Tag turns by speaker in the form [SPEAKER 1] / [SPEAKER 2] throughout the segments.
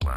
[SPEAKER 1] One,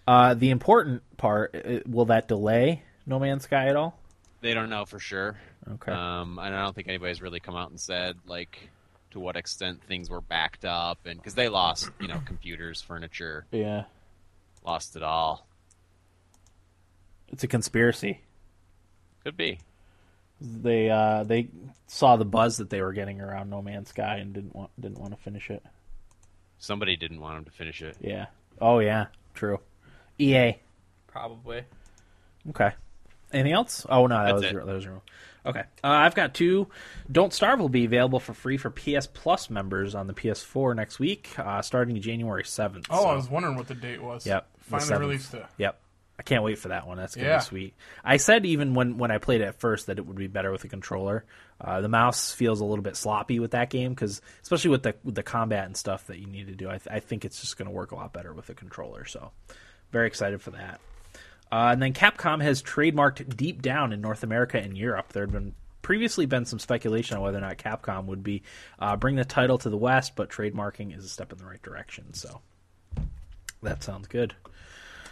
[SPEAKER 2] Uh, the important part uh, will that delay No Man's Sky at all?
[SPEAKER 3] They don't know for sure.
[SPEAKER 2] Okay.
[SPEAKER 4] Uh,
[SPEAKER 3] Um, and I don't think anybody's really come out and said like to what extent things were backed up, and because they lost, you know, computers, furniture,
[SPEAKER 2] yeah.
[SPEAKER 3] lost it all.
[SPEAKER 2] It's a conspiracy.
[SPEAKER 3] Could be.
[SPEAKER 2] they uh, they saw the buzz that they were getting around No Man's Sky and didn't want didn't want to finish it.
[SPEAKER 3] Somebody didn't want them to finish it.
[SPEAKER 2] Yeah. Oh yeah. True. EA.
[SPEAKER 4] probably.
[SPEAKER 2] Okay. Anything else? Oh no, that
[SPEAKER 3] That's
[SPEAKER 2] was
[SPEAKER 3] it.
[SPEAKER 2] your, that was your. Okay. Uh, I've got two. Don't Starve will be available for free for PS Plus members on the PS4 next week, uh, starting January seventh.
[SPEAKER 5] Oh, I was wondering what the date was.
[SPEAKER 2] Yep. the
[SPEAKER 5] Finally
[SPEAKER 2] 7th.
[SPEAKER 5] released it.
[SPEAKER 2] Yep. I can't wait for that one. That's gonna
[SPEAKER 5] Yeah.
[SPEAKER 2] be sweet. I said even when when I played it at first that it would be better with a controller. Uh, the mouse feels a little bit sloppy with that game because especially with the with the combat and stuff that you need to do, I, th- I think it's just gonna work a lot better with a controller. So very excited for that. Uh, and then Capcom has trademarked Deep Down in North America and Europe. There had been previously been some speculation on whether or not Capcom would be uh, bring the title to the West, but trademarking is a step in the right direction. So that sounds good.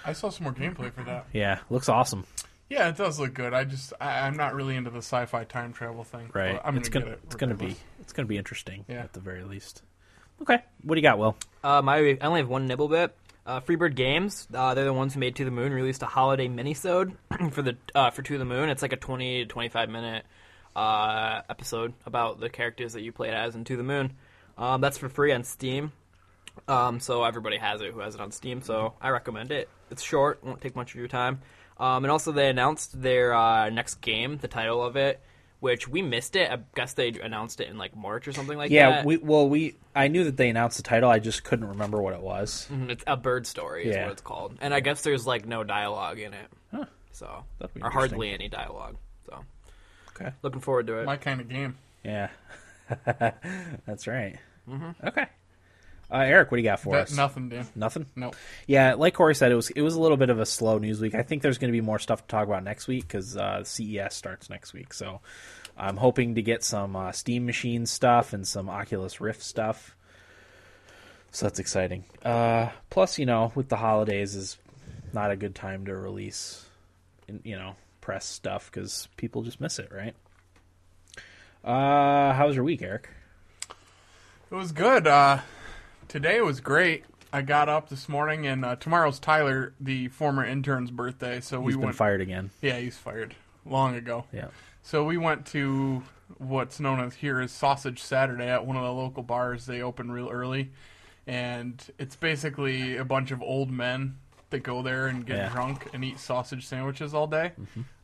[SPEAKER 5] I saw some more gameplay for that.
[SPEAKER 2] Yeah, looks awesome.
[SPEAKER 5] Yeah, it does look good. I just I, I'm not really into the sci-fi time travel thing. but
[SPEAKER 2] Right.
[SPEAKER 5] I'm
[SPEAKER 2] it's
[SPEAKER 5] gonna,
[SPEAKER 2] gonna,
[SPEAKER 5] get it.
[SPEAKER 2] it's gonna be
[SPEAKER 5] regardless.
[SPEAKER 2] it's gonna be interesting
[SPEAKER 5] Yeah.
[SPEAKER 2] at the very least. Okay, what do you got, Will?
[SPEAKER 4] Uh, my, I only have one nibble bit. Uh, Freebird Games, uh, they're the ones who made To the Moon, released a holiday minisode for the uh, for To the Moon. It's like a twenty to twenty five minute uh, episode about the characters that you played as in To the Moon. Um, that's for free on Steam. Um, so everybody has it who has it on Steam. So I recommend it. It's short, won't take much of your time. Um, and also they announced their uh, next game, the title of it, which we missed it. I guess they announced it in like March or something like
[SPEAKER 2] Yeah,
[SPEAKER 4] that.
[SPEAKER 2] we well we I knew that they announced the title, I just couldn't remember what it was.
[SPEAKER 5] Mm-hmm.
[SPEAKER 4] Mhm, It's a bird story, is
[SPEAKER 2] Yeah.
[SPEAKER 4] what it's called. And I guess there's like no dialogue in it, so
[SPEAKER 2] That'd be
[SPEAKER 4] or hardly any dialogue. So
[SPEAKER 2] Okay.
[SPEAKER 4] looking forward to it.
[SPEAKER 5] my kind of game.
[SPEAKER 2] Yeah, that's right. Okay, uh, Eric, what do you got for
[SPEAKER 5] Mm-hmm. That,
[SPEAKER 2] us?
[SPEAKER 5] nothing, Dan.
[SPEAKER 2] Nothing.
[SPEAKER 5] No.
[SPEAKER 2] Yeah, like Corey said, it was it was a little bit of a slow news week. I think there's going to be more stuff to talk about next week because uh, CES starts next week. So I'm hoping to get some uh, Steam Machine stuff and some Oculus Rift stuff. So that's exciting. Uh, plus, you know, with the holidays is not a good time to release, in- you know, press stuff because people just miss it, right? Uh, how was your week, Eric?
[SPEAKER 5] It was good. Uh, today was great. I got up this morning, and uh, tomorrow's Tyler, the former intern's birthday. So we
[SPEAKER 2] He's been
[SPEAKER 5] went.
[SPEAKER 2] fired again.
[SPEAKER 5] Yeah, he's fired long ago.
[SPEAKER 2] Yeah.
[SPEAKER 5] So we went to what's known as here as Sausage Saturday at one of the local bars. They open real early, and it's basically a bunch of old men that go there and get
[SPEAKER 2] Yeah.
[SPEAKER 5] drunk and eat sausage sandwiches all day.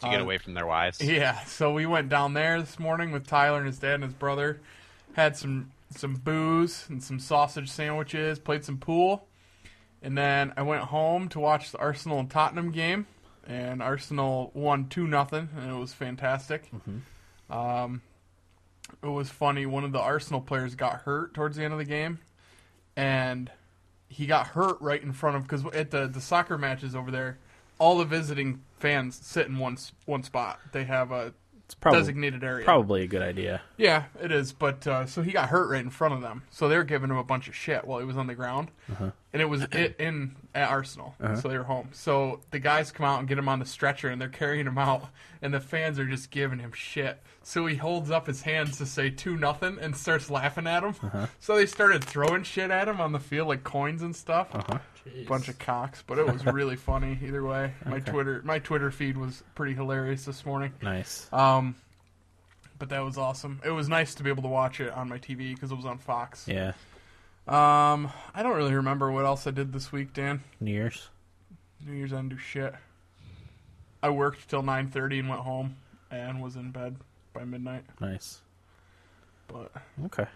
[SPEAKER 3] to get away from their wives.
[SPEAKER 5] Yeah, so we went down there this morning with Tyler and his dad and his brother, had some some booze and some sausage sandwiches, played some pool, and then I went home to watch the Arsenal and Tottenham game, and Arsenal won two nothing, and it was fantastic. Um, it was funny. One of the Arsenal players got hurt towards the end of the game, and he got hurt right in front of because at the the soccer matches over there, all the visiting fans sit in one s- one spot. They have a
[SPEAKER 2] It's probably
[SPEAKER 5] designated area.
[SPEAKER 2] probably a good idea.
[SPEAKER 5] Yeah, it is. But uh, so he got hurt right in front of them. So they were giving him a bunch of shit while he was on the ground, and it was it in at Arsenal. So they were home. So the guys come out and get him on the stretcher, and they're carrying him out, and the fans are just giving him shit. So he holds up his hands to say two nothing and starts laughing at him. So they started throwing shit at him on the field like coins and stuff.
[SPEAKER 2] Uh-huh.
[SPEAKER 5] Bunch of cocks, but it was really funny either way. My Twitter my Twitter feed was pretty hilarious this morning.
[SPEAKER 2] Nice.
[SPEAKER 5] Um, but that was awesome. It was nice to be able to watch it on my TV because it was on Fox.
[SPEAKER 2] yeah.
[SPEAKER 5] Um, I don't really remember what else I did this week, Dan.
[SPEAKER 2] New Year's.
[SPEAKER 5] New Year's I didn't do shit. I worked till nine thirty and went home and was in bed by midnight.
[SPEAKER 2] Nice.
[SPEAKER 5] But
[SPEAKER 2] Okay.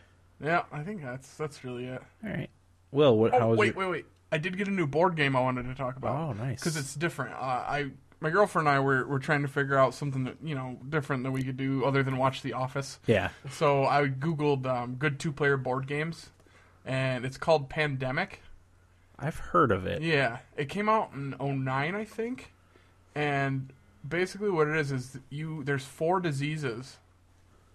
[SPEAKER 5] yeah, I think that's that's really it.
[SPEAKER 2] All right. Will, what, how
[SPEAKER 5] Oh
[SPEAKER 2] was
[SPEAKER 5] wait,
[SPEAKER 2] your...
[SPEAKER 5] wait, wait! I did get a new board game I wanted to talk about.
[SPEAKER 2] Oh, nice.
[SPEAKER 5] because it's different. Uh, I my girlfriend and I were were trying to figure out something that you know different that we could do other than watch The Office.
[SPEAKER 2] Yeah.
[SPEAKER 5] So I googled um, good two player board games, and it's called Pandemic.
[SPEAKER 2] I've heard of it.
[SPEAKER 5] Yeah, it came out in 09, I think, and basically what it is is you there's four diseases,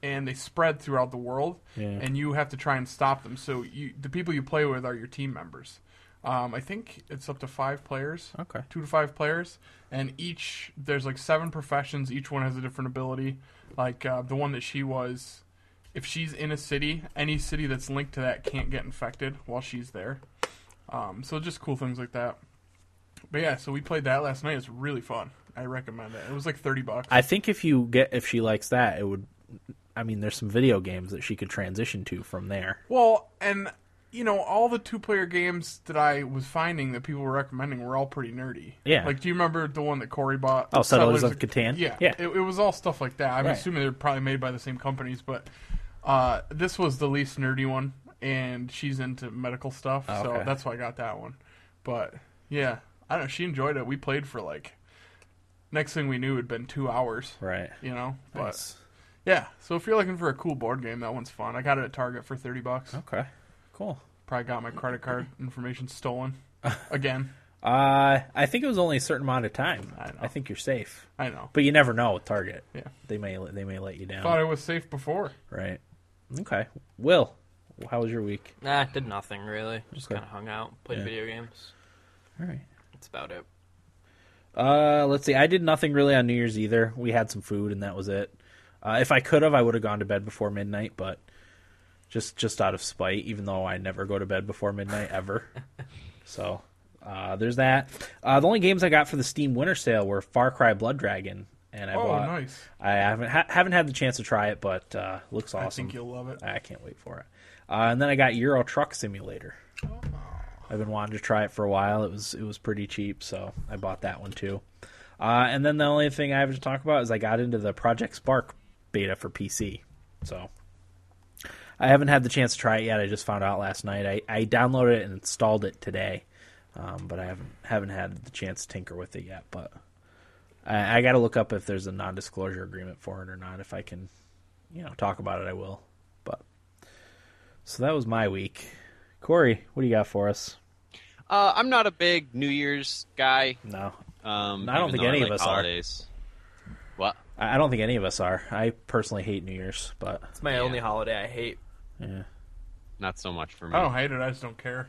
[SPEAKER 5] and they spread throughout the world,
[SPEAKER 2] Yeah.
[SPEAKER 5] and you have to try and stop them. So you the people you play with are your team members. Um, I think it's up to five players
[SPEAKER 2] Okay.
[SPEAKER 5] two to five players, and each there's like seven professions. Each one has a different ability. Like uh, the one that she was, if she's in a city, any city that's linked to that can't get infected while she's there. Um, so just cool things like that. But yeah, so we played that last night. It's really fun. I recommend it. It was like thirty bucks.
[SPEAKER 2] I think if you get if she likes that, it would. I mean, there's some video games that she could transition to from there.
[SPEAKER 5] Well, and you know, all the two-player games that I was finding that people were recommending were all pretty nerdy.
[SPEAKER 2] Yeah.
[SPEAKER 5] Like, do you remember the one that Corey bought?
[SPEAKER 2] Oh, Settlers of Catan?
[SPEAKER 5] Yeah.
[SPEAKER 2] Yeah.
[SPEAKER 5] It, it was all stuff like that. I'm
[SPEAKER 2] Right.
[SPEAKER 5] assuming they're probably made by the same companies, but uh, this was the least nerdy one, and she's into medical stuff, so
[SPEAKER 2] Oh, Okay.
[SPEAKER 5] that's why I got that one. But yeah, I don't know. She enjoyed it. We played for like. Next thing we knew, it'd been two hours.
[SPEAKER 2] Right.
[SPEAKER 5] You know, but
[SPEAKER 2] Nice.
[SPEAKER 5] yeah. So if you're looking for a cool board game, that one's fun. I got it at Target for thirty bucks
[SPEAKER 2] Okay. Cool.
[SPEAKER 5] probably got my credit card information stolen again.
[SPEAKER 2] Uh, I think it was only a certain amount of time.
[SPEAKER 5] I know.
[SPEAKER 2] I think you're safe,
[SPEAKER 5] I know.
[SPEAKER 2] but you never know with Target.
[SPEAKER 5] Yeah.
[SPEAKER 2] They may they may let you down.
[SPEAKER 5] Thought I was safe before.
[SPEAKER 2] Right. Okay. Will, how was your week?
[SPEAKER 4] Nah, did nothing really. Just
[SPEAKER 2] Okay.
[SPEAKER 4] kind of hung out, played
[SPEAKER 2] Yeah.
[SPEAKER 4] video games.
[SPEAKER 2] All right.
[SPEAKER 4] That's about it.
[SPEAKER 2] Uh, let's see. I did nothing really on New Year's either. We had some food and that was it. Uh, if I could have, I would have gone to bed before midnight, but just just out of spite, even though I never go to bed before midnight ever. so uh, there's that. Uh, the only games I got for the Steam Winter Sale were Far Cry Blood Dragon, and I
[SPEAKER 5] Oh,
[SPEAKER 2] bought.
[SPEAKER 5] nice.
[SPEAKER 2] I haven't ha- haven't had the chance to try it, but uh, looks awesome.
[SPEAKER 5] I think you'll love it.
[SPEAKER 2] I can't wait for it. Uh, and then I got Euro Truck Simulator. I've been wanting to try it for a while. It was it was pretty cheap, so I bought that one too. Uh, and then the only thing I have to talk about is I got into the Project Spark beta for PC. So I haven't had the chance to try it yet. I just found out last night. I, I downloaded it and installed it today, um, but I haven't haven't had the chance to tinker with it yet. But I, I got to look up if there's a non-disclosure agreement for it or not. If I can, you know, talk about it, I will. But so that was my week. Corey, what do you got for us?
[SPEAKER 3] Uh, I'm not a big New Year's guy.
[SPEAKER 2] No,
[SPEAKER 3] Um,
[SPEAKER 2] I don't
[SPEAKER 3] even
[SPEAKER 2] think
[SPEAKER 3] though
[SPEAKER 2] any of
[SPEAKER 3] like
[SPEAKER 2] us are.
[SPEAKER 3] holidays. What?
[SPEAKER 2] I I don't think any of us are. I personally hate New Year's, but
[SPEAKER 4] It's my only holiday I hate.
[SPEAKER 2] yeah,
[SPEAKER 3] Not so much for me.
[SPEAKER 5] I don't hate it. I just don't care.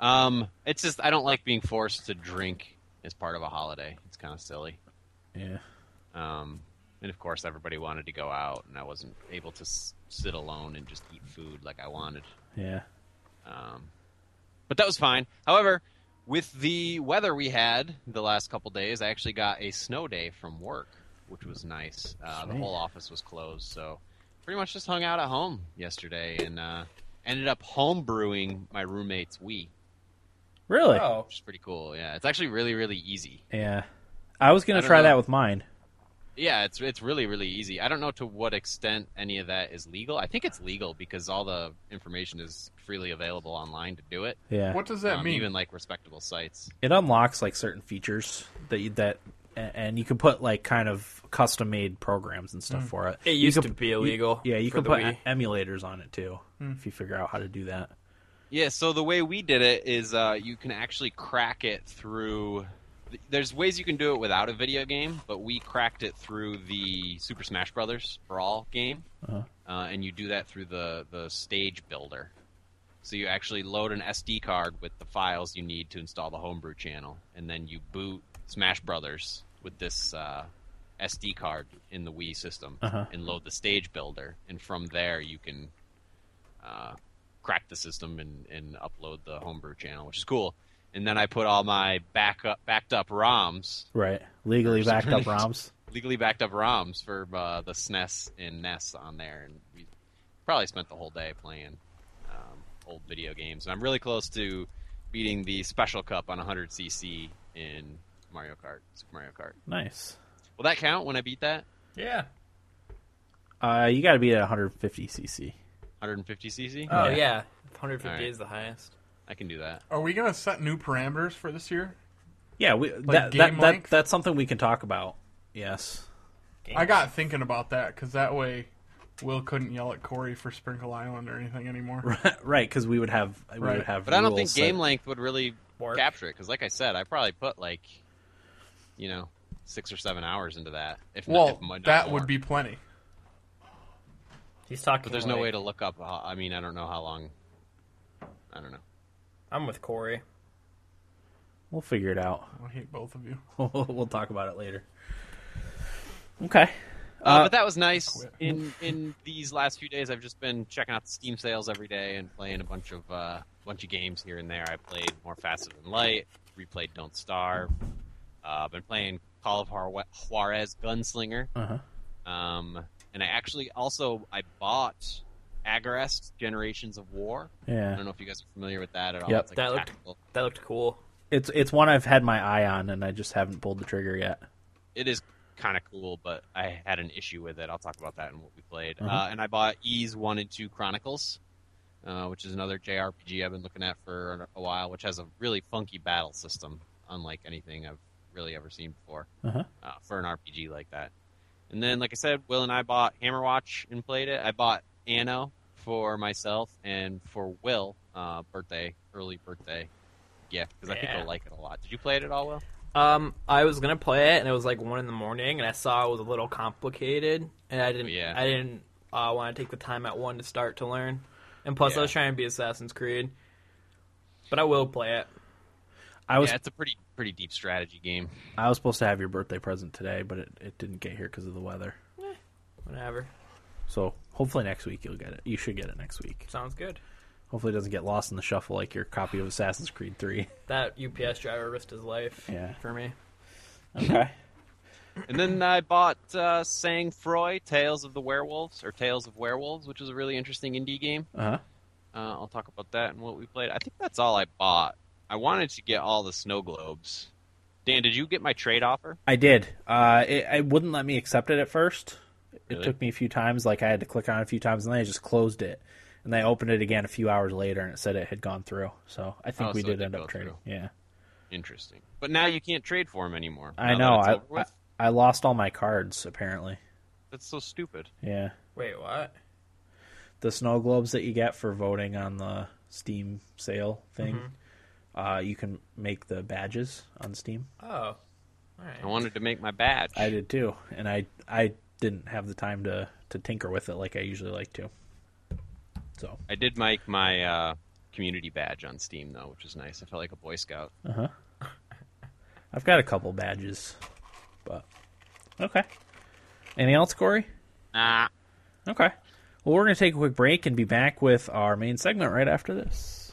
[SPEAKER 3] Um, it's just I don't like being forced to drink as part of a holiday. It's kind of silly.
[SPEAKER 2] Yeah.
[SPEAKER 3] Um, and of course, everybody wanted to go out, and I wasn't able to s- sit alone and just eat food like I wanted.
[SPEAKER 2] Yeah.
[SPEAKER 3] Um, but that was fine. However, with the weather we had the last couple days, I actually got a snow day from work, which was nice. Uh, the
[SPEAKER 2] Sweet.
[SPEAKER 3] whole office was closed, so pretty much just hung out at home yesterday and uh, ended up home brewing my roommate's Wii,
[SPEAKER 2] Really?
[SPEAKER 4] Oh,
[SPEAKER 3] which is pretty cool. Yeah, it's actually really, really easy.
[SPEAKER 2] Yeah. I was
[SPEAKER 3] I
[SPEAKER 2] gonna
[SPEAKER 3] don't
[SPEAKER 2] try
[SPEAKER 3] know.
[SPEAKER 2] that with mine.
[SPEAKER 3] Yeah, it's it's really really easy. I don't know to what extent any of that is legal. I think it's legal because all the information is freely available online to do it.
[SPEAKER 2] Yeah.
[SPEAKER 5] What does that
[SPEAKER 3] Um,
[SPEAKER 5] mean?
[SPEAKER 3] Even like respectable sites.
[SPEAKER 2] It unlocks like certain features that you, that a- and you can put like kind of custom made programs and stuff for it.
[SPEAKER 4] Hmm. It
[SPEAKER 2] You
[SPEAKER 4] used
[SPEAKER 2] could-
[SPEAKER 4] to be
[SPEAKER 2] you-
[SPEAKER 4] illegal
[SPEAKER 2] yeah, you
[SPEAKER 4] for
[SPEAKER 2] can
[SPEAKER 4] the
[SPEAKER 2] put e,
[SPEAKER 4] Wii. Hmm.
[SPEAKER 2] emulators on it too if you figure out how to do that.
[SPEAKER 3] Yeah, so the way we did it is uh, you can actually crack it through. th- There's ways you can do it without a video game, but we cracked it through the Super Smash Brothers Brawl game, uh and you do that through the the stage builder. So you actually load an SD card with the files you need to install the homebrew channel, and then you boot Smash Brothers with this uh, SD card in the Wii system, and load the stage builder, and from there you can uh, crack the system and, and upload the homebrew channel, which is cool. And then I put all my backup, backed up ROMs,
[SPEAKER 2] Right. Legally backed up ROMs.
[SPEAKER 3] legally backed up ROMs for uh, the SNES and NES on there, and we probably spent the whole day playing um, old video games. And I'm really close to beating the Special Cup on 100cc in Mario Kart, Super Mario Kart.
[SPEAKER 2] Nice.
[SPEAKER 3] Will that count when I beat that?
[SPEAKER 5] yeah.
[SPEAKER 2] Uh, you got to be at 150 cc.
[SPEAKER 3] 150cc?
[SPEAKER 4] oh
[SPEAKER 2] Yeah.
[SPEAKER 4] yeah. 150
[SPEAKER 3] Alright.
[SPEAKER 4] is the highest.
[SPEAKER 3] I can do that.
[SPEAKER 5] Are we gonna set new parameters for this year?
[SPEAKER 2] Yeah, we that,
[SPEAKER 5] game
[SPEAKER 2] that, that
[SPEAKER 5] length?
[SPEAKER 2] that's something we can talk about. Yes.
[SPEAKER 5] I got thinking about that because that way, Will couldn't yell at Corey for Sprinkle Island or anything anymore.
[SPEAKER 2] right, because we would have we
[SPEAKER 5] Right.
[SPEAKER 2] would have.
[SPEAKER 3] But I don't think
[SPEAKER 2] rules
[SPEAKER 3] game
[SPEAKER 2] that-
[SPEAKER 3] length would really
[SPEAKER 4] Work.
[SPEAKER 3] capture it because, like I said, I probably put like, you know, six or seven hours into that. If not-
[SPEAKER 5] Well,
[SPEAKER 3] if mu- not
[SPEAKER 5] that
[SPEAKER 3] more.
[SPEAKER 5] would be plenty.
[SPEAKER 4] He's talking.
[SPEAKER 3] But there's no
[SPEAKER 4] like-
[SPEAKER 3] way to look up. How, I mean, I don't know how long. I don't know.
[SPEAKER 4] I'm with Corey.
[SPEAKER 2] We'll figure it out.
[SPEAKER 5] I hate both of you.
[SPEAKER 2] we'll talk about it later. Okay.
[SPEAKER 3] Uh, but that was nice. In in these last few days, I've just been checking out the Steam sales every day and playing a bunch of uh, bunch of games here and there. I played more Faster Than Light, replayed Don't Starve. Uh, been playing Call of Juar- Juarez Gunslinger.
[SPEAKER 2] Uh huh.
[SPEAKER 3] Um, and I actually also I bought Agarest Generations of War. I
[SPEAKER 2] Yeah.
[SPEAKER 3] don't know if you guys are familiar with that at all.
[SPEAKER 2] Yep.
[SPEAKER 3] It's like
[SPEAKER 4] That
[SPEAKER 3] a
[SPEAKER 4] looked-
[SPEAKER 3] tactical-
[SPEAKER 4] That looked cool.
[SPEAKER 2] It's it's one I've had my eye on, and I just haven't pulled the trigger yet.
[SPEAKER 3] It is kind of cool, but I had an issue with it. I'll talk about that in what we played.
[SPEAKER 2] Mm-hmm.
[SPEAKER 3] Uh, and I bought Ease One and Two Chronicles, uh, which is another JRPG I've been looking at for a while, which has a really funky battle system, unlike anything I've really ever seen before
[SPEAKER 2] Uh-huh.
[SPEAKER 3] uh, for an RPG like that. And then, like I said, Will and I bought Hammerwatch and played it. I bought Anno for myself and for Will, uh, birthday, early birthday gift, because I think
[SPEAKER 4] Yeah.
[SPEAKER 3] he'll like it a lot. Did you play it at all, Will?
[SPEAKER 4] Um, I was gonna play it, and it was like one in the morning, and I saw it was a little complicated, and I didn't,
[SPEAKER 3] Yeah.
[SPEAKER 4] I didn't uh, want to take the time at one to start to learn, and plus
[SPEAKER 3] Yeah.
[SPEAKER 4] I was trying to be Assassin's Creed, but I will play it.
[SPEAKER 2] I was
[SPEAKER 3] yeah, it's a pretty pretty deep strategy game.
[SPEAKER 2] I was supposed to have your birthday present today, but it, it didn't get here because of the weather.
[SPEAKER 4] Whatever,
[SPEAKER 2] So hopefully next week you'll get it. You should get it next week.
[SPEAKER 4] sounds good.
[SPEAKER 2] Hopefully it doesn't get lost in the shuffle like your copy of Assassin's Creed Three.
[SPEAKER 4] That UPS driver risked his life
[SPEAKER 2] Yeah.
[SPEAKER 4] for me.
[SPEAKER 2] Okay.
[SPEAKER 3] And then I bought uh, Sang Froy, Tales of the Werewolves, or Tales of Werewolves, which was a really interesting indie game.
[SPEAKER 2] Uh huh.
[SPEAKER 3] Uh, I'll talk about that and what we played. I think that's all I bought. I wanted to get all the snow globes. Dan, did you get my trade offer?
[SPEAKER 2] I did. Uh, it, it wouldn't let me accept it at first. It
[SPEAKER 3] Really?
[SPEAKER 2] took me a few times. Like I had to click on it a few times, and then I just closed it. And I opened it again a few hours later, and it said it had gone through. So I think
[SPEAKER 3] Oh,
[SPEAKER 2] we
[SPEAKER 3] so it
[SPEAKER 2] did
[SPEAKER 3] did
[SPEAKER 2] end
[SPEAKER 3] go
[SPEAKER 2] up trading.
[SPEAKER 3] through.
[SPEAKER 2] Yeah,
[SPEAKER 3] Interesting. But now you can't trade for them anymore.
[SPEAKER 2] I
[SPEAKER 3] now
[SPEAKER 2] know.
[SPEAKER 3] that it's
[SPEAKER 2] I,
[SPEAKER 3] over
[SPEAKER 2] I
[SPEAKER 3] with.
[SPEAKER 2] I lost all my cards apparently.
[SPEAKER 3] That's so stupid.
[SPEAKER 2] Yeah,
[SPEAKER 4] Wait, what?
[SPEAKER 2] the snow globes that you get for voting on the Steam sale thing.
[SPEAKER 3] Mm-hmm.
[SPEAKER 2] Uh, you can make the badges on Steam.
[SPEAKER 4] Oh, all
[SPEAKER 3] I
[SPEAKER 4] right.
[SPEAKER 3] wanted to make my badge.
[SPEAKER 2] I did too, and I I didn't have the time to to tinker with it like I usually like to. So
[SPEAKER 3] I did make my uh, community badge on Steam, though, which is nice. I felt like a Boy Scout.
[SPEAKER 2] I've got a couple badges, but Okay. Anything else, Corey?
[SPEAKER 3] Nah.
[SPEAKER 2] Okay. Well, we're going to take a quick break and be back with our main segment right after this.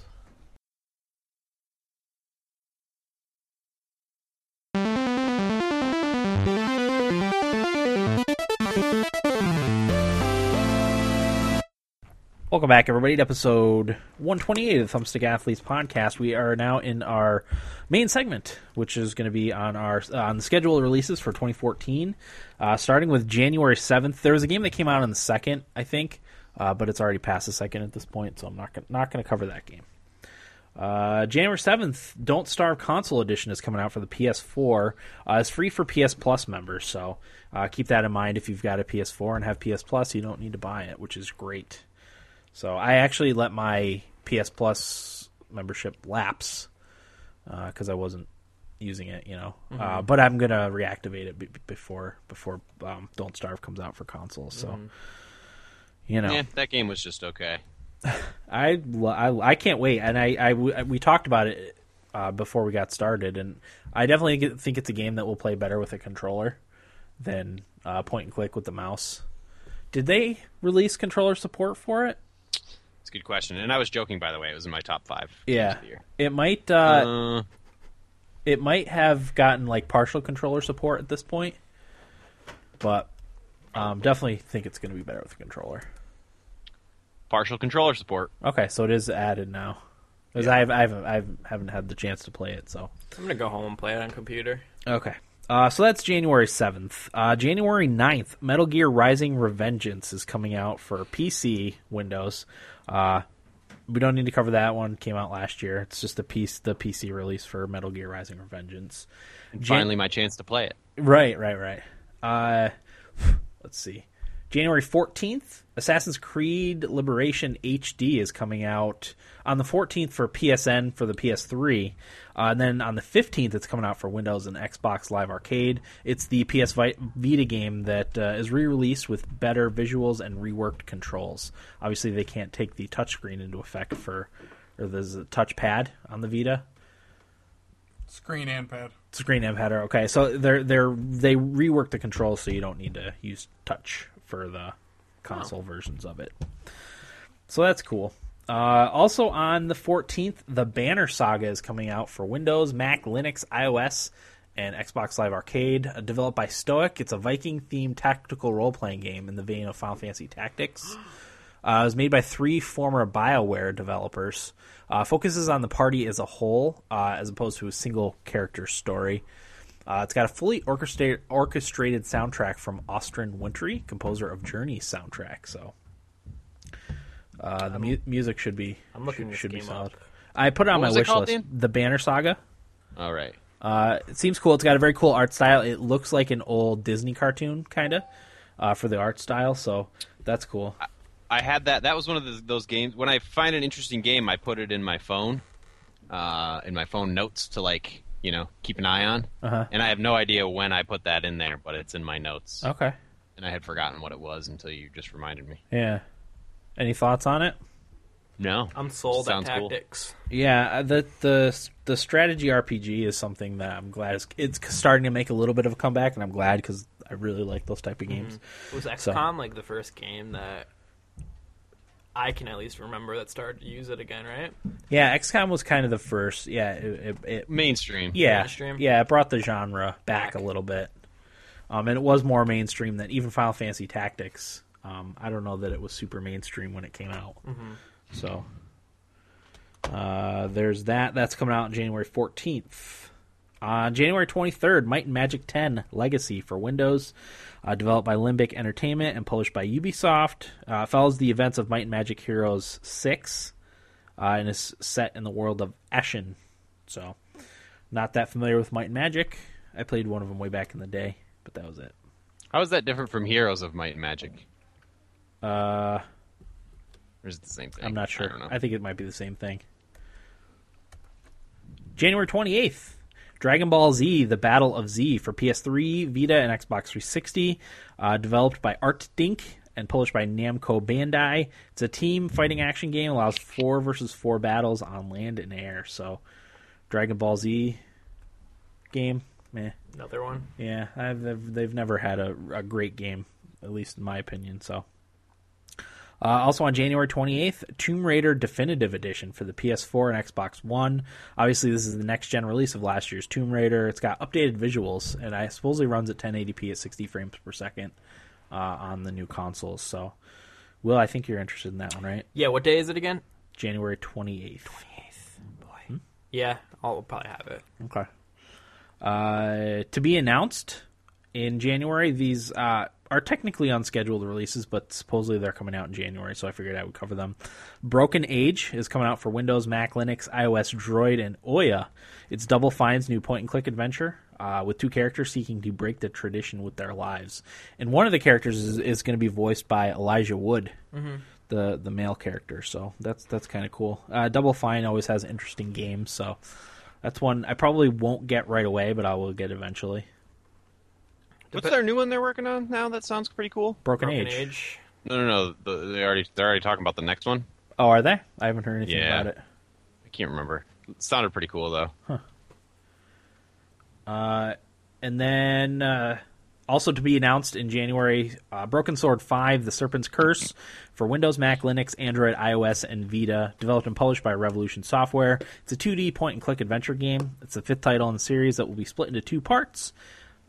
[SPEAKER 2] Welcome back, everybody, to episode 128 of the Thumbstick Athletes podcast. We are now in our main segment, which is going to be on our uh, on the schedule of releases for 2014, uh, starting with January 7th. There was a game that came out on the second, I think, uh, but it's already past the second at this point, so I'm not gonna, not going to cover that game. Uh, January 7th, Don't Starve Console Edition is coming out for the PS4. Uh, it's free for PS Plus members, so uh, keep that in mind if you've got a PS4 and have PS Plus, you don't need to buy it, which is great. So I actually let my PS Plus membership lapse because I wasn't using it, you know. Uh, but I'm gonna reactivate it b- b- before before um, Don't Starve comes out for consoles. So you know,
[SPEAKER 3] Yeah, Eh, that game was just okay.
[SPEAKER 2] I, lo- I, I can't wait, and I, I w- we talked about it uh, before we got started, and I definitely get- think it's a game that will play better with a controller than uh, point and click with the mouse. Did they release controller support for it?
[SPEAKER 3] It's a good question. And I was joking, by the way. It was in my top five. games
[SPEAKER 2] Yeah,
[SPEAKER 3] Of the year.
[SPEAKER 2] it might. Uh,
[SPEAKER 3] Uh,
[SPEAKER 2] it might have gotten like partial controller support at this point, but um, definitely think it's going to be better with a controller.
[SPEAKER 3] partial controller support.
[SPEAKER 2] Okay, so it is added now. Because I, have, I, haven't, I haven't had the chance to play it, so
[SPEAKER 4] I'm gonna go home and play it on computer.
[SPEAKER 2] Okay. Uh, so that's January 7th. Uh, January 9th, Metal Gear Rising Revengeance is coming out for PC, Windows. Uh, we don't need to cover that one. Came out last year. It's just the piece, the PC release for Metal Gear Rising Revengeance. Jan-
[SPEAKER 3] Finally, my chance to play it.
[SPEAKER 2] Right, right, right. Uh, let's see. January 14th, Assassin's Creed Liberation HD is coming out on the 14th for PSN for the PS3. Uh, and then on the 15th, it's coming out for Windows and Xbox Live Arcade. It's the PS Vi- Vita game that uh, is re released with better visuals and reworked controls. Obviously, they can't take the touchscreen into effect for, or there's a touchpad on the Vita
[SPEAKER 5] Screen and pad.
[SPEAKER 2] screen amp header. Okay, so they're they're they reworked the controls so you don't need to use touch for the console versions of it. So that's cool. Uh, also on the 14th, the Banner Saga is coming out for Windows, Mac, Linux, iOS, and Xbox Live Arcade. Uh, Developed by Stoic, it's a Viking-themed tactical role-playing game in the vein of Final Fantasy Tactics. Uh, it was made by three former BioWare developers. Uh, focuses on the party as a whole, uh, as opposed to a single character story. Uh, it's got a fully orchestrated, orchestrated soundtrack from Austrin Wintry, composer of Journey's soundtrack. So uh, the mu- music should be
[SPEAKER 4] I'm looking
[SPEAKER 2] should,
[SPEAKER 4] this
[SPEAKER 2] should be
[SPEAKER 4] game
[SPEAKER 2] solid.
[SPEAKER 4] up.
[SPEAKER 2] I put it on
[SPEAKER 3] What
[SPEAKER 2] my
[SPEAKER 3] was it
[SPEAKER 2] wish
[SPEAKER 3] called,
[SPEAKER 2] list.
[SPEAKER 3] Dan?
[SPEAKER 2] The Banner Saga.
[SPEAKER 3] All right.
[SPEAKER 2] Uh, it seems cool. It's got a very cool art style. It looks like an old Disney cartoon, kind of, uh, for the art style. So that's cool.
[SPEAKER 3] I had that. That was one of the, those games. When I find an interesting game, I put it in my phone, uh, in my phone notes to like you know keep an eye on.
[SPEAKER 2] Uh-huh.
[SPEAKER 3] And I have no idea when I put that in there, but it's in my notes.
[SPEAKER 2] Okay.
[SPEAKER 3] And I had forgotten what it was until you just reminded me.
[SPEAKER 2] Yeah. Any thoughts on it?
[SPEAKER 3] No,
[SPEAKER 4] I'm sold
[SPEAKER 3] Sounds
[SPEAKER 4] at
[SPEAKER 3] cool.
[SPEAKER 4] tactics.
[SPEAKER 2] Yeah, uh, the the the strategy RPG is something that I'm glad is, it's starting to make a little bit of a comeback, and I'm glad because I really like those type of games.
[SPEAKER 4] Was XCOM like the first game that I can at least remember that started to use it again? Right?
[SPEAKER 2] Yeah, XCOM was kind of the first. Yeah, it, it, it
[SPEAKER 3] mainstream.
[SPEAKER 2] yeah
[SPEAKER 4] Mainstream?
[SPEAKER 2] yeah it brought the genre back,
[SPEAKER 4] Back.
[SPEAKER 2] a little bit, um, and it was more mainstream than even Final Fantasy Tactics. Um, I don't know that it was super mainstream when it came out.
[SPEAKER 4] Mm-hmm.
[SPEAKER 2] So uh, there's that. That's coming out on January 14th. On January 23rd, Might and Magic 10 Legacy for Windows, uh, developed by Limbic Entertainment and published by Ubisoft, uh, follows the events of Might and Magic Heroes 6 uh, and is set in the world of Ashen. So, not that familiar with Might and Magic. I played one of them way back in the day, but that was it.
[SPEAKER 3] How is that different from Heroes of Might and Magic?
[SPEAKER 2] Uh,
[SPEAKER 3] Or is it the same thing?
[SPEAKER 2] I'm not sure.
[SPEAKER 3] I don't know.
[SPEAKER 2] I, think it might be the same thing. January 28th, Dragon Ball Z: The Battle of Z for PS3, Vita, and Xbox 360. Uh, developed by Art Dink and published by Namco Bandai. It's a team fighting action game. Allows four versus four battles on land and air. So, Dragon Ball Z game meh.
[SPEAKER 4] Another one.
[SPEAKER 2] Yeah, I've, they've, they've never had a, a great game, at least in my opinion. So, uh, also on January 28th, Tomb Raider Definitive Edition for the PS4 and Xbox One. Obviously, this is the next gen release of last year's Tomb Raider. It's got updated visuals, and I supposedly runs at 1080p at 60 frames per second uh, on the new consoles. So, Will, I think you're interested in that one, right?
[SPEAKER 4] Yeah, what day is it again?
[SPEAKER 2] January Hmm? 28th.
[SPEAKER 4] Boy. Yeah, I'll probably have it.
[SPEAKER 2] Okay. Uh, to be announced in January. These uh, are technically unscheduled releases, but supposedly they're coming out in January, so I figured I would cover them. Broken Age is coming out for Windows, Mac, Linux, iOS, Droid, and Oya. It's Double Fine's new point and click adventure. Uh, with two characters seeking to break the tradition with their lives, and one of the characters is, is going to be voiced by Elijah Wood, the the male character. So that's that's kind of cool. Uh, Double Fine always has interesting games, so that's one I probably won't get right away, but I will get eventually.
[SPEAKER 3] What's their new one they're working on now? That sounds pretty cool.
[SPEAKER 2] Broken,
[SPEAKER 4] Broken
[SPEAKER 2] Age.
[SPEAKER 4] Age.
[SPEAKER 3] No, no, no. The, they already they're already talking about the next one.
[SPEAKER 2] Oh, are they? I haven't heard anything
[SPEAKER 3] Yeah.
[SPEAKER 2] about it.
[SPEAKER 3] I can't remember. It sounded pretty cool though.
[SPEAKER 2] And then uh, also to be announced in January, uh, Broken Sword 5: The Serpent's Curse for Windows, Mac, Linux, Android, iOS, and Vita, developed and published by Revolution Software. It's a 2D point-and-click adventure game. It's the fifth title in the series that will be split into two parts,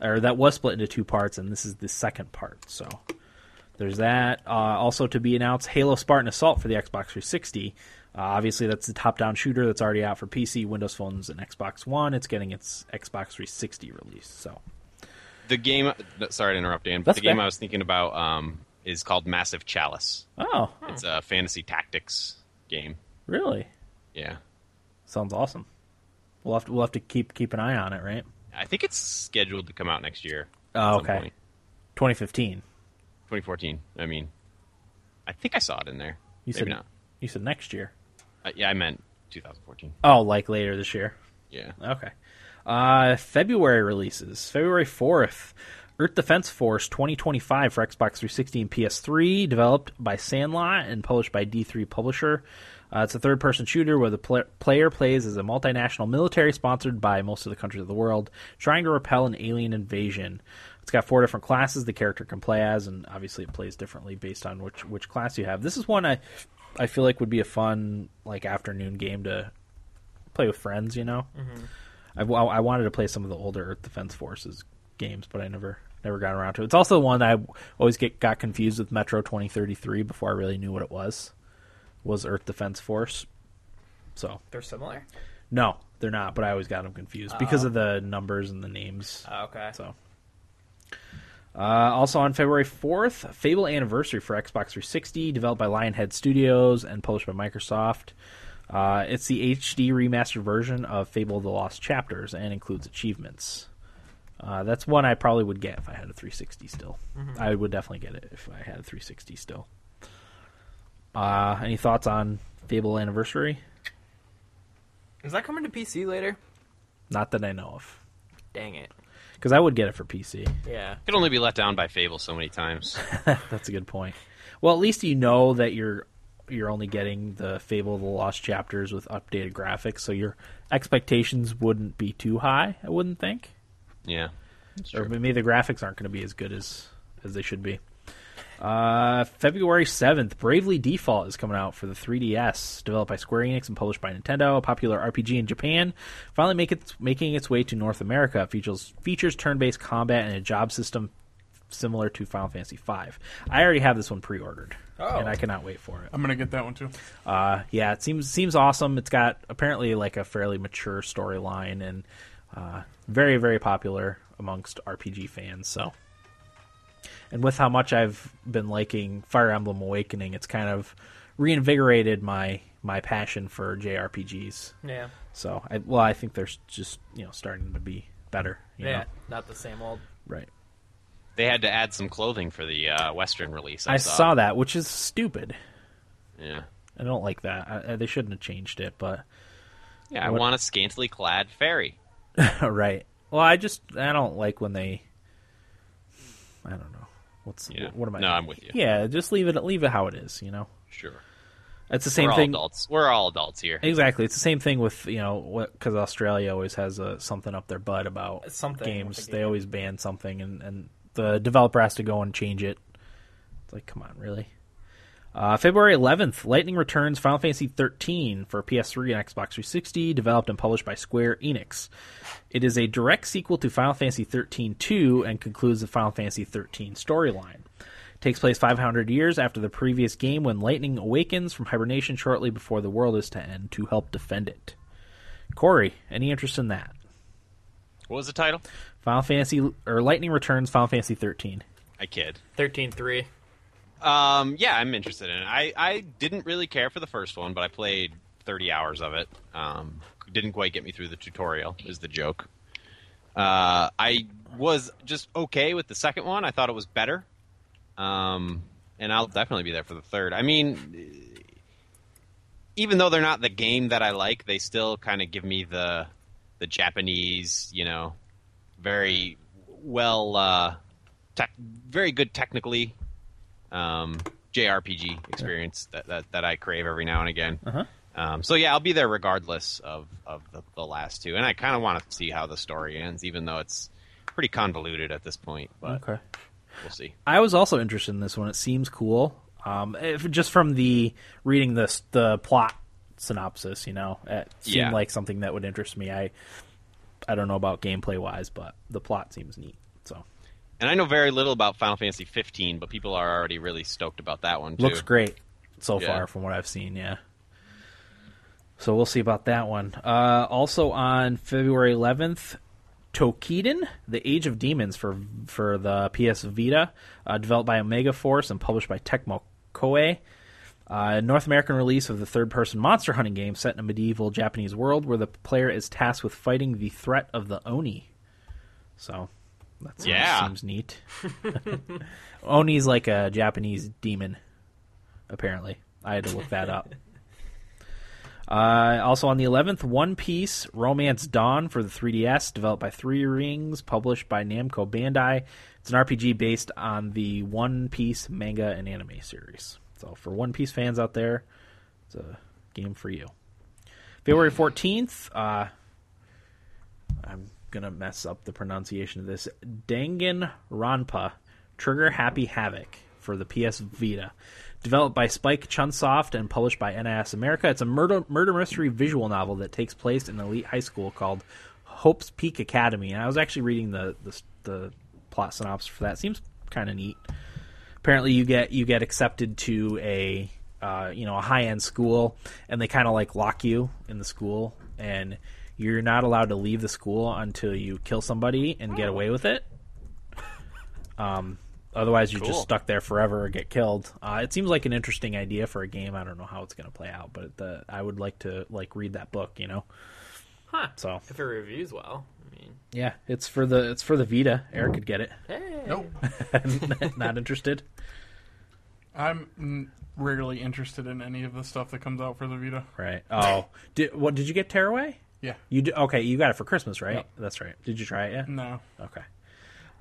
[SPEAKER 2] or that was split into two parts, and this is the second part. So. There's that. Uh, also to be announced, Halo Spartan Assault for the Xbox 360. Uh, obviously, that's the top-down shooter that's already out for PC, Windows phones, and Xbox One. It's getting its Xbox 360 release. So
[SPEAKER 3] The game. no, Sorry to interrupt, Dan. But
[SPEAKER 2] That's
[SPEAKER 3] the game
[SPEAKER 2] fair.
[SPEAKER 3] I was thinking about um, is called Massive Chalice.
[SPEAKER 2] Oh,
[SPEAKER 3] It's a fantasy tactics game.
[SPEAKER 2] really?
[SPEAKER 3] Yeah,
[SPEAKER 2] Sounds awesome. We'll have to we'll have to keep keep an eye on it, right?
[SPEAKER 3] I think it's scheduled to come out next year.
[SPEAKER 2] Oh,
[SPEAKER 3] at some
[SPEAKER 2] okay.
[SPEAKER 3] point.
[SPEAKER 2] 2015.
[SPEAKER 3] 2014. I mean, I think I saw it in there.
[SPEAKER 2] You
[SPEAKER 3] Maybe
[SPEAKER 2] said
[SPEAKER 3] not.
[SPEAKER 2] you said next year.
[SPEAKER 3] Uh, yeah, I meant 2014.
[SPEAKER 2] Oh, like later this year.
[SPEAKER 3] Yeah.
[SPEAKER 2] Okay. Uh, February releases. February 4th, Earth Defense Force 2025 for Xbox 360 and PS3, developed by Sandlot and published by D3 Publisher. Uh, it's a third person shooter where the pl- player plays as a multinational military sponsored by most of the countries of the world, trying to repel an alien invasion. It's got four different classes the character can play as, and obviously it plays differently based on which, which class you have. This is one I I feel like would be a fun like afternoon game to play with friends, you know. I, I wanted to play some of the older Earth Defense Forces games, but I never never got around to it. It's also one that I always get got confused with Metro 2033 before I really knew what it was. Was Earth Defense Force? So
[SPEAKER 4] They're similar.
[SPEAKER 2] no, they're not. But I always got them confused because of the numbers and the names.
[SPEAKER 4] Oh, okay.
[SPEAKER 2] So. Uh, also on February 4th, Fable Anniversary for Xbox 360, developed by Lionhead Studios and published by Microsoft. Uh, it's the HD remastered version of Fable the Lost Chapters and includes achievements. Uh, that's one I probably would get if I had a 360 still. I would definitely get it if I had a 360 still. Uh, any thoughts on Fable Anniversary?
[SPEAKER 4] Is that coming to PC later?
[SPEAKER 2] Not that I know of.
[SPEAKER 4] Dang it.
[SPEAKER 2] Because I would get it for PC.
[SPEAKER 4] Yeah.
[SPEAKER 3] I could only be let down by Fable so many times.
[SPEAKER 2] That's a good point. Well, at least you know that you're you're only getting the Fable of the Lost Chapters with updated graphics, so your expectations wouldn't be too high. I wouldn't think,
[SPEAKER 3] yeah.
[SPEAKER 2] or maybe the graphics aren't going to be as good as as they should be. Uh, February seventh, Bravely Default is coming out for the 3DS, developed by Square Enix and published by Nintendo. A popular RPG in Japan, finally make its, making its way to North America. It Features features turn-based combat and a job system similar to Final Fantasy V. I already have this one pre-ordered,
[SPEAKER 4] Oh.
[SPEAKER 2] and I cannot wait for it.
[SPEAKER 5] I'm gonna get that one too.
[SPEAKER 2] Uh, yeah, it seems seems awesome. It's got apparently like a fairly mature storyline and uh, very very popular amongst RPG fans. So, and with how much I've been liking Fire Emblem Awakening, it's kind of reinvigorated my my passion for JRPGs.
[SPEAKER 4] Yeah.
[SPEAKER 2] So, I, well, I think they're just you know starting to be better. You
[SPEAKER 4] Yeah.
[SPEAKER 2] know?
[SPEAKER 4] Not the same old.
[SPEAKER 2] right.
[SPEAKER 3] They had to add some clothing for the uh, Western release. I,
[SPEAKER 2] I saw that, which is stupid.
[SPEAKER 3] Yeah.
[SPEAKER 2] I don't like that. I, I, they shouldn't have changed it, but
[SPEAKER 3] Yeah, I
[SPEAKER 2] What-
[SPEAKER 3] want a scantily clad fairy.
[SPEAKER 2] right. Well, I just I don't like when they. I don't know. What's
[SPEAKER 3] Yeah.
[SPEAKER 2] what am I?
[SPEAKER 3] No, I'm with you.
[SPEAKER 2] Yeah, just leave it leave it how it is. You know.
[SPEAKER 3] Sure.
[SPEAKER 2] It's the same
[SPEAKER 3] We're all
[SPEAKER 2] thing.
[SPEAKER 3] adults. We're all adults here.
[SPEAKER 2] Exactly. It's the same thing with you know what because Australia always has a, something up their butt about
[SPEAKER 4] Something with
[SPEAKER 2] games.
[SPEAKER 4] the
[SPEAKER 2] They
[SPEAKER 4] game.
[SPEAKER 2] always ban something, and and the developer has to go and change it. It's like, come on, really? Uh, February 11th, Lightning returns Final Fantasy 13 for PS3 and Xbox 360, developed and published by Square Enix. It is a direct sequel to Final Fantasy 13 2 and concludes the Final Fantasy 13 storyline. Takes place 500 years after the previous game when Lightning awakens from hibernation shortly before the world is to end to help defend it. Corey, any interest in that?
[SPEAKER 3] What was the title?
[SPEAKER 2] Final Fantasy or Lightning Returns Final Fantasy 13.
[SPEAKER 3] I kid.
[SPEAKER 4] Thirteen three.
[SPEAKER 3] Um, yeah, I'm interested in it. I, I didn't really care for the first one, but I played 30 hours of it. Um, didn't quite get me through the tutorial, is the joke. Uh, I was just okay with the second one. I thought it was better. Um, and I'll definitely be there for the third. I mean, even though they're not the game that I like, they still kind of give me the the Japanese, you know, very well, uh, tech very good technically um, JRPG experience that, that that I crave every now and again.
[SPEAKER 2] Uh-huh.
[SPEAKER 3] Um, so yeah, I'll be there regardless of of the, the last two, and I kind of want to see how the story ends, even though it's pretty convoluted at this point. But
[SPEAKER 2] Okay.
[SPEAKER 3] we'll see.
[SPEAKER 2] I was also interested in this one. It seems cool. Um, if, just from the reading this the plot synopsis, you know, it seemed
[SPEAKER 3] Yeah.
[SPEAKER 2] like something that would interest me. I I don't know about gameplay wise, but the plot seems neat. So
[SPEAKER 3] And I know very little about Final Fantasy 15, but people are already really stoked about that one too.
[SPEAKER 2] looks great so
[SPEAKER 3] Yeah.
[SPEAKER 2] far from what I've seen. Yeah. So we'll see about that one. Uh, also on February 11th, Tokiden, The Age of Demons for for the PS Vita, uh, developed by Omega Force and published by Tecmo Koei. Uh, North American release of the third person monster hunting game set in a medieval Japanese world where the player is tasked with fighting the threat of the Oni. So that sounds,
[SPEAKER 3] Yeah.
[SPEAKER 2] seems neat. Oni's like a Japanese demon, apparently. I had to look that up. Uh, also on the 11th, One Piece Romance Dawn for the 3DS, developed by Three Rings, published by Namco Bandai. It's an RPG based on the One Piece manga and anime series. So for One Piece fans out there, it's a game for you. February 14th, uh, I'm going to mess up the pronunciation of this. Dangan Ranpa Trigger Happy Havoc for the PS Vita. Developed by Spike Chunsoft and published by NIS America, it's a murder, murder mystery visual novel that takes place in an elite high school called Hope's Peak Academy. And I was actually reading the, the, the plot synopsis for that. Seems kind of neat apparently you get you get accepted to a uh, you know a high end school and they kind of like lock you in the school and you're not allowed to leave the school until you kill somebody and get away with it um, otherwise you're
[SPEAKER 3] Cool.
[SPEAKER 2] just stuck there forever or get killed uh, it seems like an interesting idea for a game i don't know how it's going to play out but the, i would like to like read that book you know
[SPEAKER 4] Huh.
[SPEAKER 2] so
[SPEAKER 4] If it reviews well, I mean,
[SPEAKER 2] yeah it's for the it's for the vita eric could get it
[SPEAKER 4] hey.
[SPEAKER 5] Nope.
[SPEAKER 2] not interested
[SPEAKER 5] I'm mm, rarely interested in any of the stuff that comes out for the Vita.
[SPEAKER 2] right oh did, what did you get tearaway
[SPEAKER 5] Yeah.
[SPEAKER 2] You do, okay? You got it for Christmas, right? That's right. Did you try it yet?
[SPEAKER 5] No.
[SPEAKER 2] Okay.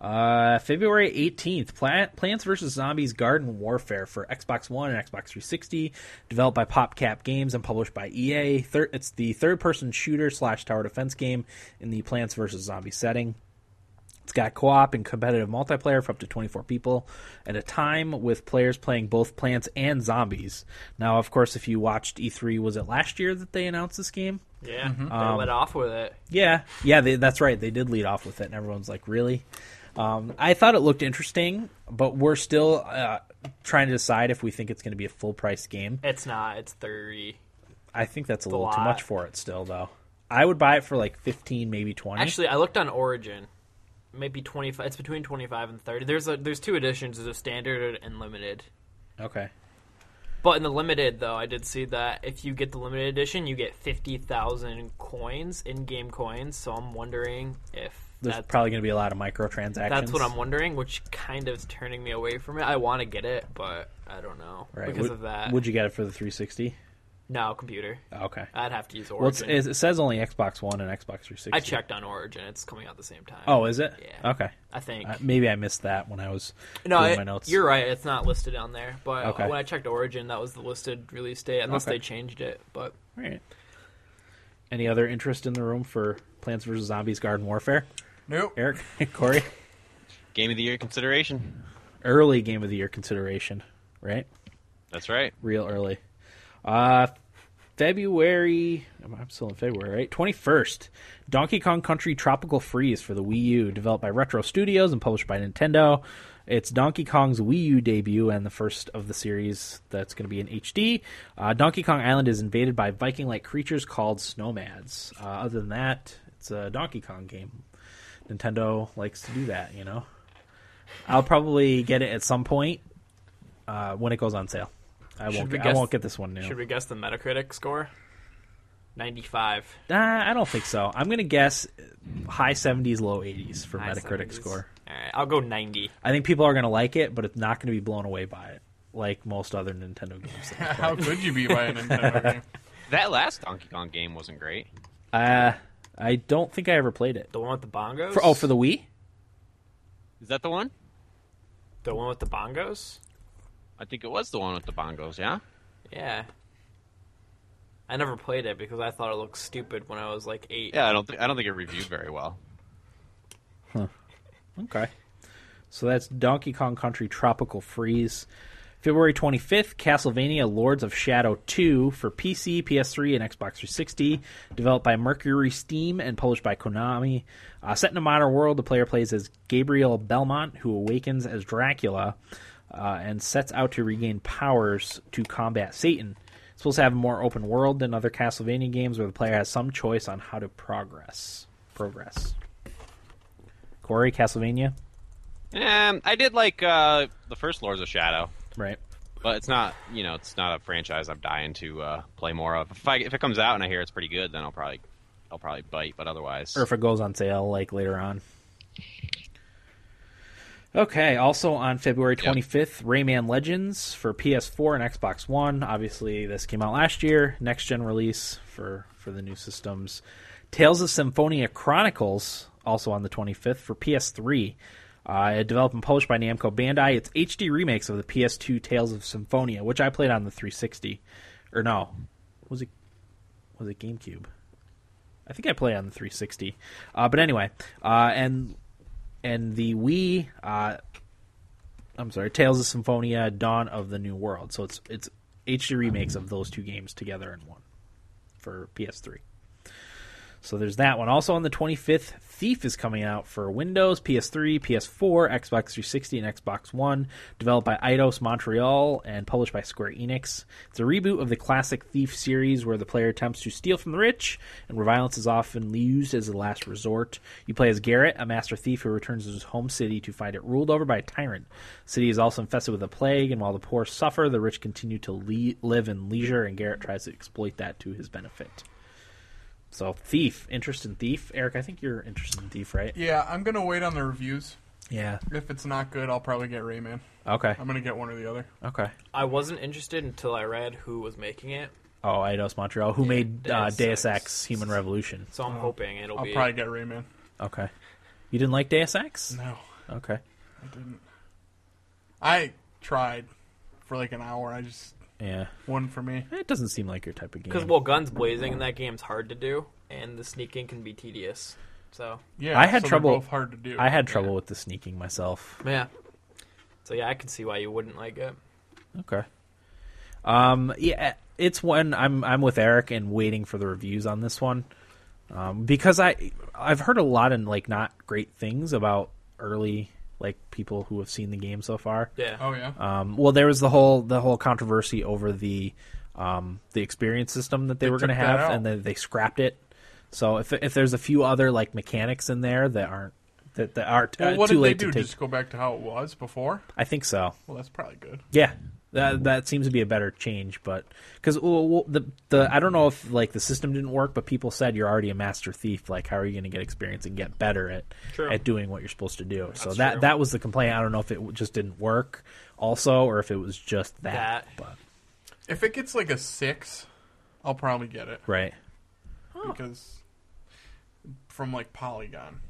[SPEAKER 2] Uh, February eighteenth, Pla- Plants vs Zombies: Garden Warfare for Xbox One and Xbox 360, developed by PopCap Games and published by EA. Thir- it's the third-person shooter slash tower defense game in the Plants vs Zombies setting. It's got co-op and competitive multiplayer for up to 24 people at a time, with players playing both Plants and Zombies. Now, of course, if you watched E3, was it last year that they announced this game?
[SPEAKER 4] Yeah,
[SPEAKER 2] Mm-hmm.
[SPEAKER 4] they
[SPEAKER 2] Um,
[SPEAKER 4] let off with it.
[SPEAKER 2] Yeah, yeah, they, that's right. They did lead off with it, and everyone's like, "Really?" Um, I thought it looked interesting, but we're still uh, trying to decide if we think it's going to be a full price game.
[SPEAKER 4] It's not. It's thirty.
[SPEAKER 2] I think that's a little too
[SPEAKER 4] lot.
[SPEAKER 2] much for it still, though. I would buy it for like fifteen, maybe twenty.
[SPEAKER 4] Actually, I looked on Origin. It might be twenty five. It's between twenty five and thirty. There's a there's two editions. There's a standard and limited.
[SPEAKER 2] okay,
[SPEAKER 4] But in the limited, though, I did see that if you get the limited edition, you get fifty thousand coins, in-game coins. So I'm wondering if
[SPEAKER 2] there's
[SPEAKER 4] that's,
[SPEAKER 2] probably going to be a lot of microtransactions.
[SPEAKER 4] that's what I'm wondering, which kind of is turning me away from it. I want to get it, but I don't know
[SPEAKER 2] Right.
[SPEAKER 4] because
[SPEAKER 2] would,
[SPEAKER 4] of that.
[SPEAKER 2] Would you get it for the 360?
[SPEAKER 4] No, computer.
[SPEAKER 2] Okay.
[SPEAKER 4] I'd have to use
[SPEAKER 2] Well, it's,
[SPEAKER 4] Origin.
[SPEAKER 2] it it says only Xbox One and Xbox 360.
[SPEAKER 4] I checked on Origin. It's coming out at the same time.
[SPEAKER 2] Oh, is it?
[SPEAKER 4] Yeah.
[SPEAKER 2] Okay.
[SPEAKER 4] I think.
[SPEAKER 2] Uh, maybe I missed that when I was
[SPEAKER 4] no,
[SPEAKER 2] doing
[SPEAKER 4] it-
[SPEAKER 2] my notes.
[SPEAKER 4] you're right. It's not listed on there. But uh,
[SPEAKER 2] Okay.
[SPEAKER 4] when I checked Origin, that was the listed release date, unless
[SPEAKER 2] Okay.
[SPEAKER 4] they changed it. But
[SPEAKER 2] All right. Any other interest in the room for Plants vs Zombies: Garden Warfare?
[SPEAKER 5] Nope.
[SPEAKER 2] Eric, Corey,
[SPEAKER 3] Game of the year consideration.
[SPEAKER 2] early game of the year consideration, right?
[SPEAKER 3] That's right.
[SPEAKER 2] Real early. Uh February. I'm I'm still in February, right? Twenty first. Donkey Kong Country Tropical Freeze for the Wii U, developed by Retro Studios and published by Nintendo. It's Donkey Kong's Wii U debut and the first of the series that's going to be in HD. Uh, Donkey Kong Island is invaded by Viking-like creatures called Snowmads. Uh, other than that, it's a Donkey Kong game. Nintendo likes to do that, you know. I'll probably get it at some point uh, when it goes on sale. I
[SPEAKER 4] Should
[SPEAKER 2] won't.
[SPEAKER 4] we
[SPEAKER 2] Get,
[SPEAKER 4] guess-
[SPEAKER 2] I won't get this one new.
[SPEAKER 4] should we guess the Metacritic score? 95.
[SPEAKER 2] Nah, Uh, I don't think so. I'm gonna guess high 70s, low 80s for
[SPEAKER 4] High
[SPEAKER 2] Metacritic
[SPEAKER 4] 70s.
[SPEAKER 2] score.
[SPEAKER 4] All right, I'll go 90.
[SPEAKER 2] I think people are gonna like it, but it's not gonna be blown away by it, like most other Nintendo games. that I play.
[SPEAKER 5] How could you be by a Nintendo game?
[SPEAKER 3] That last Donkey Kong game wasn't great.
[SPEAKER 2] uh, I don't think I ever played it.
[SPEAKER 4] The one with the bongos?
[SPEAKER 2] For, oh, for the Wii.
[SPEAKER 3] Is that the one?
[SPEAKER 4] The one with the bongos?
[SPEAKER 3] I think it was the one with the bongos. Yeah.
[SPEAKER 4] Yeah. I never played it because I thought it looked stupid when I was like eight.
[SPEAKER 3] Yeah. I don't. Th- I don't think it reviewed very well.
[SPEAKER 2] Okay. So that's Donkey Kong Country Tropical Freeze. February 25th, Castlevania Lords of Shadow 2 for PC, PS3, and Xbox 360. Developed by Mercury Steam and published by Konami. Uh, set in a modern world, the player plays as Gabriel Belmont, who awakens as Dracula uh, and sets out to regain powers to combat Satan. It's supposed to have a more open world than other Castlevania games where the player has some choice on how to progress. Progress. Corey, Castlevania?
[SPEAKER 3] Um, I did like uh, the first Lords of Shadow,
[SPEAKER 2] Right.
[SPEAKER 3] but it's not. You know, it's not a franchise I'm dying to uh, play more of. If I, if it comes out and I hear it's pretty good, then I'll probably I'll probably bite. But otherwise,
[SPEAKER 2] Or if it goes on sale like later on. Okay, also on February 25th, Rayman Legends for PS4 and Xbox One. Obviously, this came out last year, next gen release for for the new systems. Tales of Symphonia Chronicles also on the 25th for PS3. Uh, developed and published by Namco Bandai, it's HD remakes of the PS2 Tales of Symphonia, which I played on the 360. Or no, was it was it GameCube? I think I played on the 360. Uh, but anyway, uh, and and the Wii. Uh, I'm sorry, Tales of Symphonia: Dawn of the New World. So it's it's HD remakes of those two games together in one for PS3. So there's that one. Also on the 25th, Thief is coming out for Windows, PS3, PS4, Xbox 360, and Xbox One. Developed by Eidos Montreal and published by Square Enix. It's a reboot of the classic Thief series where the player attempts to steal from the rich and where violence is often used as a last resort. You play as Garrett, a master thief who returns to his home city to find it ruled over by a tyrant. The city is also infested with a plague, and while the poor suffer, the rich continue to le- live in leisure, and Garrett tries to exploit that to his benefit. So Thief, interest in Thief, Eric. I think you're interested in Thief, right?
[SPEAKER 5] Yeah, I'm gonna wait on the reviews.
[SPEAKER 2] Yeah.
[SPEAKER 5] If it's not good, I'll probably get Rayman.
[SPEAKER 2] Okay.
[SPEAKER 5] I'm gonna get one or the other.
[SPEAKER 2] Okay.
[SPEAKER 4] I wasn't interested until I read who was making it,
[SPEAKER 2] Oh, Eidos Montreal, who made uh,
[SPEAKER 4] Deus
[SPEAKER 2] Deus
[SPEAKER 4] Ex.
[SPEAKER 2] Ex: Human Revolution.
[SPEAKER 4] so
[SPEAKER 5] Oh.
[SPEAKER 4] I'm hoping it'll
[SPEAKER 5] I'll
[SPEAKER 4] be.
[SPEAKER 5] probably get Rayman.
[SPEAKER 2] Okay. You didn't like Deus Ex?
[SPEAKER 5] No,
[SPEAKER 2] Okay.
[SPEAKER 5] I didn't. I tried for like an hour. I just
[SPEAKER 2] Yeah.
[SPEAKER 5] one for me.
[SPEAKER 2] It doesn't seem like your type of game.
[SPEAKER 4] Because, well, guns blazing in that game's hard to do, and the sneaking can be tedious. So,
[SPEAKER 5] Yeah,
[SPEAKER 2] I had
[SPEAKER 5] so they're
[SPEAKER 2] trouble-
[SPEAKER 5] Both hard to do.
[SPEAKER 2] I had trouble with the sneaking myself.
[SPEAKER 4] yeah. So, yeah, I can see why you wouldn't like it.
[SPEAKER 2] Okay. Um. Yeah. It's when I'm I'm with Eric and waiting for the reviews on this one, um, because I I've heard a lot and like not great things about early like people who have seen the game so far.
[SPEAKER 4] Yeah.
[SPEAKER 5] Oh yeah.
[SPEAKER 2] Um, well, there was the whole the whole controversy over the um, the experience system that they, were going to
[SPEAKER 5] took that
[SPEAKER 2] have,
[SPEAKER 5] out.
[SPEAKER 2] and then they scrapped it. So if if there's a few other like mechanics in there that aren't that, that are
[SPEAKER 5] well,
[SPEAKER 2] uh,
[SPEAKER 5] what
[SPEAKER 2] too
[SPEAKER 5] did they
[SPEAKER 2] late
[SPEAKER 5] do?
[SPEAKER 2] to take,
[SPEAKER 5] Just go back to how it was before.
[SPEAKER 2] I think so.
[SPEAKER 5] Well, that's probably good.
[SPEAKER 2] Yeah, that that seems to be a better change, but because well, well, the the I don't know if like the system didn't work, but people said you're already a master thief. Like, how are you going to get experience and get better at
[SPEAKER 4] True.
[SPEAKER 2] at doing what you're supposed to do? so
[SPEAKER 4] That's
[SPEAKER 2] that
[SPEAKER 4] true.
[SPEAKER 2] that was the complaint. I don't know if it w- just didn't work, also, or if it was just that.
[SPEAKER 4] That.
[SPEAKER 2] But
[SPEAKER 5] If it gets like a six, I'll probably get it
[SPEAKER 2] Right.
[SPEAKER 5] because from like Polygon.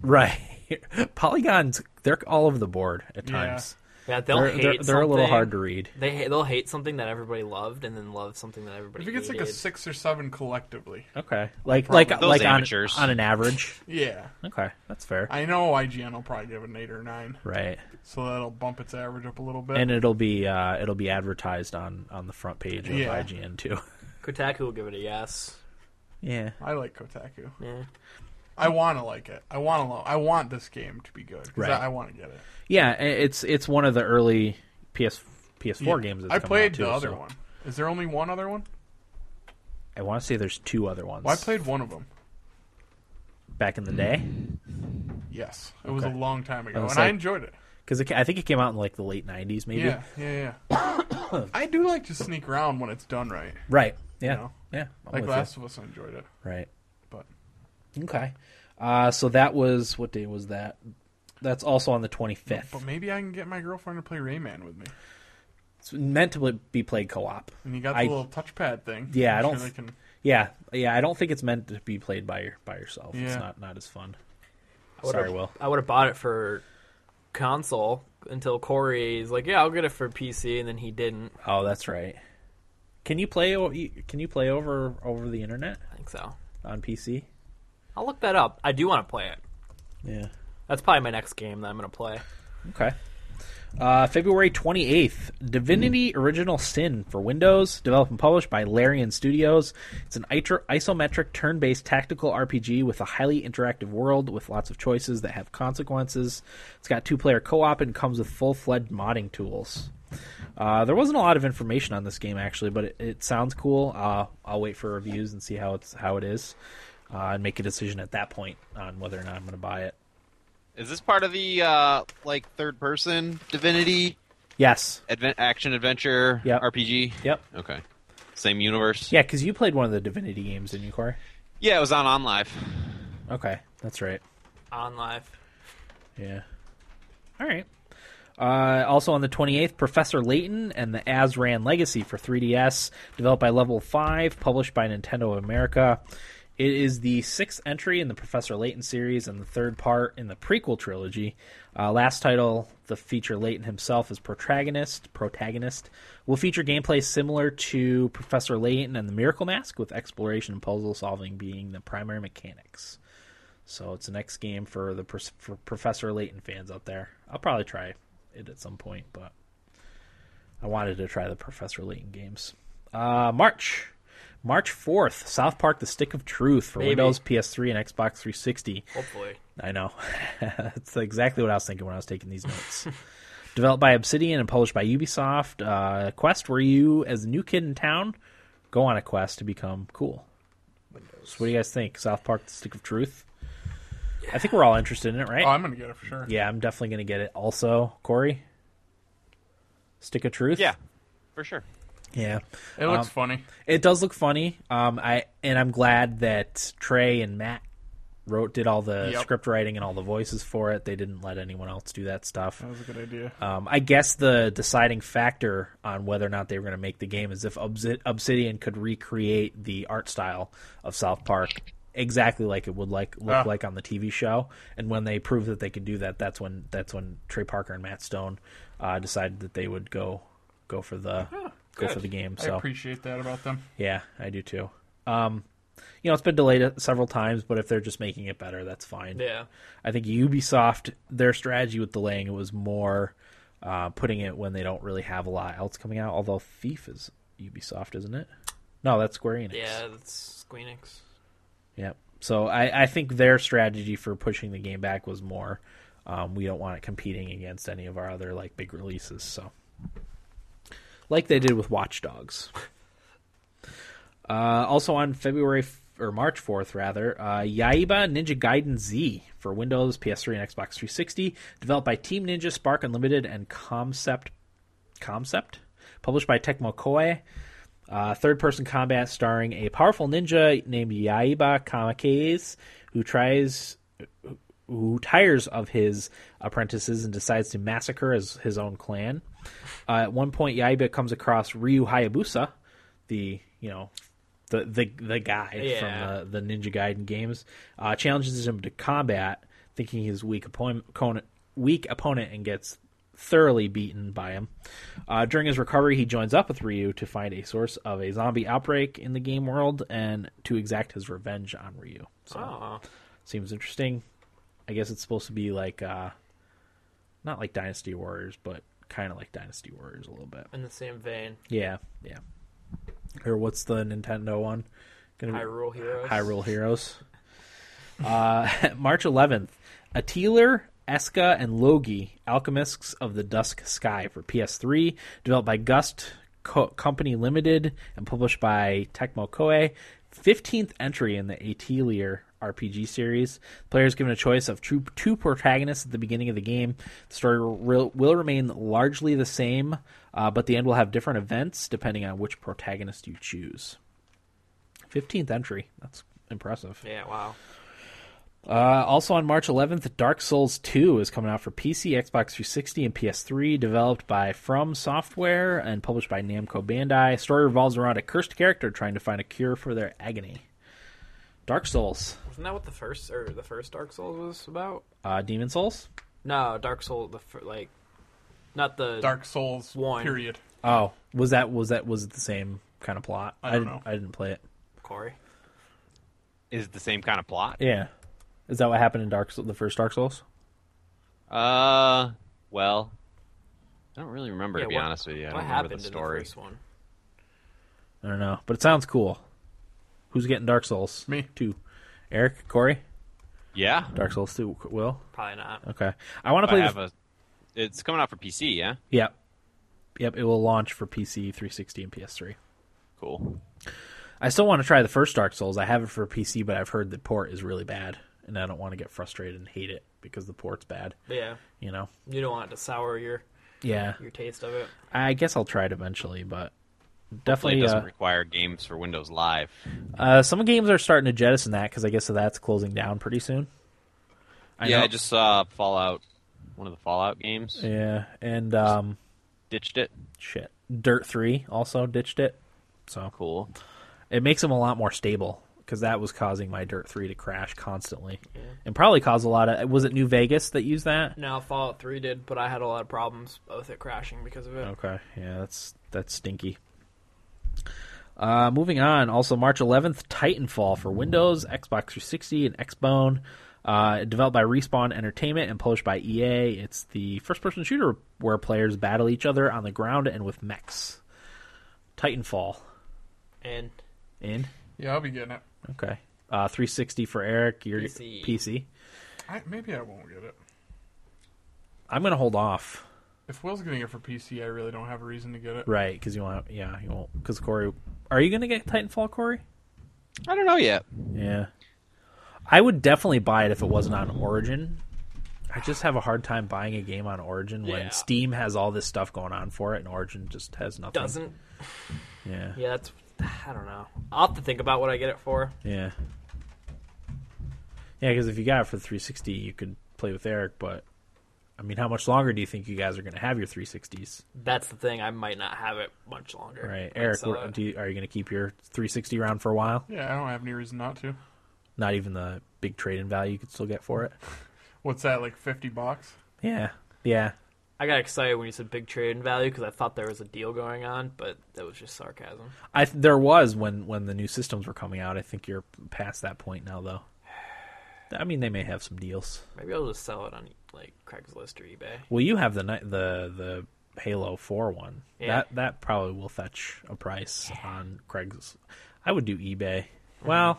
[SPEAKER 2] Right. Polygons, they're all over the board at times.
[SPEAKER 4] Yeah, they'll
[SPEAKER 2] They're,
[SPEAKER 4] hate
[SPEAKER 2] they're, they're a little
[SPEAKER 4] something.
[SPEAKER 2] hard to read.
[SPEAKER 4] They ha- they'll hate something that everybody loved, and then love something that
[SPEAKER 5] I
[SPEAKER 4] everybody
[SPEAKER 5] think it's like a
[SPEAKER 4] hated.
[SPEAKER 5] six or seven collectively.
[SPEAKER 2] Okay. Like like
[SPEAKER 3] Those
[SPEAKER 2] like on,
[SPEAKER 3] amateurs.
[SPEAKER 2] on an average.
[SPEAKER 5] Yeah,
[SPEAKER 2] Okay, that's fair.
[SPEAKER 5] I know IGN will probably give it an eight or nine,
[SPEAKER 2] Right.
[SPEAKER 5] so that'll bump its average up a little bit.
[SPEAKER 2] And it'll be uh it'll be advertised on on the front page of
[SPEAKER 5] Yeah.
[SPEAKER 2] IGN too.
[SPEAKER 4] Kotaku will give it a yes.
[SPEAKER 2] yeah.
[SPEAKER 5] I like Kotaku.
[SPEAKER 4] Yeah.
[SPEAKER 5] I want to like it. I want to. Lo- I want this game to be good 'cause
[SPEAKER 2] Right.
[SPEAKER 5] I, I want to get it.
[SPEAKER 2] Yeah, i- it's it's one of the early PS PS4
[SPEAKER 5] Yeah.
[SPEAKER 2] games that's
[SPEAKER 5] I
[SPEAKER 2] coming
[SPEAKER 5] played
[SPEAKER 2] out too,
[SPEAKER 5] the other
[SPEAKER 2] so-
[SPEAKER 5] one. Is there only one other one?
[SPEAKER 2] I want to say there's two other ones.
[SPEAKER 5] Well, I played Mm-hmm. one of them.
[SPEAKER 2] back in the day
[SPEAKER 5] Yes, it was a
[SPEAKER 2] Okay.
[SPEAKER 5] long time ago,
[SPEAKER 2] I
[SPEAKER 5] and
[SPEAKER 2] was
[SPEAKER 5] I
[SPEAKER 2] like-
[SPEAKER 5] enjoyed it.
[SPEAKER 2] cuz I think it came out in like the late 90s maybe.
[SPEAKER 5] Yeah, yeah, yeah. I do like to sneak around when it's done right.
[SPEAKER 2] Right. Yeah.
[SPEAKER 5] know?
[SPEAKER 2] Yeah. I'm
[SPEAKER 5] Like
[SPEAKER 2] with you.
[SPEAKER 5] Last of Us, I enjoyed it,
[SPEAKER 2] Right.
[SPEAKER 5] but
[SPEAKER 2] Okay. Uh, so that was what day was that? That's also on the 25th.
[SPEAKER 5] but maybe I can get my girlfriend to play Rayman with me.
[SPEAKER 2] It's meant to be played co-op.
[SPEAKER 5] And you got the
[SPEAKER 2] I-
[SPEAKER 5] little touchpad thing.
[SPEAKER 2] Yeah, I
[SPEAKER 5] I'm
[SPEAKER 2] don't
[SPEAKER 5] Sure they
[SPEAKER 2] th-
[SPEAKER 5] can,
[SPEAKER 2] Yeah, yeah. I don't think it's meant to be played by your, by yourself. It's
[SPEAKER 5] Yeah.
[SPEAKER 2] not not as fun.
[SPEAKER 4] I would've-
[SPEAKER 2] Sorry, Will.
[SPEAKER 4] I would have bought it for console until Corey's like, yeah, I'll get it for PC, and then he didn't.
[SPEAKER 2] Oh, that's right. Can you play? o- Can you play over over the internet
[SPEAKER 4] I think so.
[SPEAKER 2] on PC?
[SPEAKER 4] I'll look that up. I do want to play it.
[SPEAKER 2] Yeah.
[SPEAKER 4] That's probably my next game that I'm going to play.
[SPEAKER 2] Okay. Uh, February 28th, Divinity Original Sin for Windows, developed and published by Larian Studios. It's an itro- isometric turn based tactical RPG with a highly interactive world with lots of choices that have consequences. It's got two player co op and comes with full fledged modding tools. Uh, there wasn't a lot of information on this game actually, but it, it sounds cool. Uh, I'll wait for reviews and see how it's how it is, uh, and make a decision at that point on whether or not I'm going to buy it.
[SPEAKER 3] Is this part of the uh, like third person Divinity
[SPEAKER 2] Yes.
[SPEAKER 3] advent- action adventure
[SPEAKER 2] Yep.
[SPEAKER 3] RPG?
[SPEAKER 2] Yep.
[SPEAKER 3] Okay. Same universe.
[SPEAKER 2] Yeah, because you played one of the Divinity games, didn't you, Corey?
[SPEAKER 3] Yeah, it was on On Live.
[SPEAKER 2] Okay, that's right.
[SPEAKER 4] On live.
[SPEAKER 2] Yeah. All right. Uh, also on the 28th, Professor Layton and the Azran Legacy for 3DS, developed by Level 5, published by Nintendo of America. It is the sixth entry in the Professor Layton series and the third part in the prequel trilogy. Uh, last title, the feature Layton himself as protagonist. Protagonist will feature gameplay similar to Professor Layton and the Miracle Mask, with exploration and puzzle solving being the primary mechanics. So it's the next game for the pers- for Professor Layton fans out there. I'll probably try it at some point, but I wanted to try the Professor Layton games. Uh, March. March 4th, South Park The Stick of Truth for
[SPEAKER 4] Maybe.
[SPEAKER 2] Windows, PS3, and Xbox 360.
[SPEAKER 4] Hopefully.
[SPEAKER 2] I know. That's exactly what I was thinking when I was taking these notes. Developed by Obsidian and published by Ubisoft, uh, a quest where you, as a new kid in town, go on a quest to become cool. So, what do you guys think? South Park: The Stick of Truth. I think we're all interested in it, right?
[SPEAKER 5] oh, I'm gonna get it for sure.
[SPEAKER 2] yeah, I'm definitely going to get it. Also, Corey, Stick of Truth.
[SPEAKER 3] Yeah, for sure.
[SPEAKER 2] yeah.
[SPEAKER 5] It looks
[SPEAKER 2] um,
[SPEAKER 5] funny.
[SPEAKER 2] It does look funny. Um, I and I'm glad that Trey and Matt wrote did all the
[SPEAKER 5] Yep.
[SPEAKER 2] script writing and all the voices for it. They didn't let anyone else do that stuff.
[SPEAKER 5] That was a good idea.
[SPEAKER 2] Um, I guess the deciding factor on whether or not they were going to make the game is if Obsi- Obsidian could recreate the art style of South Park exactly like it would like look
[SPEAKER 5] Ah.
[SPEAKER 2] like on the TV show. And when they proved that they could do that, that's when that's when Trey Parker and Matt Stone uh, decided that they would go go for the go for
[SPEAKER 4] good.
[SPEAKER 2] the game.
[SPEAKER 5] I
[SPEAKER 2] So
[SPEAKER 5] appreciate that about them.
[SPEAKER 2] yeah, I do too. Um, you know, it's been delayed several times, but if they're just making it better, that's fine.
[SPEAKER 4] Yeah.
[SPEAKER 2] I think Ubisoft, their strategy with delaying it was more uh, putting it when they don't really have a lot else coming out. Although Thief is Ubisoft, isn't it? No, that's Square Enix.
[SPEAKER 4] Yeah, that's Squeenix.
[SPEAKER 2] Yep. So I, I think their strategy for pushing the game back was more um, we don't want it competing against any of our other like big releases. So like they did with Watch Dogs. Uh, also on February f- or March 4th rather, uh, Yaiba Ninja Gaiden Z for Windows, PS3, and Xbox 360, developed by Team Ninja, Spark Unlimited, and Concept. Concept, published by Tecmo Koei. Uh, third person combat starring a powerful ninja named Yaiba Kamikaze who tries who tires of his apprentices and decides to massacre his, his own clan. Uh, at one point Yaiba comes across Ryu Hayabusa, the, you know, the the, the guy
[SPEAKER 4] Yeah.
[SPEAKER 2] from the, the Ninja Gaiden games, uh, challenges him to combat, thinking he's weak opponent, opponent weak opponent, and gets thoroughly beaten by him. Uh, during his recovery, he joins up with Ryu to find a source of a zombie outbreak in the game world and to exact his revenge on Ryu. So
[SPEAKER 4] Oh,
[SPEAKER 2] seems interesting. I guess it's supposed to be like uh not like Dynasty Warriors, but kind of like Dynasty Warriors a little bit.
[SPEAKER 4] in the same vein,
[SPEAKER 2] Yeah, yeah. Or what's the Nintendo one? Gonna
[SPEAKER 4] Hyrule Heroes.
[SPEAKER 2] Hyrule Heroes. uh, March 11th, Atelier, Eska, and Logi, Alchemists of the Dusk Sky for PS3, developed by Gust Co- Company Limited and published by Tecmo Koei. 15th entry in the Atelier RPG series. Players given a choice of two, two protagonists at the beginning of the game. The story will, will remain largely the same, uh, but the end will have different events depending on which protagonist you choose. 15th entry. That's impressive.
[SPEAKER 4] Yeah, wow.
[SPEAKER 2] Uh, also on March 11th, Dark Souls 2 is coming out for PC, Xbox 360, and PS3. Developed by From Software and published by Namco Bandai. Story revolves around a cursed character trying to find a cure for their agony. Dark Souls,
[SPEAKER 4] Wasn't that what the first or the first Dark Souls was about?
[SPEAKER 2] uh, Demon Souls.
[SPEAKER 4] No, Dark Soul, the fir- like, not the
[SPEAKER 5] Dark Souls.
[SPEAKER 4] One.
[SPEAKER 5] Period.
[SPEAKER 2] Oh, was that was that was it the same kind of plot?
[SPEAKER 5] I don't
[SPEAKER 2] didn't,
[SPEAKER 5] know.
[SPEAKER 2] I didn't play it.
[SPEAKER 4] Corey.
[SPEAKER 3] Is it the same kind of plot?
[SPEAKER 2] Yeah, is that what happened in Dark Souls, the first Dark Souls?
[SPEAKER 3] Uh, well, I don't really remember to be
[SPEAKER 4] what-
[SPEAKER 3] honest with you. I
[SPEAKER 4] what
[SPEAKER 3] don't remember
[SPEAKER 4] happened
[SPEAKER 3] the story.
[SPEAKER 4] in the first one?
[SPEAKER 2] I don't know, but it sounds cool. Who's getting Dark Souls?
[SPEAKER 5] Me.
[SPEAKER 2] Two. Eric, Corey,
[SPEAKER 3] yeah,
[SPEAKER 2] Dark Souls Two. Will.
[SPEAKER 4] Probably not.
[SPEAKER 2] Okay. I want to
[SPEAKER 3] I
[SPEAKER 2] play.
[SPEAKER 3] have
[SPEAKER 2] the...
[SPEAKER 3] a. It's coming out for PC. Yeah,
[SPEAKER 2] Yep. Yep. It will launch for PC, 360, and PS3.
[SPEAKER 3] cool.
[SPEAKER 2] I still want to try the first Dark Souls. I have it for PC, but I've heard the port is really bad, and I don't want to get frustrated and hate it because the port's bad.
[SPEAKER 4] But yeah,
[SPEAKER 2] You know.
[SPEAKER 4] you don't want it to sour your
[SPEAKER 2] Yeah.
[SPEAKER 4] your taste of it.
[SPEAKER 2] I guess I'll try it eventually, but
[SPEAKER 3] Hopefully, it
[SPEAKER 2] definitely.
[SPEAKER 3] doesn't
[SPEAKER 2] uh,
[SPEAKER 3] require games for Windows Live.
[SPEAKER 2] uh, some games are starting to jettison that because I guess that's closing down pretty soon. I
[SPEAKER 3] yeah,
[SPEAKER 2] know-
[SPEAKER 3] I just saw Fallout, one of the Fallout games,
[SPEAKER 2] Yeah, and um,
[SPEAKER 3] ditched it.
[SPEAKER 2] shit, Dirt Three also ditched it. So
[SPEAKER 3] Cool.
[SPEAKER 2] it makes them a lot more stable because that was causing my Dirt Three to crash constantly, and probably caused a lot of. Was it New Vegas that used that?
[SPEAKER 4] Now Fallout Three did, but I had a lot of problems with it crashing because of it.
[SPEAKER 2] Okay, yeah, that's that's stinky. Uh, moving on, also March 11th, Titanfall for Windows, Xbox 360, and Xbone. Uh, developed by Respawn Entertainment and published by EA. It's the first-person shooter where players battle each other on the ground and with mechs. Titanfall
[SPEAKER 4] And
[SPEAKER 2] in
[SPEAKER 5] Yeah, I'll be getting it.
[SPEAKER 2] okay, uh, 360 for Eric. Your
[SPEAKER 4] PC.
[SPEAKER 2] PC.
[SPEAKER 5] I, maybe I won't get it.
[SPEAKER 2] I'm gonna hold off,
[SPEAKER 5] If Will's getting it for PC, I really don't have a reason to get it.
[SPEAKER 2] right? Because you want, yeah, you won't. Because Corey, are you gonna get Titanfall, Corey?
[SPEAKER 3] I don't know yet.
[SPEAKER 2] Yeah, I would definitely buy it if it wasn't on Origin. I just have a hard time buying a game on Origin when
[SPEAKER 4] Yeah.
[SPEAKER 2] Steam has all this stuff going on for it, and Origin just has nothing.
[SPEAKER 4] doesn't.
[SPEAKER 2] Yeah, yeah.
[SPEAKER 4] Yeah, that's. I don't know. I'll have to think about what I get it for.
[SPEAKER 2] Yeah, because if you got it for 360, you could play with Eric, but. I mean, how much longer do you think you guys are going to have your 360s?
[SPEAKER 4] That's the thing. I might not have it much longer.
[SPEAKER 2] Right,
[SPEAKER 4] I
[SPEAKER 2] Eric,
[SPEAKER 4] saw
[SPEAKER 2] what-
[SPEAKER 4] it.
[SPEAKER 2] do you, are you going to keep your 360 around for a while?
[SPEAKER 5] Yeah, I don't have any reason not to.
[SPEAKER 2] not even the big trade in value you could still get for it.
[SPEAKER 5] What's that like? Fifty bucks?
[SPEAKER 2] Yeah, yeah.
[SPEAKER 4] I got excited when you said big trade in value because I thought there was a deal going on, but that was just sarcasm.
[SPEAKER 2] I th- there was when when the new systems were coming out. I think you're past that point now, though. I mean, they may have some deals.
[SPEAKER 4] Maybe I'll just sell it on like Craigslist or eBay.
[SPEAKER 2] Well, you have the ni- the the Halo Four one.
[SPEAKER 4] Yeah.
[SPEAKER 2] That that probably will fetch a price on Craigslist. I would do eBay. Well,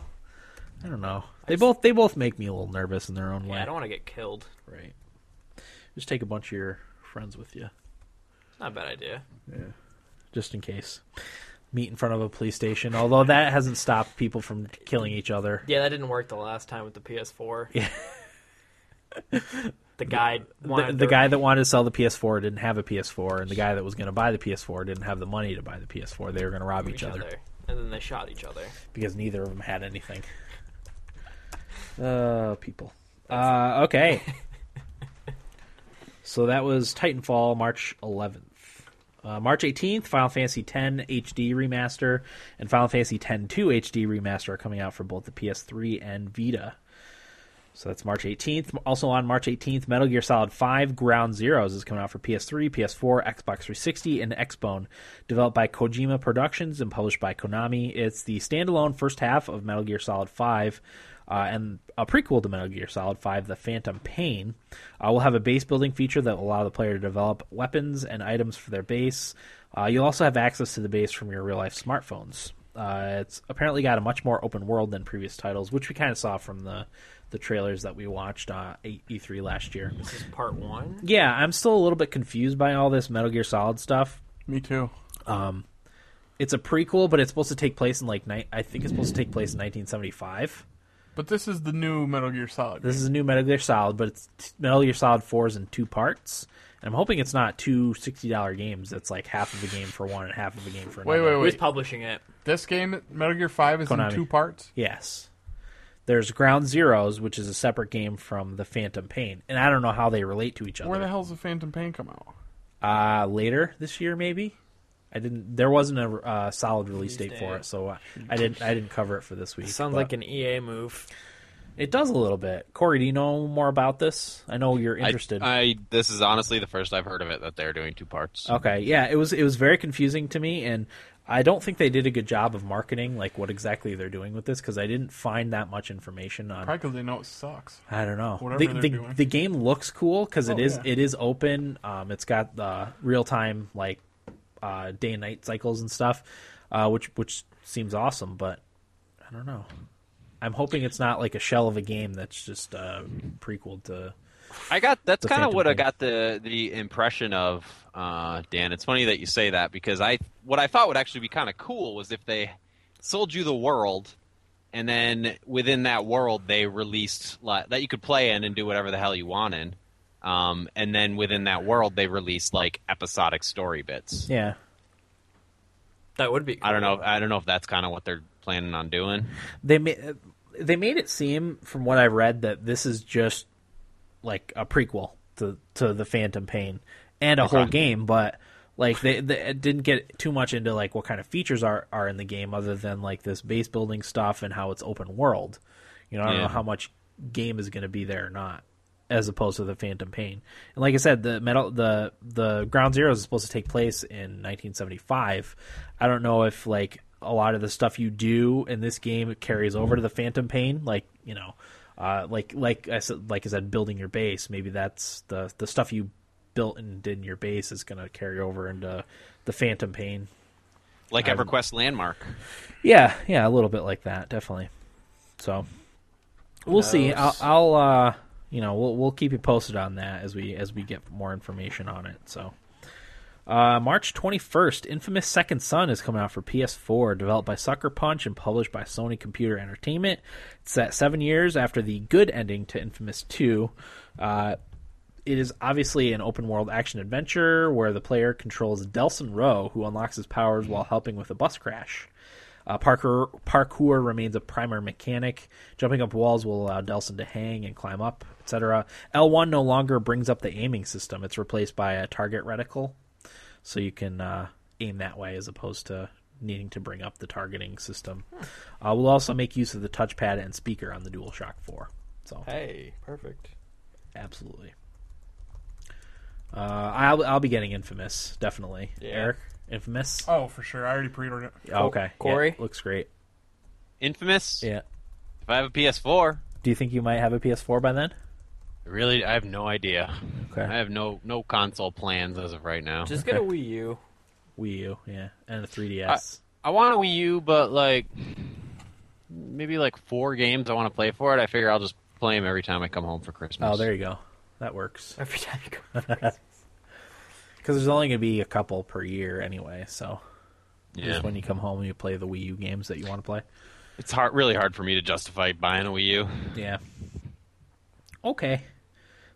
[SPEAKER 2] I don't know. They both they both make me a little nervous in their own way.
[SPEAKER 4] Yeah, I don't want to get killed.
[SPEAKER 2] Right. Just take a bunch of your friends with you.
[SPEAKER 4] Not a bad idea.
[SPEAKER 2] just in case. Meet in front of a police station, although that hasn't stopped people from killing each other.
[SPEAKER 4] Yeah, that didn't work the last time with the PS4. Yeah. the guy wanted
[SPEAKER 2] The,
[SPEAKER 4] to-
[SPEAKER 2] the guy that wanted to sell the PS4 didn't have a PS4, and the guy that was going to buy the PS4 didn't have the money to buy the PS4. They were going to rob each, other,
[SPEAKER 4] and then they shot each other.
[SPEAKER 2] because neither of them had anything. Uh, people. Uh, okay. so that was Titanfall, March 11th. Uh, March 18th, Final Fantasy X HD remaster and Final Fantasy X 2 HD remaster are coming out for both the PS3 and Vita. So that's March 18th. Also on March 18th, Metal Gear Solid 5 Ground Zeroes is coming out for PS3, PS4, Xbox 360, and Xbone. Developed by Kojima Productions and published by Konami, it's the standalone first half of Metal Gear Solid 5 uh, and a prequel to Metal Gear Solid 5, The Phantom Pain. Uh, we'll have a base building feature that will allow the player to develop weapons and items for their base. Uh, you'll also have access to the base from your real life smartphones. Uh, it's apparently got a much more open world than previous titles, which we kind of saw from the the trailers that we watched uh, at E3 last year.
[SPEAKER 4] This is part one.
[SPEAKER 2] Yeah, I'm still a little bit confused by all this Metal Gear Solid stuff.
[SPEAKER 5] Me too.
[SPEAKER 2] It's a prequel, but it's supposed to take place in like ni- I think it's supposed to take place in 1975.
[SPEAKER 5] But this is the new Metal Gear Solid.
[SPEAKER 2] This is a new Metal Gear Solid, but it's t- Metal Gear Solid 4 is in two parts. And I'm hoping it's not two $60 games. That's like half of a game for one and half of a game for
[SPEAKER 5] wait,
[SPEAKER 2] another.
[SPEAKER 5] wait,
[SPEAKER 4] Who's
[SPEAKER 5] wait.
[SPEAKER 4] publishing it?
[SPEAKER 5] This game, Metal Gear Five, is
[SPEAKER 2] Konami.
[SPEAKER 5] in two parts.
[SPEAKER 2] Yes. There's Ground Zeroes, which is a separate game from the Phantom Pain, and I don't know how they relate to each other.
[SPEAKER 5] Where the hell's the Phantom Pain come out?
[SPEAKER 2] uh, later this year, maybe. I didn't. There wasn't a uh, solid release date for
[SPEAKER 4] date.
[SPEAKER 2] it, so I, I didn't. I didn't cover it for this week.
[SPEAKER 4] Sounds
[SPEAKER 2] but
[SPEAKER 4] like an EA move.
[SPEAKER 2] it does a little bit. Corey, do you know more about this? I know you're
[SPEAKER 3] I-
[SPEAKER 2] interested.
[SPEAKER 3] I, this is honestly the first I've heard of it that they're doing two parts.
[SPEAKER 2] Okay, yeah, it was it was very confusing to me, and I don't think they did a good job of marketing like what exactly they're doing with this because I didn't find that much information on.
[SPEAKER 5] Probably 'cause they know it sucks.
[SPEAKER 2] I don't know.
[SPEAKER 5] Whatever
[SPEAKER 2] the,
[SPEAKER 5] they're
[SPEAKER 2] the,
[SPEAKER 5] doing.
[SPEAKER 2] the game looks cool because it
[SPEAKER 5] Oh,
[SPEAKER 2] is
[SPEAKER 5] yeah.
[SPEAKER 2] it is open. Um, it's got the real time like uh, day and night cycles and stuff, uh, which which seems awesome. But I don't know. I'm hoping it's not like a shell of a game that's just uh, prequel to.
[SPEAKER 3] I got that's
[SPEAKER 2] The
[SPEAKER 3] kind of
[SPEAKER 2] Phantom
[SPEAKER 3] what I
[SPEAKER 2] Pain.
[SPEAKER 3] got the the impression of uh, Dan. It's funny that you say that because I what I thought would actually be kind of cool was if they sold you the world and then within that world they released like, that you could play in and do whatever the hell you want in. Um, and then within that world they released like episodic story bits.
[SPEAKER 2] Yeah,
[SPEAKER 4] That would be. Cool.
[SPEAKER 3] I don't know. I don't know if that's kind of what they're planning on doing.
[SPEAKER 2] they made they made it seem from what I read that this is just like a prequel to to the Phantom Pain and a whole game, but like they, they it didn't get too much into like what kind of features are are in the game other than like this base building stuff and how it's open world. You know, I don't know
[SPEAKER 3] Yeah.
[SPEAKER 2] how much game is going to be there or not as opposed to the Phantom Pain. And like I said, the metal the the Ground Zero is supposed to take place in 1975. I don't know if like a lot of the stuff you do in this game carries over to the Phantom Pain, like you know, uh, like like I said, like I said, building your base. Maybe that's the the stuff you built and did in your base is going to carry over into the Phantom Pain.
[SPEAKER 3] Like EverQuest Landmark.
[SPEAKER 2] Yeah, yeah, a little bit like that, definitely. So we'll see. I'll,
[SPEAKER 4] knows?
[SPEAKER 2] I'll uh, you know, we'll we'll keep you posted on that as we as we get more information on it. So. Uh, March 21st, Infamous Second Son is coming out for PS4, developed by Sucker Punch and published by Sony Computer Entertainment. It's set seven years after the good ending to Infamous 2. Uh, it is obviously an open world action adventure where the player controls Delson Rowe, who unlocks his powers while helping with a bus crash. Uh, parkour, parkour remains a primary mechanic. Jumping up walls will allow Delson to hang and climb up, etc. L1 no longer brings up the aiming system, it's replaced by a target reticle so you can uh, aim that way as opposed to needing to bring up the targeting system. Uh, we'll also make use of the touchpad and speaker on the DualShock 4. So
[SPEAKER 4] Hey, perfect.
[SPEAKER 2] absolutely. Uh, I'll I'll be getting Infamous definitely.
[SPEAKER 4] Yeah.
[SPEAKER 2] Eric, Infamous.
[SPEAKER 5] Oh, for sure. I already pre-ordered it.
[SPEAKER 2] okay, Yeah,
[SPEAKER 4] Corey?
[SPEAKER 2] looks great.
[SPEAKER 3] Infamous.
[SPEAKER 2] Yeah.
[SPEAKER 3] If I have a PS4,
[SPEAKER 2] Do you think you might have a PS4 by then?
[SPEAKER 3] really, I have no idea.
[SPEAKER 2] Okay.
[SPEAKER 3] I have no no console plans as of right now.
[SPEAKER 4] Just get a Wii U.
[SPEAKER 2] Wii U, yeah, and a 3DS.
[SPEAKER 3] I want a Wii U, but like maybe like four games I want to play for it. I figure I'll just play them every time I come home for Christmas.
[SPEAKER 2] oh, there you go. That works
[SPEAKER 4] Every time you go.
[SPEAKER 2] because there's only going to be a couple per year anyway. So
[SPEAKER 3] Yeah.
[SPEAKER 2] just when you come home and you play the Wii U games that you want to play.
[SPEAKER 3] It's hard, really hard for me to justify buying a Wii U.
[SPEAKER 2] Yeah. Okay.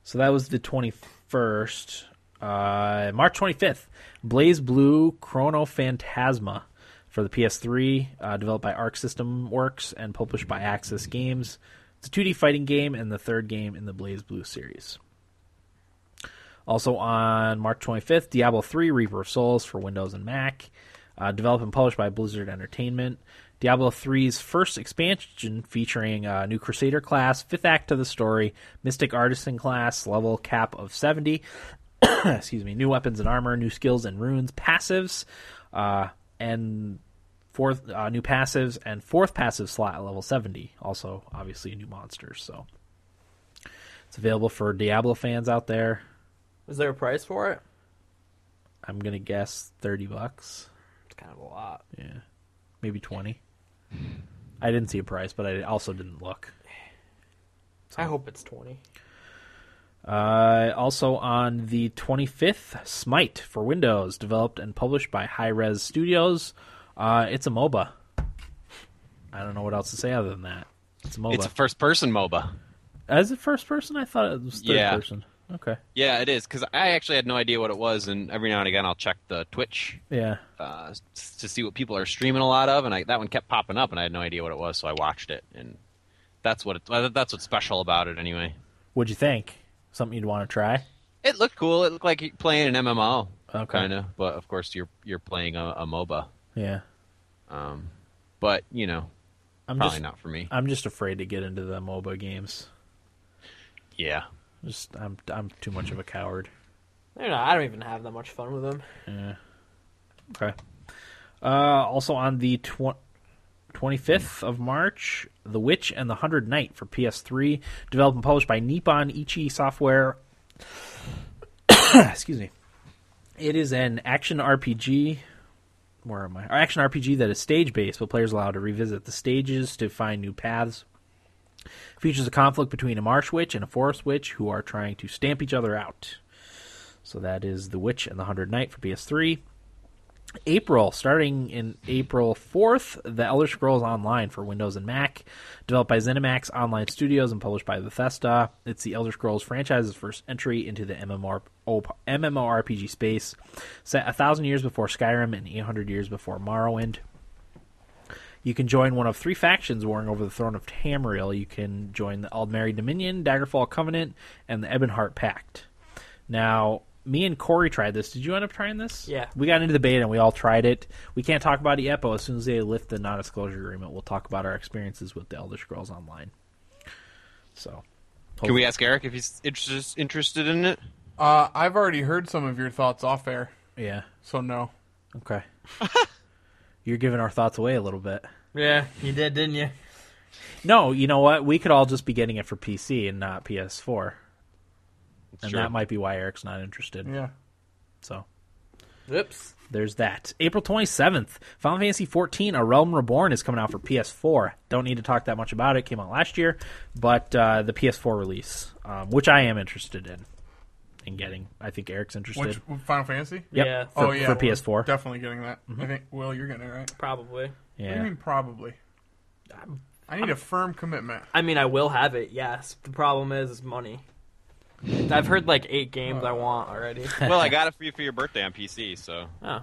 [SPEAKER 2] So that was the 21st. Uh, March 25th, Blaze Blue Chrono Phantasma for the PS3, uh, developed by Arc System Works and published by Axis Games. It's a 2D fighting game and the third game in the Blaze Blue series. Also on March 25th, Diablo 3 Reaper of Souls for Windows and Mac, uh, developed and published by Blizzard Entertainment. Diablo 3's first expansion featuring a new Crusader class, fifth act to the story, Mystic Artisan class, level cap of 70, excuse me, new weapons and armor, new skills and runes, passives, uh, and fourth uh, new passives and fourth passive slot at level 70. Also, obviously, new monsters. So it's available for Diablo fans out there.
[SPEAKER 4] Is there a price for it?
[SPEAKER 2] I'm gonna guess 30 bucks,
[SPEAKER 4] It's kind of a lot.
[SPEAKER 2] maybe 20.
[SPEAKER 3] Mm-hmm.
[SPEAKER 2] I didn't see a price, but I also didn't look.
[SPEAKER 4] I hope it's twenty.
[SPEAKER 2] Uh, also on the 25th, Smite for Windows, developed and published by High Res Studios. Uh, it's a MOBA. I don't know what else to say other than that. It's a MOBA.
[SPEAKER 3] It's a first-person MOBA.
[SPEAKER 2] As a first person, I thought it was third
[SPEAKER 3] Yeah.
[SPEAKER 2] person. Okay.
[SPEAKER 3] Yeah, it is because I actually had no idea what it was, and every now and again I'll check the Twitch
[SPEAKER 2] Yeah.
[SPEAKER 3] uh, s- to see what people are streaming a lot of, and I, that one kept popping up, and I had no idea what it was, so I watched it, and that's what it, well, that's what's special about it, anyway.
[SPEAKER 2] What'd you think? Something you'd want to try?
[SPEAKER 3] It looked cool. It looked like you're playing an MMO,
[SPEAKER 2] Okay.
[SPEAKER 3] kind of, but of course you're you're playing a, a MOBA.
[SPEAKER 2] Yeah.
[SPEAKER 3] Um, but you know,
[SPEAKER 2] I'm
[SPEAKER 3] probably
[SPEAKER 2] just
[SPEAKER 3] not for me.
[SPEAKER 2] I'm just afraid to get into the MOBA games.
[SPEAKER 3] Yeah,
[SPEAKER 2] Just I'm I'm too much of a coward.
[SPEAKER 4] They're not, I don't even have that much fun with them.
[SPEAKER 2] Okay. Uh, also on the tw- 25th of March, The Witch and the Hundred Knight for PS3, developed and published by Nippon Ichi Software. Excuse me. It is an action RPG. Where am I? Or Action RPG that is stage based, but players are allowed to revisit the stages to find new paths. Features a conflict between a marsh witch and a forest witch who are trying to stamp each other out. So that is The Witch and the Hundred Knight for PS3. April, starting in April 4th, The Elder Scrolls Online for Windows and Mac, developed by ZeniMax Online Studios and published by Bethesda. It's the Elder Scrolls franchise's first entry into the MMOR- MMORPG space, set a thousand years before Skyrim and 800 years before Morrowind. You can join one of three factions warring over the throne of Tamriel. You can join the Aldmeri Dominion, Daggerfall Covenant, and the Ebonheart Pact. Now, me and Corey tried this. Did you end up trying this?
[SPEAKER 4] Yeah.
[SPEAKER 2] We got into the beta and we all tried it. We can't talk about it yet, but as soon as they lift the non disclosure agreement, we'll talk about our experiences with the Elder Scrolls Online. So,
[SPEAKER 3] can we ask Eric if he's interested interested in it?
[SPEAKER 5] Uh, I've already heard some of your thoughts off air,
[SPEAKER 2] yeah.
[SPEAKER 5] so no.
[SPEAKER 2] Okay. You're giving our thoughts away a little bit.
[SPEAKER 4] Yeah, you did, didn't you?
[SPEAKER 2] No, you know what? We could all just be getting it for PC and not PS4. And
[SPEAKER 3] Sure.
[SPEAKER 2] that might be why Eric's not interested.
[SPEAKER 5] Yeah.
[SPEAKER 2] So
[SPEAKER 4] Oops.
[SPEAKER 2] there's that. April 27th, Final Fantasy 14: A Realm Reborn is coming out for PS4. Don't need to talk that much about it. Came out last year, but uh, the PS4 release, um, which I am interested in, in getting. I think Eric's interested.
[SPEAKER 5] Which Final Fantasy?
[SPEAKER 2] Yep,
[SPEAKER 4] Yeah.
[SPEAKER 2] For,
[SPEAKER 5] oh yeah,
[SPEAKER 2] for
[SPEAKER 5] we're
[SPEAKER 2] PS4.
[SPEAKER 5] Definitely getting that.
[SPEAKER 2] Mm-hmm.
[SPEAKER 5] I think. Well, you're getting it right.
[SPEAKER 4] Probably.
[SPEAKER 5] What do you
[SPEAKER 2] yeah.
[SPEAKER 5] mean probably? i need a firm commitment.
[SPEAKER 4] I mean, I will have it. Yes. The problem is, is money. I've heard like eight games I want already.
[SPEAKER 3] well, I got it for you for your birthday on PC, so
[SPEAKER 4] Oh,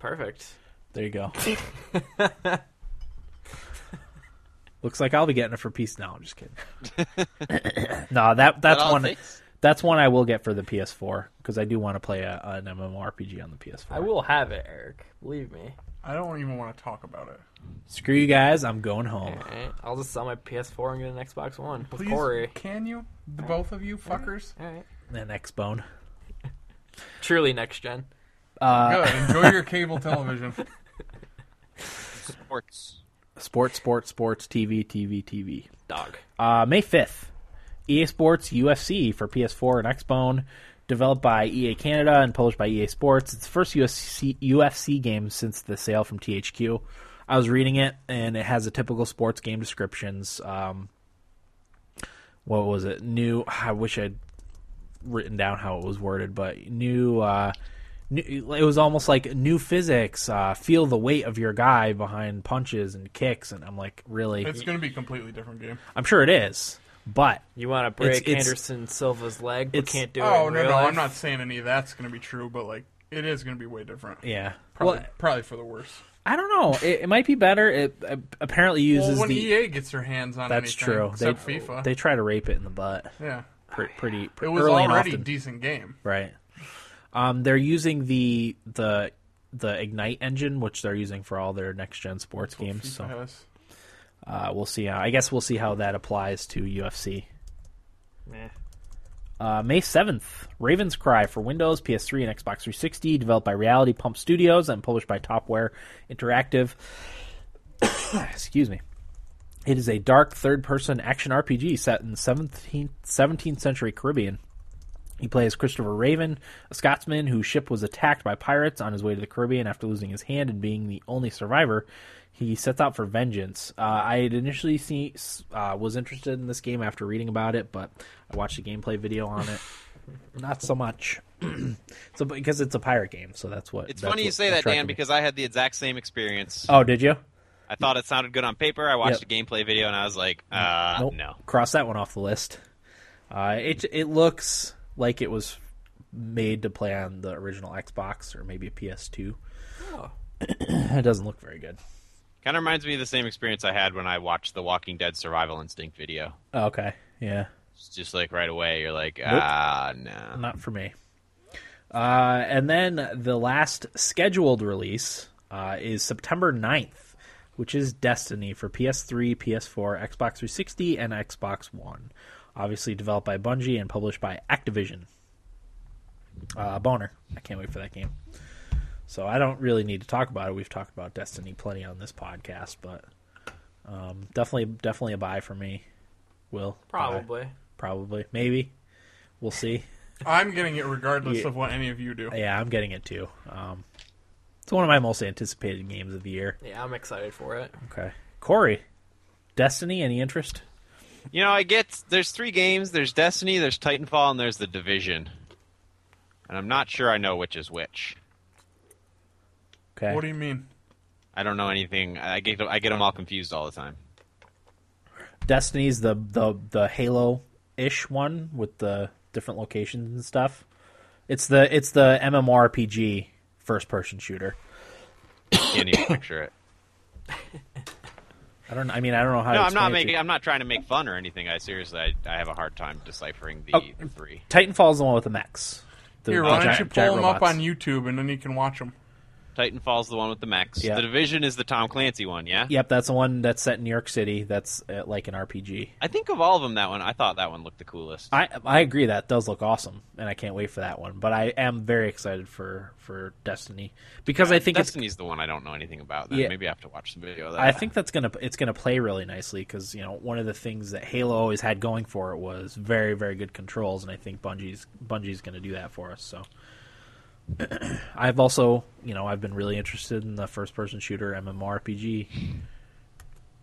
[SPEAKER 4] perfect.
[SPEAKER 2] There you go. Looks like I'll be getting it for peace now. I'm just kidding. no, that that's
[SPEAKER 3] all it
[SPEAKER 2] one.
[SPEAKER 3] takes.
[SPEAKER 2] That's one I will get for the PS4 because I do want to play a, an MMORPG on the PS4.
[SPEAKER 4] I will have it, Eric. Believe me.
[SPEAKER 5] I don't even want to talk about it.
[SPEAKER 2] Screw you guys. I'm going home.
[SPEAKER 4] Alright, I'll just sell my PS4 and get an Xbox One with
[SPEAKER 5] Please,
[SPEAKER 4] Corey.
[SPEAKER 5] can you, the both of you fuckers?
[SPEAKER 4] All right.
[SPEAKER 2] An Xbone.
[SPEAKER 4] Truly next gen.
[SPEAKER 2] Uh,
[SPEAKER 5] Good. Enjoy your cable television.
[SPEAKER 3] sports.
[SPEAKER 2] Sports, sports, sports. TV, TV, TV.
[SPEAKER 4] Dog.
[SPEAKER 2] Uh, May 5th, EA Sports UFC for PS4 and Xbone, developed by EA Canada and published by EA Sports. It's the first UFC, UFC game since the sale from THQ. I was reading it, and it has the typical sports game descriptions. Um, what was it? New. I wish I'd written down how it was worded, but new. Uh, new it was almost like new physics. Uh, feel the weight of your guy behind punches and kicks, and I'm like, really?
[SPEAKER 5] It's going to be a completely different game.
[SPEAKER 2] I'm sure it is, but
[SPEAKER 4] You want to
[SPEAKER 2] It's-
[SPEAKER 4] break
[SPEAKER 2] it's-
[SPEAKER 4] Anderson Silva's leg, but
[SPEAKER 2] it's-
[SPEAKER 4] can't do it.
[SPEAKER 5] Oh
[SPEAKER 4] in
[SPEAKER 5] no,
[SPEAKER 4] real
[SPEAKER 5] no,
[SPEAKER 4] life?
[SPEAKER 5] I'm not saying any of that's going to be true, but like it is going to be way different.
[SPEAKER 2] yeah.
[SPEAKER 5] Probably,
[SPEAKER 2] Well,
[SPEAKER 5] probably for the worse.
[SPEAKER 2] I don't know. It, it might be better. It uh, apparently uses
[SPEAKER 5] Well, when
[SPEAKER 2] the.
[SPEAKER 5] EA gets their hands on
[SPEAKER 2] that's
[SPEAKER 5] anything,
[SPEAKER 2] true. They,
[SPEAKER 5] except FIFA. Oh,
[SPEAKER 2] they try to rape it in the butt.
[SPEAKER 5] yeah.
[SPEAKER 2] Pre- pretty,
[SPEAKER 5] It
[SPEAKER 2] pretty
[SPEAKER 5] was
[SPEAKER 2] early and
[SPEAKER 5] already
[SPEAKER 2] often.
[SPEAKER 5] decent game.
[SPEAKER 2] Right. Um, they're using the the the ignite engine, which they're using for all their next gen sports games. So
[SPEAKER 5] Yes.
[SPEAKER 2] uh, we'll see. How, I guess we'll see how that applies to UFC.
[SPEAKER 4] Meh.
[SPEAKER 2] Uh, May seventh, Raven's Cry for Windows, PS3, and Xbox 360, developed by Reality Pump Studios and published by Topware Interactive. Excuse me. It is a dark third-person action RPG set in the 17th, 17th century Caribbean. He plays Christopher Raven, a Scotsman whose ship was attacked by pirates on his way to the Caribbean after losing his hand and being the only survivor. He sets out for vengeance. Uh, I had initially see, uh, was interested in this game after reading about it, but I watched a gameplay video on it. Not so much. so because it's a pirate game, so that's what.
[SPEAKER 3] It's
[SPEAKER 2] that's
[SPEAKER 3] funny you
[SPEAKER 2] what
[SPEAKER 3] say that,
[SPEAKER 2] attracted
[SPEAKER 3] Dan,
[SPEAKER 2] me.
[SPEAKER 3] because I had the exact same experience.
[SPEAKER 2] oh, did you?
[SPEAKER 3] I thought it sounded good on paper. I watched a gameplay video and I was like, uh,
[SPEAKER 2] Nope.
[SPEAKER 3] no.
[SPEAKER 2] Cross that one off the list. Uh, it it looks like it was made to play on the original Xbox or maybe a PS2. it doesn't look very good.
[SPEAKER 3] Kind of reminds me of the same experience I had when I watched the Walking Dead Survival Instinct video.
[SPEAKER 2] Okay, yeah,
[SPEAKER 3] It's just like right away, you're like, ah, no.
[SPEAKER 2] not for me. Uh, and then the last scheduled release uh, is September 9th, which is Destiny for PS3, PS4, Xbox 360, and Xbox One. Obviously developed by Bungie and published by Activision. Uh, boner. I can't wait for that game. So I don't really need to talk about it. We've talked about Destiny plenty on this podcast, but um, definitely, definitely a buy for me. Will buy.
[SPEAKER 4] Probably.
[SPEAKER 2] probably, maybe. We'll see.
[SPEAKER 5] I'm getting it regardless
[SPEAKER 2] Yeah.
[SPEAKER 5] of what any of you do.
[SPEAKER 2] Yeah, I'm getting it too. Um, it's one of my most anticipated games of the year.
[SPEAKER 4] Yeah, I'm excited for it.
[SPEAKER 2] Okay, Corey, Destiny, any interest?
[SPEAKER 3] You know, I get there's three games. There's Destiny, there's Titanfall, and there's The Division. And I'm not sure I know which is which.
[SPEAKER 2] Okay,
[SPEAKER 5] What do you mean?
[SPEAKER 3] I don't know anything. I get I get them all confused all the time.
[SPEAKER 2] Destiny's the the the Halo ish one with the different locations and stuff. It's the it's the MMORPG first person shooter.
[SPEAKER 3] Can't even picture it.
[SPEAKER 2] I don't. I mean, I don't know how.
[SPEAKER 3] No,
[SPEAKER 2] to
[SPEAKER 3] I'm
[SPEAKER 2] explain
[SPEAKER 3] not
[SPEAKER 2] it to
[SPEAKER 3] making.
[SPEAKER 2] you.
[SPEAKER 3] I'm not trying to make fun or anything. I seriously, I, I have a hard time deciphering the,
[SPEAKER 2] Oh.
[SPEAKER 3] the three.
[SPEAKER 2] Titanfall's the one with the mechs. The,
[SPEAKER 5] Here,
[SPEAKER 2] the
[SPEAKER 5] why don't
[SPEAKER 2] giant-
[SPEAKER 5] you
[SPEAKER 2] giant
[SPEAKER 5] pull them up
[SPEAKER 2] robots.
[SPEAKER 5] on YouTube and then you can watch them.
[SPEAKER 3] Titanfall's the one with the mechs.
[SPEAKER 2] Yeah.
[SPEAKER 3] The Division is the Tom Clancy one. Yeah.
[SPEAKER 2] Yep, that's the one that's set in New York City. That's uh, like an RPG.
[SPEAKER 3] I think of all of them, that one I thought that one looked the coolest.
[SPEAKER 2] I I agree that does look awesome, and I can't wait for that one. But I am very excited for for Destiny because I think it's,
[SPEAKER 3] Destiny's the one I don't know anything about. Then.
[SPEAKER 2] Yeah.
[SPEAKER 3] Maybe I have to watch some video of that.
[SPEAKER 2] I think that's gonna it's gonna play really nicely because you know one of the things that Halo always had going for it was very very good controls, and I think Bungie's Bungie's gonna do that for us. So I've also you know I've been really interested in the first person shooter MMORPG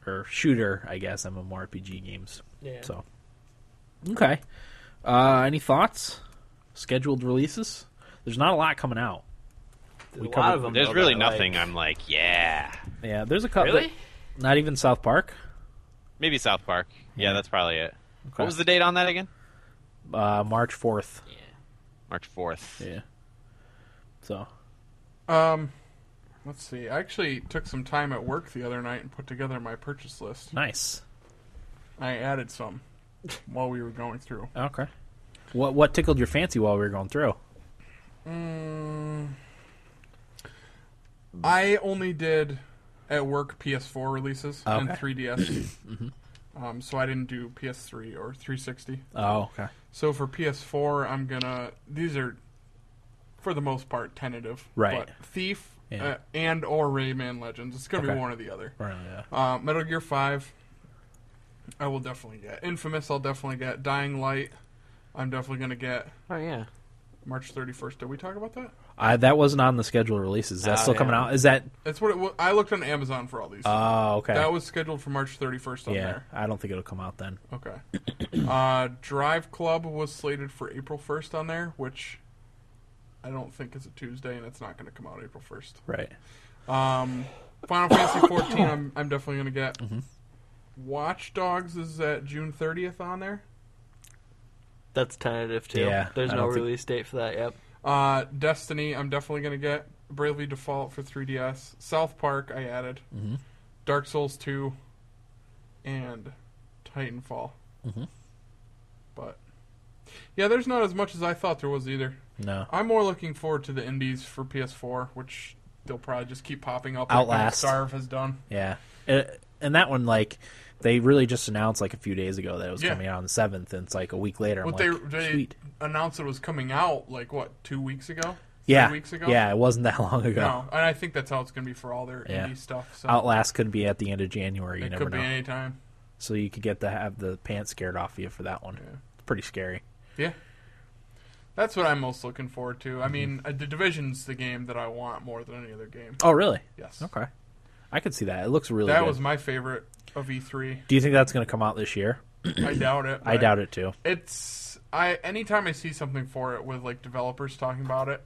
[SPEAKER 2] or shooter I guess MMORPG games.
[SPEAKER 4] Yeah.
[SPEAKER 2] So okay, uh, any thoughts? Scheduled releases? There's not a lot coming out.
[SPEAKER 4] There's a
[SPEAKER 2] covered-
[SPEAKER 4] lot of them.
[SPEAKER 3] there's
[SPEAKER 4] though,
[SPEAKER 3] really
[SPEAKER 4] that I like.
[SPEAKER 3] nothing. I'm like, yeah,
[SPEAKER 2] Yeah, there's a couple.
[SPEAKER 4] Really?
[SPEAKER 2] Not even South Park.
[SPEAKER 3] maybe South Park. Yeah, that's probably it.
[SPEAKER 2] Okay.
[SPEAKER 3] What was the date on that again?
[SPEAKER 2] Uh, March fourth.
[SPEAKER 4] Yeah.
[SPEAKER 3] March fourth.
[SPEAKER 2] Yeah. So
[SPEAKER 5] Um, let's see. I actually took some time at work the other night and put together my purchase list.
[SPEAKER 2] nice.
[SPEAKER 5] I added some while we were going through.
[SPEAKER 2] Okay. What what tickled your fancy while we were going through?
[SPEAKER 5] Mm, I only did at work PS4 releases and
[SPEAKER 2] Okay. Mm-hmm.
[SPEAKER 5] 3DS. um, so I didn't do PS3 or 360.
[SPEAKER 2] Oh, okay.
[SPEAKER 5] So for PS4, I'm gonna. These are, for the most part, tentative.
[SPEAKER 2] Right.
[SPEAKER 5] But Thief
[SPEAKER 2] Yeah.
[SPEAKER 5] uh, and or Rayman Legends. It's gonna
[SPEAKER 2] Okay.
[SPEAKER 5] be one or the other.
[SPEAKER 2] Right, yeah.
[SPEAKER 5] Uh, Metal Gear Five, I will definitely get. Infamous, I'll definitely get. Dying Light, I'm definitely gonna get.
[SPEAKER 4] Oh yeah.
[SPEAKER 5] March 31st. Did we talk about that?
[SPEAKER 2] I, Uh, that wasn't on the scheduled releases. Is that
[SPEAKER 4] Ah,
[SPEAKER 2] still coming
[SPEAKER 4] yeah.
[SPEAKER 2] out? Is that?
[SPEAKER 5] That's what it was. I looked on Amazon for all these.
[SPEAKER 2] Oh, okay.
[SPEAKER 5] That was scheduled for March 31st on
[SPEAKER 2] yeah.
[SPEAKER 5] there.
[SPEAKER 2] I don't think it'll come out then.
[SPEAKER 5] Okay. uh, Drive Club was slated for April 1st on there, which I don't think is a Tuesday, and it's not going to come out April 1st.
[SPEAKER 2] Right.
[SPEAKER 5] Um, Final Fantasy 14, I'm, I'm definitely going to get. Watch Dogs is at June 30th on there.
[SPEAKER 4] That's tentative too.
[SPEAKER 2] Yeah,
[SPEAKER 4] There's
[SPEAKER 2] I
[SPEAKER 4] no
[SPEAKER 2] don't think-
[SPEAKER 4] release date for that. Yep.
[SPEAKER 5] Uh, Destiny, I'm definitely going to get. Bravely Default for 3DS. South Park, I added.
[SPEAKER 2] Mm-hmm.
[SPEAKER 5] Dark Souls 2
[SPEAKER 2] Mm-hmm.
[SPEAKER 5] and Titanfall. But Yeah, there's not as much as I thought there was either.
[SPEAKER 2] No.
[SPEAKER 5] I'm more looking forward to the indies for PS4, which they'll probably just keep popping up.
[SPEAKER 2] Outlast.
[SPEAKER 5] Like Starve has done.
[SPEAKER 2] Yeah, Uh, and that one like they really just announced like a few days ago that it was
[SPEAKER 5] Yeah.
[SPEAKER 2] coming out on the seventh, and it's like a week later. I'm
[SPEAKER 5] What
[SPEAKER 2] like,
[SPEAKER 5] they, they
[SPEAKER 2] sweet,
[SPEAKER 5] announced it was coming out like what two weeks ago?
[SPEAKER 2] yeah,
[SPEAKER 5] Three weeks ago.
[SPEAKER 2] yeah, it wasn't that long ago.
[SPEAKER 5] No, and I think that's how it's going to be for all their
[SPEAKER 2] Yeah.
[SPEAKER 5] indie stuff. So
[SPEAKER 2] Outlast could be at the end of January. You
[SPEAKER 5] it
[SPEAKER 2] never
[SPEAKER 5] could be
[SPEAKER 2] know.
[SPEAKER 5] any time.
[SPEAKER 2] so you could get to have the pants scared off you for that one. It's pretty scary.
[SPEAKER 5] Yeah. That's what I'm most looking forward to. I
[SPEAKER 2] Mm-hmm.
[SPEAKER 5] mean, uh, the division's the game that I want more than any other game.
[SPEAKER 2] Oh, really?
[SPEAKER 5] Yes.
[SPEAKER 2] Okay, I could see that. It looks really.
[SPEAKER 5] That
[SPEAKER 2] good.
[SPEAKER 5] was my favorite of E3.
[SPEAKER 2] Do you think that's going to come out this year?
[SPEAKER 5] I doubt it.
[SPEAKER 2] I doubt it too.
[SPEAKER 5] It's I anytime I see something for it with like developers talking about it,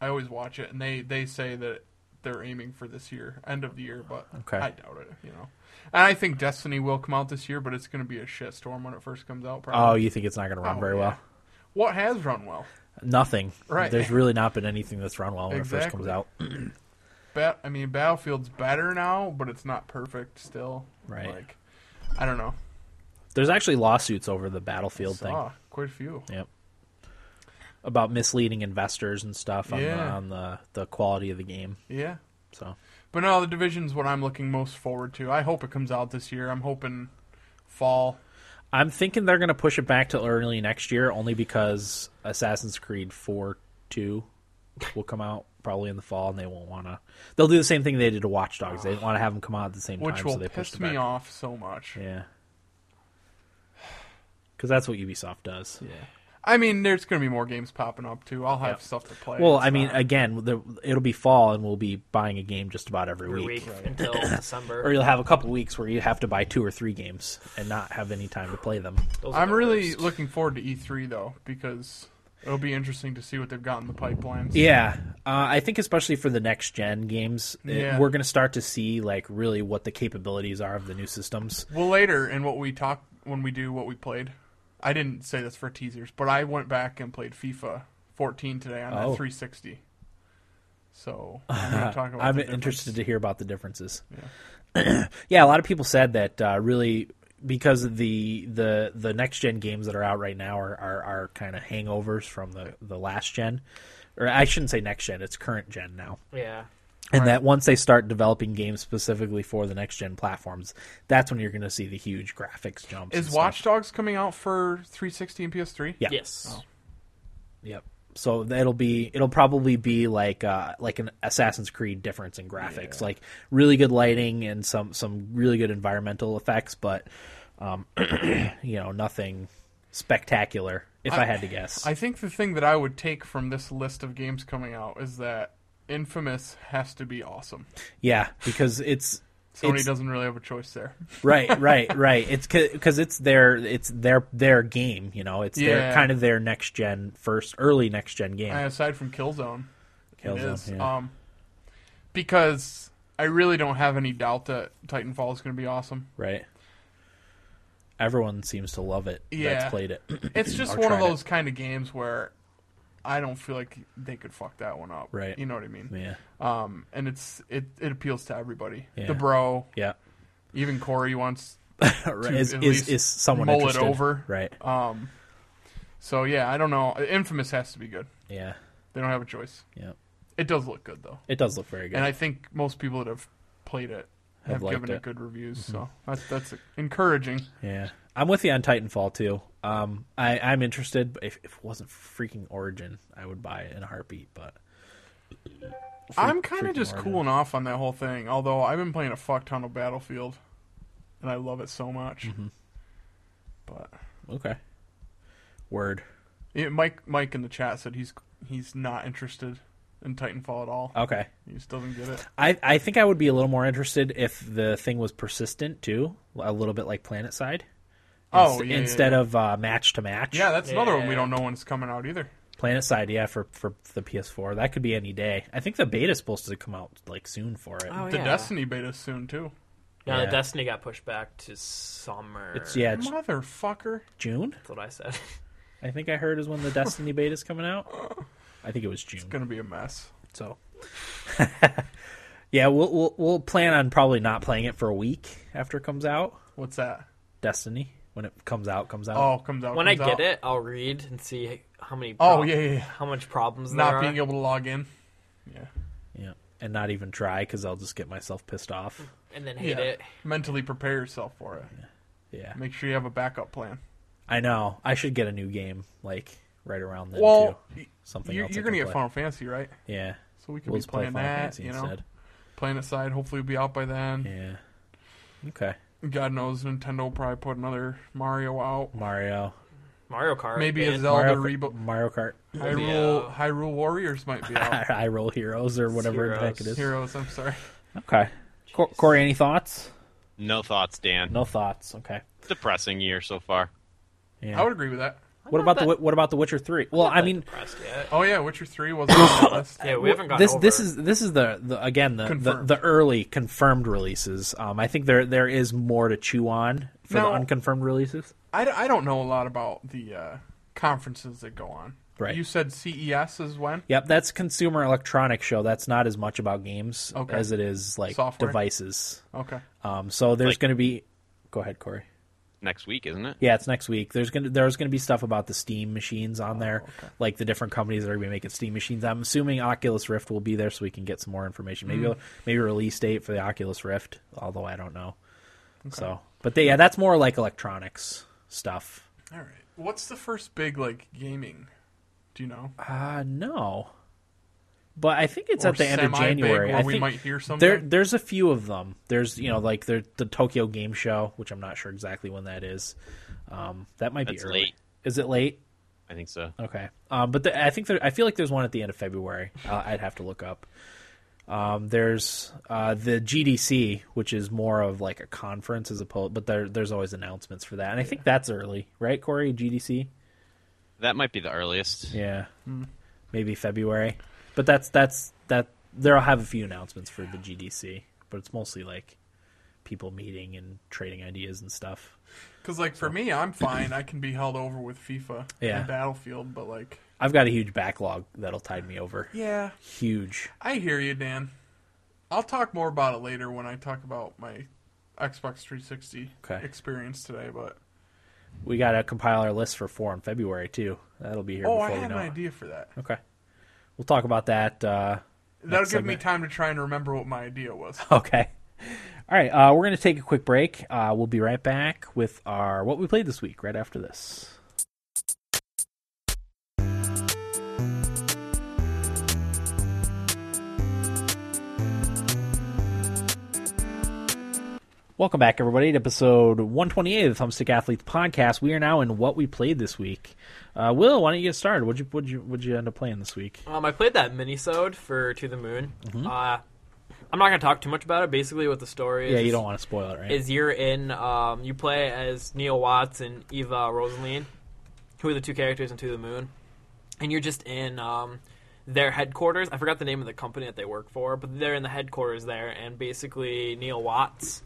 [SPEAKER 5] I always watch it and they they say that they're aiming for this year, end of the year, but
[SPEAKER 2] Okay.
[SPEAKER 5] I doubt it, you know. And I think Destiny will come out this year, but it's going to be a shitstorm when it first comes out.
[SPEAKER 2] Oh,
[SPEAKER 5] Probably.
[SPEAKER 2] you think it's not going to run
[SPEAKER 5] Oh,
[SPEAKER 2] very
[SPEAKER 5] yeah.
[SPEAKER 2] well?
[SPEAKER 5] What has run well?
[SPEAKER 2] Nothing.
[SPEAKER 5] Right.
[SPEAKER 2] There's really not been anything that's run well when it first comes
[SPEAKER 5] Exactly.
[SPEAKER 2] out.
[SPEAKER 5] Bat, I mean, Battlefield's better now, but it's not perfect still.
[SPEAKER 2] Right.
[SPEAKER 5] Like, I don't know.
[SPEAKER 2] There's actually lawsuits over the Battlefield thing.
[SPEAKER 5] Saw quite a few.
[SPEAKER 2] Yep. About misleading investors and stuff on, the,
[SPEAKER 5] Yeah.
[SPEAKER 2] on the, the quality of the game.
[SPEAKER 5] Yeah.
[SPEAKER 2] So
[SPEAKER 5] But no, the division's what I'm looking most forward to. I hope it comes out this year. I'm hoping fall.
[SPEAKER 2] I'm thinking they're going to push it back to early next year only because Assassin's Creed 4 2 will come out probably in the fall and they won't want to. They'll do the same thing they did to Watch Dogs. They didn't want to have them come out at the same
[SPEAKER 5] which
[SPEAKER 2] time,
[SPEAKER 5] will
[SPEAKER 2] so they pushed
[SPEAKER 5] piss
[SPEAKER 2] it
[SPEAKER 5] me
[SPEAKER 2] back.
[SPEAKER 5] off so much.
[SPEAKER 2] Yeah. Because that's what Ubisoft does. Yeah.
[SPEAKER 5] I mean, there's going to be more games popping up too. I'll have
[SPEAKER 2] Yep.
[SPEAKER 5] stuff to play.
[SPEAKER 2] Well,
[SPEAKER 5] It's
[SPEAKER 2] I mean,
[SPEAKER 5] not-
[SPEAKER 2] again, the, it'll be fall and we'll be buying a game just about every,
[SPEAKER 4] every
[SPEAKER 2] week.
[SPEAKER 4] week until December.
[SPEAKER 2] Or you'll have a couple weeks where you have to buy two or three games and not have any time to play them.
[SPEAKER 4] Those are
[SPEAKER 5] I'm
[SPEAKER 4] the
[SPEAKER 5] really
[SPEAKER 4] worst.
[SPEAKER 5] looking forward to E3 though because it'll be interesting to see what they've got in the pipelines.
[SPEAKER 2] Yeah, uh, I think especially for the next gen games, it-
[SPEAKER 5] Yeah.
[SPEAKER 2] we're going to start to see like really what the capabilities are of the new systems.
[SPEAKER 5] Well, later in what we talk when we do what we played, I didn't say this for teasers, but I went back and played FIFA 14 today on that
[SPEAKER 2] Oh.
[SPEAKER 5] 360. So I'm going to talk about.
[SPEAKER 2] I'm
[SPEAKER 5] the
[SPEAKER 2] interested to
[SPEAKER 5] difference.
[SPEAKER 2] hear about the differences. Yeah, a lot of people said that uh, really because of the the the next gen games that are out right now are are, are kind of hangovers from the the last gen, or I shouldn't say next gen, it's current gen now.
[SPEAKER 4] yeah.
[SPEAKER 2] And that once they start developing games specifically for the next gen platforms, that's when you're going to see the huge graphics jumps. and
[SPEAKER 5] Is
[SPEAKER 2] stuff.
[SPEAKER 5] Watch Dogs coming out for 360 and PS3?
[SPEAKER 2] Yeah.
[SPEAKER 4] Yes.
[SPEAKER 2] Yep. So it'll be it'll probably be like uh, like an Assassin's Creed difference in graphics, like really good lighting and some some really good environmental effects, but um, you know nothing spectacular. If I, had to guess,
[SPEAKER 5] I think the thing that I would take from this list of games coming out is that Infamous has to be awesome.
[SPEAKER 2] yeah, because it's
[SPEAKER 5] Sony
[SPEAKER 2] it's-
[SPEAKER 5] doesn't really have a choice there.
[SPEAKER 2] right, right, right. It's because it's their it's their their game. You know, it's
[SPEAKER 5] Yeah.
[SPEAKER 2] their kind of their next gen first early next gen game.
[SPEAKER 5] And aside from Killzone, it
[SPEAKER 2] Killzone,
[SPEAKER 5] is.
[SPEAKER 2] yeah.
[SPEAKER 5] Um, because I really don't have any doubt that Titanfall is going to be awesome.
[SPEAKER 2] right. Everyone seems to love it.
[SPEAKER 5] Yeah.
[SPEAKER 2] that's played it.
[SPEAKER 5] It's just
[SPEAKER 2] Or
[SPEAKER 5] one of
[SPEAKER 2] tried it.
[SPEAKER 5] those kind of games where I don't feel like they could fuck that one up.
[SPEAKER 2] Right.
[SPEAKER 5] You know what I mean?
[SPEAKER 2] yeah,
[SPEAKER 5] Um, and it's it, it appeals to everybody.
[SPEAKER 2] Yeah.
[SPEAKER 5] The bro,
[SPEAKER 2] yeah.
[SPEAKER 5] even Corey wants
[SPEAKER 2] Right,
[SPEAKER 5] to
[SPEAKER 2] is,
[SPEAKER 5] at
[SPEAKER 2] is,
[SPEAKER 5] least
[SPEAKER 2] is someone
[SPEAKER 5] mull it
[SPEAKER 2] interested?
[SPEAKER 5] over.
[SPEAKER 2] Right.
[SPEAKER 5] Um, so yeah, I don't know. Infamous has to be good.
[SPEAKER 2] yeah.
[SPEAKER 5] They don't have a choice.
[SPEAKER 2] Yeah.
[SPEAKER 5] It does look good though,
[SPEAKER 2] It does look very good.
[SPEAKER 5] and I think most people that have played it
[SPEAKER 2] Have
[SPEAKER 5] have,
[SPEAKER 2] liked
[SPEAKER 5] given it.
[SPEAKER 2] it. Mm-hmm.
[SPEAKER 5] good reviews. So that's that's encouraging.
[SPEAKER 2] yeah. I'm with you on Titanfall too. Um, I, I'm interested. But if, if it wasn't freaking Origin, I would buy it in a heartbeat. But
[SPEAKER 5] I'm kind
[SPEAKER 2] freaking
[SPEAKER 5] of just
[SPEAKER 2] hard,
[SPEAKER 5] cooling off on that whole thing. Although I've been playing a fuck ton of Battlefield, and I love it so much.
[SPEAKER 2] Mm-hmm.
[SPEAKER 5] But
[SPEAKER 2] okay. Word.
[SPEAKER 5] yeah, Mike Mike in the chat said he's he's not interested in Titanfall at all.
[SPEAKER 2] Okay.
[SPEAKER 5] He just doesn't get it.
[SPEAKER 2] I, I think I would be a little more interested if the thing was persistent too, a little bit like Planet Side.
[SPEAKER 5] Oh,
[SPEAKER 2] Inst-
[SPEAKER 5] yeah, yeah,
[SPEAKER 2] instead
[SPEAKER 5] yeah.
[SPEAKER 2] of uh, match to match.
[SPEAKER 5] Yeah, that's another one we
[SPEAKER 4] Yeah.
[SPEAKER 5] don't know when it's coming out either.
[SPEAKER 2] Planet Side, yeah, for for the PS4. That could be any day. I think the beta's supposed to come out like soon for it.
[SPEAKER 4] Oh,
[SPEAKER 5] The
[SPEAKER 4] yeah.
[SPEAKER 5] Destiny beta soon too.
[SPEAKER 4] No,
[SPEAKER 2] Yeah.
[SPEAKER 4] the Destiny got pushed back to summer.
[SPEAKER 2] It's yeah, it's
[SPEAKER 5] Motherfucker.
[SPEAKER 2] June.
[SPEAKER 4] That's what I said.
[SPEAKER 2] I think I heard is when the Destiny beta is coming out. I think it was June.
[SPEAKER 5] It's gonna be a mess.
[SPEAKER 2] So, yeah, we'll, we'll we'll plan on probably not playing it for a week after it comes out.
[SPEAKER 5] What's that?
[SPEAKER 2] Destiny. when it comes out, comes out.
[SPEAKER 5] Oh, comes out.
[SPEAKER 4] When I
[SPEAKER 5] comes
[SPEAKER 4] get
[SPEAKER 5] out.
[SPEAKER 4] it, I'll read and see how many.
[SPEAKER 5] Oh,
[SPEAKER 4] prob-
[SPEAKER 5] yeah, yeah, yeah.
[SPEAKER 4] How much problems
[SPEAKER 5] not
[SPEAKER 4] there
[SPEAKER 5] being
[SPEAKER 4] are.
[SPEAKER 5] able to log in. Yeah.
[SPEAKER 2] Yeah, and not even try because I'll just get myself pissed off.
[SPEAKER 5] Mm.
[SPEAKER 4] and then hate
[SPEAKER 5] yeah.
[SPEAKER 4] it.
[SPEAKER 5] Mentally prepare yourself for it.
[SPEAKER 2] Yeah,
[SPEAKER 5] Make sure you have a backup plan.
[SPEAKER 2] I know. I should get a new game like right around then
[SPEAKER 5] Well,
[SPEAKER 2] too.
[SPEAKER 5] y-
[SPEAKER 2] Something
[SPEAKER 5] you're,
[SPEAKER 2] else I
[SPEAKER 5] you're
[SPEAKER 2] can
[SPEAKER 5] gonna get
[SPEAKER 2] play.
[SPEAKER 5] Final Fantasy, right?
[SPEAKER 2] Yeah,
[SPEAKER 5] So we can
[SPEAKER 2] we'll
[SPEAKER 5] be
[SPEAKER 2] just play
[SPEAKER 5] playing
[SPEAKER 2] Final
[SPEAKER 5] that,
[SPEAKER 2] Fantasy
[SPEAKER 5] you know,
[SPEAKER 2] instead.
[SPEAKER 5] playing it side. Hopefully, we'll be out by then.
[SPEAKER 2] Yeah. Okay,
[SPEAKER 5] God knows Nintendo will probably put another Mario out.
[SPEAKER 2] Mario.
[SPEAKER 4] Mario Kart.
[SPEAKER 5] Maybe a
[SPEAKER 4] man.
[SPEAKER 5] Zelda
[SPEAKER 2] Mario,
[SPEAKER 5] reboot.
[SPEAKER 2] Mario Kart.
[SPEAKER 5] Hyrule Hyrule Warriors might be out.
[SPEAKER 2] I roll heroes or whatever the heck it is.
[SPEAKER 5] Heroes, I'm sorry.
[SPEAKER 2] Okay, Cor- Corey, any thoughts?
[SPEAKER 3] No thoughts, Dan.
[SPEAKER 2] No thoughts. Okay.
[SPEAKER 3] Depressing year so far.
[SPEAKER 2] Yeah.
[SPEAKER 5] I would agree with that.
[SPEAKER 2] what
[SPEAKER 4] not
[SPEAKER 2] about the
[SPEAKER 4] that-
[SPEAKER 2] Wi- What about the Witcher Three? Well, I mean,
[SPEAKER 4] Depressed yet.
[SPEAKER 5] Oh yeah, Witcher Three wasn't on that list.
[SPEAKER 4] Yeah, we haven't gotten
[SPEAKER 2] this
[SPEAKER 4] over
[SPEAKER 2] this
[SPEAKER 4] it.
[SPEAKER 2] is this is the, the again the, the
[SPEAKER 5] Confirmed.
[SPEAKER 2] the early confirmed releases. Um, I think there there is more to chew on for
[SPEAKER 5] Now-
[SPEAKER 2] the unconfirmed releases.
[SPEAKER 5] I, d- I don't know a lot about the uh, conferences that go on.
[SPEAKER 2] Right.
[SPEAKER 5] You said CES is when?
[SPEAKER 2] Yep, that's consumer electronics show. That's not as much about games
[SPEAKER 5] Okay.
[SPEAKER 2] as it is like
[SPEAKER 5] Software.
[SPEAKER 2] devices.
[SPEAKER 5] Okay.
[SPEAKER 2] Um, so there's
[SPEAKER 3] Like-
[SPEAKER 2] going to be. Go ahead, Corey.
[SPEAKER 3] Next week, isn't it?
[SPEAKER 2] Yeah, it's next week. There's gonna there's gonna be stuff about the Steam machines
[SPEAKER 5] Oh,
[SPEAKER 2] on there, like the different companies that are gonna be making Steam machines. I'm assuming Oculus Rift will be there, so we can get some more information. Maybe
[SPEAKER 5] Hmm.
[SPEAKER 2] maybe a release date for the Oculus Rift, although I don't know. So, but they, yeah, that's more like electronics stuff.
[SPEAKER 5] All right. What's the first big like gaming? Do you know?
[SPEAKER 2] Uh no, but I think it's
[SPEAKER 5] Or
[SPEAKER 2] at the end of
[SPEAKER 5] semi-big
[SPEAKER 2] January.
[SPEAKER 5] where
[SPEAKER 2] I
[SPEAKER 5] we
[SPEAKER 2] think
[SPEAKER 5] might hear
[SPEAKER 2] There,
[SPEAKER 5] something?
[SPEAKER 2] there's a few of them. There's you know like there, the Tokyo Game Show, which I'm not sure exactly when that is. Um, that might
[SPEAKER 3] That's
[SPEAKER 2] be early.
[SPEAKER 3] late.
[SPEAKER 2] Is it late?
[SPEAKER 3] I think so.
[SPEAKER 2] Okay, um, but the, I think there, I feel like there's one at the end of February. Uh, I'd have to look up. Um, there's uh, the GDC, which is more of like a conference as opposed, but there, there's always announcements for that, and I think that's early, right, Corey? GDC,
[SPEAKER 3] That might be the earliest.
[SPEAKER 2] yeah,
[SPEAKER 5] Hmm.
[SPEAKER 2] maybe February, but that's that's that. There'll have a few announcements for the GDC, but it's mostly like people meeting and trading ideas and stuff.
[SPEAKER 5] Because like for me, I'm fine. I can be held over with FIFA
[SPEAKER 2] Yeah.
[SPEAKER 5] and Battlefield, but like,
[SPEAKER 2] I've got a huge backlog that'll tide me over.
[SPEAKER 5] yeah,
[SPEAKER 2] Huge.
[SPEAKER 5] I hear you, Dan. I'll talk more about it later when I talk about my Xbox 360
[SPEAKER 2] Okay.
[SPEAKER 5] experience today. But
[SPEAKER 2] We got to compile our list for four in February too. That'll be here
[SPEAKER 5] oh, I
[SPEAKER 2] before we
[SPEAKER 5] had
[SPEAKER 2] know.
[SPEAKER 5] an
[SPEAKER 2] it.
[SPEAKER 5] idea for that.
[SPEAKER 2] Okay, we'll talk about that. Uh,
[SPEAKER 5] That'll
[SPEAKER 2] Next
[SPEAKER 5] give me
[SPEAKER 2] segment.
[SPEAKER 5] time to try and remember what my idea was.
[SPEAKER 2] okay. All right, uh, we're going to take a quick break. Uh, we'll be right back with our what we played this week. Right after this. Welcome back, everybody, to episode 128 of the Thumbstick Athletes podcast. We are now in what we played this week. Uh, Will, why don't you get started? What'd you what'd you what'd you end up playing this week?
[SPEAKER 4] Um, I played that minisode for To the Moon.
[SPEAKER 2] Mm-hmm.
[SPEAKER 4] Uh, I'm not gonna talk too much about it. Basically, what the story is.
[SPEAKER 2] Yeah, you don't want to spoil it, right?
[SPEAKER 4] Is you're in. Um, you play as Neil Watts and Eva Rosaline, who are the two characters in To the Moon, and you're just in um, their headquarters. I forgot the name of the company that they work for, but they're in the headquarters there, and basically Neil Watts.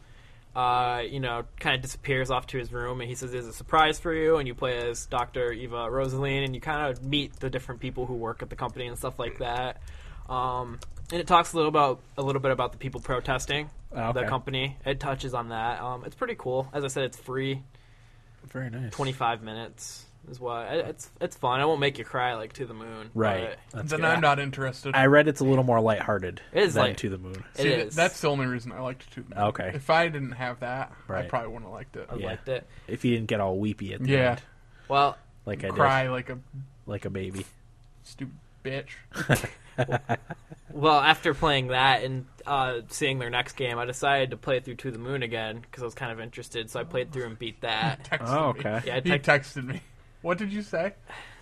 [SPEAKER 4] Uh, you know, kind of disappears off to his room, and he says, "There's a surprise for you." And you play as Doctor Eva Rosaline, and you kind of meet the different people who work at the company and stuff like that. Um, and it talks a little about a little bit about the people protesting
[SPEAKER 2] Oh,
[SPEAKER 5] Ah,
[SPEAKER 2] okay.
[SPEAKER 4] the company. It touches on that. Um, it's pretty cool. As I said, it's free.
[SPEAKER 2] very nice.
[SPEAKER 4] Twenty five minutes is what it- it's. It's fun. I won't make you cry like to the moon.
[SPEAKER 2] Right. That's
[SPEAKER 5] then
[SPEAKER 2] good.
[SPEAKER 5] I'm not interested.
[SPEAKER 2] I read it's a little more lighthearted.
[SPEAKER 4] It is
[SPEAKER 2] than
[SPEAKER 4] light.
[SPEAKER 2] to the moon.
[SPEAKER 4] but It
[SPEAKER 5] See,
[SPEAKER 4] is.
[SPEAKER 5] th- That's the only reason I liked it too. much.
[SPEAKER 2] Okay.
[SPEAKER 5] If I didn't have that, I
[SPEAKER 2] Right.
[SPEAKER 5] probably wouldn't have liked it.
[SPEAKER 4] I
[SPEAKER 2] Yeah.
[SPEAKER 4] liked it.
[SPEAKER 2] If you didn't get all weepy at the
[SPEAKER 5] Yeah.
[SPEAKER 2] end,
[SPEAKER 4] Well,
[SPEAKER 2] like I
[SPEAKER 5] Cry
[SPEAKER 2] did,
[SPEAKER 5] like a
[SPEAKER 2] like a baby.
[SPEAKER 5] stupid bitch.
[SPEAKER 4] Well, after playing that and uh, seeing their next game, I decided to play through To the Moon again because I was kind of interested. So I played through and beat that.
[SPEAKER 5] Texted
[SPEAKER 2] Oh,
[SPEAKER 5] me.
[SPEAKER 2] okay.
[SPEAKER 4] Yeah, I
[SPEAKER 5] he
[SPEAKER 4] text-
[SPEAKER 5] texted me. What did you say?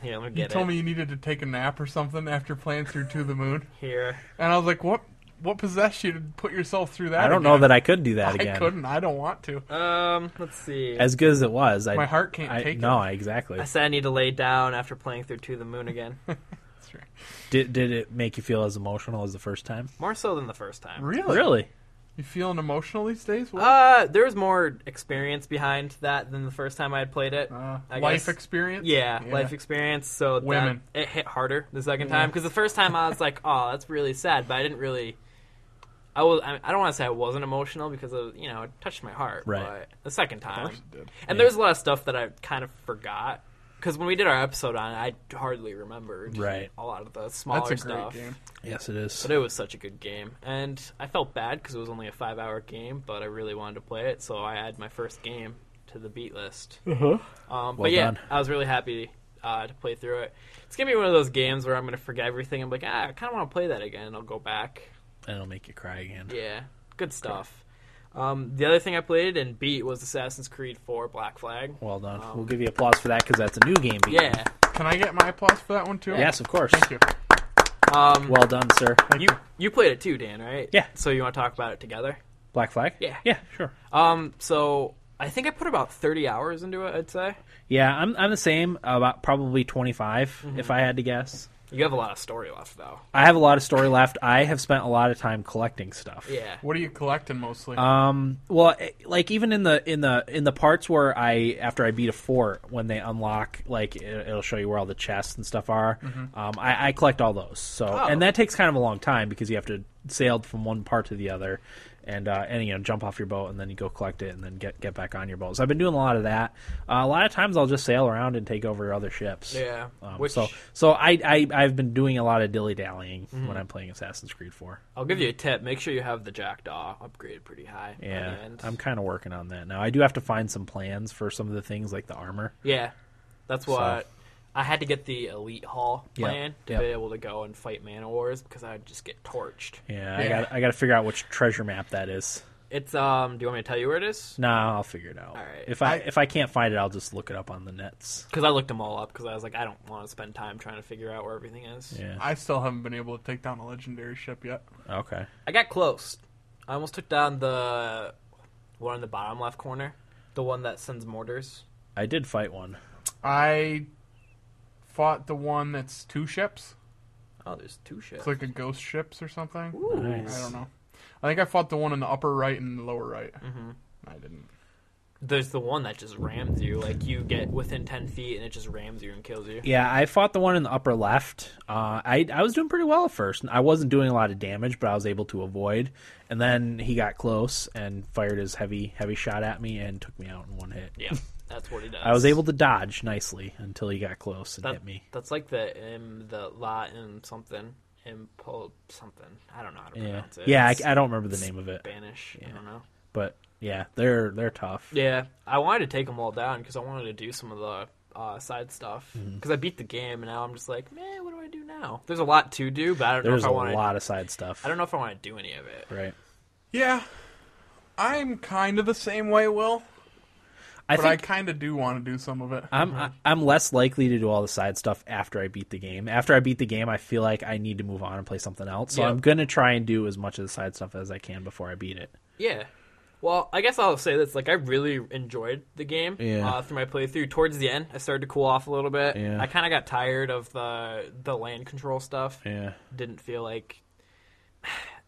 [SPEAKER 4] Here, let me
[SPEAKER 5] You
[SPEAKER 4] get
[SPEAKER 5] told
[SPEAKER 4] it
[SPEAKER 5] me you needed to take a nap or something after playing through To the Moon,
[SPEAKER 4] here.
[SPEAKER 5] and I was like, "What? What possessed you to put yourself through that?"
[SPEAKER 2] I don't know that I could do that again.
[SPEAKER 5] I couldn't. I don't want to.
[SPEAKER 4] Um, let's see.
[SPEAKER 2] As good as it was, I,
[SPEAKER 5] My heart can't
[SPEAKER 2] I,
[SPEAKER 5] take
[SPEAKER 2] No,
[SPEAKER 5] it.
[SPEAKER 2] I- exactly.
[SPEAKER 4] I said, I need to lay down after playing through To the Moon again,
[SPEAKER 5] That's right.
[SPEAKER 2] Did did it make you feel as emotional as the first time?
[SPEAKER 4] more so than the first time.
[SPEAKER 5] Really?
[SPEAKER 2] Really?
[SPEAKER 5] You feeling emotional these days? What?
[SPEAKER 4] Uh, there was more experience behind that than the first time I had played it.
[SPEAKER 5] Uh,
[SPEAKER 4] I
[SPEAKER 5] life
[SPEAKER 4] guess.
[SPEAKER 5] experience.
[SPEAKER 4] Yeah, life experience. So that-
[SPEAKER 5] Women.
[SPEAKER 4] it hit harder the second time because the first time I was like, "Oh, that's really sad," but I didn't really. I was. I I don't want to say I wasn't emotional because of, you know it touched my heart.
[SPEAKER 2] Right.
[SPEAKER 4] But the second time,
[SPEAKER 5] course it did.
[SPEAKER 4] and there's a lot of stuff that I kind of forgot because when we did our episode on it, I hardly remembered.
[SPEAKER 2] Right.
[SPEAKER 4] A lot of the smaller
[SPEAKER 5] That's a great
[SPEAKER 4] stuff.
[SPEAKER 5] game.
[SPEAKER 2] Yes, it is.
[SPEAKER 4] But it was such a good game, and I felt bad because it was only a five-hour game, but I really wanted to play it, so I added my first game to the beat list. Um,
[SPEAKER 2] Well
[SPEAKER 4] but yeah,
[SPEAKER 2] done.
[SPEAKER 4] I was really happy uh, to play through it. It's gonna be one of those games where I'm gonna forget everything. I'm like, ah, I kind of want to play that again. I'll go back.
[SPEAKER 2] And it'll make you cry again.
[SPEAKER 4] Yeah, good stuff. Um, the other thing I played and beat was Assassin's Creed 4 Black Flag.
[SPEAKER 2] Well done. we'll give you applause for that because that's a new game. Beat.
[SPEAKER 4] Um, Yeah,
[SPEAKER 5] Can I get my applause for that one too?
[SPEAKER 2] Yes, of course.
[SPEAKER 5] Thank you.
[SPEAKER 4] um,
[SPEAKER 2] Well done, sir.
[SPEAKER 5] Thank
[SPEAKER 4] you you played it too, Dan, right?
[SPEAKER 2] Yeah.
[SPEAKER 4] So you want to talk about it together?
[SPEAKER 2] Black Flag.
[SPEAKER 4] Yeah.
[SPEAKER 2] Yeah. Sure.
[SPEAKER 4] Um, so I think I put about 30 hours into it. I'd say.
[SPEAKER 2] Yeah, I'm I'm the same. About probably 25,
[SPEAKER 4] Mm-hmm.
[SPEAKER 2] if I had to guess.
[SPEAKER 4] You have a lot of story left, though.
[SPEAKER 2] I have a lot of story left. I have spent a lot of time collecting stuff.
[SPEAKER 4] Yeah.
[SPEAKER 5] What are you collecting mostly?
[SPEAKER 2] Um. Well, eh, like even in the in the in the parts where I after I beat a fort, when they unlock, like it, it'll show you where all the chests and stuff are.
[SPEAKER 4] Mm-hmm.
[SPEAKER 2] Um, I, I collect all those. So
[SPEAKER 4] Oh.
[SPEAKER 2] and that takes kind of a long time because you have to sail from one part to the other, and uh, and you know jump off your boat and then you go collect it and then get get back on your boat. So I've been doing a lot of that. Uh, a lot of times I'll just sail around and take over other ships.
[SPEAKER 4] Yeah.
[SPEAKER 2] Um,
[SPEAKER 4] Which
[SPEAKER 2] So so I, I I've been doing a lot of dilly dallying
[SPEAKER 4] Mm-hmm.
[SPEAKER 2] when I'm playing Assassin's Creed Four.
[SPEAKER 4] I'll give you a tip. Make sure you have the Jackdaw upgraded pretty high. by
[SPEAKER 2] Yeah,
[SPEAKER 4] the end.
[SPEAKER 2] I'm kind of working on that now. I do have to find some plans for some of the things like the armor.
[SPEAKER 4] Yeah. That's what I had to get the Elite Hall
[SPEAKER 2] Yep,
[SPEAKER 4] plan to
[SPEAKER 2] yep.
[SPEAKER 4] be able to go and fight Man of Wars because I'd just get torched.
[SPEAKER 2] Yeah,
[SPEAKER 5] Yeah.
[SPEAKER 2] I got I got to figure out which treasure map that is.
[SPEAKER 4] It's um. Do you want me to tell you where it is?
[SPEAKER 2] No, I'll figure it out.
[SPEAKER 4] right.
[SPEAKER 2] If I,
[SPEAKER 5] I-
[SPEAKER 2] if I can't find it, I'll just look it up on the nets.
[SPEAKER 4] Because I looked them all up because I was like, I don't want to spend time trying to figure out where everything is.
[SPEAKER 2] Yeah.
[SPEAKER 5] I still haven't been able to take down a legendary ship yet.
[SPEAKER 2] Okay.
[SPEAKER 4] I got close. I almost took down the one in the bottom left corner, the one that sends mortars.
[SPEAKER 2] I did fight one.
[SPEAKER 5] I fought the one that's two ships.
[SPEAKER 4] Oh, there's two ships.
[SPEAKER 5] It's like a ghost ships or something.
[SPEAKER 2] Nice.
[SPEAKER 5] I don't know. I think I fought the one in the upper right and the lower right. Mm-hmm. I didn't.
[SPEAKER 4] There's the one that just rams you. Like you get within ten feet and it just rams you and kills you.
[SPEAKER 2] Yeah, I fought the one in the upper left. Uh, I I was doing pretty well at first. I wasn't doing a lot of damage, but I was able to avoid. And then he got close and fired his heavy heavy shot at me and took me out in one hit.
[SPEAKER 4] Yeah, that's what he does.
[SPEAKER 2] I was able to dodge nicely until he got close and
[SPEAKER 4] that,
[SPEAKER 2] hit me.
[SPEAKER 4] That's like the um, the la um something impul something. I don't know how to
[SPEAKER 2] Yeah,
[SPEAKER 4] pronounce it.
[SPEAKER 2] yeah.
[SPEAKER 4] It's
[SPEAKER 2] I, I don't remember the name of it,
[SPEAKER 4] Spanish. I don't know.
[SPEAKER 2] but yeah, they're they're tough.
[SPEAKER 4] Yeah, I wanted to take them all down because I wanted to do some of the uh, side stuff
[SPEAKER 2] Mm-hmm.
[SPEAKER 4] because I beat the game and now I'm just like, man, what do I do now? There's a lot to do, but I don't
[SPEAKER 2] There's
[SPEAKER 4] know
[SPEAKER 2] a
[SPEAKER 4] if I want to.
[SPEAKER 2] lot of side stuff.
[SPEAKER 4] I don't know if I want to do any of it.
[SPEAKER 2] Right.
[SPEAKER 5] Yeah, I'm kind of the same way, Will.
[SPEAKER 2] I
[SPEAKER 5] But I
[SPEAKER 2] think
[SPEAKER 5] kind of do want to do some of it.
[SPEAKER 2] I, am
[SPEAKER 4] uh-huh.
[SPEAKER 2] i I'm less likely to do all the side stuff after I beat the game. After I beat the game, I feel like I need to move on and play something else. So
[SPEAKER 4] Yeah.
[SPEAKER 2] I'm gonna try and do as much of the side stuff as I can before I beat it.
[SPEAKER 4] Yeah. Well, I guess I'll say this. Like, I really enjoyed the game
[SPEAKER 2] Yeah.
[SPEAKER 4] uh, through my playthrough. Towards the end, I started to cool off a little bit.
[SPEAKER 2] Yeah.
[SPEAKER 4] I kind of got tired of the the land control stuff.
[SPEAKER 2] Yeah.
[SPEAKER 4] Didn't feel like,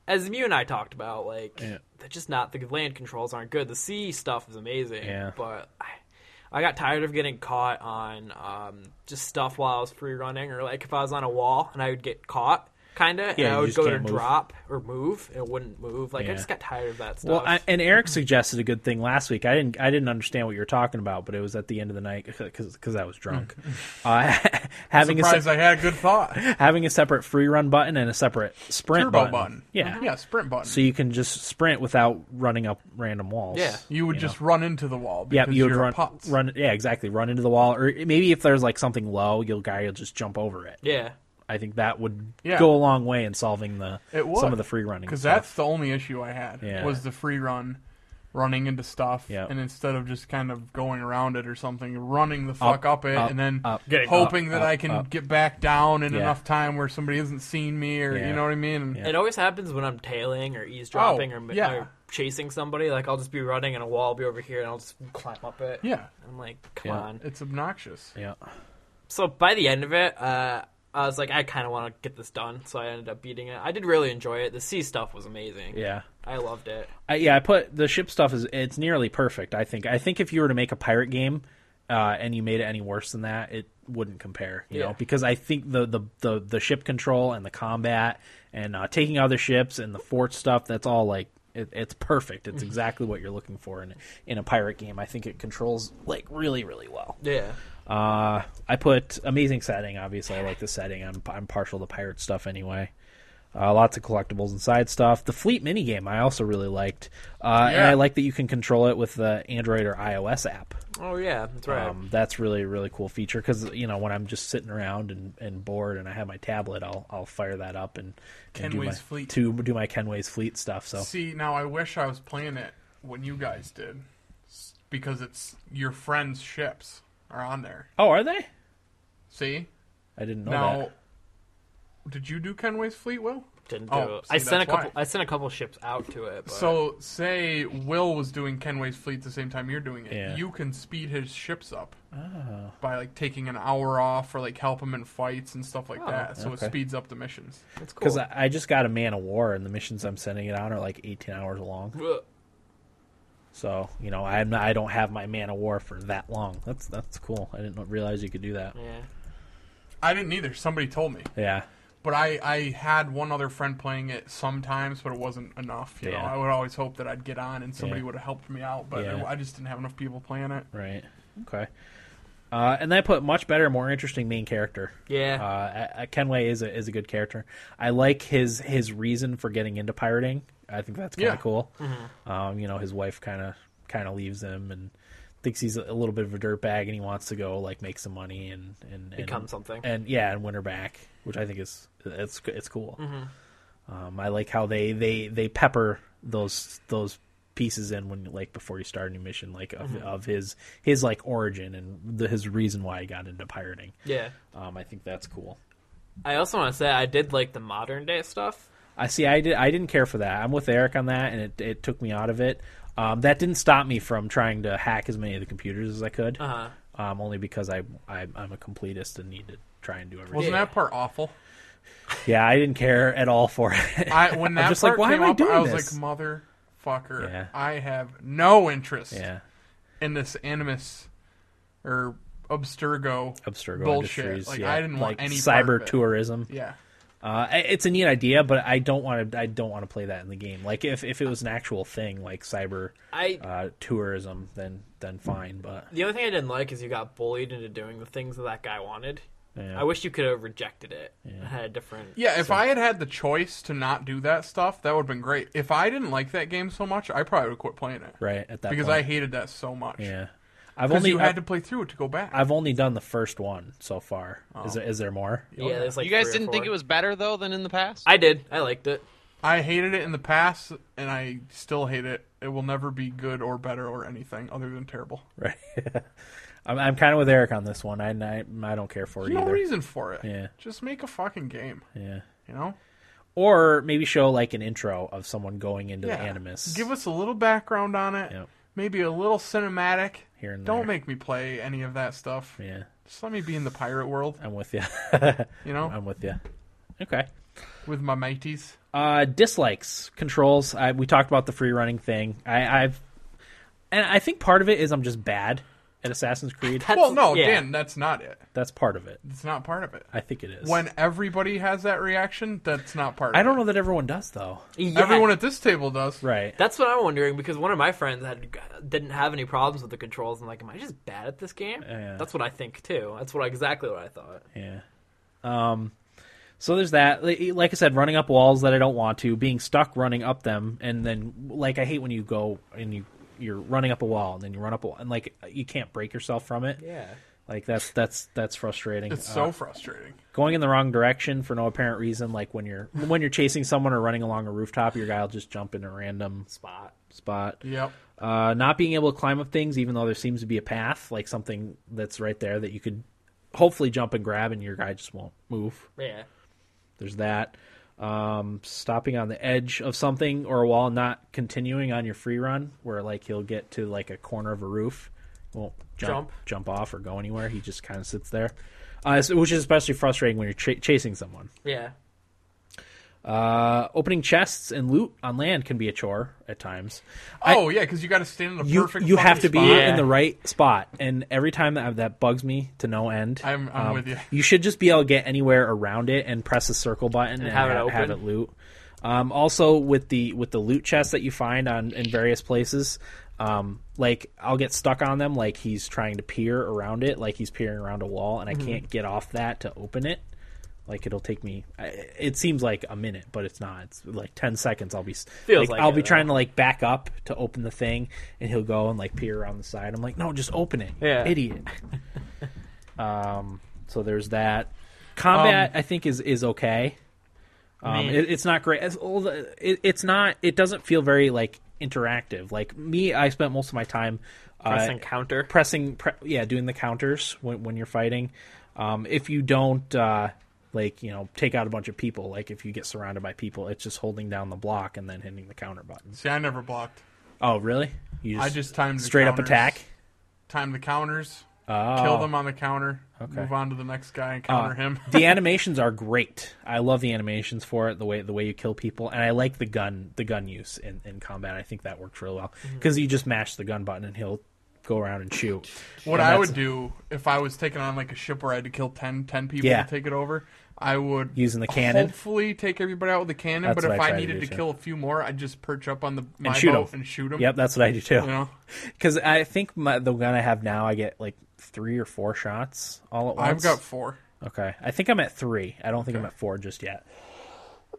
[SPEAKER 4] as you and I talked about, like
[SPEAKER 2] Yeah.
[SPEAKER 4] they're just not the land controls aren't good. The sea stuff is amazing.
[SPEAKER 2] Yeah.
[SPEAKER 4] But I, I got tired of getting caught on um, just stuff while I was free running, or like if I was on a wall and I would get caught. Kinda,
[SPEAKER 2] Yeah,
[SPEAKER 4] and I
[SPEAKER 2] you
[SPEAKER 4] would
[SPEAKER 2] just
[SPEAKER 4] go to
[SPEAKER 2] can't move.
[SPEAKER 4] drop or move, and it wouldn't move. Like I
[SPEAKER 2] Yeah.
[SPEAKER 4] just got tired of that stuff.
[SPEAKER 2] Well, I, and Eric suggested a good thing last week. I didn't I didn't understand what you were talking about, but it was at the end of the night because I was drunk. uh, having a se-
[SPEAKER 5] Surprised I had a good thought.
[SPEAKER 2] having a separate free run button and a separate sprint
[SPEAKER 5] Turbo
[SPEAKER 2] button.
[SPEAKER 5] button.
[SPEAKER 2] Yeah.
[SPEAKER 4] Mm-hmm.
[SPEAKER 5] Yeah, sprint button.
[SPEAKER 2] So you can just sprint without running up random walls.
[SPEAKER 4] Yeah.
[SPEAKER 5] you would
[SPEAKER 2] you
[SPEAKER 5] just run into the wall
[SPEAKER 2] Yeah,
[SPEAKER 5] because
[SPEAKER 2] you would
[SPEAKER 5] you're
[SPEAKER 2] run,
[SPEAKER 5] putts.
[SPEAKER 2] run, yeah, exactly, run into the wall, or maybe if there's like something low, you'll guy, you'll just jump over it.
[SPEAKER 4] Yeah.
[SPEAKER 2] I think that would
[SPEAKER 5] Yeah.
[SPEAKER 2] go a long way in solving the
[SPEAKER 5] It would.
[SPEAKER 2] some of the free running
[SPEAKER 5] because
[SPEAKER 2] stuff.
[SPEAKER 5] that's the only issue I had
[SPEAKER 2] Yeah.
[SPEAKER 5] was the free run, running into stuff,
[SPEAKER 2] Yeah.
[SPEAKER 5] and instead of just kind of going around it or something, running the fuck up, it
[SPEAKER 2] up,
[SPEAKER 5] and then
[SPEAKER 2] up,
[SPEAKER 5] getting hoping
[SPEAKER 2] up,
[SPEAKER 5] that
[SPEAKER 2] up,
[SPEAKER 5] I can
[SPEAKER 2] up.
[SPEAKER 5] get back down in
[SPEAKER 2] Yeah.
[SPEAKER 5] enough time where somebody hasn't seen me or
[SPEAKER 2] Yeah.
[SPEAKER 5] you know what I mean. And-
[SPEAKER 4] It always happens when I'm tailing or
[SPEAKER 2] Oh,
[SPEAKER 4] eavesdropping or, mi-
[SPEAKER 5] yeah.
[SPEAKER 4] or chasing somebody. Like, I'll just be running and a wall will be over here and I'll just climb up it.
[SPEAKER 5] yeah,
[SPEAKER 4] I'm like, come
[SPEAKER 2] Yeah.
[SPEAKER 4] on.
[SPEAKER 5] it's obnoxious.
[SPEAKER 2] yeah,
[SPEAKER 4] So by the end of it, uh, I was like, I kind of want to get this done. So I ended up beating it. I did really enjoy it. The sea stuff was amazing.
[SPEAKER 2] yeah.
[SPEAKER 4] I loved it.
[SPEAKER 2] I, yeah, I put the ship stuff is it's nearly perfect. I think. I think if you were to make a pirate game, uh, and you made it any worse than that, it wouldn't compare. You
[SPEAKER 4] Yeah.
[SPEAKER 2] know, because I think the, the the the ship control and the combat and uh, taking other ships and the fort stuff. That's all like it, it's perfect. It's exactly what you're looking for in in a pirate game. I think it controls like really really well.
[SPEAKER 4] Yeah.
[SPEAKER 2] Uh, I put amazing setting. Obviously, I like the setting. I'm I'm partial to pirate stuff anyway. Uh, lots of collectibles and side stuff. The fleet minigame I also really liked, uh, and
[SPEAKER 5] Yeah.
[SPEAKER 2] I like that you can control it with the Android or iOS app.
[SPEAKER 4] Oh yeah, that's right.
[SPEAKER 2] Um, that's really really cool feature because you know when I'm just sitting around and, and bored and I have my tablet, I'll I'll fire that up and, and do
[SPEAKER 5] Kenway's
[SPEAKER 2] my
[SPEAKER 5] Fleet.
[SPEAKER 2] to do my Kenway's fleet stuff. So
[SPEAKER 5] See, now I wish I was playing it when you guys did, S- because it's your friends' ships are on there.
[SPEAKER 2] oh, are they?
[SPEAKER 5] See,
[SPEAKER 2] I didn't know
[SPEAKER 5] now,
[SPEAKER 2] that.
[SPEAKER 5] did you do Kenway's fleet, Will?
[SPEAKER 4] Didn't do
[SPEAKER 5] oh,
[SPEAKER 4] it.
[SPEAKER 5] see,
[SPEAKER 4] I sent a
[SPEAKER 5] that's why.
[SPEAKER 4] couple. I sent a couple ships out to it. But,
[SPEAKER 5] So say Will was doing Kenway's fleet the same time you're doing it.
[SPEAKER 2] Yeah. Ah.
[SPEAKER 5] You can speed his ships up by like taking an hour off or like help him in fights and stuff like that. So
[SPEAKER 2] okay.
[SPEAKER 5] it speeds up the missions.
[SPEAKER 4] that's
[SPEAKER 2] Because
[SPEAKER 4] cool.
[SPEAKER 2] I, I just got a Man of War and the missions I'm sending it on are like 18 hours long.
[SPEAKER 4] Ugh.
[SPEAKER 2] So you know I'm not, I don't have my Man of War for that long. That's that's cool. I didn't realize you could do that.
[SPEAKER 4] yeah.
[SPEAKER 5] I didn't either. Somebody told me,
[SPEAKER 2] Yeah.
[SPEAKER 5] but I I had one other friend playing it sometimes, but it wasn't enough. You
[SPEAKER 2] Yeah.
[SPEAKER 5] know, I would always hope that I'd get on and somebody
[SPEAKER 2] Yeah.
[SPEAKER 5] would have helped me out, but
[SPEAKER 2] Yeah.
[SPEAKER 5] I, I just didn't have enough people playing it.
[SPEAKER 2] Right. Okay. Uh, and then I put much better, more interesting main character.
[SPEAKER 4] Yeah.
[SPEAKER 2] Uh, A- A- Kenway is a is a good character. I like his his reason for getting into pirating. I think that's kind of
[SPEAKER 5] Yeah.
[SPEAKER 2] cool.
[SPEAKER 4] Mm-hmm.
[SPEAKER 2] Um, you know, his wife kind of kind of leaves him and thinks he's a little bit of a dirtbag, and he wants to go like make some money and and, and
[SPEAKER 4] Become something.
[SPEAKER 2] And yeah, and win her back, which I think is it's it's cool.
[SPEAKER 4] Mm-hmm.
[SPEAKER 2] Um, I like how they they they pepper those those pieces in when like before you start a new mission like of,
[SPEAKER 4] Mm-hmm.
[SPEAKER 2] of his his like origin and the, his reason why he got into pirating
[SPEAKER 4] Yeah.
[SPEAKER 2] um i think that's cool
[SPEAKER 4] I also want to say I did like the modern day stuff.
[SPEAKER 2] I see. I did. I didn't care for that. I'm with Eric on that, and it it took me out of it. Um, that didn't stop me from trying to hack as many of the computers as I could.
[SPEAKER 4] Uh-huh.
[SPEAKER 2] Um, only because I, I I'm a completist and need to try and do everything.
[SPEAKER 5] Wasn't
[SPEAKER 4] Yeah.
[SPEAKER 5] that part awful?
[SPEAKER 2] Yeah, I didn't care at all for it.
[SPEAKER 5] I when that
[SPEAKER 2] just like,
[SPEAKER 5] part
[SPEAKER 2] why am
[SPEAKER 5] came
[SPEAKER 2] I
[SPEAKER 5] up,
[SPEAKER 2] doing
[SPEAKER 5] I was
[SPEAKER 2] this?
[SPEAKER 5] like, motherfucker,
[SPEAKER 2] Yeah.
[SPEAKER 5] I have no interest
[SPEAKER 2] yeah,
[SPEAKER 5] in this animus or obsturgo
[SPEAKER 2] Abstergo
[SPEAKER 5] bullshit.
[SPEAKER 2] Industries.
[SPEAKER 5] Like
[SPEAKER 2] yeah,
[SPEAKER 5] I didn't want
[SPEAKER 2] like
[SPEAKER 5] any
[SPEAKER 2] cyber
[SPEAKER 5] part of it.
[SPEAKER 2] tourism.
[SPEAKER 5] Yeah,
[SPEAKER 2] Uh, I- it's a neat idea, but I don't want to. I don't want to play that in the game. Like if, if it was an actual thing, like cyber
[SPEAKER 4] I
[SPEAKER 2] uh, tourism, then then fine. But
[SPEAKER 4] the only thing I didn't like is you got bullied into doing the things that that guy wanted.
[SPEAKER 2] yeah.
[SPEAKER 4] I wish you could have rejected it. I had a different.
[SPEAKER 5] yeah. If I had had the choice to not do that stuff, that would have been great. If I didn't like that game so much, I probably would have quit playing it
[SPEAKER 2] right at that
[SPEAKER 5] because I
[SPEAKER 2] point.
[SPEAKER 5] hated that so much.
[SPEAKER 2] yeah. I've
[SPEAKER 5] Because
[SPEAKER 2] only
[SPEAKER 5] you
[SPEAKER 2] I've-
[SPEAKER 5] had to play through it to go back.
[SPEAKER 2] I've only done the first one so far.
[SPEAKER 5] Oh.
[SPEAKER 2] Is there is there more?
[SPEAKER 4] Yeah, there's like
[SPEAKER 3] you guys
[SPEAKER 4] three or
[SPEAKER 3] didn't think
[SPEAKER 4] four.
[SPEAKER 3] it was better though than in the past?
[SPEAKER 4] I did. I liked it.
[SPEAKER 5] I hated it in the past, and I still hate it. It will never be good or better or anything other than terrible.
[SPEAKER 2] Right. I'm, I'm kind of with Eric on this one. I I, I don't care for it
[SPEAKER 5] There's no
[SPEAKER 2] either.
[SPEAKER 5] reason for it.
[SPEAKER 2] Yeah.
[SPEAKER 5] Just make a fucking game.
[SPEAKER 2] Yeah.
[SPEAKER 5] You know.
[SPEAKER 2] Or maybe show like an intro of someone going into the
[SPEAKER 5] Yeah.
[SPEAKER 2] Animus.
[SPEAKER 5] Give us a little background on it.
[SPEAKER 2] Yep.
[SPEAKER 5] Maybe a little cinematic.
[SPEAKER 2] Here and
[SPEAKER 5] Don't
[SPEAKER 2] there.
[SPEAKER 5] make me play any of that stuff.
[SPEAKER 2] Yeah,
[SPEAKER 5] Just let me be in the pirate world,
[SPEAKER 2] I'm with you.
[SPEAKER 5] you know,
[SPEAKER 2] I'm with you. Okay.
[SPEAKER 5] with my mateys.
[SPEAKER 2] Uh, dislikes controls. I, we talked about the free running thing. I, I've, and I think part of it is I'm just bad at Assassin's Creed.
[SPEAKER 4] That's-
[SPEAKER 5] Well, no,
[SPEAKER 4] yeah.
[SPEAKER 5] Dan, that's not it.
[SPEAKER 2] That's part of it.
[SPEAKER 5] That's not part of it.
[SPEAKER 2] I think it is.
[SPEAKER 5] When everybody has that reaction, that's not part of it.
[SPEAKER 2] I don't know that everyone does though.
[SPEAKER 4] Yeah.
[SPEAKER 5] Everyone at this table does.
[SPEAKER 2] Right.
[SPEAKER 4] That's what I'm wondering because one of my friends had didn't have any problems with the controls. I'm like, am I just bad at this game?
[SPEAKER 2] Yeah.
[SPEAKER 4] That's what I think too. That's what exactly what I thought.
[SPEAKER 2] Yeah. Um, so there's that. Li- Like I said, running up walls that I don't want to, being stuck running up them, and then like I hate when you go and you you're running up a wall and then you run up a, and like you can't break yourself from it.
[SPEAKER 4] Yeah.
[SPEAKER 2] Like that's that's that's frustrating.
[SPEAKER 5] It's
[SPEAKER 2] Uh,
[SPEAKER 5] so frustrating.
[SPEAKER 2] going in the wrong direction for no apparent reason. Like when you're when you're chasing someone or running along a rooftop, your guy will just jump in a random
[SPEAKER 4] Spot.
[SPEAKER 2] spot.
[SPEAKER 5] Yep.
[SPEAKER 2] Uh, not being able to climb up things, even though there seems to be a path, like something that's right there that you could hopefully jump and grab, and your guy just won't move.
[SPEAKER 4] Yeah.
[SPEAKER 2] There's that. Um, stopping on the edge of something or a wall, and not continuing on your free run, where like he'll get to like a corner of a roof, he won't jump, jump off or go anywhere. He just kind of sits there, uh, so- which is especially frustrating when you're ch- chasing someone.
[SPEAKER 4] Yeah.
[SPEAKER 2] Uh, opening chests and loot on land can be a chore at times. I-
[SPEAKER 5] Oh yeah, because you got to stand in the
[SPEAKER 2] you
[SPEAKER 5] perfect.
[SPEAKER 2] you
[SPEAKER 5] fucking
[SPEAKER 2] have to be
[SPEAKER 5] spot.
[SPEAKER 4] Yeah.
[SPEAKER 2] in the right spot, and every time that, that bugs me to no end. um,
[SPEAKER 5] I'm- I'm with you.
[SPEAKER 2] You should just be able to get anywhere around it and press the circle button and,
[SPEAKER 4] have it
[SPEAKER 2] ha- have
[SPEAKER 4] open.
[SPEAKER 2] it loot. Um, also with the with the loot chests that you find on in various places, um, like I'll get stuck on them, like he's trying to peer around it, like he's peering around a wall, and I
[SPEAKER 4] Mm-hmm.
[SPEAKER 2] can't get off that to open it. Like it'll take me. I- It seems like a minute, but it's not. It's like ten seconds. I'll be s-
[SPEAKER 4] Feels
[SPEAKER 2] like,
[SPEAKER 4] like
[SPEAKER 2] I'll
[SPEAKER 4] it,
[SPEAKER 2] be
[SPEAKER 4] though.
[SPEAKER 2] trying to like back up to open the thing, and he'll go and like peer around the side. I'm like, no, just open it, you
[SPEAKER 4] Yeah.
[SPEAKER 2] idiot. um, so there's that. Combat, I think, is is okay. Um,
[SPEAKER 4] Meh.
[SPEAKER 2] it, it's not great. It's, all the, it, it's not. It doesn't feel very like interactive. Like me, I spent most of my time
[SPEAKER 4] Press
[SPEAKER 2] uh,
[SPEAKER 4] and counter.
[SPEAKER 2] pressing pre- yeah doing the counters when, when you're fighting um, if you don't uh, like you know take out a bunch of people like if you get surrounded by people it's just holding down the block and then hitting the counter button
[SPEAKER 5] See, I never blocked.
[SPEAKER 2] oh really you
[SPEAKER 5] I just timed the
[SPEAKER 2] straight up
[SPEAKER 5] counters.
[SPEAKER 2] attack
[SPEAKER 5] Time the counters,
[SPEAKER 2] oh.
[SPEAKER 5] kill them on the counter, move on to the next guy and counter
[SPEAKER 2] Uh,
[SPEAKER 5] him.
[SPEAKER 2] the animations are great. I love the animations for it. The way the way you kill people, and I like the gun the gun use in, in combat. I think that works really well
[SPEAKER 5] Mm-hmm.
[SPEAKER 2] because you just mash the gun button and he'll go around and shoot.
[SPEAKER 5] What
[SPEAKER 2] And
[SPEAKER 5] I
[SPEAKER 2] that's-
[SPEAKER 5] would do if I was taking on like a ship where I had to kill 10, 10 people
[SPEAKER 2] Yeah.
[SPEAKER 5] to take it over, I would
[SPEAKER 2] Using the cannon?
[SPEAKER 5] Hopefully, take everybody out with the cannon.
[SPEAKER 2] That's
[SPEAKER 5] but
[SPEAKER 2] what
[SPEAKER 5] if
[SPEAKER 2] I
[SPEAKER 5] I,
[SPEAKER 2] try to do,
[SPEAKER 5] needed to,
[SPEAKER 2] too.
[SPEAKER 5] kill a few more, I'd just perch up on the my
[SPEAKER 2] shoot 'em.
[SPEAKER 5] boat and shoot them.
[SPEAKER 2] Yep, that's what I do too.
[SPEAKER 5] You know,
[SPEAKER 2] Because I think my, the gun I have now, I get like three or four shots all at once.
[SPEAKER 5] I've got four.
[SPEAKER 2] okay. I think I'm at three. I don't think I'm at four just yet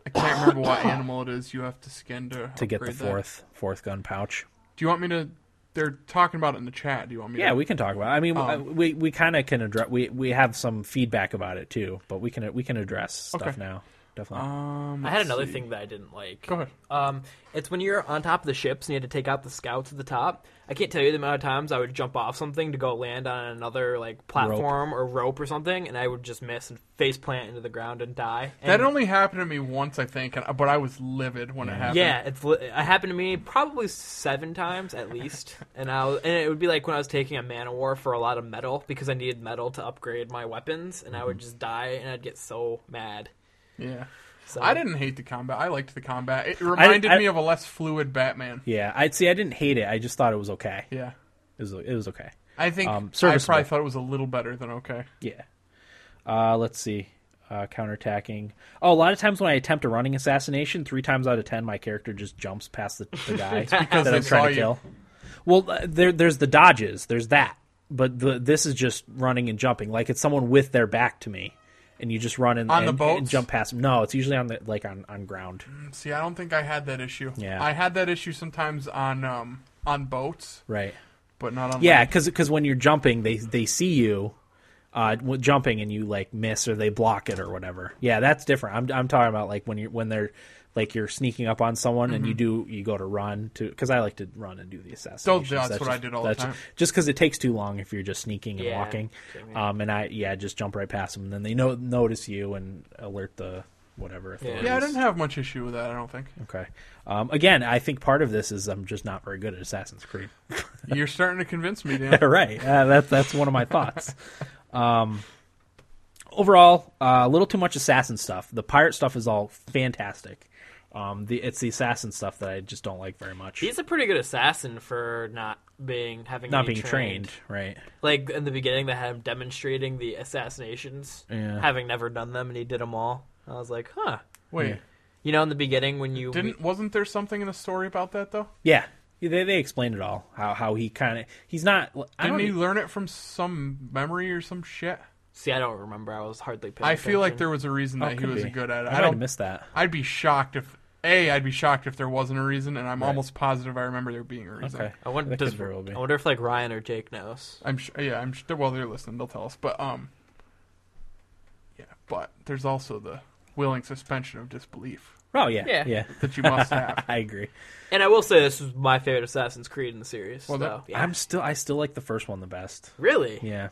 [SPEAKER 5] I can't remember what animal it is you have to skin to
[SPEAKER 2] to get the
[SPEAKER 5] upgrade that.
[SPEAKER 2] fourth fourth gun pouch.
[SPEAKER 5] Do you want me to? They're talking about it in the chat. Do you want me?
[SPEAKER 2] Yeah,
[SPEAKER 5] to,
[SPEAKER 2] we can talk about. It. I
[SPEAKER 5] Um,
[SPEAKER 2] mean, I- we we kind of can address. We we have some feedback about it too, but we can we can address stuff
[SPEAKER 5] Okay.
[SPEAKER 2] now. Definitely.
[SPEAKER 5] Um,
[SPEAKER 4] I had
[SPEAKER 5] let's
[SPEAKER 4] another
[SPEAKER 5] see.
[SPEAKER 4] thing that I didn't like.
[SPEAKER 5] Go ahead.
[SPEAKER 4] Um, it's when you're on top of the ships and you had to take out the scouts at the top. I can't tell you the amount of times I would jump off something to go land on another like platform or rope or something, and I would just miss and face plant into the ground and die. And
[SPEAKER 5] That only happened to me once, I think, and, but I was livid when it happened.
[SPEAKER 4] yeah, it's li- it happened to me probably seven times at least, and I was, and it would be like when I was taking a man of war for a lot of metal because I needed metal to upgrade my weapons, and I
[SPEAKER 2] Mm-hmm.
[SPEAKER 4] would just die and I'd get so mad.
[SPEAKER 5] yeah.
[SPEAKER 4] So
[SPEAKER 5] I didn't hate the combat. I liked the combat. It reminded
[SPEAKER 2] I-
[SPEAKER 5] me of a less fluid Batman.
[SPEAKER 2] yeah, I'd see. I didn't hate it. I just thought it was okay.
[SPEAKER 5] Yeah.
[SPEAKER 2] It was it was okay.
[SPEAKER 5] I think
[SPEAKER 2] Um,
[SPEAKER 5] I
[SPEAKER 2] serviceable.
[SPEAKER 5] probably thought it was a little better than okay.
[SPEAKER 2] Yeah. Uh, let's see. Uh, counterattacking. Oh, a lot of times when I attempt a running assassination, three times out of ten, my character just jumps past the, the guy that
[SPEAKER 5] they
[SPEAKER 2] I'm trying
[SPEAKER 5] saw
[SPEAKER 2] to
[SPEAKER 5] you.
[SPEAKER 2] kill. Well, uh, there, there's the dodges. There's that. But the, this is just running and jumping. Like it's someone with their back to me, and you just run and,
[SPEAKER 5] On the
[SPEAKER 2] and-
[SPEAKER 5] boats?
[SPEAKER 2] and jump past them. No, it's usually on the like on, on ground.
[SPEAKER 5] See, I don't think I had that issue.
[SPEAKER 2] Yeah.
[SPEAKER 5] I had that issue sometimes on um on boats,
[SPEAKER 2] Right.
[SPEAKER 5] but not on
[SPEAKER 2] Yeah,
[SPEAKER 5] land.
[SPEAKER 2] because when you're jumping, they they see you uh, w- jumping and you like miss or they block it or whatever. Yeah, that's different. I'm I'm talking about like when you are when they're like you're sneaking up on someone and you
[SPEAKER 5] Mm-hmm.
[SPEAKER 2] do you go to run to because I like to run and do the assassination.
[SPEAKER 5] Oh, that's what I did all the time.
[SPEAKER 2] Just because it takes too long if you're just sneaking and
[SPEAKER 4] Yeah,
[SPEAKER 2] walking.
[SPEAKER 4] same here.
[SPEAKER 2] Um, and I yeah just jump right past them and then they know notice you and alert the whatever. authorities.
[SPEAKER 5] Yeah, I didn't have much issue with that. I don't think
[SPEAKER 2] Okay. Um, again, I think part of this is I'm just not very good at Assassin's Creed.
[SPEAKER 5] you're starting to convince me, Dan.
[SPEAKER 2] All right. Uh, that's that's one of my thoughts. Um, overall, uh, a little too much assassin stuff. The pirate stuff is all fantastic. Um, the it's the assassin stuff that I just don't like very much.
[SPEAKER 4] He's a pretty good assassin for not being having
[SPEAKER 2] Not
[SPEAKER 4] any
[SPEAKER 2] being trained, right?
[SPEAKER 4] Like in the beginning, they had him demonstrating the assassinations,
[SPEAKER 2] Yeah.
[SPEAKER 4] having never done them, and he did them all. I was like, huh.
[SPEAKER 5] Wait,
[SPEAKER 4] You know, in the beginning when you
[SPEAKER 5] didn't wasn't there something in the story about that though?
[SPEAKER 2] Yeah. They they explained it all. How how he kind of he's not. I
[SPEAKER 5] Didn't
[SPEAKER 2] don't. e-
[SPEAKER 5] he learn it from some memory or some shit?
[SPEAKER 4] see, I don't remember. I was hardly. Paying
[SPEAKER 5] I feel like
[SPEAKER 4] attention.
[SPEAKER 5] there was a reason
[SPEAKER 2] oh,
[SPEAKER 5] that he
[SPEAKER 2] could
[SPEAKER 5] was
[SPEAKER 2] be.
[SPEAKER 5] good at it.
[SPEAKER 2] I,
[SPEAKER 5] I,
[SPEAKER 2] might have
[SPEAKER 5] don't.
[SPEAKER 2] missed that.
[SPEAKER 5] I'd be shocked if a. I'd be shocked if there wasn't a reason, and I'm almost positive I remember there being a reason.
[SPEAKER 2] Okay.
[SPEAKER 4] I wonder,
[SPEAKER 2] That
[SPEAKER 4] does,
[SPEAKER 2] could very well be.
[SPEAKER 4] I wonder if like Ryan or Jake knows.
[SPEAKER 5] I'm sure. Yeah, I'm sure. Well, they're listening. They'll tell us. But um, yeah. But there's also the willing suspension of disbelief
[SPEAKER 2] Oh yeah.
[SPEAKER 4] Yeah.
[SPEAKER 2] Yeah.
[SPEAKER 5] that you must have.
[SPEAKER 2] I agree.
[SPEAKER 4] And I will say this was my favorite Assassin's Creed in the series.
[SPEAKER 5] Well,
[SPEAKER 4] so,
[SPEAKER 5] that-
[SPEAKER 4] yeah.
[SPEAKER 2] I'm still. I still like the first one the best.
[SPEAKER 4] really
[SPEAKER 2] Yeah.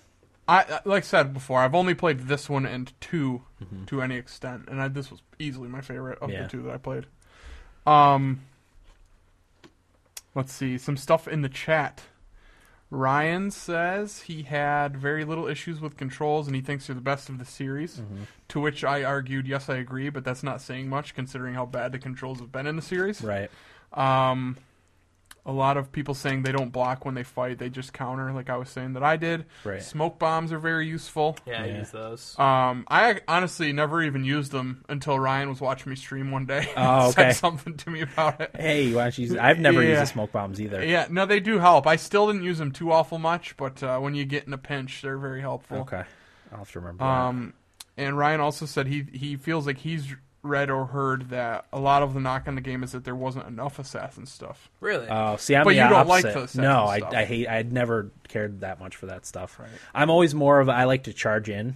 [SPEAKER 5] I I- like I said before. I've only played this one and 2 to any extent, and I, this was easily my favorite of
[SPEAKER 2] Mm-hmm. Yeah.
[SPEAKER 5] the two that I played. Um, let's see some stuff in the chat. Ryan says he had very little issues with controls and he thinks they're the best of the series.
[SPEAKER 2] Mm-hmm.
[SPEAKER 5] To which I argued, yes, I agree, but that's not saying much considering how bad the controls have been in the series.
[SPEAKER 2] Right.
[SPEAKER 5] Um, a lot of people saying they don't block when they fight; they just counter, like I was saying that I did.
[SPEAKER 2] Right.
[SPEAKER 5] Smoke bombs are very useful.
[SPEAKER 4] Yeah,
[SPEAKER 2] Yeah.
[SPEAKER 4] I use those.
[SPEAKER 5] Um, I honestly never even used them until Ryan was watching me stream one day.
[SPEAKER 2] Oh,
[SPEAKER 5] and said
[SPEAKER 2] okay.
[SPEAKER 5] something to me about it.
[SPEAKER 2] Hey, why don't you use? I've never used
[SPEAKER 5] Yeah.
[SPEAKER 2] the smoke bombs either.
[SPEAKER 5] Yeah, no, they do help. I still didn't use them too awful much, but uh, when you get in a pinch, they're very helpful.
[SPEAKER 2] Okay. I'll have to remember.
[SPEAKER 5] Um, and Ryan also said he he feels like he's read or heard that a lot of the knock on the game is that there wasn't enough assassin stuff.
[SPEAKER 4] Really?
[SPEAKER 2] that. Oh, see, I'm
[SPEAKER 5] but
[SPEAKER 2] the
[SPEAKER 5] you don't like
[SPEAKER 2] opposite.
[SPEAKER 5] those types
[SPEAKER 2] No,
[SPEAKER 5] of
[SPEAKER 2] I,
[SPEAKER 5] stuff.
[SPEAKER 2] I hate. I'd never cared that much for that stuff. I'm always more of I like to charge in,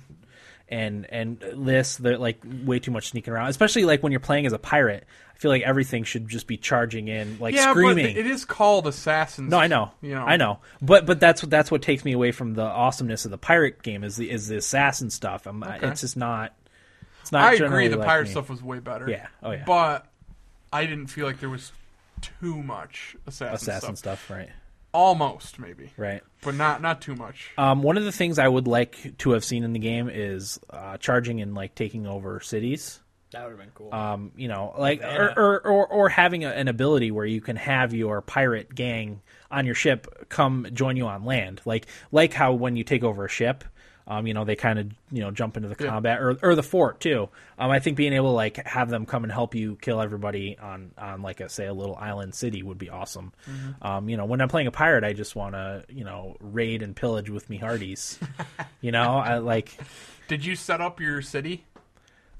[SPEAKER 2] and and this they're like way too much sneaking around. Especially like when you're playing as a pirate, I feel like everything should just be charging in, like
[SPEAKER 5] yeah,
[SPEAKER 2] screaming.
[SPEAKER 5] but it is called assassins.
[SPEAKER 2] No, I know.
[SPEAKER 5] You know,
[SPEAKER 2] I know. But but that's what that's what takes me away from the awesomeness of the pirate game is the is the assassin stuff. I'm, It's just not. It's not.
[SPEAKER 5] I
[SPEAKER 2] generally
[SPEAKER 5] agree. The
[SPEAKER 2] like
[SPEAKER 5] pirate
[SPEAKER 2] me.
[SPEAKER 5] stuff was way better.
[SPEAKER 2] Yeah. Oh, yeah.
[SPEAKER 5] But I didn't feel like there was too much assassin,
[SPEAKER 2] Assassin
[SPEAKER 5] stuff.
[SPEAKER 2] stuff. Right.
[SPEAKER 5] Almost maybe,
[SPEAKER 2] Right.
[SPEAKER 5] but not not too much.
[SPEAKER 2] Um, one of the things I would like to have seen in the game is uh, charging and like taking over cities.
[SPEAKER 4] that would have been cool.
[SPEAKER 2] Um, you know, like or, or, or or having a, an ability where you can have your pirate gang on your ship come join you on land, like like how when you take over a ship, um, you know they kind of you know jump into the combat or or the fort too. Um, I think being able to like have them come and help you kill everybody on on like a say a little island city would be awesome.
[SPEAKER 5] Mm-hmm.
[SPEAKER 2] Um, you know, when I'm playing a pirate, I just want to you know raid and pillage with me hearties. you know, I like.
[SPEAKER 5] Did you set up your city?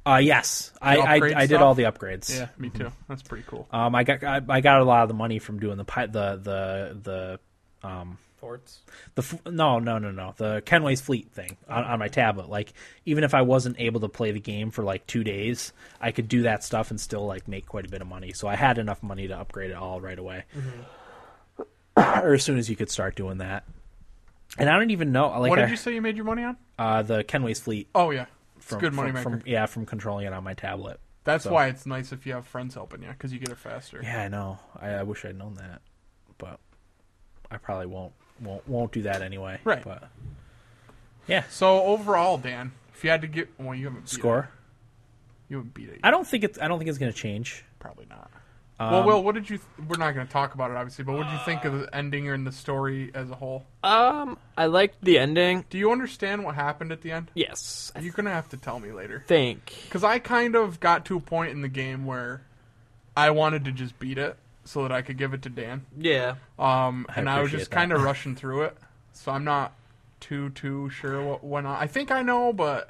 [SPEAKER 2] Uh, yes, I, I,
[SPEAKER 5] upgrade
[SPEAKER 2] I did
[SPEAKER 5] stuff?
[SPEAKER 2] all the upgrades.
[SPEAKER 5] Yeah, me too. That's pretty cool.
[SPEAKER 2] Um, I got I, I got a lot of the money from doing the pi- the the the
[SPEAKER 4] Forts.
[SPEAKER 2] the f- no no no no the Kenway's Fleet thing on, on my tablet. Like even if I wasn't able to play the game for like two days, I could do that stuff and still like make quite a bit of money. So I had enough money to upgrade it all right away,
[SPEAKER 5] Mm-hmm.
[SPEAKER 2] or as soon as you could start doing that. And I don't even know like
[SPEAKER 5] what
[SPEAKER 2] I-
[SPEAKER 5] did you say you made your money on?
[SPEAKER 2] uh, the Kenway's Fleet
[SPEAKER 5] Oh yeah, it's
[SPEAKER 2] from,
[SPEAKER 5] a good
[SPEAKER 2] from-
[SPEAKER 5] money maker.
[SPEAKER 2] from yeah from controlling it on my tablet.
[SPEAKER 5] That's
[SPEAKER 2] so-
[SPEAKER 5] why it's nice if you have friends helping you because you get it faster.
[SPEAKER 2] Yeah, I know. I, I wish I'd known that, but I probably won't won't won't do that anyway.
[SPEAKER 5] Right.
[SPEAKER 2] But
[SPEAKER 5] So overall, Dan, if you had to get well, you haven't beat
[SPEAKER 2] score.
[SPEAKER 5] It. You haven't beat it.
[SPEAKER 2] I Um, don't think it's. I don't think it's going to change.
[SPEAKER 5] Probably not. well, Will, what did you? Th- we're not going to talk about it, obviously, but what did you think of the ending and the story as a whole?
[SPEAKER 4] Um, I liked the ending.
[SPEAKER 5] Do you understand what happened at the end?
[SPEAKER 4] Yes, I
[SPEAKER 5] You're going to have to tell me later,
[SPEAKER 4] think.
[SPEAKER 5] because I kind of got to a point in the game where I wanted to just beat it so that I could give it to Dan,
[SPEAKER 4] Yeah.
[SPEAKER 5] um, and I was
[SPEAKER 2] appreciate
[SPEAKER 5] just
[SPEAKER 2] that.
[SPEAKER 5] kind of rushing through it, so I'm not too too sure what went on. I think I know, but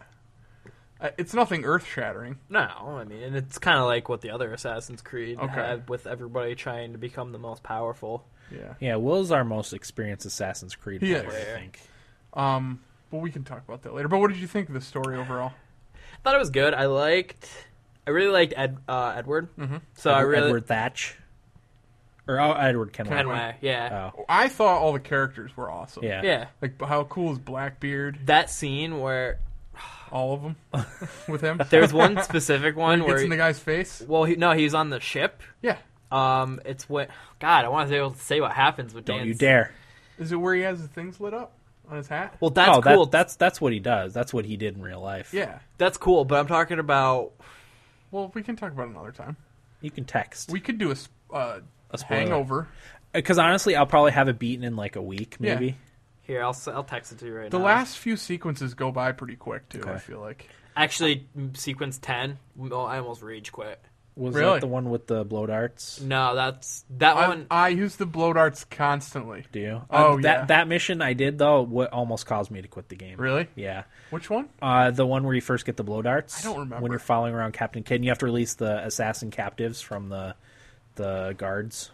[SPEAKER 5] uh, it's nothing earth shattering.
[SPEAKER 4] No, I mean, and it's kind of like what the other Assassin's Creed
[SPEAKER 5] Okay.
[SPEAKER 4] had with everybody trying to become the most powerful.
[SPEAKER 5] Yeah.
[SPEAKER 2] Yeah, Will's our most experienced Assassin's Creed
[SPEAKER 5] He
[SPEAKER 2] player.
[SPEAKER 5] is.
[SPEAKER 2] I think.
[SPEAKER 5] Um, but we can talk about that later. But what did you think of the story overall?
[SPEAKER 4] I thought it was good. I liked. I really liked Ed, uh, Edward. Mm-hmm. So I
[SPEAKER 2] Edward-
[SPEAKER 4] really
[SPEAKER 2] Edward Thatch, or oh, Edward Kenway.
[SPEAKER 4] Kenway. Yeah.
[SPEAKER 2] Oh,
[SPEAKER 5] I thought all the characters were awesome.
[SPEAKER 2] yeah.
[SPEAKER 4] Yeah.
[SPEAKER 5] Like how cool is Blackbeard?
[SPEAKER 4] That scene where
[SPEAKER 5] All of them with him.
[SPEAKER 4] there's one specific one
[SPEAKER 5] Gets
[SPEAKER 4] where
[SPEAKER 5] in the guy's face.
[SPEAKER 4] well, he, no, he's on the ship.
[SPEAKER 5] Yeah.
[SPEAKER 4] Um, it's what God, I want to be able to say what happens with
[SPEAKER 2] Don't
[SPEAKER 4] Dan's.
[SPEAKER 2] you dare!
[SPEAKER 5] Is it where he has the things lit up on his hat?
[SPEAKER 4] Well, that's
[SPEAKER 2] oh, that-
[SPEAKER 4] cool.
[SPEAKER 2] that's that's what he does. That's what he did in real life.
[SPEAKER 5] Yeah.
[SPEAKER 4] that's cool. But I'm talking about
[SPEAKER 5] Well, we can talk about it another time.
[SPEAKER 2] You can text
[SPEAKER 5] We could do a, s- uh,
[SPEAKER 2] A spoiler.
[SPEAKER 5] hangover.
[SPEAKER 2] because honestly, I'll probably have it beaten in like a week,
[SPEAKER 5] Yeah.
[SPEAKER 2] maybe.
[SPEAKER 4] here. I'll s- I'll text it to you right
[SPEAKER 5] The
[SPEAKER 4] now.
[SPEAKER 5] last few sequences go by pretty quick too. I
[SPEAKER 2] Okay.
[SPEAKER 5] feel like.
[SPEAKER 4] actually sequence ten. well, I almost rage quit.
[SPEAKER 2] Was
[SPEAKER 5] Really?
[SPEAKER 2] that the one with the blow darts?
[SPEAKER 4] No, that's that
[SPEAKER 5] I,
[SPEAKER 4] one.
[SPEAKER 5] I use the blow darts constantly.
[SPEAKER 2] Do you?
[SPEAKER 5] Oh,
[SPEAKER 2] Uh,
[SPEAKER 5] yeah.
[SPEAKER 2] that that mission I did though what almost caused me to quit the game.
[SPEAKER 5] Really?
[SPEAKER 2] Yeah.
[SPEAKER 5] Which one?
[SPEAKER 2] Uh, the one where you first get the blow darts.
[SPEAKER 5] I don't remember.
[SPEAKER 2] when you're following around Captain Kidd. And you have to release the assassin captives from the the guards.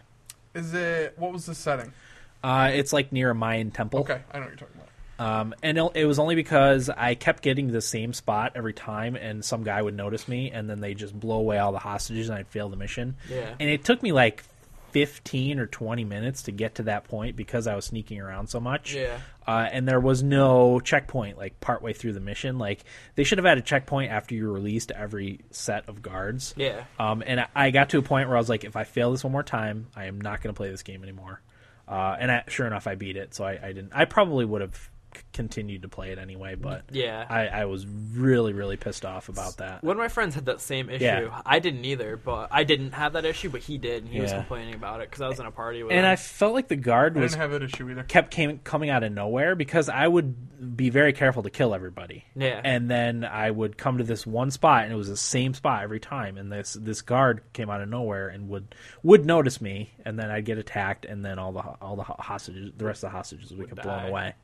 [SPEAKER 5] Is it? What was the setting?
[SPEAKER 2] Uh, it's like near a Mayan temple.
[SPEAKER 5] Okay, I know what you're talking about.
[SPEAKER 2] Um, and it, it was only because I kept getting to the same spot every time, and some guy would notice me, and then they just blow away all the hostages, and I'd fail the mission.
[SPEAKER 4] Yeah.
[SPEAKER 2] And it took me like. 15 or 20 minutes to get to that point because I was sneaking around so much.
[SPEAKER 4] Yeah.
[SPEAKER 2] Uh, and there was no checkpoint like partway through the mission. Like they should have had a checkpoint after you released every set of guards.
[SPEAKER 4] Yeah.
[SPEAKER 2] Um, and I- I got to a point where I was like, if I fail this one more time, I am not going to play this game anymore. Uh, and I, sure enough, I beat it. So I, I didn't. I probably would have c- continued to play it anyway, but
[SPEAKER 4] Yeah.
[SPEAKER 2] I, I was really really pissed off about that.
[SPEAKER 4] One of my friends had that same issue.
[SPEAKER 2] Yeah.
[SPEAKER 4] I didn't either, but I didn't have that issue, but he did, and he was
[SPEAKER 2] Yeah.
[SPEAKER 4] complaining about it because I was in a party with
[SPEAKER 2] And
[SPEAKER 4] him.
[SPEAKER 2] I felt like the guard
[SPEAKER 5] I
[SPEAKER 2] was
[SPEAKER 5] didn't have that issue either.
[SPEAKER 2] kept came, coming out of nowhere because I would be very careful to kill everybody.
[SPEAKER 4] Yeah.
[SPEAKER 2] And then I would come to this one spot and it was the same spot every time and this this guard came out of nowhere and would would notice me and then I'd get attacked and then all the ho- all the ho- hostages the rest of the hostages would get blown
[SPEAKER 4] die.
[SPEAKER 2] away.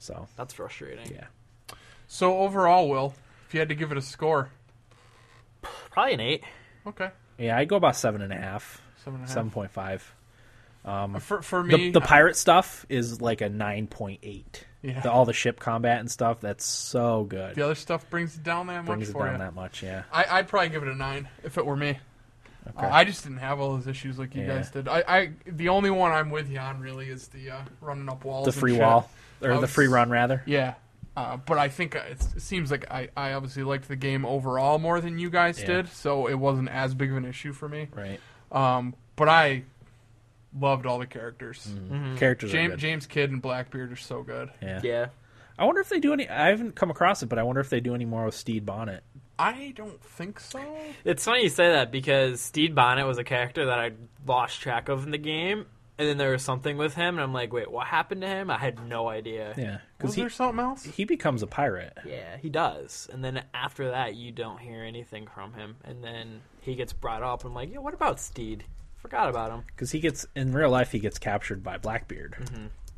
[SPEAKER 2] So,
[SPEAKER 4] That's frustrating.
[SPEAKER 2] yeah.
[SPEAKER 5] So overall, Will, if you had to give it a score,
[SPEAKER 4] Probably an eight.
[SPEAKER 5] okay,
[SPEAKER 2] Yeah, I go about seven and a half,
[SPEAKER 5] seven and a half.
[SPEAKER 2] seven point five.
[SPEAKER 5] for for me,
[SPEAKER 2] Um, The, the pirate stuff is like a nine point eight.
[SPEAKER 5] Yeah.
[SPEAKER 2] The, all the ship combat and stuff that's so good.
[SPEAKER 5] the other stuff brings it down that much
[SPEAKER 2] Brings it
[SPEAKER 5] for
[SPEAKER 2] down
[SPEAKER 5] you.
[SPEAKER 2] that much, yeah.
[SPEAKER 5] I, I'd probably give it a nine if it were me. Uh, I just didn't have all those issues like you
[SPEAKER 2] Yeah.
[SPEAKER 5] guys did. I, I the only one I'm with you on really is the uh, running up walls.
[SPEAKER 2] The
[SPEAKER 5] and
[SPEAKER 2] free
[SPEAKER 5] shit.
[SPEAKER 2] wall or
[SPEAKER 5] I
[SPEAKER 2] the
[SPEAKER 5] was-
[SPEAKER 2] free run rather.
[SPEAKER 5] Yeah, uh, but I think it's, it seems like I, I obviously liked the game overall more than you guys
[SPEAKER 2] Yeah.
[SPEAKER 5] did, so it wasn't as big of an issue for me.
[SPEAKER 2] Right.
[SPEAKER 5] Um, but I loved all the characters.
[SPEAKER 2] Characters are
[SPEAKER 5] James
[SPEAKER 2] Mm, good.
[SPEAKER 5] James Kidd and Blackbeard are so good.
[SPEAKER 2] yeah.
[SPEAKER 4] Yeah.
[SPEAKER 2] I wonder if they do any. I haven't come across it, but I wonder if they do any more with Steed Bonnet.
[SPEAKER 5] I don't think so.
[SPEAKER 4] It's funny you say that because Steed Bonnet was a character that I lost track of in the game, and then there was something with him, and I'm like, wait, what happened to him? I had no idea.
[SPEAKER 2] Yeah, because
[SPEAKER 5] Was
[SPEAKER 2] he
[SPEAKER 5] there something else?
[SPEAKER 2] he becomes a pirate.
[SPEAKER 4] Yeah, he does. And then after that, you don't hear anything from him, and then he gets brought up. and I'm like, yeah, what about Steed? Forgot about him.
[SPEAKER 2] Because he gets in real life, he gets captured by Blackbeard,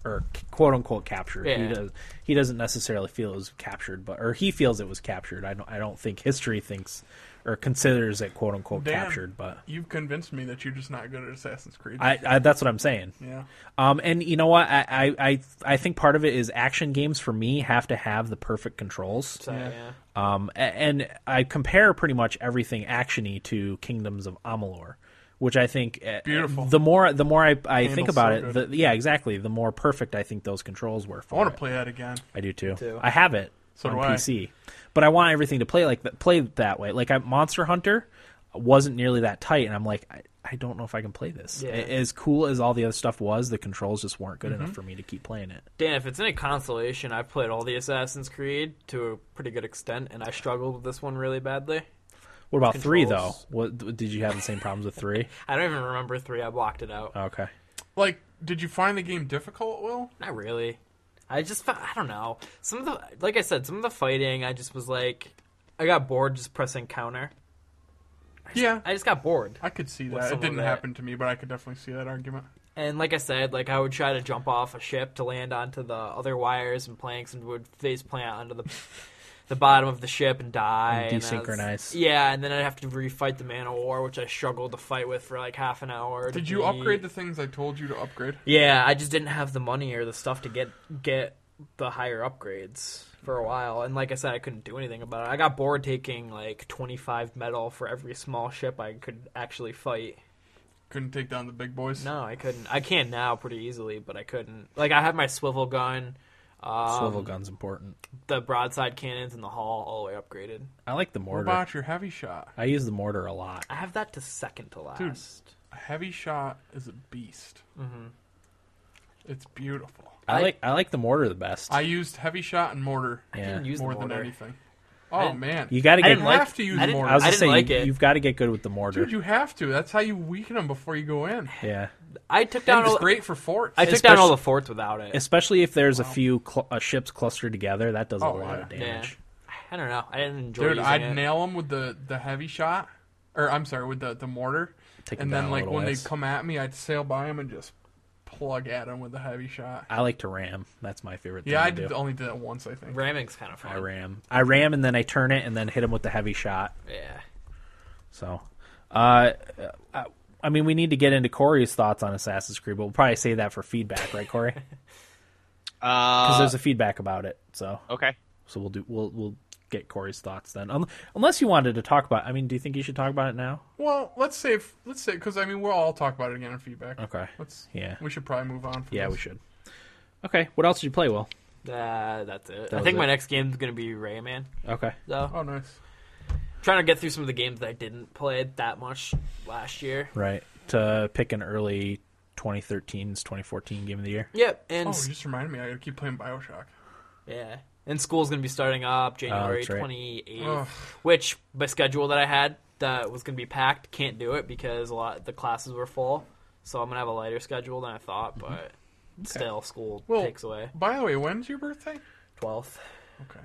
[SPEAKER 2] or quote unquote captured. He
[SPEAKER 4] Yeah.
[SPEAKER 2] does. He doesn't necessarily feel it was captured, but or he feels it was captured. I don't. I don't think history thinks or considers it quote unquote
[SPEAKER 5] Dan,
[SPEAKER 2] captured, but.
[SPEAKER 5] You've convinced me that you're just not good at Assassin's Creed.
[SPEAKER 2] I, I, that's what I'm saying.
[SPEAKER 5] yeah.
[SPEAKER 2] Um, and you know what? I, I, I, I think part of it is action games for me have to have the perfect controls.
[SPEAKER 4] So,
[SPEAKER 5] Yeah.
[SPEAKER 4] yeah.
[SPEAKER 2] Um, a- and I compare pretty much everything actiony to Kingdoms of Amalur, which I think uh,
[SPEAKER 5] Beautiful.
[SPEAKER 2] The more the more I, I think
[SPEAKER 5] Handles
[SPEAKER 2] about
[SPEAKER 5] so
[SPEAKER 2] it,
[SPEAKER 5] good.
[SPEAKER 2] the, yeah, exactly. The more perfect I think those controls were. For
[SPEAKER 5] I want to
[SPEAKER 2] it.
[SPEAKER 5] play that again.
[SPEAKER 2] I do too.
[SPEAKER 4] too.
[SPEAKER 2] I have it
[SPEAKER 5] So
[SPEAKER 2] on
[SPEAKER 5] do I.
[SPEAKER 2] PC, but I want everything to play like that. Play that way. Like I, Monster Hunter wasn't nearly that tight, and I'm like. I, I don't know if I can play this.
[SPEAKER 4] Yeah.
[SPEAKER 2] A- As cool as all the other stuff was, the controls just weren't
[SPEAKER 5] Mm-hmm.
[SPEAKER 2] good enough for me to keep playing it.
[SPEAKER 4] Dan, if it's any consolation, I've played all the Assassin's Creed to a pretty good extent, and I struggled with this one really badly.
[SPEAKER 2] What about three though?
[SPEAKER 4] Controls.
[SPEAKER 2] What did you have the same problems with three?
[SPEAKER 4] I don't even remember three. I blocked it out.
[SPEAKER 2] Okay.
[SPEAKER 5] Like, did you find the game difficult, Will?
[SPEAKER 4] Not really. I just found, I don't know. Some of the like I said, some of the fighting I just was like I got bored just pressing counter.
[SPEAKER 5] Yeah. I,
[SPEAKER 4] I just got bored.
[SPEAKER 5] could see
[SPEAKER 4] With
[SPEAKER 5] that.
[SPEAKER 4] some
[SPEAKER 5] It
[SPEAKER 4] of
[SPEAKER 5] didn't
[SPEAKER 4] that.
[SPEAKER 5] happen to me, but I could definitely see that argument.
[SPEAKER 4] And like I said, like I would try to jump off a ship to land onto the other wires and planks and would face plant onto the the bottom of the ship and die.
[SPEAKER 2] And
[SPEAKER 4] I was-
[SPEAKER 2] desynchronize.
[SPEAKER 4] yeah, and then I'd have to refight the man of war, which I struggled to fight with for like half an hour. to
[SPEAKER 5] Did you
[SPEAKER 4] beat.
[SPEAKER 5] upgrade the things I told you to upgrade?
[SPEAKER 4] Yeah, I just didn't have the money or the stuff to get get the higher upgrades for a while. And like I said, I couldn't do anything about it. I got bored taking like 25 metal for every small ship I could actually fight.
[SPEAKER 5] Couldn't take down the big boys.
[SPEAKER 4] No, I couldn't. I can now pretty easily, but I couldn't. Like I have my swivel gun, um,
[SPEAKER 2] Swivel gun's important.
[SPEAKER 4] the broadside cannons in the hull all the way upgraded.
[SPEAKER 2] I like the
[SPEAKER 5] What
[SPEAKER 2] mortar.
[SPEAKER 5] about your heavy shot?
[SPEAKER 2] I use the mortar a lot.
[SPEAKER 4] I have that to second to last.
[SPEAKER 5] Dude. A heavy shot is a beast. Mm-hmm. It's beautiful.
[SPEAKER 2] I,
[SPEAKER 4] I-
[SPEAKER 2] like I like the mortar the best.
[SPEAKER 5] I used heavy shot and mortar
[SPEAKER 4] I
[SPEAKER 2] Yeah.
[SPEAKER 4] didn't use
[SPEAKER 5] more
[SPEAKER 4] the
[SPEAKER 5] than
[SPEAKER 4] mortar.
[SPEAKER 5] anything. Oh man,
[SPEAKER 2] you got to get.
[SPEAKER 4] I didn't
[SPEAKER 5] you
[SPEAKER 4] like-
[SPEAKER 5] have to use
[SPEAKER 4] I didn't-
[SPEAKER 5] mortar.
[SPEAKER 2] I was
[SPEAKER 4] I
[SPEAKER 2] gonna
[SPEAKER 4] didn't
[SPEAKER 2] say
[SPEAKER 4] like
[SPEAKER 2] you,
[SPEAKER 4] it.
[SPEAKER 2] have got to get good with the mortar.
[SPEAKER 5] Dude, you have to. That's how you weaken them before you go in.
[SPEAKER 2] yeah,
[SPEAKER 4] I took down
[SPEAKER 5] And
[SPEAKER 4] all.
[SPEAKER 5] it's great for forts.
[SPEAKER 4] I took down all the forts without it.
[SPEAKER 2] especially if there's a few cl- uh, ships clustered together, that does
[SPEAKER 5] Oh,
[SPEAKER 2] a lot
[SPEAKER 5] yeah.
[SPEAKER 2] of
[SPEAKER 4] Yeah.
[SPEAKER 2] damage.
[SPEAKER 4] I don't know. I didn't enjoy
[SPEAKER 5] Dude,
[SPEAKER 4] using
[SPEAKER 5] I'd
[SPEAKER 4] it.
[SPEAKER 5] nail them with the, the heavy shot, or I'm sorry, with the, the mortar,
[SPEAKER 2] Take 'em
[SPEAKER 5] and then
[SPEAKER 2] down a
[SPEAKER 5] like
[SPEAKER 2] little
[SPEAKER 5] when
[SPEAKER 2] ways.
[SPEAKER 5] they come at me, I'd sail by them and just plug at them with the heavy shot.
[SPEAKER 2] I like to ram. That's my favorite.
[SPEAKER 5] Yeah, I
[SPEAKER 2] thing to
[SPEAKER 5] did,
[SPEAKER 2] do.
[SPEAKER 5] only did that once, I think.
[SPEAKER 4] Ramming's kind of fun.
[SPEAKER 2] oh, I ram. I ram and then I turn it and then hit him with the heavy shot.
[SPEAKER 4] Yeah.
[SPEAKER 2] So, uh, uh, I mean, we need to get into Corey's thoughts on Assassin's Creed, but we'll probably save that for feedback, right, Corey? Because
[SPEAKER 3] Uh,
[SPEAKER 2] there's a feedback about it. So,
[SPEAKER 3] okay.
[SPEAKER 2] so we'll do. We'll we'll get Corey's thoughts then. Un- unless you wanted to talk about. I mean, do you think you should talk about it now?
[SPEAKER 5] Well, let's save, let's say, because I mean, we'll all talk about it again in feedback.
[SPEAKER 2] Okay.
[SPEAKER 5] Let's.
[SPEAKER 2] Yeah.
[SPEAKER 5] We should probably move on. From
[SPEAKER 2] Yeah,
[SPEAKER 5] this.
[SPEAKER 2] we should. Okay. What else did you play, Will?
[SPEAKER 4] Uh, that's it. I
[SPEAKER 2] was
[SPEAKER 4] think my
[SPEAKER 2] it.
[SPEAKER 4] next game's gonna be Rayman.
[SPEAKER 2] Okay.
[SPEAKER 4] Though
[SPEAKER 5] Oh, nice.
[SPEAKER 4] trying to get through some of the games that I didn't play that much last year.
[SPEAKER 2] Right. To pick an early 2013's 2014 game of the year.
[SPEAKER 4] Yep, and
[SPEAKER 5] Oh, you just reminded me. I gotta keep playing Bioshock.
[SPEAKER 4] Yeah. And school's going to be starting up January
[SPEAKER 2] that's right.
[SPEAKER 4] 28th,
[SPEAKER 5] Ugh.
[SPEAKER 4] which my schedule that I had that was going to be packed can't do it because a lot the classes were full. So I'm going to have a lighter schedule than I thought, but still school
[SPEAKER 5] Well-
[SPEAKER 4] takes away.
[SPEAKER 5] By the way, when's your birthday?
[SPEAKER 4] 12th.
[SPEAKER 5] Okay.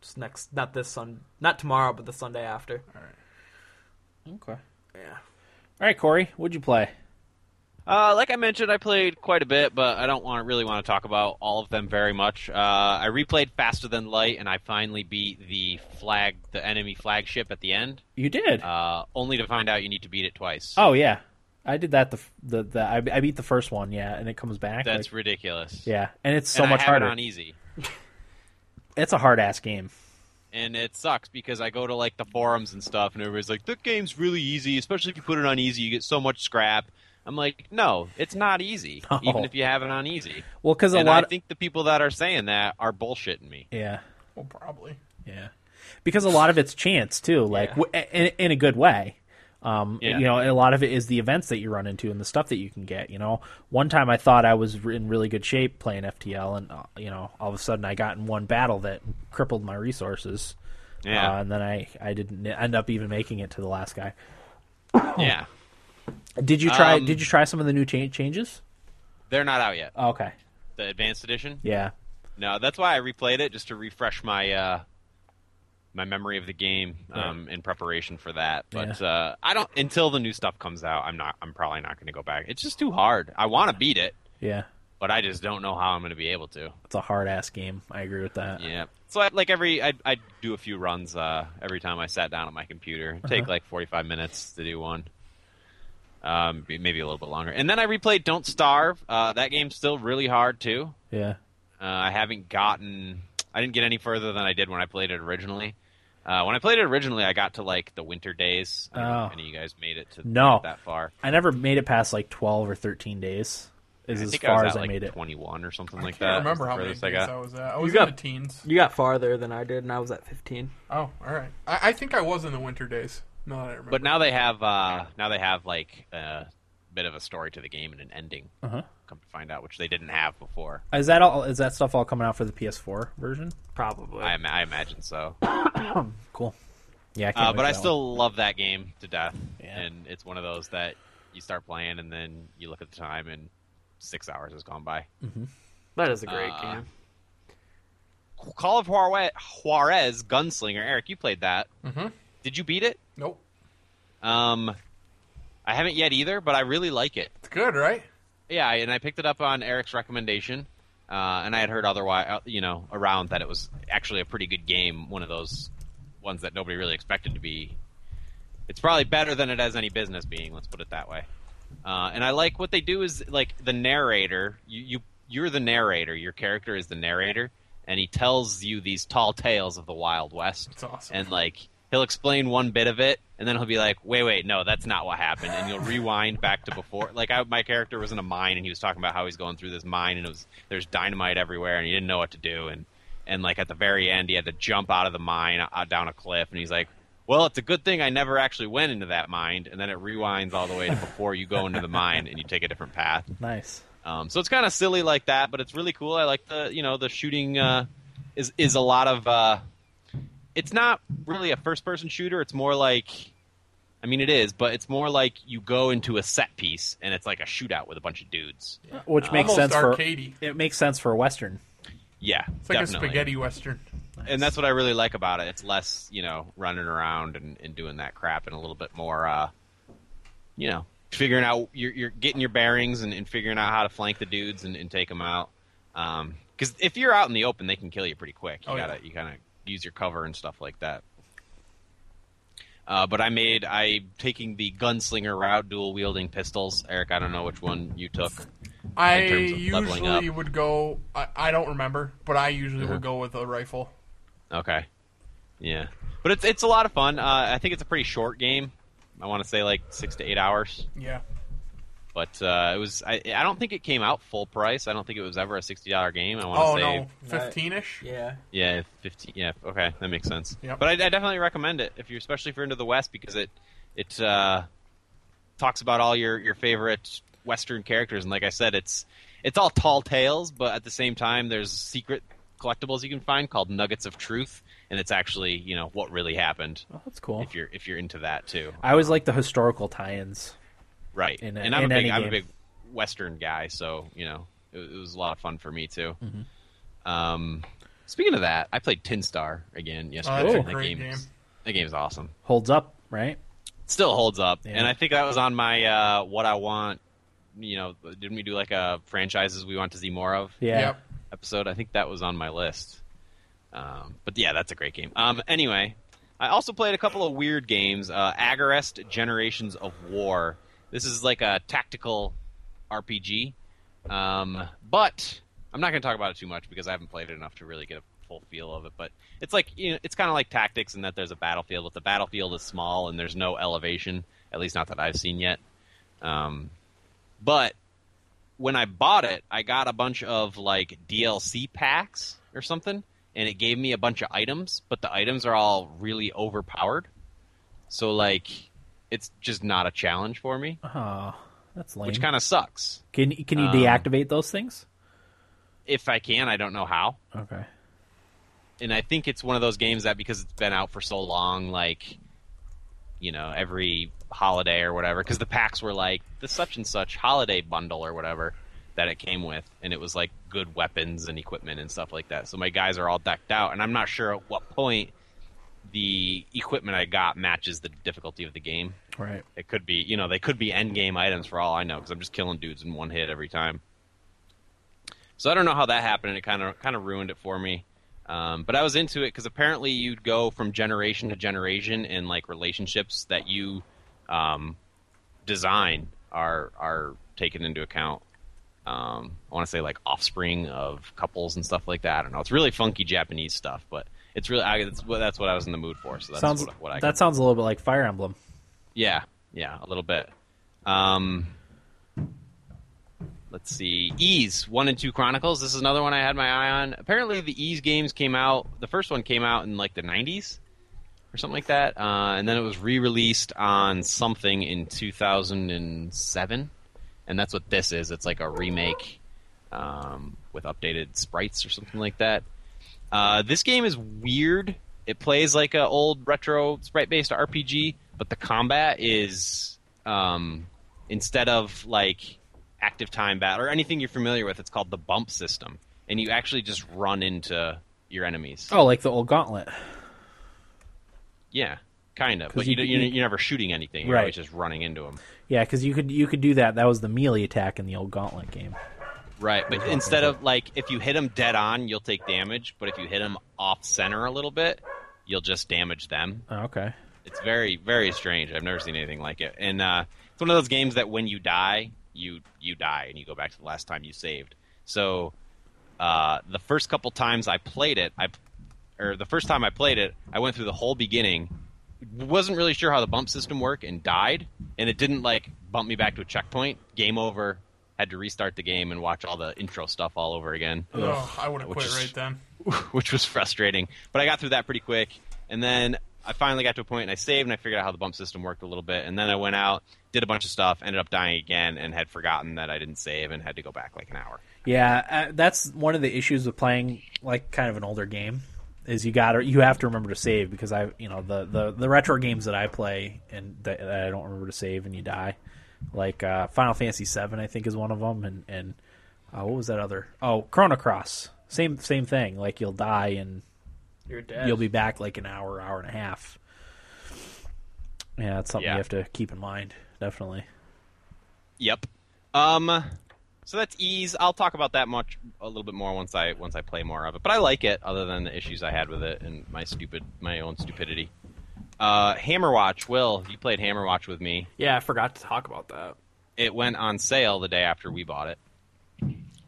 [SPEAKER 4] Just next not this Sun not tomorrow, but the Sunday after.
[SPEAKER 2] Okay. All
[SPEAKER 4] Yeah.
[SPEAKER 2] right, Corey, what'd you play?
[SPEAKER 3] Uh, like I mentioned, I played quite a bit, but I don't want really want to talk about all of them very much. Uh, I replayed Faster Than Light, and I finally beat the flag, the enemy flagship at the end.
[SPEAKER 2] You did.
[SPEAKER 3] Uh, only to find out you need to beat it twice.
[SPEAKER 2] oh yeah, I did that. The f- the, the I, I beat the first one. Yeah, and it comes back.
[SPEAKER 3] that's
[SPEAKER 2] like-
[SPEAKER 3] ridiculous.
[SPEAKER 2] yeah, and it's so
[SPEAKER 3] And I
[SPEAKER 2] much
[SPEAKER 3] have
[SPEAKER 2] harder.
[SPEAKER 3] It on E- easy,
[SPEAKER 2] it's a hard ass game.
[SPEAKER 3] and it sucks because I go to like the forums and stuff, and everybody's like, "The game's really easy, especially if you put it on easy. You get so much scrap." I'm like, "No, it's not easy,
[SPEAKER 2] No.
[SPEAKER 3] even if you have it on easy."
[SPEAKER 2] Well, because a
[SPEAKER 3] and
[SPEAKER 2] lot.
[SPEAKER 3] I think the people that are saying that are bullshitting me.
[SPEAKER 2] yeah,
[SPEAKER 5] Well, probably.
[SPEAKER 2] yeah, because a lot of it's chance too, like
[SPEAKER 4] Yeah.
[SPEAKER 2] w- in, in a good way. Um,
[SPEAKER 3] Yeah.
[SPEAKER 2] you know, a lot of it is the events that you run into and the stuff that you can get. You know, one time I thought I was in really good shape playing FTL, and uh, you know, all of a sudden I got in one battle that crippled my resources.
[SPEAKER 3] Yeah.
[SPEAKER 2] Uh, and then I, I didn't end up even making it to the last guy.
[SPEAKER 3] Yeah,
[SPEAKER 2] Did you try?
[SPEAKER 3] Um,
[SPEAKER 2] did you try some of the new cha- changes?
[SPEAKER 3] they're not out yet.
[SPEAKER 2] Oh, okay.
[SPEAKER 3] The advanced edition.
[SPEAKER 2] Yeah.
[SPEAKER 3] No, that's why I replayed it just to refresh my uh, my memory of the game um, in preparation for that. But uh, I don't until the new stuff comes out. I'm not. I'm probably not going to go back. It's just too hard. I want to beat it,
[SPEAKER 2] Yeah.
[SPEAKER 3] but I just don't know how I'm going to be able to.
[SPEAKER 2] It's a hard ass game. I agree with that.
[SPEAKER 3] Yeah. So I, like every, I I do a few runs uh, every time I sat down at my computer. It'd Take like 45 minutes to do one. Um, maybe a little bit longer. And then I replayed Don't Starve. Uh, that game's still really hard too.
[SPEAKER 2] Yeah.
[SPEAKER 3] Uh, I haven't gotten. I didn't get any further than I did when I played it originally. Uh, when I played it originally, I got to like the winter days. I don't know if
[SPEAKER 2] Oh.
[SPEAKER 3] any of you guys made it to
[SPEAKER 2] No.
[SPEAKER 3] that far.
[SPEAKER 2] I never made it past like 12 or 13 days. Is
[SPEAKER 3] I
[SPEAKER 2] as
[SPEAKER 3] think
[SPEAKER 2] far
[SPEAKER 3] I was
[SPEAKER 2] as
[SPEAKER 3] at
[SPEAKER 2] I
[SPEAKER 3] like
[SPEAKER 2] made it.
[SPEAKER 3] 21 or something
[SPEAKER 5] I
[SPEAKER 3] like
[SPEAKER 5] can't
[SPEAKER 3] that.
[SPEAKER 5] remember
[SPEAKER 3] was the
[SPEAKER 5] how many
[SPEAKER 3] furthest
[SPEAKER 5] days
[SPEAKER 3] I got.
[SPEAKER 5] I was at. I was
[SPEAKER 4] got-
[SPEAKER 5] in the teens.
[SPEAKER 4] You got farther than I did and I was at 15.
[SPEAKER 5] Oh, all right. I, I think I was in the winter days. No, I remember.
[SPEAKER 3] But now they have uh, now they have like a bit of a story to the game and an ending.
[SPEAKER 2] Uh-huh.
[SPEAKER 3] Come to find out, which they didn't have before.
[SPEAKER 2] Is that all? Is that stuff all coming out for the PS4 version?
[SPEAKER 4] Probably.
[SPEAKER 3] I, ima- I imagine so.
[SPEAKER 2] Cool. Yeah. I can't
[SPEAKER 3] Uh,
[SPEAKER 2] wait
[SPEAKER 3] but
[SPEAKER 2] for
[SPEAKER 3] I
[SPEAKER 2] that
[SPEAKER 3] still love that game to death,
[SPEAKER 2] Yeah.
[SPEAKER 3] and it's one of those that you start playing and then you look at the time and six hours has gone by.
[SPEAKER 4] that is a great
[SPEAKER 3] Uh,
[SPEAKER 4] game.
[SPEAKER 3] Call of Juarez, Juarez Gunslinger. Eric, you played that.
[SPEAKER 5] Mhm.
[SPEAKER 3] Did you beat it?
[SPEAKER 5] nope.
[SPEAKER 3] Um, I haven't yet either, but I really like it.
[SPEAKER 5] It's good, right?
[SPEAKER 3] Yeah, and I picked it up on Eric's recommendation, uh, and I had heard otherwise, you know, around that it was actually a pretty good game, one of those ones that nobody really expected to be. It's probably better than it has any business being. Let's put it that way. Uh, and I like what they do is like the narrator. You, you you're the narrator. Your character is the narrator, and he tells you these tall tales of the Wild West.
[SPEAKER 5] It's awesome.
[SPEAKER 3] And like he'll explain one bit of it, and then he'll be like, "Wait, wait, no, that's not what happened." And you'll rewind back to before. Like I, my character was in a mine, and he was talking about how he's going through this mine, and it was there's dynamite everywhere, and he didn't know what to do. And and like at the very end, he had to jump out of the mine out down a cliff, and he's like. Well, it's a good thing I never actually went into that mine, and then it rewinds all the way to before you go into the mine and you take a different path.
[SPEAKER 2] Nice.
[SPEAKER 3] Um, so it's kind of silly like that, but it's really cool. I like the you know the shooting uh, is is a lot of. Uh, it's not really a first person shooter. It's more like, I mean, it is, but it's more like you go into a set piece and it's like a shootout with a bunch of dudes. Yeah,
[SPEAKER 2] Which makes
[SPEAKER 5] Almost
[SPEAKER 2] sense
[SPEAKER 5] arcadey.
[SPEAKER 2] for it makes sense for a western.
[SPEAKER 5] It's like
[SPEAKER 3] definitely.
[SPEAKER 5] a spaghetti western.
[SPEAKER 3] And that's what I really like about it. It's less you know running around and, and doing that crap, and a little bit more, uh, you know, figuring out you're, you're getting your bearings and, and figuring out how to flank the dudes and, and take them out. Because if you're out in the open, they can kill you pretty quick. You
[SPEAKER 5] Oh, yeah.
[SPEAKER 3] gotta you kind of use your cover and stuff like that. Uh, but I made I taking the gunslinger route, dual wielding pistols. Eric, I don't know which one you took.
[SPEAKER 5] I
[SPEAKER 3] terms of leveling
[SPEAKER 5] usually
[SPEAKER 3] up. Uh-huh.
[SPEAKER 5] would go. I, I don't remember, but I usually would go with a rifle.
[SPEAKER 3] Okay. Yeah. But it's it's a lot of fun. Uh, I think it's a pretty short game. I want to say like six to eight hours.
[SPEAKER 5] Yeah.
[SPEAKER 3] But uh, it was I, I don't think it came out full price. I don't think it was ever a sixty dollar game. I want to
[SPEAKER 5] Oh
[SPEAKER 3] say
[SPEAKER 5] no, fifteen ish.
[SPEAKER 4] yeah.
[SPEAKER 3] yeah, fifteen. Yeah, okay, that makes sense.
[SPEAKER 5] Yep.
[SPEAKER 3] But I, I definitely recommend it if you're especially if you're into the West because it it uh, talks about all your your favorite Western characters, and like I said, it's it's all tall tales, but at the same time, there's secret collectibles you can find called Nuggets of Truth, and it's actually you know what really happened
[SPEAKER 2] Oh, that's cool.
[SPEAKER 3] if you're if you're into that too,
[SPEAKER 2] I always like the historical tie-ins.
[SPEAKER 3] right?
[SPEAKER 2] in a-
[SPEAKER 3] and I'm
[SPEAKER 2] in
[SPEAKER 3] a big
[SPEAKER 2] any
[SPEAKER 3] I'm a
[SPEAKER 2] game.
[SPEAKER 3] big Western guy, so you know it, it was a lot of fun for me too.
[SPEAKER 2] Mm-hmm.
[SPEAKER 3] Um, speaking of that, I played Tin Star again yesterday.
[SPEAKER 5] Oh, that's a
[SPEAKER 3] and that
[SPEAKER 5] great
[SPEAKER 3] game is-
[SPEAKER 5] game.
[SPEAKER 3] That game's awesome.
[SPEAKER 2] Holds up, right?
[SPEAKER 3] still holds up.
[SPEAKER 2] Yeah.
[SPEAKER 3] And I think that was on my uh, what I want. You know, didn't we do like a franchises we want to see more of
[SPEAKER 2] Yeah.
[SPEAKER 5] Yep.
[SPEAKER 3] episode? I think that was on my list. Um, but yeah, that's a great game. Um, anyway, I also played a couple of weird games. Uh, Agarest Generations of War. This is like a tactical RPG. Um, but I'm not going to talk about it too much because I haven't played it enough to really get a full feel of it. But it's like you know, it's kind of like tactics in that there's a battlefield, but the battlefield is small and there's no elevation, at least not that I've seen yet. Um, but when I bought it, I got a bunch of like DLC packs or something, and it gave me a bunch of items, but the items are all really overpowered. So like, it's just not a challenge for me,
[SPEAKER 2] Oh, that's lame.
[SPEAKER 3] which kind of sucks.
[SPEAKER 2] can can you
[SPEAKER 3] um,
[SPEAKER 2] deactivate those things?
[SPEAKER 3] If I can, I don't know how.
[SPEAKER 2] Okay.
[SPEAKER 3] and I think it's one of those games that because it's been out for so long, like you know, every holiday or whatever, because the packs were like the such and such holiday bundle or whatever that it came with, and it was like good weapons and equipment and stuff like that. So my guys are all decked out, and I'm not sure at what point the equipment I got matches the difficulty of the game.
[SPEAKER 2] Right.
[SPEAKER 3] It could be, you know, they could be end game items for all I know because I'm just killing dudes in one hit every time. So I don't know how that happened, and it kind of kind of ruined it for me. Um, but I was into it because apparently you'd go from generation to generation, and like relationships that you um, design are are taken into account. Um, I want to say like offspring of couples and stuff like that. I don't know. It's really funky Japanese stuff, but it's really I, that's, what, that's what I was in the mood for. So that's
[SPEAKER 2] sounds
[SPEAKER 3] what, what I
[SPEAKER 2] that sounds a little bit like Fire Emblem.
[SPEAKER 3] yeah, yeah, a little bit. Um, let's see, Ease One and Two Chronicles. This is another one I had my eye on. Apparently, the Ease games came out. The first one came out in like the '90s or something like that, uh, and then it was re-released on something in 2007, and that's what this is. It's like a remake um, with updated sprites or something like that. Uh, this game is weird. It plays like an old retro sprite-based RPG, but the combat is um, instead of like active time battle or anything you're familiar with, it's called the bump system, and you actually just run into your enemies.
[SPEAKER 2] Oh, like the old Gauntlet.
[SPEAKER 3] Yeah, kind of.
[SPEAKER 2] 'Cause
[SPEAKER 3] But
[SPEAKER 2] you
[SPEAKER 3] you, don't-
[SPEAKER 2] can-
[SPEAKER 3] you're, you're never shooting anything. You're
[SPEAKER 2] Right.
[SPEAKER 3] always just running into them.
[SPEAKER 2] Yeah, because you could you could do that. That was the melee attack in the old Gauntlet game.
[SPEAKER 3] Right. But instead of like, if you hit them dead on, you'll take damage. But if you hit them off center a little bit, you'll just damage them.
[SPEAKER 2] Oh, okay.
[SPEAKER 3] It's very, very strange. I've never seen anything like it. And uh, it's one of those games that when you die, you you die and you go back to the last time you saved. So uh, the first couple times I played it, I or the first time I played it, I went through the whole beginning. Wasn't really sure how the bump system worked and died, and it didn't like bump me back to a checkpoint. Game over. Had to restart the game and watch all the intro stuff all over again
[SPEAKER 5] Oh, I would have
[SPEAKER 3] Which
[SPEAKER 5] quit
[SPEAKER 3] is-
[SPEAKER 5] right then.
[SPEAKER 3] which was frustrating. But I got through that pretty quick, and then I finally got to a point and I saved and I figured out how the bump system worked a little bit, and then I went out, did a bunch of stuff, ended up dying again, and had forgotten that I didn't save and had to go back like an hour.
[SPEAKER 2] Yeah, uh, that's one of the issues with playing like kind of an older game is you got to you have to remember to save because I you know the the, the retro games that I play and that, that I don't remember to save and you die like uh, Final Fantasy VII I think is one of them and and uh, what was that other oh Chrono Cross same same thing like you'll die and
[SPEAKER 4] You're dead.
[SPEAKER 2] you'll be back like an hour hour and a half yeah it's something
[SPEAKER 3] Yeah.
[SPEAKER 2] you have to keep in mind definitely
[SPEAKER 3] Yep. Um, so that's ease. I'll talk about that much a little bit more once I once I play more of it. But I like it, other than the issues I had with it and my stupid my own stupidity. Uh, Hammerwatch, Will, you played Hammerwatch with me.
[SPEAKER 4] Yeah, I forgot to talk about that.
[SPEAKER 3] it went on sale the day after we bought it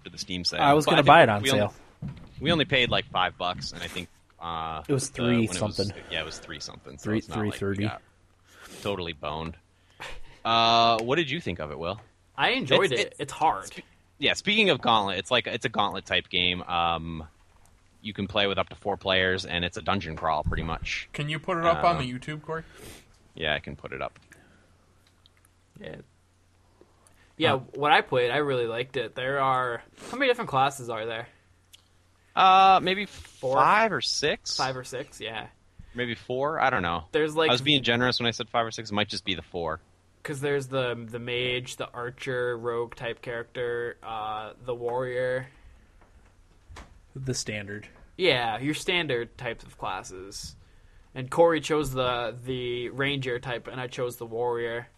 [SPEAKER 3] for the Steam sale.
[SPEAKER 2] I was
[SPEAKER 3] But
[SPEAKER 2] gonna
[SPEAKER 3] think
[SPEAKER 2] buy it on
[SPEAKER 3] we
[SPEAKER 2] sale.
[SPEAKER 3] Only, we only paid like five bucks, and I think uh,
[SPEAKER 2] It was
[SPEAKER 3] the-
[SPEAKER 2] three
[SPEAKER 3] when it was-
[SPEAKER 2] something.
[SPEAKER 3] yeah, it was three something. So
[SPEAKER 2] Three-
[SPEAKER 3] it's not like we
[SPEAKER 2] 3.30.
[SPEAKER 3] got totally boned. Uh, what did you think of it, Will?
[SPEAKER 4] I enjoyed
[SPEAKER 3] It's-
[SPEAKER 4] it.
[SPEAKER 3] it's-
[SPEAKER 4] It's hard.
[SPEAKER 3] yeah, speaking of Gauntlet, it's like it's a Gauntlet type game. Um, you can play with up to four players, and it's a dungeon crawl pretty much.
[SPEAKER 5] Can you put it up
[SPEAKER 3] Uh,
[SPEAKER 5] on the YouTube, Corey?
[SPEAKER 3] Yeah, I can put it up.
[SPEAKER 4] Yeah. yeah, what I played, I really liked it. There are how many different classes are there?
[SPEAKER 3] Uh, maybe
[SPEAKER 4] Four.
[SPEAKER 3] five or six,
[SPEAKER 4] Five or six? Yeah.
[SPEAKER 3] maybe four. I don't know.
[SPEAKER 4] There's like
[SPEAKER 3] I was being generous when I said five or six. It might just be the four.
[SPEAKER 4] because there's the the mage, the archer, rogue type character, uh, the warrior.
[SPEAKER 2] The standard.
[SPEAKER 4] Yeah, your standard types of classes. And Corey chose the the ranger type, and I chose the warrior.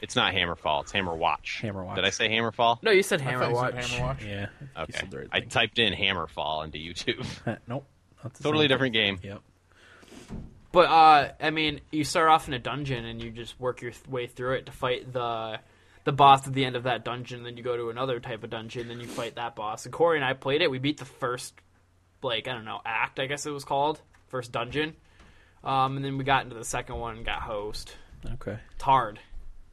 [SPEAKER 3] It's not Hammerfall. It's Hammer Watch.
[SPEAKER 2] Hammer Watch.
[SPEAKER 3] Did I say Hammerfall?
[SPEAKER 4] No, you said
[SPEAKER 5] I
[SPEAKER 4] hammer
[SPEAKER 5] thought you said
[SPEAKER 4] watch.
[SPEAKER 5] Hammer Watch.
[SPEAKER 2] Yeah. you
[SPEAKER 3] Okay.
[SPEAKER 2] said the right
[SPEAKER 3] I
[SPEAKER 2] thing.
[SPEAKER 3] typed in Hammerfall into YouTube.
[SPEAKER 2] nope. not the
[SPEAKER 3] totally
[SPEAKER 2] same.
[SPEAKER 3] different game.
[SPEAKER 2] Yep.
[SPEAKER 4] But uh, I mean, you start off in a dungeon and you just work your th- way through it to fight the the boss at the end of that dungeon. Then you go to another type of dungeon, then you fight that boss. And Corey and I played it. We beat the first, like I don't know, act I guess it was called, first dungeon. Um, and then we got into the second one and got host.
[SPEAKER 2] Okay.
[SPEAKER 4] It's hard.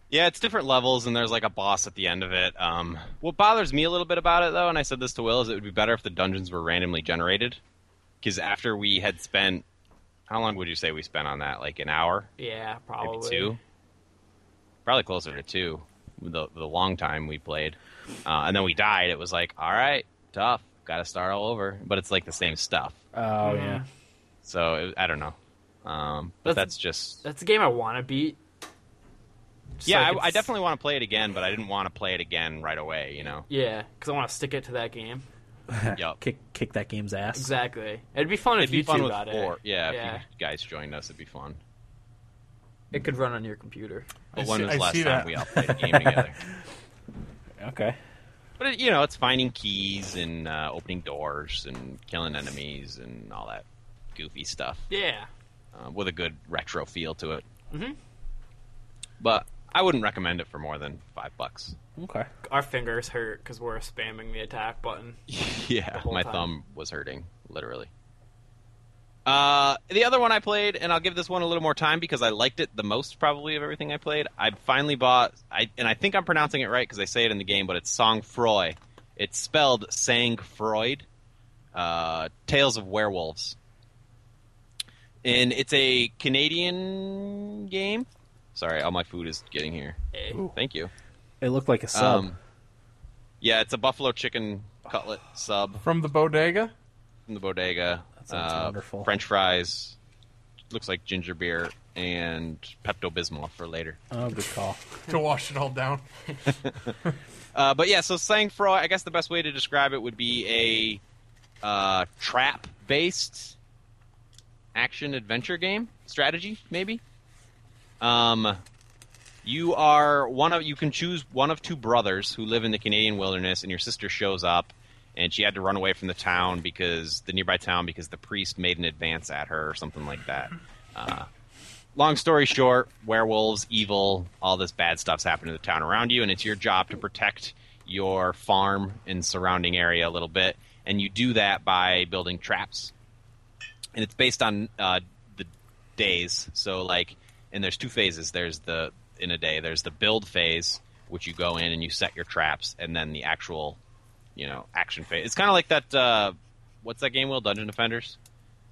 [SPEAKER 3] Yeah, it's different levels, and there's like a boss at the end of it. Um, what bothers me a little bit about it, though, and I said this to Will, is it would be better if the dungeons were randomly generated. Because after we had spent, how long would you say we spent on that? Like an hour,
[SPEAKER 4] Yeah,
[SPEAKER 3] maybe
[SPEAKER 4] probably
[SPEAKER 3] two, probably closer to two. The the long time we played, uh, and then we died. It was like, all right, tough, got to start all over. But it's like the same stuff.
[SPEAKER 2] Oh
[SPEAKER 3] Mm.
[SPEAKER 2] yeah.
[SPEAKER 3] So it, I don't know. Um, but
[SPEAKER 4] That's-
[SPEAKER 3] that's, just
[SPEAKER 4] That's a game I want to beat. Just
[SPEAKER 3] yeah.
[SPEAKER 4] like
[SPEAKER 3] I, I
[SPEAKER 4] it's-
[SPEAKER 3] definitely want to play it again, but I didn't want to play it again right away. You know.
[SPEAKER 4] Yeah, because I want to stick it to that game.
[SPEAKER 3] yep.
[SPEAKER 2] Kick kick that game's ass.
[SPEAKER 4] Exactly. It'd be fun if
[SPEAKER 3] It'd be
[SPEAKER 4] you
[SPEAKER 3] fun
[SPEAKER 4] two
[SPEAKER 3] with
[SPEAKER 4] got
[SPEAKER 3] four.
[SPEAKER 4] it.
[SPEAKER 3] Yeah,
[SPEAKER 4] Yeah.
[SPEAKER 3] if you guys joined us, it'd be fun.
[SPEAKER 4] It could run on your computer.
[SPEAKER 3] But
[SPEAKER 5] I
[SPEAKER 3] when
[SPEAKER 5] see-
[SPEAKER 3] was
[SPEAKER 5] I
[SPEAKER 3] the last
[SPEAKER 5] see
[SPEAKER 3] time
[SPEAKER 5] that.
[SPEAKER 3] we all played a game together?
[SPEAKER 2] Okay.
[SPEAKER 3] But it, you know, it's finding keys and uh, opening doors and killing enemies and all that goofy stuff
[SPEAKER 4] Yeah.
[SPEAKER 3] uh, with a good retro feel to it. Mm-hmm. But I wouldn't recommend it for more than five bucks.
[SPEAKER 2] Okay.
[SPEAKER 4] our fingers hurt because we're spamming the attack button.
[SPEAKER 3] yeah,
[SPEAKER 4] whole
[SPEAKER 3] my
[SPEAKER 4] time.
[SPEAKER 3] thumb was hurting literally. Uh, the other one I played, and I'll give this one a little more time because I liked it the most probably of everything I played. I finally bought, I and I think I'm pronouncing it right because they say it in the game, but it's Song Froy. It's spelled Sang Freud. Uh, Tales of Werewolves, and it's a Canadian game. Sorry, all my food is getting here.
[SPEAKER 4] Eh.
[SPEAKER 3] Thank you.
[SPEAKER 2] It looked like a sub.
[SPEAKER 3] Um, yeah, it's a buffalo chicken cutlet sub
[SPEAKER 5] From the bodega?
[SPEAKER 3] from the bodega.
[SPEAKER 2] That sounds
[SPEAKER 3] uh,
[SPEAKER 2] wonderful.
[SPEAKER 3] French fries, looks like ginger beer, and Pepto Bismol for later.
[SPEAKER 2] oh, good call.
[SPEAKER 5] to wash it all down.
[SPEAKER 3] Uh, but yeah, so Sang Fro, I guess the best way to describe it would be a uh, trap based action adventure game strategy, maybe. Um, you are one of you can choose one of two brothers who live in the Canadian wilderness, and your sister shows up, and she had to run away from the town because the nearby town because the priest made an advance at her or something like that. Uh, long story short, werewolves, evil, all this bad stuff's happening to the town around you, and it's your job to protect your farm and surrounding area a little bit. And you do that by building traps. And it's based on uh, the days. So, like, and there's two phases. There's the, in a day, there's the build phase, which you go in and you set your traps, and then the actual, you know, action phase. It's kind of like that, uh, what's that game, Will? Dungeon Defenders?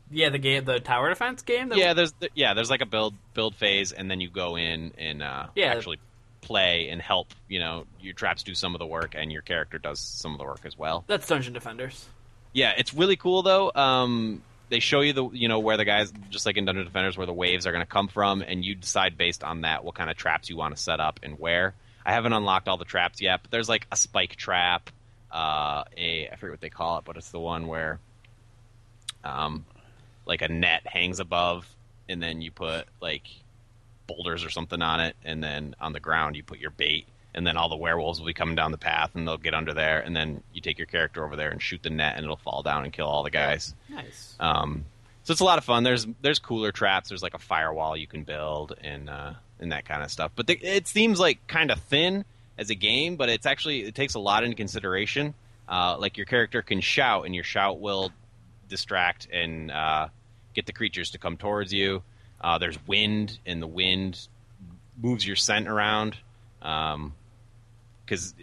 [SPEAKER 4] Yeah, the game, the tower defense game. That
[SPEAKER 3] yeah, there's th- yeah, there's like a build build phase, and then you go in and uh,
[SPEAKER 4] Yeah.
[SPEAKER 3] actually play and help. You know, your traps do some of the work, and your character does some of the work as well.
[SPEAKER 4] that's Dungeon Defenders.
[SPEAKER 3] Yeah, it's really cool though. Um, they show you the you know where the guys, just like in Dungeon Defenders, where the waves are going to come from, and you decide based on that what kind of traps you want to set up and where. I haven't unlocked all the traps yet, but there's like a spike trap, uh, a I forget what they call it, but it's the one where, um, like a net hangs above, and then you put like boulders or something on it, and then on the ground you put your bait, and then all the werewolves will be coming down the path, and they'll get under there, and then you take your character over there and shoot the net, and it'll fall down and kill all the guys.
[SPEAKER 4] Nice.
[SPEAKER 3] Um, so it's a lot of fun. There's there's cooler traps. There's like a firewall you can build and uh, and that kind of stuff. But the, it seems like kind of thin as a game, but it's actually it takes a lot into consideration. Uh, like your character can shout, and your shout will distract and uh, get the creatures to come towards you. Uh, there's wind, and the wind moves your scent around. Um, because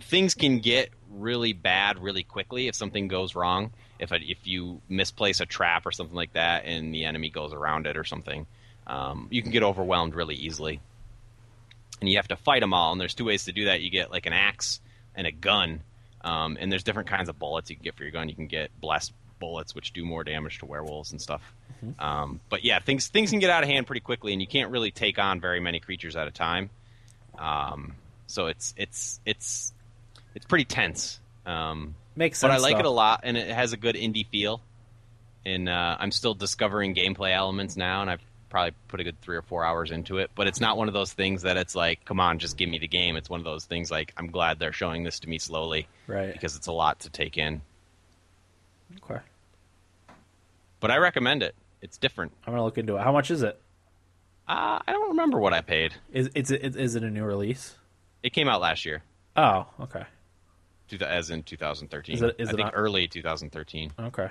[SPEAKER 3] things can get really bad really quickly if something goes wrong. If a, if you misplace a trap or something like that, and the enemy goes around it or something, um, you can get overwhelmed really easily. and you have to fight them all. And there's two ways to do that. You get like an axe and a gun, um, and there's different kinds of bullets you can get for your gun. You can get blast bullets, which do more damage to werewolves and stuff.
[SPEAKER 2] Mm-hmm.
[SPEAKER 3] Um, but yeah, things things can get out of hand pretty quickly, and you can't really take on very many creatures at a time. Um, so it's it's it's it's pretty tense. Um,
[SPEAKER 2] Makes
[SPEAKER 3] but
[SPEAKER 2] sense.
[SPEAKER 3] I like it
[SPEAKER 2] though.
[SPEAKER 3] a lot, and it has a good indie feel. And uh, I'm still discovering gameplay elements now, and I've probably put a good three or four hours into it. But it's not one of those things that it's like, come on, just give me the game. It's one of those things like, I'm glad they're showing this to me slowly
[SPEAKER 2] Right.
[SPEAKER 3] because it's a lot to take in.
[SPEAKER 2] Okay.
[SPEAKER 3] But I recommend it. It's different.
[SPEAKER 2] I'm gonna look into it. How much is it?
[SPEAKER 3] Uh, I don't remember what I paid.
[SPEAKER 2] Is it's is, is it a new release?
[SPEAKER 3] It came out last year,
[SPEAKER 2] Oh, okay,
[SPEAKER 3] two- as in 2013.
[SPEAKER 2] Is it- is
[SPEAKER 3] I
[SPEAKER 2] it
[SPEAKER 3] think
[SPEAKER 2] on-
[SPEAKER 3] early 2013.
[SPEAKER 2] okay.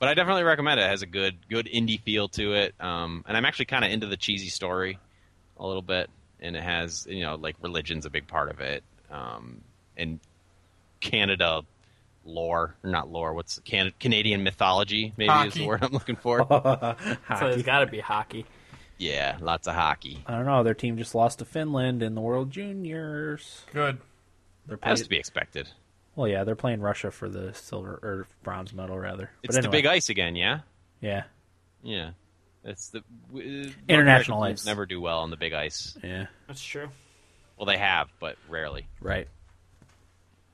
[SPEAKER 3] but I definitely recommend it. It has a good good indie feel to it, um, and I'm actually kind of into the cheesy story a little bit, and it has you know like religion's a big part of it, um, and Canada lore or not lore, what's Can- Canadian mythology maybe is
[SPEAKER 5] Hockey.
[SPEAKER 3] the word I'm looking for.
[SPEAKER 4] So it's
[SPEAKER 2] Hockey.
[SPEAKER 4] got to be hockey.
[SPEAKER 3] yeah, lots of hockey.
[SPEAKER 2] I don't know. Their team just lost to Finland in the World Juniors.
[SPEAKER 5] Good.
[SPEAKER 2] They're playing,
[SPEAKER 3] Has to be expected.
[SPEAKER 2] Well, yeah, they're playing Russia for the silver or bronze medal rather.
[SPEAKER 3] It's
[SPEAKER 2] but anyway,
[SPEAKER 3] the big ice again, yeah,
[SPEAKER 2] yeah,
[SPEAKER 3] yeah. It's the w- uh, North
[SPEAKER 2] International
[SPEAKER 3] American teams
[SPEAKER 2] ice.
[SPEAKER 3] Never do well on the big ice.
[SPEAKER 2] yeah,
[SPEAKER 4] That's true.
[SPEAKER 3] Well, they have, but rarely.
[SPEAKER 2] right.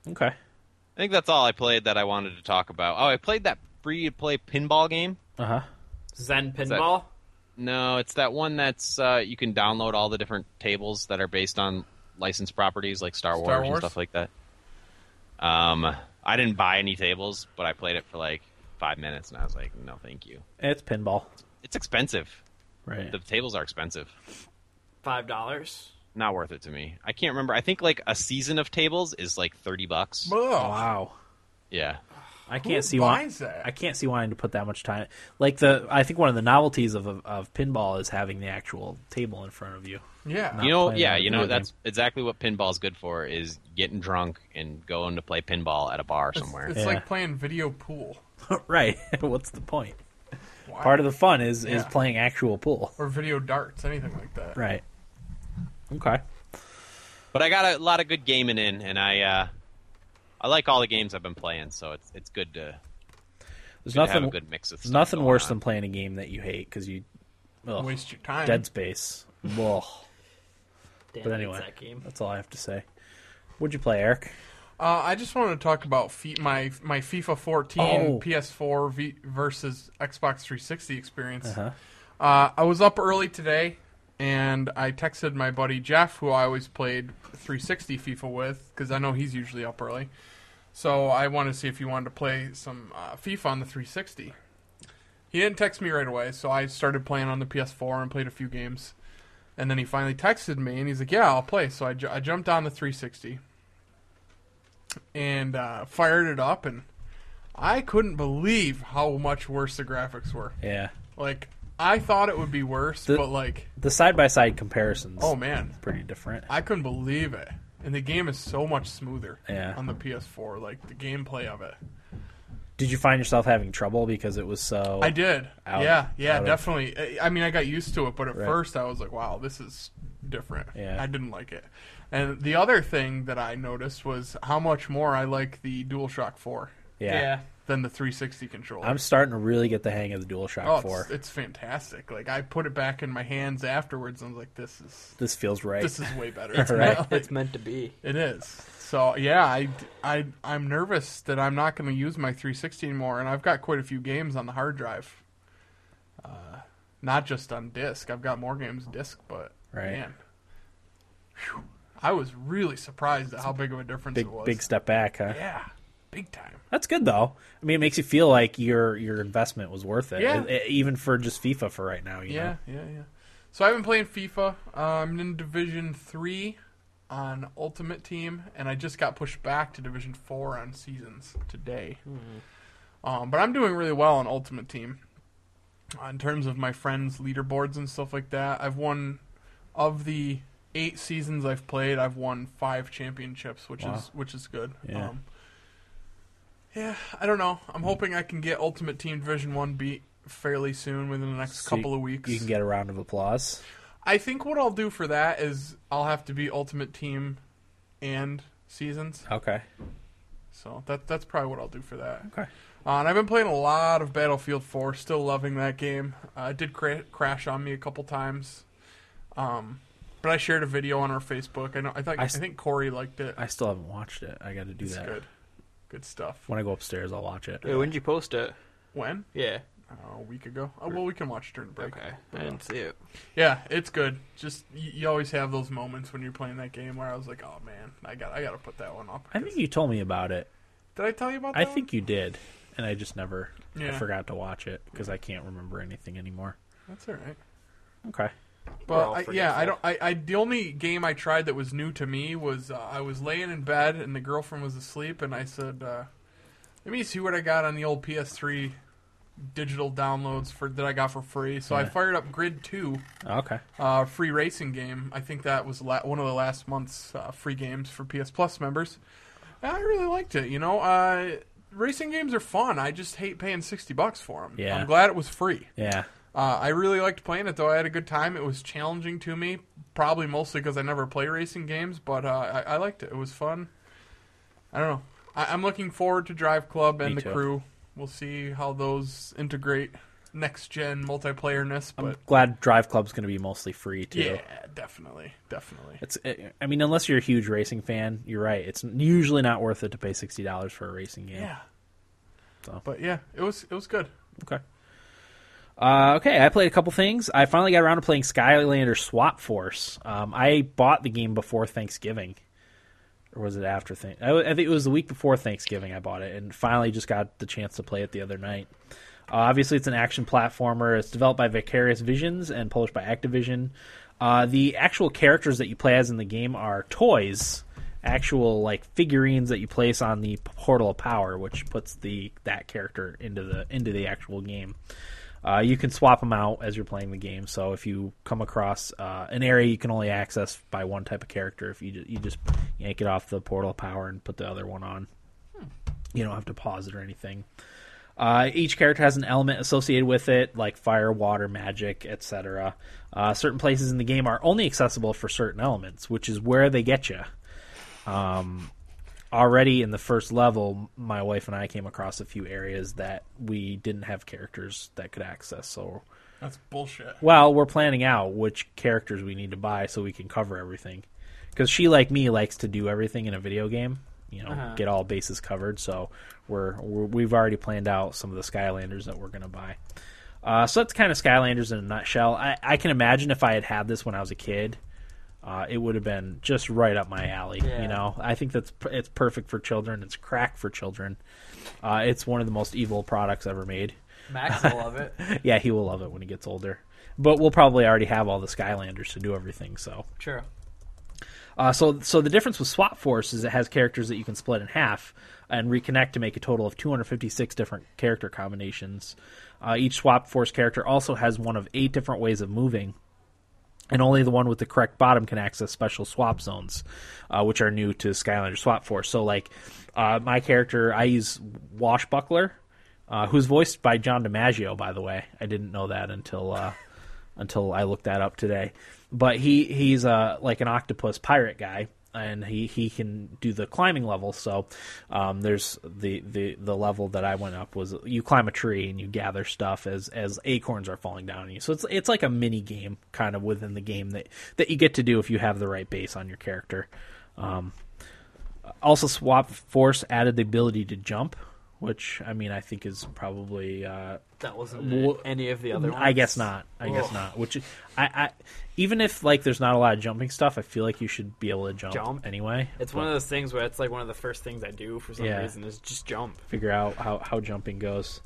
[SPEAKER 2] Okay.
[SPEAKER 3] I think that's all I played that I wanted to talk about. Oh, I played that free to play pinball game.
[SPEAKER 2] Uh huh.
[SPEAKER 4] Zen pinball.
[SPEAKER 3] No, it's that one that's uh, you can download all the different tables that are based on licensed properties like Star Wars, and
[SPEAKER 5] Wars?
[SPEAKER 3] stuff like that. Um, I didn't buy any tables, but I played it for like five minutes, and I was like, no, thank you.
[SPEAKER 2] It's pinball.
[SPEAKER 3] It's expensive.
[SPEAKER 2] Right.
[SPEAKER 3] The tables are expensive.
[SPEAKER 4] Five dollars.
[SPEAKER 3] Not worth it to me. I can't remember. I think like a season of tables is like thirty bucks.
[SPEAKER 5] Ugh.
[SPEAKER 2] wow.
[SPEAKER 3] Yeah.
[SPEAKER 2] I can't see why.
[SPEAKER 5] buys that?
[SPEAKER 2] I can't see wanting to put that much time. Like the, I think one of the novelties of of, of pinball is having the actual table in front of you.
[SPEAKER 5] Yeah.
[SPEAKER 3] you know
[SPEAKER 2] playing
[SPEAKER 3] yeah
[SPEAKER 2] on a
[SPEAKER 3] you
[SPEAKER 2] video
[SPEAKER 3] know
[SPEAKER 2] game.
[SPEAKER 3] that's exactly what pinball's good for is getting drunk and going to play pinball at a bar
[SPEAKER 5] It's,
[SPEAKER 3] somewhere
[SPEAKER 5] it's
[SPEAKER 2] Yeah.
[SPEAKER 5] like playing video pool
[SPEAKER 2] right. What's the point?
[SPEAKER 5] Why-
[SPEAKER 2] Part of the fun is is
[SPEAKER 5] Yeah.
[SPEAKER 2] playing actual pool.
[SPEAKER 5] or video darts, anything like that.
[SPEAKER 2] Right. Okay.
[SPEAKER 3] but i got a lot of good gaming in and i uh i like all the games i've been playing so it's it's good to,
[SPEAKER 2] There's
[SPEAKER 3] good to have
[SPEAKER 2] nothing.
[SPEAKER 3] a good mix of
[SPEAKER 2] There's
[SPEAKER 3] stuff
[SPEAKER 2] nothing
[SPEAKER 3] going
[SPEAKER 2] worse
[SPEAKER 3] on.
[SPEAKER 2] than playing a game that you hate because you. Ugh,
[SPEAKER 5] Waste your time.
[SPEAKER 2] Dead Space. Ugh.
[SPEAKER 4] Damn,
[SPEAKER 2] But
[SPEAKER 4] it's
[SPEAKER 2] anyway.
[SPEAKER 4] that game.
[SPEAKER 2] That's all I have to say. Would you play Eric?
[SPEAKER 5] Uh, I just wanted to talk about fe- my my FIFA 14
[SPEAKER 2] Oh.
[SPEAKER 5] PS4 v- versus Xbox 360 experience. uh I was up early today, and I texted my buddy Jeff, who I always played 360 FIFA with, because I know he's usually up early. So I wanted to see if he wanted to play some uh, FIFA on the 360. He didn't text me right away, so I started playing on the PS4 and played a few games. And then he finally texted me, and he's like, "Yeah, I'll play." So I, ju- I jumped on the 360 and uh, fired it up, and I couldn't believe how much worse the graphics were.
[SPEAKER 2] Yeah.
[SPEAKER 5] Like I thought it would be worse,
[SPEAKER 2] The-
[SPEAKER 5] but like,
[SPEAKER 2] The side by side comparisons.
[SPEAKER 5] oh man,
[SPEAKER 2] pretty different.
[SPEAKER 5] I couldn't believe it. And the game is so much smoother
[SPEAKER 2] Yeah.
[SPEAKER 5] on the PS4, like the gameplay of it.
[SPEAKER 2] Did you find yourself having trouble because it was so?
[SPEAKER 5] I did.
[SPEAKER 2] Out-
[SPEAKER 5] yeah, yeah,
[SPEAKER 2] out of-
[SPEAKER 5] definitely. I I mean, I got used to it, but at
[SPEAKER 2] Right.
[SPEAKER 5] first I was like, wow, this is different.
[SPEAKER 2] Yeah.
[SPEAKER 5] I didn't like it. And the other thing that I noticed was how much more I like the DualShock 4
[SPEAKER 2] Yeah.
[SPEAKER 5] than the 360 controller.
[SPEAKER 2] I'm starting to really get the hang of the DualShock
[SPEAKER 5] oh,
[SPEAKER 2] Four.
[SPEAKER 5] it's, it's fantastic. Like I put it back in my hands afterwards and I was like, this is
[SPEAKER 2] This feels right.
[SPEAKER 5] this is way better. It's
[SPEAKER 2] Right.
[SPEAKER 5] not like-
[SPEAKER 4] It's meant to be.
[SPEAKER 5] It is. So yeah, I, I I'm nervous that I'm not going to use my 360 anymore, and I've got quite a few games on the hard drive. Uh, not just on disc. I've got more games disc, but
[SPEAKER 2] Right.
[SPEAKER 5] man, Phew. I was really surprised at how big of a difference
[SPEAKER 2] big
[SPEAKER 5] it was.
[SPEAKER 2] big step back, huh?
[SPEAKER 5] yeah, big time.
[SPEAKER 2] That's good though. I mean, it makes you feel like your your investment was worth it,
[SPEAKER 5] Yeah.
[SPEAKER 2] E- e- even for just FIFA for right now. You
[SPEAKER 5] Yeah,
[SPEAKER 2] know?
[SPEAKER 5] yeah, yeah. So I've been playing FIFA. Uh, I'm in Division Three on Ultimate Team, and I just got pushed back to Division Four on Seasons today.
[SPEAKER 2] Hmm.
[SPEAKER 5] Um, but I'm doing really well on Ultimate Team Uh, in terms of my friends' leaderboards and stuff like that. I've won of the eight seasons I've played. I've won five championships, which is which is good.
[SPEAKER 2] Yeah.
[SPEAKER 5] Um, yeah, I don't know. I'm hoping I can get Ultimate Team Division One beat fairly soon within the next
[SPEAKER 2] So you-
[SPEAKER 5] couple of weeks.
[SPEAKER 2] You can get a round of applause.
[SPEAKER 5] I think what I'll do for that is I'll have to be Ultimate Team and Seasons.
[SPEAKER 2] Okay.
[SPEAKER 5] So that that's probably what I'll do for that.
[SPEAKER 2] Okay.
[SPEAKER 5] Uh, and I've been playing a lot of Battlefield 4. Still loving that game. Uh, it did cra- crash on me a couple times, um, but I shared a video on our Facebook. I know. I think.
[SPEAKER 2] I
[SPEAKER 5] I,
[SPEAKER 2] s-
[SPEAKER 5] think Corey liked it.
[SPEAKER 2] I still haven't watched it. I got to do
[SPEAKER 5] it's
[SPEAKER 2] that.
[SPEAKER 5] good. Good stuff.
[SPEAKER 2] When I go upstairs, I'll watch it.
[SPEAKER 4] Wait, when did you post it?
[SPEAKER 5] When?
[SPEAKER 4] Yeah.
[SPEAKER 5] Uh, a week ago. Oh, well, we can watch it during break. uh,
[SPEAKER 4] Okay. I didn't see it.
[SPEAKER 5] Yeah, it's good. Just you, you always have those moments when you're playing that game where I was like, "Oh man, I got I got to put that one up."
[SPEAKER 2] I
[SPEAKER 5] 'cause-
[SPEAKER 2] think you told me about it.
[SPEAKER 5] did I tell you about that?
[SPEAKER 2] I
[SPEAKER 5] one?
[SPEAKER 2] think you did, and I just never. I
[SPEAKER 5] Yeah.
[SPEAKER 2] forgot to watch it because I can't remember anything anymore.
[SPEAKER 5] that's all right.
[SPEAKER 2] Okay.
[SPEAKER 4] We're all
[SPEAKER 5] But I, yeah,
[SPEAKER 4] forgetful.
[SPEAKER 5] I don't. I, I the only game I tried that was new to me was uh, I was laying in bed and the girlfriend was asleep, and I said, uh, "Let me see what I got on the old PS3 digital downloads for that I got for free." So I
[SPEAKER 2] Yeah.
[SPEAKER 5] fired up Grid Two,
[SPEAKER 2] Okay.
[SPEAKER 5] uh, free racing game. I think that was la- one of the last month's uh, free games for PS Plus members. And I really liked it. You know, uh, racing games are fun. I just hate paying sixty bucks for them.
[SPEAKER 2] Yeah.
[SPEAKER 5] I'm glad it was free.
[SPEAKER 2] Yeah.
[SPEAKER 5] Uh, I really liked playing it though. I had a good time. It was challenging to me, probably mostly because I never play racing games, but uh, I, I liked it. It was fun. I don't know. I, I'm looking forward to Drive Club and
[SPEAKER 2] Me
[SPEAKER 5] the
[SPEAKER 2] too.
[SPEAKER 5] crew. We'll see how those integrate next gen multiplayerness,
[SPEAKER 2] I'm
[SPEAKER 5] but
[SPEAKER 2] glad Drive Club's going to be mostly free too.
[SPEAKER 5] yeah, definitely, definitely.
[SPEAKER 2] It's. It, I mean, unless you're a huge racing fan, you're right. It's usually not worth it to pay sixty dollars for a racing game.
[SPEAKER 5] Yeah.
[SPEAKER 2] So.
[SPEAKER 5] But yeah, it was it was good.
[SPEAKER 2] Okay. Uh, okay, I played a couple things. I finally got around to playing Skylander Swap Force. Um, I bought the game before Thanksgiving, or was it after Thanksgiving? I, I think it was the week before Thanksgiving. I bought it, and finally just got the chance to play it the other night. Uh, obviously, it's an action platformer. It's developed by Vicarious Visions and published by Activision. Uh, the actual characters that you play as in the game are toys, actual like figurines that you place on the Portal of Power, which puts the that character into the into the actual game. Uh, you can swap them out as you're playing the game. So if you come across uh, an area you can only access by one type of character, if you ju- you just yank it off the Portal of Power and put the other one on, you don't have to pause it or anything. Uh, each character has an element associated with it, like fire, water, magic, etc. Uh, certain places in the game are only accessible for certain elements, which is where they get you. Um, already in the first level, my wife and I came across a few areas that we didn't have characters that could access. So,
[SPEAKER 5] That's bullshit.
[SPEAKER 2] well, we're planning out which characters we need to buy so we can cover everything. Because she, like me, likes to do everything in a video game. You know, get all bases covered. So we're, we're we've already planned out some of the Skylanders that we're going to buy. Uh, so that's kind of Skylanders in a nutshell. I, I can imagine if I had had this when I was a kid, uh, it would have been just right up my alley. You
[SPEAKER 4] Yeah.
[SPEAKER 2] know, I think that's per- it's perfect for children. It's crack for children. Uh, it's one of the most evil products ever made
[SPEAKER 4] Max will love it.
[SPEAKER 2] yeah, he will love it when he gets older. But we'll probably already have all the Skylanders to do everything. So,
[SPEAKER 4] True.
[SPEAKER 2] uh, so, so the difference with Swap Force is it has characters that you can split in half and reconnect to make a total of 256 different character combinations. Uh, each Swap Force character also has one of eight different ways of moving, and only the one with the correct bottom can access special swap zones, uh, which are new to Skylander Swap Force. So, like uh, my character, I use Washbuckler, uh, who's voiced by John DiMaggio. By the way, I didn't know that until uh, until I looked that up today. But he he's uh, like an octopus pirate guy. And he, he can do the climbing level. So um, there's the, the, the level that I went up was you climb a tree and you gather stuff as as acorns are falling down on you. So it's it's like a mini game kind of within the game that that you get to do if you have the right base on your character. Um, also, Swap Force added the ability to jump, which I mean I think is probably uh,
[SPEAKER 4] That wasn't
[SPEAKER 2] Well,
[SPEAKER 4] any of the other ones.
[SPEAKER 2] I guess not. I guess
[SPEAKER 4] Ugh.
[SPEAKER 2] not. Which I, I even if like there's not a lot of jumping stuff, I feel like you should be able to jump,
[SPEAKER 4] Jump?
[SPEAKER 2] anyway.
[SPEAKER 4] It's one of those things where it's like one of the first things I do for some
[SPEAKER 2] Yeah.
[SPEAKER 4] reason is just jump.
[SPEAKER 2] figure out how, how jumping goes.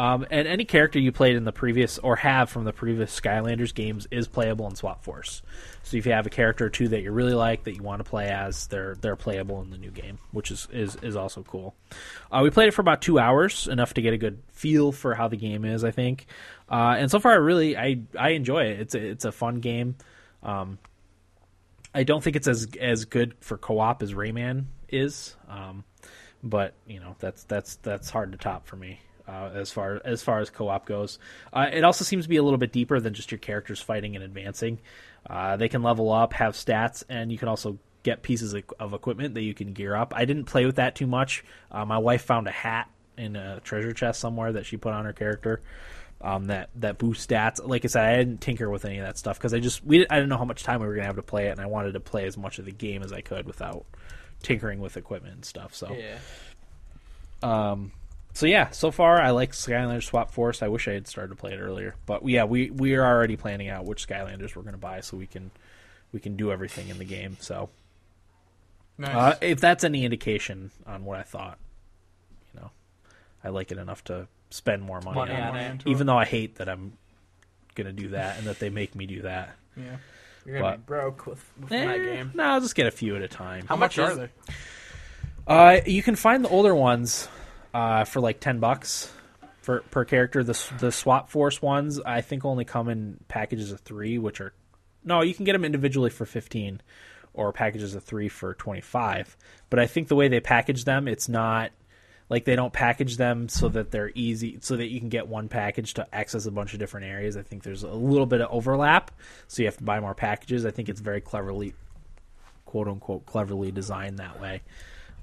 [SPEAKER 2] Um, and any character you played in the previous or have from the previous Skylanders games is playable in Swap Force. So if you have a character or two that you really like that you want to play as, they're they're playable in the new game, which is is, is also cool. Uh, we played it for about two hours, enough to get a good feel for how the game is, I think. Uh, and so far, I really I I enjoy it. It's a, it's a fun game. Um, I don't think it's as as good for co-op as Rayman is, um, but you know that's that's that's hard to top for me. uh, as far as far as co-op goes. Uh, it also seems to be a little bit deeper than just your characters fighting and advancing. Uh, they can level up, have stats, and you can also get pieces of, of equipment that you can gear up. I didn't play with that too much. Uh, my wife found a hat in a treasure chest somewhere that she put on her character. Um, that that boost stats. Like I said, I didn't tinker with any of that stuff because I just we didn't- I didn't know how much time we were gonna have to play it, and I wanted to play as much of the game as I could without tinkering with equipment and stuff. So
[SPEAKER 4] Yeah.
[SPEAKER 2] so yeah, so far I like Skylanders Swap Force. I wish I had started to play it earlier, but yeah, we we are already planning out which Skylanders we're going to buy so we can we can do everything in the game. So
[SPEAKER 5] Nice.
[SPEAKER 2] uh, if that's any indication on what I thought, you know, I like it enough to spend more money,
[SPEAKER 4] Money
[SPEAKER 2] on
[SPEAKER 4] on
[SPEAKER 2] it.
[SPEAKER 4] it.
[SPEAKER 5] into
[SPEAKER 2] Even though I hate that I'm going to do that and that they make me do that.
[SPEAKER 5] yeah.
[SPEAKER 4] You're gonna
[SPEAKER 2] But-
[SPEAKER 4] be broke with, with that
[SPEAKER 2] Eh,
[SPEAKER 4] game.
[SPEAKER 2] No, I'll just get a few at a time.
[SPEAKER 5] How much
[SPEAKER 4] much
[SPEAKER 5] are
[SPEAKER 4] is-
[SPEAKER 5] they?
[SPEAKER 2] Uh, you can find the older ones uh, for like ten bucks for per character. The the Swap Force ones I think only come in packages of three, which are no, you can get them individually for fifteen, or packages of three for twenty five. But I think the way they package them, it's not like they don't package them so that they're easy so that you can get one package to access a bunch of different areas i think there's a little bit of overlap so you have to buy more packages i think it's very cleverly quote unquote cleverly designed that way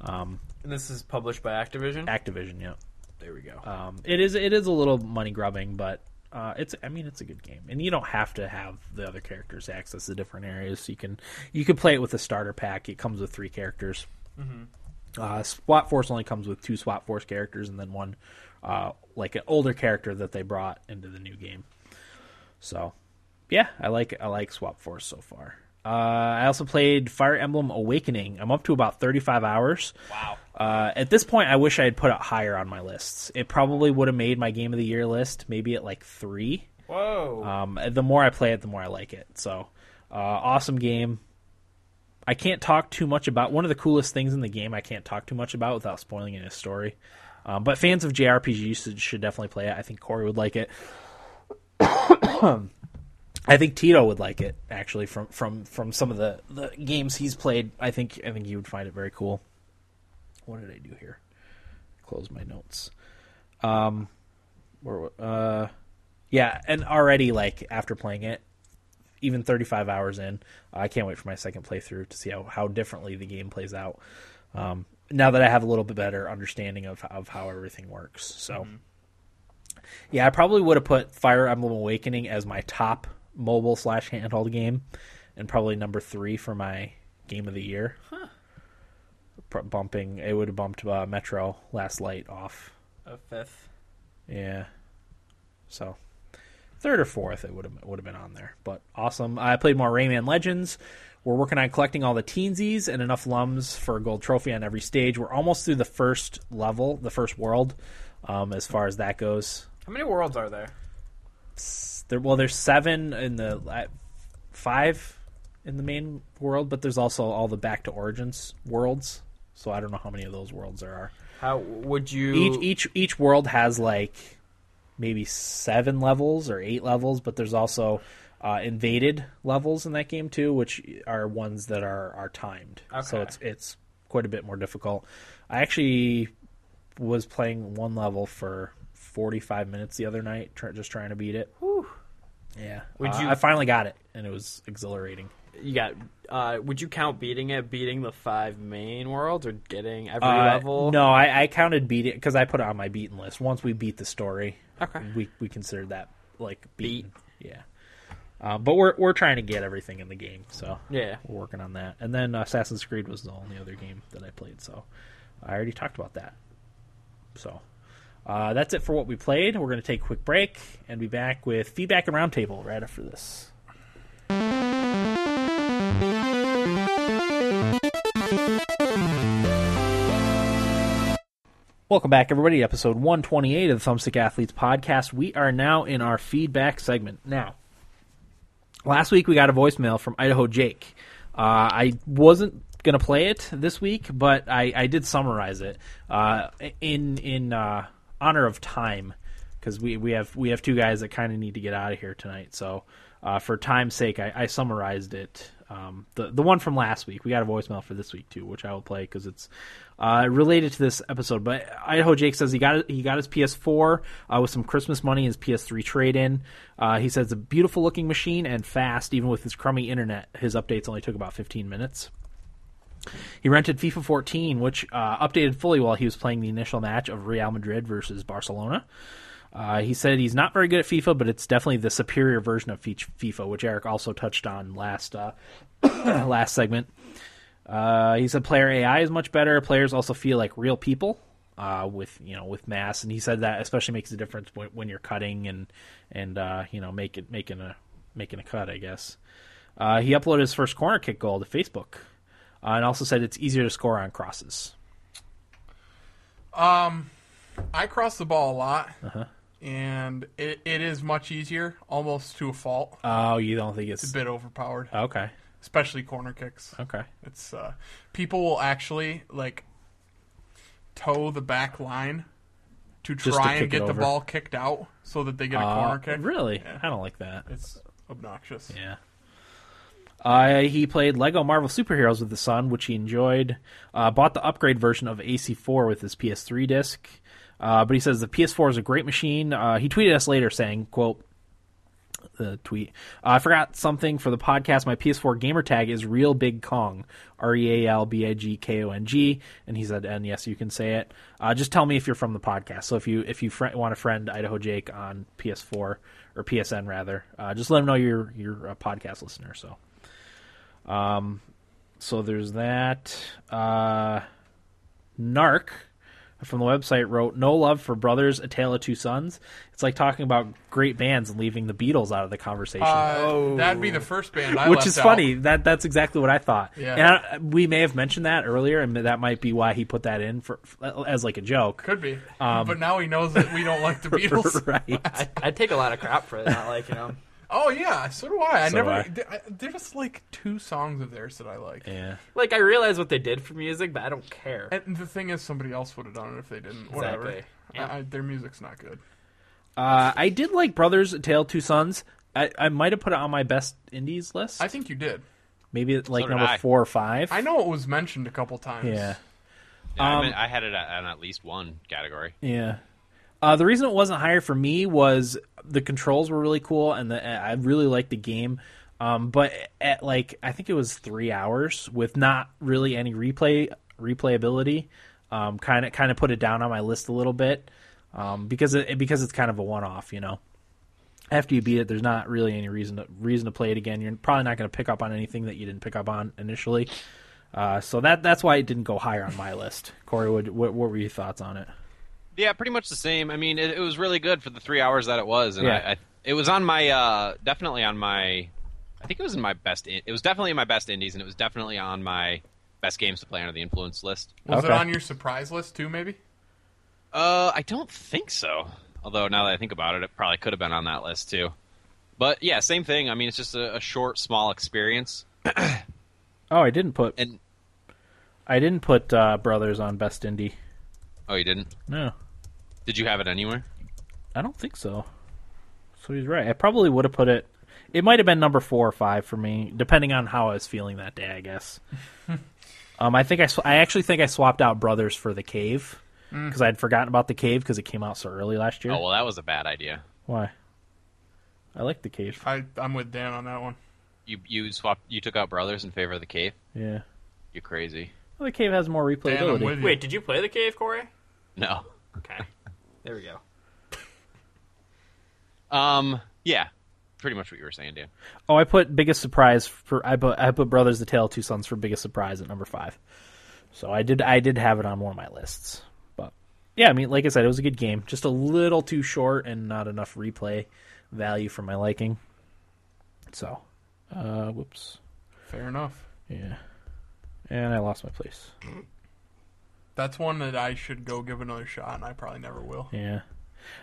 [SPEAKER 4] And this is published by Activision.
[SPEAKER 2] Activision, yeah.
[SPEAKER 4] there we go.
[SPEAKER 2] Um, it is it is a little money grubbing, but uh, it's I mean it's a good game, and you don't have to have the other characters access the different areas. You can you can play it with a starter pack. It comes with three characters. Uh, SWAT Force only comes with two SWAT Force characters, and then one uh, like an older character that they brought into the new game. So, yeah, I like I like Swap Force so far. Uh, I also played Fire Emblem Awakening. I'm up to about 35 hours. Wow. Uh, at this point, I wish I had put it higher on my lists. It probably would have made my Game of the Year list, maybe at like three.
[SPEAKER 4] Whoa.
[SPEAKER 2] Um, the more I play it, the more I like it. So, uh, awesome game. I can't talk too much about one of the coolest things in the game. I can't talk too much about without spoiling any story. Um, but fans of JRPGs should, should definitely play it. I think Corey would like it. I think Tito would like it actually from from from some of the the games he's played. I think I think you would find it very cool. What did I do here? Close my notes. Um, where uh, yeah, and already like after playing it, even 35 hours in, I can't wait for my second playthrough to see how how differently the game plays out. Um, now that I have a little bit better understanding of of how everything works, so. Yeah, I probably would have put Fire Emblem Awakening as my top mobile slash handheld game, and probably number three for my game of the year. Pro- bumping it would have bumped uh, Metro Last Light off.
[SPEAKER 4] a fifth.
[SPEAKER 2] Yeah, so third or fourth it would have would have been on there. But awesome. I played more Rayman Legends. We're working on collecting all the teensies and enough lums for a gold trophy on every stage. We're almost through the first level, the first world, um, as far as that goes
[SPEAKER 4] How many worlds are there?
[SPEAKER 2] there well there's seven in the uh, five in the main world but there's also all the back to origins worlds so i don't know how many of those worlds there are
[SPEAKER 4] How would you
[SPEAKER 2] each each each world has like maybe seven levels or eight levels but there's also uh, invaded levels in that game too which are ones that are are timed so
[SPEAKER 4] Okay.
[SPEAKER 2] it's it's quite a bit more difficult i actually was playing one level for 45 minutes the other night tr- just trying to beat it yeah.
[SPEAKER 4] Would
[SPEAKER 2] Uh,
[SPEAKER 4] you-
[SPEAKER 2] I finally got it, and it was exhilarating.
[SPEAKER 4] you got uh would you count beating it beating the five main worlds or getting every
[SPEAKER 2] Uh,
[SPEAKER 4] level?
[SPEAKER 2] No, I, I counted beat it because I put it on my beaten list. Once we beat the story,
[SPEAKER 4] Okay.
[SPEAKER 2] we we considered that like beaten. Yeah. Uh, but we're we're trying to get everything in the game, so
[SPEAKER 4] Yeah.
[SPEAKER 2] we're working on that. And then Assassin's Creed was the only other game that I played, so I already talked about that. So uh, that's it for what we played. We're going to take a quick break and be back with feedback and roundtable right after this. Welcome back, everybody, to episode 128 of the Thumbstick Athletes podcast. We are now in our feedback segment. Now, last week we got a voicemail from Idaho Jake. Uh, I wasn't going to play it this week, but I, I did summarize it uh, in in uh, honor of time because we, we have we have two guys that kind of need to get out of here tonight. So uh, for time's sake, I, I summarized it Um, the the one from last week. We got a voicemail for this week too, which I will play because it's uh, related to this episode. But Idaho Jake says he got he got his PS4 uh, with some Christmas money, his PS3 trade in. Uh, he says it's a beautiful looking machine and fast, even with his crummy internet. His updates only took about 15 minutes. He rented FIFA 14, which uh, updated fully while he was playing the initial match of Real Madrid versus Barcelona. Uh, he said he's not very good at FIFA, but it's definitely the superior version of Fe- FIFA, which Eric also touched on last uh, last segment. Uh, he said player AI is much better. Players also feel like real people uh, with you know with mass, and he said that especially makes a difference when, when you're cutting and and uh, you know make it, making a making a cut. I guess uh, he uploaded his first corner kick goal to Facebook, uh, and also said it's easier to score on crosses.
[SPEAKER 5] I cross the ball a lot,
[SPEAKER 2] Uh-huh.
[SPEAKER 5] and it, it is much easier, almost to a fault.
[SPEAKER 2] Oh, you don't think
[SPEAKER 5] It's
[SPEAKER 2] it's
[SPEAKER 5] a bit overpowered,
[SPEAKER 2] okay?
[SPEAKER 5] especially corner kicks.
[SPEAKER 2] Okay.
[SPEAKER 5] It's uh, people will actually like toe the back line to
[SPEAKER 2] to
[SPEAKER 5] try
[SPEAKER 2] kick it
[SPEAKER 5] and get the
[SPEAKER 2] over.
[SPEAKER 5] ball kicked out so that they get a
[SPEAKER 2] Uh,
[SPEAKER 5] corner kick.
[SPEAKER 2] really?
[SPEAKER 5] Yeah.
[SPEAKER 2] I don't like that.
[SPEAKER 5] It's obnoxious.
[SPEAKER 2] Yeah. Uh, he played Lego Marvel Superheroes with his son, which he enjoyed. Uh, bought the upgrade version of AC4 with his PS3 disc. Uh, but he says the PS4 is a great machine. Uh, he tweeted us later saying, "quote the tweet. Uh, I forgot something for the podcast. My PS4 gamer tag is Real Big Kong, R E A L B I G K O N G, and he said, "And yes, you can say it. Uh, just tell me if you're from the podcast. So if you if you fri want to friend Idaho Jake on PS4 or PSN rather, uh, just let him know you're you're a podcast listener. So, um, so there's that. Uh, Narc from the website wrote, "No love for Brothers: A Tale of Two Sons." It's like talking about great bands and leaving the Beatles out of the conversation,
[SPEAKER 5] Uh, That'd be the first band I
[SPEAKER 2] which
[SPEAKER 5] left
[SPEAKER 2] is
[SPEAKER 5] out.
[SPEAKER 2] funny. That that's exactly what I thought.
[SPEAKER 5] Yeah.
[SPEAKER 2] And I, we may have mentioned that earlier, and that might be why he put that in for as like a joke.
[SPEAKER 5] Could be. but now he knows that we don't like the Beatles.
[SPEAKER 2] Um, right?
[SPEAKER 4] I, I take a lot of crap for not liking them.
[SPEAKER 5] oh yeah, so do I.
[SPEAKER 2] So
[SPEAKER 5] I
[SPEAKER 2] do
[SPEAKER 5] never.
[SPEAKER 2] I.
[SPEAKER 5] th- I- There's like two songs of theirs that I like.
[SPEAKER 2] Yeah.
[SPEAKER 4] Like I realize what they did for music, but I don't care.
[SPEAKER 5] And the thing is, somebody else would have done it if they didn't. Whatever.
[SPEAKER 4] Exactly. Yeah.
[SPEAKER 5] I, I, their music's not good.
[SPEAKER 2] Uh, I did like Brothers: A Tale of Two Sons. I, I might have put it on my best indies list.
[SPEAKER 5] I think you did.
[SPEAKER 2] Maybe it's like
[SPEAKER 3] So did
[SPEAKER 2] number
[SPEAKER 3] I.
[SPEAKER 2] four or five.
[SPEAKER 5] I know it was mentioned a couple times.
[SPEAKER 2] Yeah.
[SPEAKER 3] Yeah, I,
[SPEAKER 2] Um,
[SPEAKER 3] mean, I had it at- on at least one category.
[SPEAKER 2] Yeah. Uh, the reason it wasn't higher for me was the controls were really cool, and the, I really liked the game. Um, but at like I think it was three hours with not really any replay replayability, um, kind of kind of put it down on my list a little bit um, because it because it's kind of a one off, you know. After you beat it, there's not really any reason to reason to play it again. You're probably not going to pick up on anything that you didn't pick up on initially. Uh, so that that's why it didn't go higher on my list. Corey, what, what, what were your thoughts on it?
[SPEAKER 3] Yeah, pretty much the same. I mean, it, it was really good for the three hours that it was, and
[SPEAKER 2] Yeah.
[SPEAKER 3] I, I, it was on my uh, definitely on my. I think it was in my best. in- It was definitely in my best indies, and it was definitely on my best games to play under the influence list.
[SPEAKER 5] Was it
[SPEAKER 2] Okay.
[SPEAKER 5] on your surprise list too? Maybe.
[SPEAKER 3] Uh, I don't think so. Although now that I think about it, it probably could have been on that list too. But yeah, same thing. I mean, it's just a, a short, small experience,
[SPEAKER 2] Oh, I didn't put
[SPEAKER 3] and
[SPEAKER 2] I didn't put uh, Brothers on Best Indie.
[SPEAKER 3] oh, you didn't?
[SPEAKER 2] No,
[SPEAKER 3] Did you have it anywhere?
[SPEAKER 2] I don't think so. So he's right. I probably would have put it. It might have been number four or five for me, depending on how I was feeling that day. I guess. um, I think I sw- I actually think I swapped out Brothers for the Cave
[SPEAKER 5] Mm.
[SPEAKER 2] because I'd forgotten about the Cave because it came out so early last year.
[SPEAKER 3] Oh well, that was a bad idea.
[SPEAKER 2] Why? I like the Cave.
[SPEAKER 5] I, I'm with Dan on that one.
[SPEAKER 3] You you swapped you took out brothers in favor of the cave.
[SPEAKER 2] Yeah.
[SPEAKER 3] You're crazy.
[SPEAKER 2] Well, the Cave has more
[SPEAKER 5] Dan, I'm
[SPEAKER 2] replayability.
[SPEAKER 5] with you.
[SPEAKER 4] Wait, did you play the cave, Corey?
[SPEAKER 3] No.
[SPEAKER 4] Okay, there we go.
[SPEAKER 3] Um. Yeah. Pretty much what you were saying, Dan.
[SPEAKER 2] oh, I put biggest surprise for I put I put Brothers: The Tale of Two Sons for biggest surprise at number five. So I did I did have it on one of my lists, but yeah, I mean, like I said, it was a good game, just a little too short and not enough replay value for my liking. So, uh, whoops,
[SPEAKER 5] Fair enough.
[SPEAKER 2] yeah, and I lost my place.
[SPEAKER 5] That's one that I should go give another shot, and I probably never will.
[SPEAKER 2] Yeah,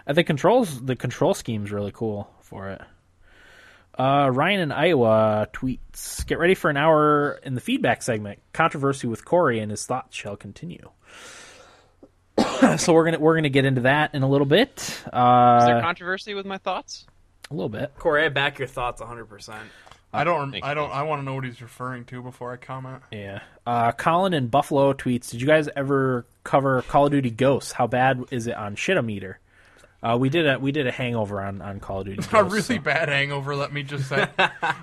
[SPEAKER 2] Uh, the controls the control scheme's really cool for it. Uh, Ryan in Iowa tweets: Get ready for an hour in the feedback segment. Controversy with Corey and his thoughts shall continue. so we're gonna we're gonna get into that in a little bit.
[SPEAKER 3] Is there
[SPEAKER 2] Uh,
[SPEAKER 3] controversy with my thoughts?
[SPEAKER 2] a little bit.
[SPEAKER 4] Corey, I back your thoughts 100. percent
[SPEAKER 5] I don't.
[SPEAKER 3] Thank you,
[SPEAKER 5] I don't.
[SPEAKER 3] thank
[SPEAKER 5] I want to know what he's referring to before I comment.
[SPEAKER 2] Yeah. Uh, Colin in Buffalo tweets, did you guys ever cover Call of Duty Ghosts? How bad is it on Shitometer? Uh, we did a we did a hangover on, on Call of Duty. Ghosts,
[SPEAKER 5] A really
[SPEAKER 2] so-
[SPEAKER 5] bad hangover. Let me just say,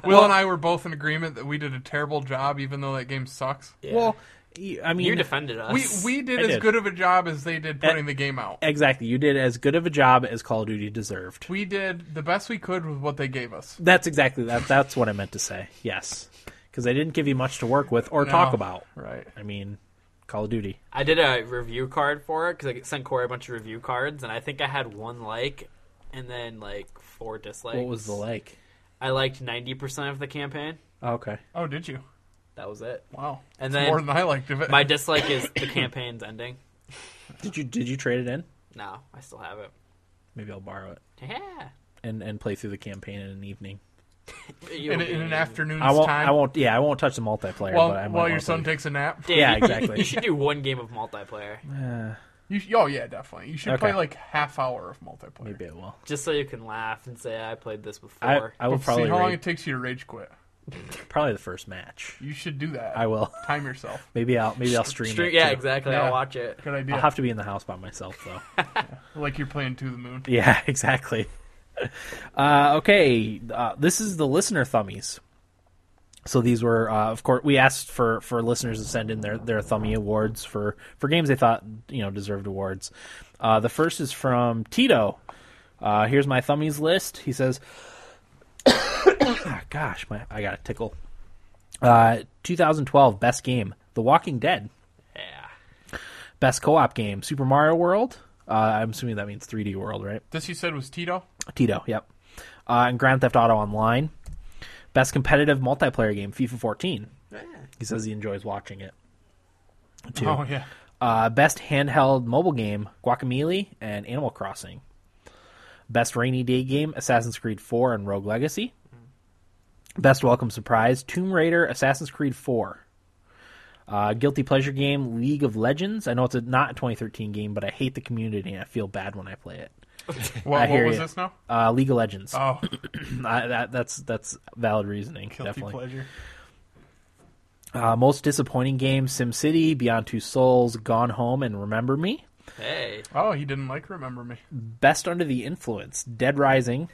[SPEAKER 5] Will and I were both in agreement that we did a terrible job, even though that game sucks.
[SPEAKER 2] Well, y- I mean,
[SPEAKER 4] You defended us.
[SPEAKER 5] We we did
[SPEAKER 2] I
[SPEAKER 5] as
[SPEAKER 2] did.
[SPEAKER 5] good of a job as they did putting the game out.
[SPEAKER 2] exactly. You did as good of a job as Call of Duty deserved.
[SPEAKER 5] We did the best we could with what they gave us.
[SPEAKER 2] That's exactly that. That's what I meant to say. Yes, because I didn't give you much to work with or talk
[SPEAKER 5] No.
[SPEAKER 2] about.
[SPEAKER 5] Right.
[SPEAKER 2] I mean, Call of Duty.
[SPEAKER 4] I did a review card for it because I sent Corey a bunch of review cards, and I think I had one like, and then like four dislikes.
[SPEAKER 2] What was the like?
[SPEAKER 4] I liked ninety percent of the campaign.
[SPEAKER 2] Okay.
[SPEAKER 5] Oh, did you?
[SPEAKER 4] That was it.
[SPEAKER 5] Wow.
[SPEAKER 4] And
[SPEAKER 5] It's
[SPEAKER 4] then-
[SPEAKER 5] more than I liked of it.
[SPEAKER 4] My dislike is the campaign's ending.
[SPEAKER 2] Did you did you trade it in?
[SPEAKER 4] No, I still have it.
[SPEAKER 2] Maybe I'll borrow it
[SPEAKER 4] Yeah.
[SPEAKER 2] and and play through the campaign in an evening.
[SPEAKER 5] in, in an afternoon's
[SPEAKER 2] I won't.
[SPEAKER 5] time.
[SPEAKER 2] I won't. Yeah, I won't touch the multiplayer.
[SPEAKER 5] While,
[SPEAKER 2] but I might
[SPEAKER 5] while
[SPEAKER 2] wanna
[SPEAKER 5] your son
[SPEAKER 2] play-
[SPEAKER 5] takes a nap.
[SPEAKER 4] Dave,
[SPEAKER 2] Yeah,
[SPEAKER 4] you-
[SPEAKER 2] exactly.
[SPEAKER 4] You should do one game of multiplayer,
[SPEAKER 2] Uh,
[SPEAKER 5] You sh- oh yeah, definitely. You should
[SPEAKER 2] Okay.
[SPEAKER 5] play like half hour of multiplayer.
[SPEAKER 2] maybe I will.
[SPEAKER 4] just so you can laugh and say I played this
[SPEAKER 2] I,
[SPEAKER 4] before.
[SPEAKER 2] I will
[SPEAKER 5] Let's see
[SPEAKER 2] probably
[SPEAKER 5] how long
[SPEAKER 2] raid-
[SPEAKER 5] it takes you to rage quit.
[SPEAKER 2] probably the first match.
[SPEAKER 5] You should do that.
[SPEAKER 2] I will.
[SPEAKER 5] time yourself.
[SPEAKER 2] Maybe I'll maybe I'll stream.
[SPEAKER 4] Stream-
[SPEAKER 2] it
[SPEAKER 4] yeah,
[SPEAKER 2] too.
[SPEAKER 4] exactly.
[SPEAKER 5] Yeah.
[SPEAKER 4] I'll watch it.
[SPEAKER 5] Good idea.
[SPEAKER 2] I'll have to be in the house by myself though.
[SPEAKER 5] Like you're playing to the moon.
[SPEAKER 2] Yeah, exactly. Uh, okay, uh, this is the listener thummies. So these were, uh, of course, we asked for, for listeners to send in their their thummy awards for, for games they thought you know deserved awards. Uh, the first is from Tito. Uh, here's my thummies list. He says, "Gosh, my I got a tickle." Uh, 2012 best game, The Walking Dead.
[SPEAKER 4] Yeah.
[SPEAKER 2] Best co-op game, Super Mario World. Uh, I'm assuming that means 3D World, right?
[SPEAKER 5] This you said was Tito.
[SPEAKER 2] Tito, yep. Uh, and Grand Theft Auto Online. Best competitive multiplayer game, FIFA 14. He says he enjoys watching it. Too.
[SPEAKER 5] Oh yeah.
[SPEAKER 2] Uh, best handheld mobile game, Guacamole and Animal Crossing. Best rainy day game, Assassin's Creed 4 and Rogue Legacy. Best welcome surprise, Tomb Raider, Assassin's Creed 4. Uh, guilty pleasure game, League of Legends. I know it's a, not a 2013 game, but I hate the community and I feel bad when I play it. I
[SPEAKER 5] What, what
[SPEAKER 2] hear
[SPEAKER 5] was
[SPEAKER 2] ya.
[SPEAKER 5] this now?
[SPEAKER 2] Uh, League of Legends.
[SPEAKER 5] Oh,
[SPEAKER 2] I, that, that's that's valid reasoning.
[SPEAKER 5] guilty
[SPEAKER 2] definitely.
[SPEAKER 5] pleasure.
[SPEAKER 2] Uh, most disappointing game: SimCity, Beyond Two Souls, Gone Home, and Remember Me.
[SPEAKER 4] Hey.
[SPEAKER 5] Oh, he didn't like Remember Me.
[SPEAKER 2] Best Under the Influence: Dead Rising,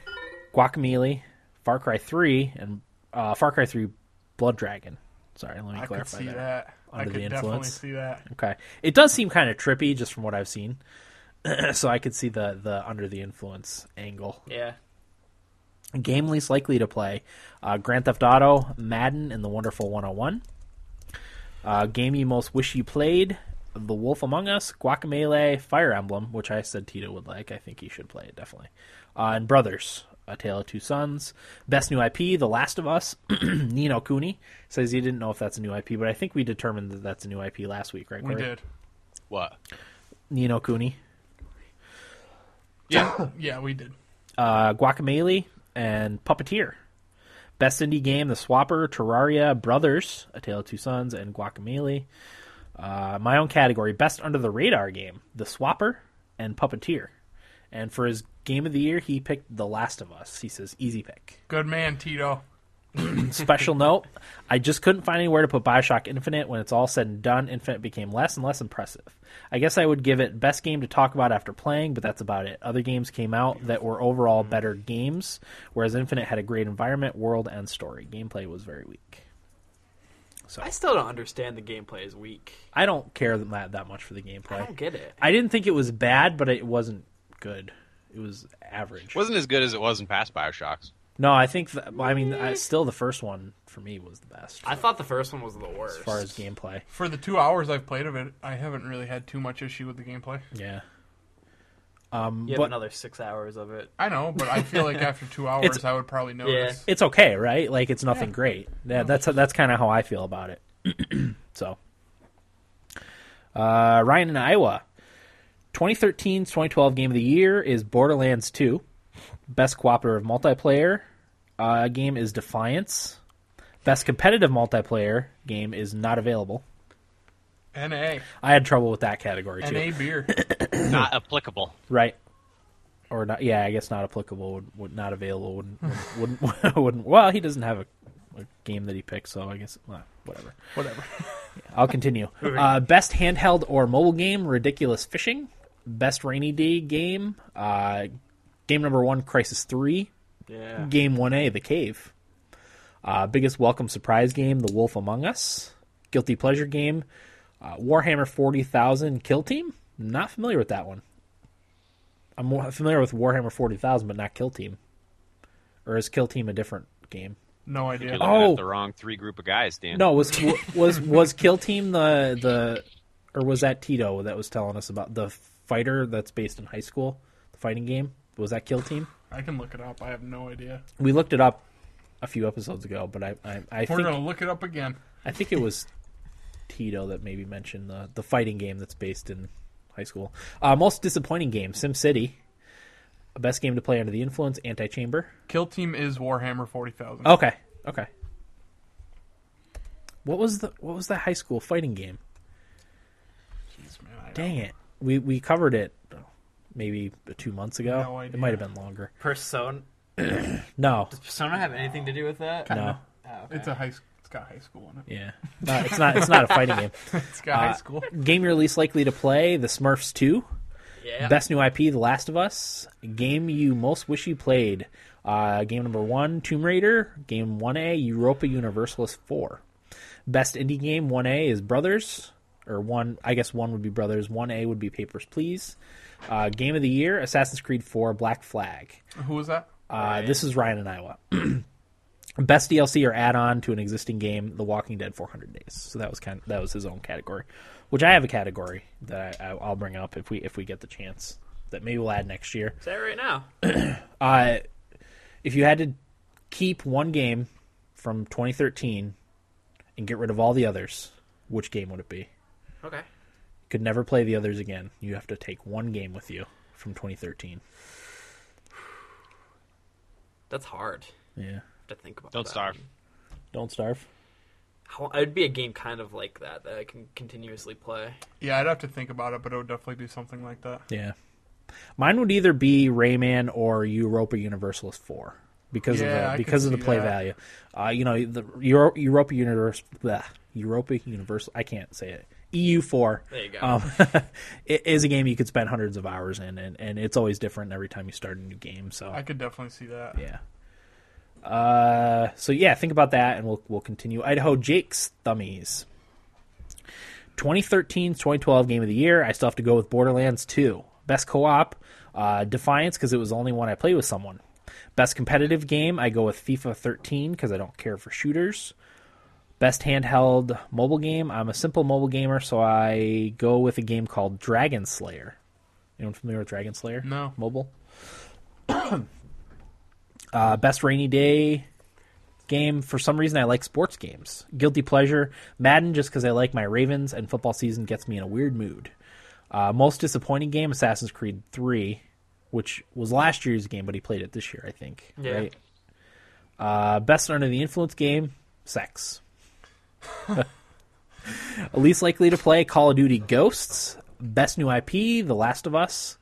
[SPEAKER 2] Guacamole, Far Cry Three, and uh, Far Cry Three, Blood Dragon. Sorry, let me
[SPEAKER 5] I could
[SPEAKER 2] clarify
[SPEAKER 5] see
[SPEAKER 2] that.
[SPEAKER 5] that. I
[SPEAKER 2] Under
[SPEAKER 5] could
[SPEAKER 2] the
[SPEAKER 5] definitely
[SPEAKER 2] influence.
[SPEAKER 5] see that.
[SPEAKER 2] Okay, it does seem kind of trippy just from what I've seen, so I could see the the Under the Influence angle.
[SPEAKER 4] Yeah.
[SPEAKER 2] Game least likely to play: uh, Grand Theft Auto, Madden, and The Wonderful 101. Uh, game you most wish you played: The Wolf Among Us, Guacamelee, Fire Emblem, which I said Tito would like. I think he should play it definitely. Uh, and Brothers: A Tale of Two Sons. Best new IP: The Last of Us. Nino Cooney says he didn't know if that's a new IP, but I think we determined that that's a new IP last week, right?
[SPEAKER 5] We
[SPEAKER 2] Corey?
[SPEAKER 5] did.
[SPEAKER 3] What?
[SPEAKER 2] Nino Cooney,
[SPEAKER 5] Yeah, yeah, we did.
[SPEAKER 2] uh, Guacamelee, and Puppeteer. Best indie game: The Swapper, Terraria, Brothers, A Tale of Two Sons, and Guacamelee. Uh, my own category: Best Under the Radar game: The Swapper and Puppeteer. And for his game of the year, he picked The Last of Us. He says easy pick.
[SPEAKER 5] Good man, Tito.
[SPEAKER 2] Special note: I just couldn't find anywhere to put Bioshock Infinite. When it's all said and done, Infinite became less and less impressive. I guess I would give it best game to talk about after playing, but that's about it. Other games came out that were overall better games, whereas Infinite had a great environment, world, and story. Gameplay was very weak.
[SPEAKER 4] I still don't understand the gameplay is weak.
[SPEAKER 2] I don't care that that much for the
[SPEAKER 4] I
[SPEAKER 2] gameplay.
[SPEAKER 4] don't get it.
[SPEAKER 2] I didn't think it was bad, but it wasn't good. It was average.
[SPEAKER 3] Wasn't as good as it was in past Bioshocks.
[SPEAKER 2] No, I think. th I mean, I, still the first one for me was the best
[SPEAKER 4] I thought the first one was the worst.
[SPEAKER 2] as far as gameplay.
[SPEAKER 5] For the two hours I've played of it, I haven't really had too much issue with the gameplay.
[SPEAKER 2] Yeah.
[SPEAKER 4] you have
[SPEAKER 2] but-
[SPEAKER 4] another six hours of it.
[SPEAKER 5] I know, but I feel like after two hours, I would probably notice.
[SPEAKER 2] it's okay, right? Like it's nothing great. Yeah, that's that's kind of how I feel about it. so, uh, Ryan in Iowa, 2013's 2012 game of the year is Borderlands 2. Best cooperative multiplayer uh, game is Defiance. Best competitive multiplayer game is not available.
[SPEAKER 5] Na
[SPEAKER 2] I had trouble with that category too.
[SPEAKER 5] na beer.
[SPEAKER 3] Not applicable.
[SPEAKER 2] Right. Or not? Yeah, I guess not applicable. Would, would not available. Wouldn't wouldn't, wouldn't wouldn't. Well, he doesn't have a a game that he picked. So I guess well, whatever.
[SPEAKER 5] Whatever.
[SPEAKER 2] I'll continue. Uh, best handheld or mobile game: Ridiculous Fishing. Best rainy day game: uh, Game number one, Crisis Three.
[SPEAKER 4] Yeah.
[SPEAKER 2] Game one A, The Cave. Uh, biggest welcome surprise game: The Wolf Among Us. Guilty pleasure game: uh, Warhammer Forty Thousand Kill Team. Not familiar with that one. I'm more familiar with Warhammer Forty Thousand, but not Kill Team. Or is Kill Team a different game?
[SPEAKER 5] No idea.
[SPEAKER 3] You're looking
[SPEAKER 2] Oh.
[SPEAKER 3] at the wrong three group of guys, Dan.
[SPEAKER 2] No, was w- was was Kill Team the the or was that Tito that was telling us about the fighter that's based in high school, the fighting game? Was that Kill Team?
[SPEAKER 5] I can look it up. I have no idea.
[SPEAKER 2] We looked it up a few episodes ago, but I I, I
[SPEAKER 5] We're
[SPEAKER 2] think
[SPEAKER 5] gonna look it up again.
[SPEAKER 2] I think it was Tito that maybe mentioned the the fighting game that's based in high school. Uh, most disappointing game: Sim City. Best game to play under the influence: Antichamber.
[SPEAKER 5] Kill Team is Warhammer Forty Thousand.
[SPEAKER 2] Okay, okay. What was the what was that high school fighting game?
[SPEAKER 5] Jeez, man, I
[SPEAKER 2] Dang it. We we covered it maybe two months ago.
[SPEAKER 5] No idea.
[SPEAKER 2] It might have been longer.
[SPEAKER 4] Persona.
[SPEAKER 2] No.
[SPEAKER 4] Does Persona have anything to do with that?
[SPEAKER 2] No.
[SPEAKER 4] Oh, okay.
[SPEAKER 5] It's a high. s- It's got high school in it. Uh,
[SPEAKER 2] Yeah. No, it's not it's not a fighting game.
[SPEAKER 5] It's got high school.
[SPEAKER 2] Game you're least likely to play, The Smurfs 2.
[SPEAKER 4] yeah.
[SPEAKER 2] Best new IP, The Last of Us. Game you most wish you played. Uh, game number one, Tomb Raider. Game 1A, Europa Universalis 4. Best indie game, 1A is Brothers. Or one, I guess one would be Brothers. 1A would be Papers, Please. Uh, game of the year, Assassin's Creed 4, Black Flag.
[SPEAKER 5] Who was that?
[SPEAKER 2] Uh, this is Ryan in Iowa. Best DLC or add-on to an existing game, The Walking Dead 400 Days. So that was kind of, that was his own category, which I have a category that I, I, I'll bring up if we if we get the chance that maybe we'll add next year.
[SPEAKER 4] Say it right now.
[SPEAKER 2] Uh, if you had to keep one game from 2013 and get rid of all the others, which game would it be?
[SPEAKER 4] Okay.
[SPEAKER 2] Could never play the others again. You have to take one game with you from 2013.
[SPEAKER 4] That's hard
[SPEAKER 2] Yeah.
[SPEAKER 4] to think about.
[SPEAKER 3] Don't
[SPEAKER 4] that.
[SPEAKER 3] starve.
[SPEAKER 2] Don't starve.
[SPEAKER 4] How- It'd be a game kind of like that that I can continuously play.
[SPEAKER 5] Yeah, I'd have to think about it, but it would definitely be something like that.
[SPEAKER 2] Yeah. Mine would either be Rayman or Europa Universalis 4 because
[SPEAKER 5] Yeah,
[SPEAKER 2] of
[SPEAKER 5] I
[SPEAKER 2] the because
[SPEAKER 5] could
[SPEAKER 2] of the
[SPEAKER 5] see
[SPEAKER 2] play
[SPEAKER 5] that.
[SPEAKER 2] value. Uh, you know, the Euro, Europa Universe bleh, Europa Universal I can't say it. EU4
[SPEAKER 4] There you go.
[SPEAKER 2] um, it is a game you could spend hundreds of hours in and, and it's always different every time you start a new game, so
[SPEAKER 5] I could definitely see that.
[SPEAKER 2] yeah. Uh, so yeah, think about that, and we'll we'll continue. Idaho Jake's Thummies. 2013-2012 game of the year. I still have to go with Borderlands 2. Best co-op, uh, Defiance because it was the only one I played with someone. Best competitive game, I go with FIFA 13 because I don't care for shooters. Best handheld mobile game, I'm a simple mobile gamer, so I go with a game called Dragon Slayer. Anyone familiar with Dragon Slayer?
[SPEAKER 5] No.
[SPEAKER 2] Mobile. Uh, best rainy day game. For some reason, I like sports games. Guilty pleasure, Madden, just because I like my Ravens, and football season gets me in a weird mood. Uh, most disappointing game, Assassin's Creed 3, which was last year's game, but he played it this year, I think.
[SPEAKER 4] Yeah.
[SPEAKER 2] Right? Uh, best under the influence game, sex. Least likely to play Call of Duty Ghosts. Best new IP, The Last of Us.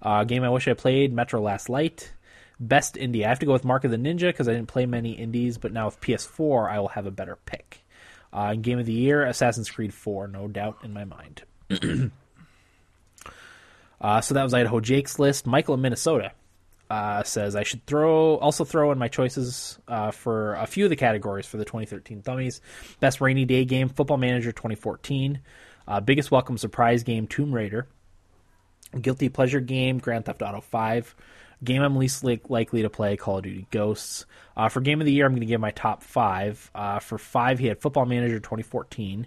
[SPEAKER 2] Uh, game I wish I played, Metro Last Light. Best indie. I have to go with Mark of the Ninja because I didn't play many indies, but now with PS4, I will have a better pick. Uh, and game of the year, Assassin's Creed 4, no doubt in my mind. uh, so that was Idaho Jake's list. Michael in Minnesota uh, says I should throw also throw in my choices uh, for a few of the categories for the 2013 Thummies: Best Rainy Day Game, Football Manager 2014, uh, Biggest Welcome Surprise Game, Tomb Raider, Guilty Pleasure Game, Grand Theft Auto 5, Game I'm Least li- Likely to Play, Call of Duty Ghosts. Uh, for Game of the Year, I'm going to give my top five. Uh, for five, he had Football Manager 2014.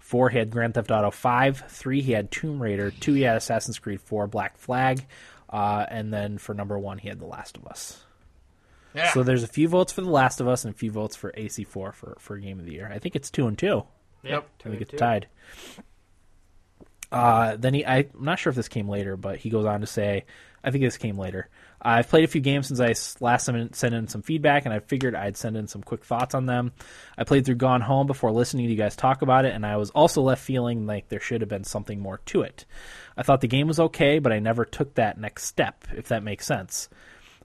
[SPEAKER 2] Four, he had Grand Theft Auto 5. Three, he had Tomb Raider. Two, he had Assassin's Creed 4, Black Flag. Uh, and then for number one, he had The Last of Us.
[SPEAKER 5] Yeah.
[SPEAKER 2] So there's a few votes for The Last of Us and a few votes for AC4 for, for Game of the Year. I think it's two and two.
[SPEAKER 5] Yep.
[SPEAKER 4] two
[SPEAKER 2] I think
[SPEAKER 4] and
[SPEAKER 2] it's
[SPEAKER 4] two.
[SPEAKER 2] tied. Uh, then he, I, I'm not sure if this came later, but he goes on to say, I think this came later. I've played a few games since I s- last sent sent in some feedback, and I figured I'd send in some quick thoughts on them. I played through Gone Home before listening to you guys talk about it, and I was also left feeling like there should have been something more to it. I thought the game was okay, but I never took that next step, if that makes sense.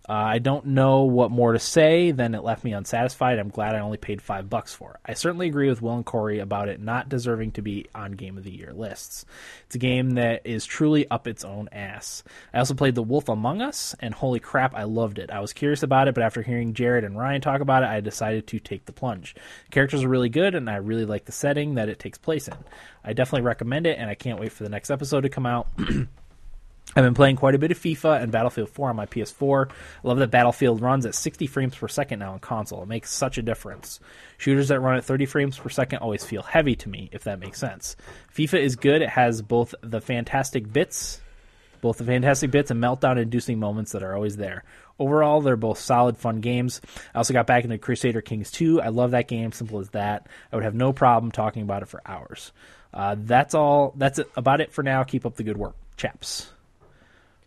[SPEAKER 2] Uh, I don't know what more to say than it left me unsatisfied. I'm glad I only paid five bucks for it. I certainly agree with Will and Corey about it not deserving to be on Game of the Year lists. It's a game that is truly up its own ass. I also played The Wolf Among Us, and holy crap, I loved it. I was curious about it, but after hearing Jared and Ryan talk about it, I decided to take the plunge. The characters are really good, and I really like the setting that it takes place in. I definitely recommend it, and I can't wait for the next episode to come out. I've been playing quite a bit of FIFA and Battlefield 4 on my PS4. I love that Battlefield runs at 60 frames per second now on console. It makes such a difference. Shooters that run at 30 frames per second always feel heavy to me, if that makes sense. FIFA is good. It has both the fantastic bits, both the fantastic bits and meltdown-inducing moments that are always there. Overall, they're both solid, fun games. I also got back into Crusader Kings 2. I love that game. Simple as that. I would have no problem talking about it for hours. Uh, that's all. That's it, about it for now. Keep up the good work, chaps.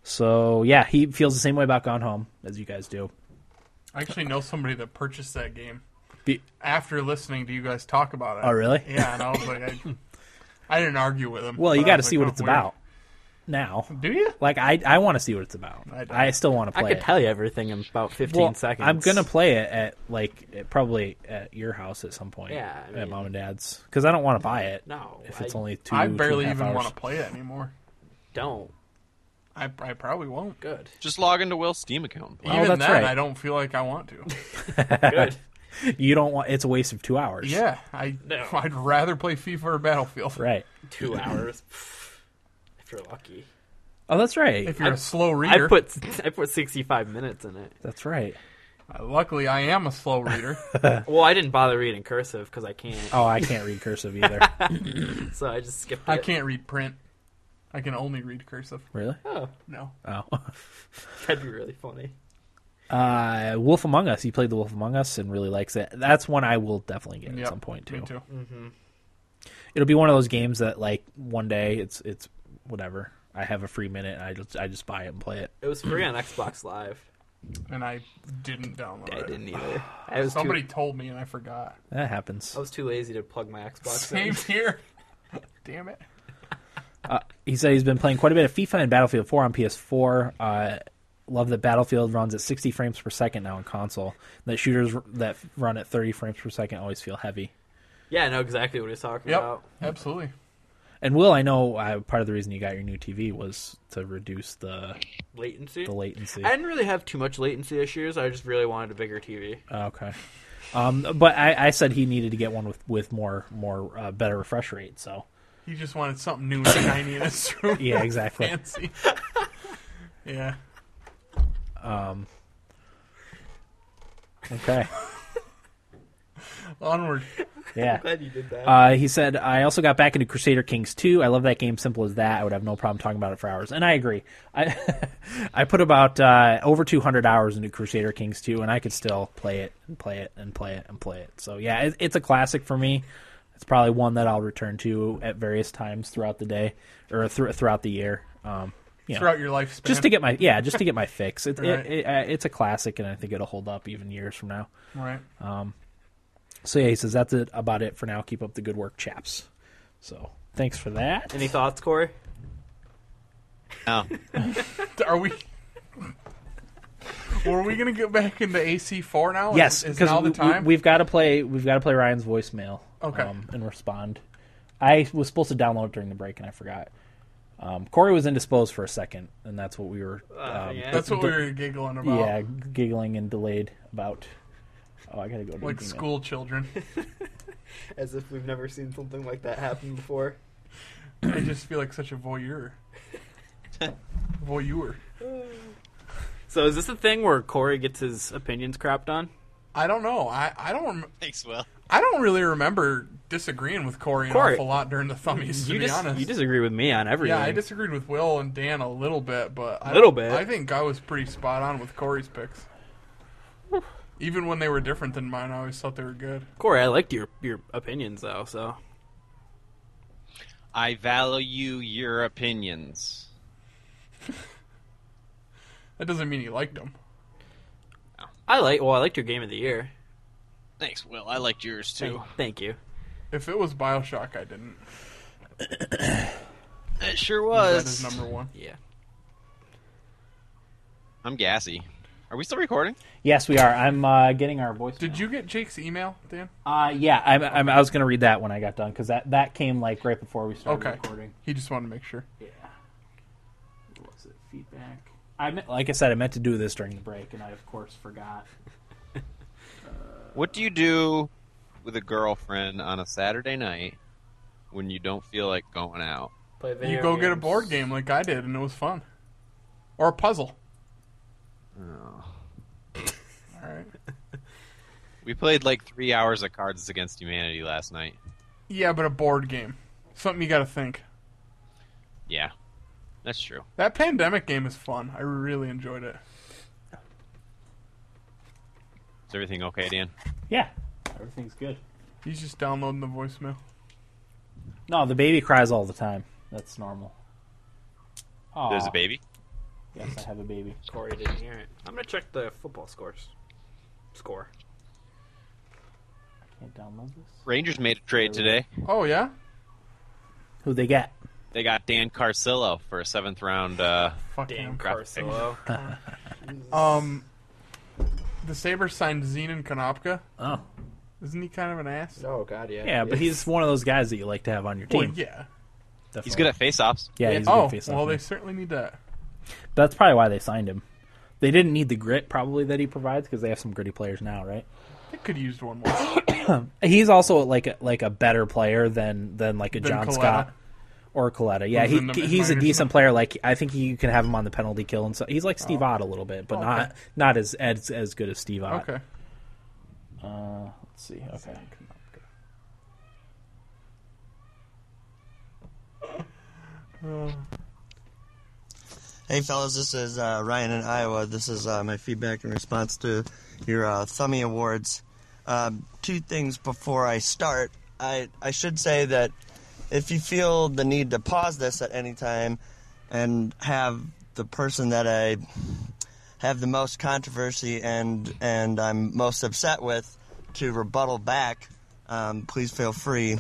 [SPEAKER 2] So yeah, he feels the same way about Gone Home as you guys do.
[SPEAKER 5] I actually know somebody that purchased that game
[SPEAKER 2] Be-
[SPEAKER 5] after listening to you guys talk about it.
[SPEAKER 2] Oh, really?
[SPEAKER 5] Yeah, and I was like, I, I didn't argue with him.
[SPEAKER 2] Well, you
[SPEAKER 5] but I
[SPEAKER 2] got to
[SPEAKER 5] was
[SPEAKER 2] see
[SPEAKER 5] like,
[SPEAKER 2] what
[SPEAKER 5] "Oh,
[SPEAKER 2] it's
[SPEAKER 5] weird."
[SPEAKER 2] about now.
[SPEAKER 5] Do you?
[SPEAKER 2] Like I, I want to see what it's about.
[SPEAKER 5] I don't.
[SPEAKER 2] I, still want to
[SPEAKER 4] I
[SPEAKER 2] play.
[SPEAKER 4] could
[SPEAKER 2] it.
[SPEAKER 4] tell you everything in about 15
[SPEAKER 2] Well,
[SPEAKER 4] seconds.
[SPEAKER 2] I'm gonna play it at like at- probably at your house at some point.
[SPEAKER 4] Yeah, I
[SPEAKER 2] at
[SPEAKER 4] mean-
[SPEAKER 2] mom and dad's because I don't want to buy it.
[SPEAKER 4] No,
[SPEAKER 2] if it's
[SPEAKER 4] I
[SPEAKER 2] only two.
[SPEAKER 5] I barely even
[SPEAKER 2] want
[SPEAKER 5] want to play it anymore.
[SPEAKER 4] don't.
[SPEAKER 5] I, I probably won't.
[SPEAKER 4] Good.
[SPEAKER 3] Just log into Will's Steam account.
[SPEAKER 2] Oh, that's
[SPEAKER 5] even then,
[SPEAKER 2] right.
[SPEAKER 5] I don't feel like I want to.
[SPEAKER 4] Good.
[SPEAKER 2] You don't want. It's a waste of two hours.
[SPEAKER 5] Yeah, I
[SPEAKER 4] No.
[SPEAKER 5] I'd rather play FIFA or Battlefield.
[SPEAKER 2] Right.
[SPEAKER 4] Two hours. If you're lucky.
[SPEAKER 2] Oh, that's right.
[SPEAKER 5] If you're a slow reader,
[SPEAKER 4] I put I put 65 minutes in it.
[SPEAKER 2] that's right.
[SPEAKER 5] Uh, luckily I am a slow reader.
[SPEAKER 4] Well, I didn't bother reading cursive because I can't,
[SPEAKER 2] Oh, I can't read cursive either.
[SPEAKER 4] so I just skipped it.
[SPEAKER 5] I can't read print. I can only read cursive.
[SPEAKER 2] really?
[SPEAKER 4] Oh,
[SPEAKER 5] No,
[SPEAKER 2] Oh.
[SPEAKER 4] that'd be really funny.
[SPEAKER 2] Uh, Wolf Among Us. He played the Wolf Among Us and really likes it. That's one I will definitely get
[SPEAKER 5] Yep,
[SPEAKER 2] at some point
[SPEAKER 5] Me too.
[SPEAKER 4] Mm.
[SPEAKER 2] it'll be one of those games that like one day it's it's whatever. I have a free minute. And I just I just buy it and play it.
[SPEAKER 4] It was free on Xbox Live.
[SPEAKER 5] And I didn't download
[SPEAKER 4] I
[SPEAKER 5] it.
[SPEAKER 4] didn't either. I was
[SPEAKER 5] Somebody
[SPEAKER 4] too.
[SPEAKER 5] told me and I forgot.
[SPEAKER 2] That happens.
[SPEAKER 4] I was too lazy to plug my Xbox.
[SPEAKER 5] Same
[SPEAKER 4] in.
[SPEAKER 5] here. Damn it.
[SPEAKER 2] He said he's been playing quite a bit of FIFA and Battlefield 4 on PS4. Uh, love that Battlefield runs at 60 frames per second now on console. That shooters r- that run at 30 frames per second always feel heavy.
[SPEAKER 4] Yeah, I know exactly what he's talking
[SPEAKER 5] Yep.
[SPEAKER 4] about.
[SPEAKER 5] Absolutely.
[SPEAKER 2] And Will, I know uh, part of the reason you got your new TV was to reduce the
[SPEAKER 4] Latency.
[SPEAKER 2] the latency.
[SPEAKER 4] I didn't really have too much latency issues. I just really wanted a bigger TV.
[SPEAKER 2] Okay. Um, but I, I said he needed to get one with with more more uh, better refresh rate. So
[SPEAKER 5] He just wanted something new and shiny and super
[SPEAKER 2] yeah, exactly.
[SPEAKER 5] fancy. yeah.
[SPEAKER 2] Okay.
[SPEAKER 5] Onward.
[SPEAKER 2] Yeah.
[SPEAKER 4] Glad you did that.
[SPEAKER 2] Uh, he said, I also got back into Crusader Kings 2. I love that game, simple as that. I would have no problem talking about it for hours. And I agree. I I put about uh, over 200 hours into Crusader Kings 2, and I could still play it and play it and play it and play it. So, yeah, it, it's a classic for me. It's probably one that I'll return to at various times throughout the day or thr- throughout the year. Um, you know,
[SPEAKER 5] Throughout your lifespan.
[SPEAKER 2] just to get my yeah, just to get my fix. It,
[SPEAKER 5] Right.
[SPEAKER 2] it, it, uh, it's a classic, and I think it'll hold up even years from now.
[SPEAKER 5] Right.
[SPEAKER 2] So yeah, he says that's it about it for now. Keep up the good work, chaps. So thanks for that.
[SPEAKER 4] Any thoughts, Corey?
[SPEAKER 2] Oh.
[SPEAKER 3] No.
[SPEAKER 5] Are we. Were we going to get back into AC4 now?
[SPEAKER 2] yes,
[SPEAKER 5] Is, is
[SPEAKER 2] because
[SPEAKER 5] now the time?
[SPEAKER 2] we, have got to play. We've got to play Ryan's voicemail. um,
[SPEAKER 5] Okay.
[SPEAKER 2] and respond. I was supposed to download it during the break and I forgot. Um, Corey was indisposed for a second, and that's what we were. um,
[SPEAKER 4] yeah.
[SPEAKER 5] That's what we were giggling about.
[SPEAKER 2] yeah, giggling and delayed about. Oh, I gotta go to
[SPEAKER 5] Like
[SPEAKER 2] email.
[SPEAKER 5] school children.
[SPEAKER 4] As if we've never seen something like that happen before.
[SPEAKER 5] I just feel like such a voyeur. voyeur.
[SPEAKER 4] So is this the thing where Corey gets his opinions crapped on?
[SPEAKER 5] I don't know. I, I don't rem-
[SPEAKER 3] Thanks, Will.
[SPEAKER 5] I don't really remember disagreeing with Corey an
[SPEAKER 4] Corey,
[SPEAKER 5] awful lot during the thummies. To
[SPEAKER 4] you
[SPEAKER 5] be
[SPEAKER 4] dis-
[SPEAKER 5] honest,
[SPEAKER 4] you disagree with me on everything.
[SPEAKER 5] yeah, I disagreed with Will and Dan a little bit, but I,
[SPEAKER 4] Little bit.
[SPEAKER 5] I think I was pretty spot on with Corey's picks. Even when they were different than mine, I always thought they were good.
[SPEAKER 4] Corey, I liked your your opinions though. So
[SPEAKER 3] I value your opinions.
[SPEAKER 5] That doesn't mean he liked them.
[SPEAKER 4] I like. Well, I liked your game of the year.
[SPEAKER 3] Thanks, Will. I liked yours too.
[SPEAKER 4] Thank, thank you.
[SPEAKER 5] If it was Bioshock, I didn't.
[SPEAKER 3] It sure
[SPEAKER 5] That is
[SPEAKER 3] was.
[SPEAKER 5] number one.
[SPEAKER 4] Yeah.
[SPEAKER 3] I'm gassy. Are we still recording?
[SPEAKER 2] Yes, we are. I'm uh, getting our voice.
[SPEAKER 5] Did you get Jake's email, Dan?
[SPEAKER 2] Uh, yeah, I'm, I'm, I was going to read that when I got done because that, that came like right before we started
[SPEAKER 5] Okay.
[SPEAKER 2] recording.
[SPEAKER 5] He just wanted to make sure.
[SPEAKER 2] Yeah. What was it? Feedback. I meant, like I said, I meant to do this during the break, and I of course forgot.
[SPEAKER 3] What do you do with a girlfriend on a Saturday night when you don't feel like going out?
[SPEAKER 4] Play video
[SPEAKER 5] You go get a
[SPEAKER 4] games.
[SPEAKER 5] board game like I did, and it was fun. Or a puzzle. All right.
[SPEAKER 3] We played like three hours of Cards Against Humanity last night.
[SPEAKER 5] Yeah, but a board game. Something you got to think.
[SPEAKER 3] Yeah, that's true.
[SPEAKER 5] That pandemic game is fun. I really enjoyed it.
[SPEAKER 3] Is everything okay, Dan?
[SPEAKER 2] Yeah, everything's good.
[SPEAKER 5] He's just downloading the voicemail.
[SPEAKER 2] No, the baby cries all the time. That's normal. Oh,
[SPEAKER 3] There's a baby.
[SPEAKER 2] Yes, I have a baby.
[SPEAKER 4] Corey didn't hear it. I'm gonna check the football scores. Score.
[SPEAKER 2] Can't download this.
[SPEAKER 3] Rangers made a trade today.
[SPEAKER 5] Oh, yeah?
[SPEAKER 2] Who they get?
[SPEAKER 3] They got Dan Carcillo for a seventh round. Uh,
[SPEAKER 5] Fuck
[SPEAKER 4] Dan
[SPEAKER 5] him.
[SPEAKER 4] Carcillo.
[SPEAKER 5] Um, the Sabres signed Zenon Konopka.
[SPEAKER 2] Oh,
[SPEAKER 5] Isn't he kind of an ass?
[SPEAKER 4] oh God, yeah.
[SPEAKER 2] yeah, but he's one of those guys that you like to have on your
[SPEAKER 5] Well,
[SPEAKER 2] team.
[SPEAKER 5] yeah.
[SPEAKER 2] Definitely.
[SPEAKER 3] he's good at face-offs.
[SPEAKER 2] Yeah, he's
[SPEAKER 5] oh,
[SPEAKER 2] a good face
[SPEAKER 5] well, they certainly need that.
[SPEAKER 2] That's probably why they signed him. They didn't need the grit probably that he provides because they have some gritty players now, right?
[SPEAKER 5] They could have used one more.
[SPEAKER 2] He's also like a, like a better player than than like a
[SPEAKER 5] Than
[SPEAKER 2] John
[SPEAKER 5] Coletta.
[SPEAKER 2] Scott or Coletta. Yeah,
[SPEAKER 5] Who's
[SPEAKER 2] he
[SPEAKER 5] in the
[SPEAKER 2] he's a
[SPEAKER 5] mid-minors
[SPEAKER 2] decent
[SPEAKER 5] now.
[SPEAKER 2] player. Like I think you can have him on the penalty kill and so he's like
[SPEAKER 5] Oh.
[SPEAKER 2] Steve Ott a little bit, but not not as as as good as Steve Ott.
[SPEAKER 5] Okay.
[SPEAKER 2] Let's see. Okay.
[SPEAKER 1] Hey fellas, this is uh, Ryan in Iowa. This is uh, my feedback in response to your uh, Thummy Awards. Um, two things before I start. I, I should say that if you feel the need to pause this at any time and have the person that I have the most controversy and and I'm most upset with to rebuttal back, um, please feel free.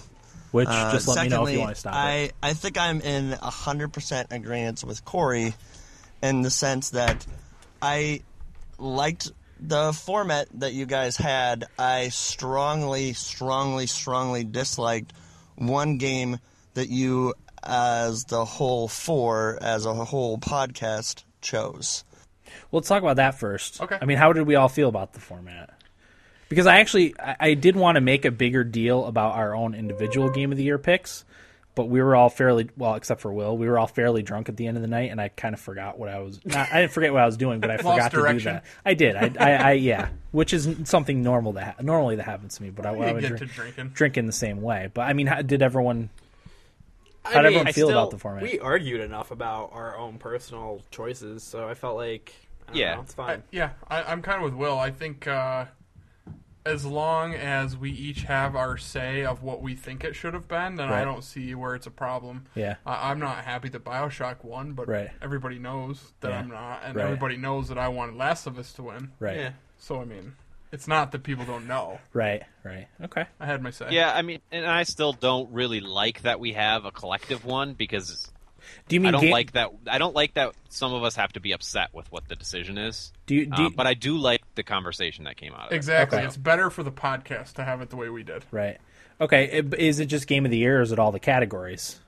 [SPEAKER 2] Which
[SPEAKER 1] Uh,
[SPEAKER 2] just let me know if
[SPEAKER 1] secondly,
[SPEAKER 2] you want to stop.
[SPEAKER 1] I,
[SPEAKER 2] it.
[SPEAKER 1] I think I'm in 100% agreement with Corey in the sense that I liked the format that you guys had. I strongly, strongly, strongly disliked one game that you, as the whole four, as a whole podcast, chose.
[SPEAKER 2] Well, let's talk about that first.
[SPEAKER 5] Okay.
[SPEAKER 2] I mean, how did we all feel about the format? Because I actually I, I did want to make a bigger deal about our own individual game of the year picks, but we were all fairly well, except for Will, we were all fairly drunk at the end of the night, and I kind of forgot what I was. Not, I didn't forget what I was doing, but I forgot to do
[SPEAKER 5] direction.
[SPEAKER 2] that. I did. I, I, I yeah, which is something normal that ha- normally that happens to me, but I,
[SPEAKER 5] Well,
[SPEAKER 2] I
[SPEAKER 5] you
[SPEAKER 2] would
[SPEAKER 5] get
[SPEAKER 2] drink,
[SPEAKER 5] to drinking.
[SPEAKER 2] drinking the same way. But I mean, how, did everyone?
[SPEAKER 4] I
[SPEAKER 2] How'd
[SPEAKER 4] mean,
[SPEAKER 2] everyone
[SPEAKER 4] I
[SPEAKER 2] feel about
[SPEAKER 4] still-
[SPEAKER 2] the format?
[SPEAKER 4] We argued enough about our own personal choices, so I felt like I don't
[SPEAKER 3] Yeah.
[SPEAKER 4] know, it's
[SPEAKER 5] I,
[SPEAKER 4] fine.
[SPEAKER 5] yeah, I, I'm kind of with Will. I think uh, as long as we each have our say of what we think it should have been, then
[SPEAKER 2] Right.
[SPEAKER 5] I don't see where it's a problem.
[SPEAKER 2] Yeah.
[SPEAKER 5] I, I'm not happy that Bioshock won, but
[SPEAKER 2] Right.
[SPEAKER 5] everybody knows that
[SPEAKER 2] Yeah.
[SPEAKER 5] I'm not, and
[SPEAKER 2] Right.
[SPEAKER 5] everybody knows that I wanted Last of Us to win.
[SPEAKER 2] Right,
[SPEAKER 4] yeah.
[SPEAKER 5] So I mean, it's not that people don't know.
[SPEAKER 2] right, right. Okay.
[SPEAKER 5] I had my say.
[SPEAKER 3] Yeah, I mean, and I still don't really like that we have a collective one because
[SPEAKER 2] Do you mean
[SPEAKER 3] I don't
[SPEAKER 2] ga-
[SPEAKER 3] like that. I don't like that some of us have to be upset with what the decision is.
[SPEAKER 2] Do you- do
[SPEAKER 3] Uh,
[SPEAKER 2] you-
[SPEAKER 3] but I do like the conversation that came out of it.
[SPEAKER 5] Exactly.
[SPEAKER 2] Okay.
[SPEAKER 5] It's better for the podcast to have it the way we did.
[SPEAKER 2] right? Okay. i- Is it just game of the year, or is it all the categories?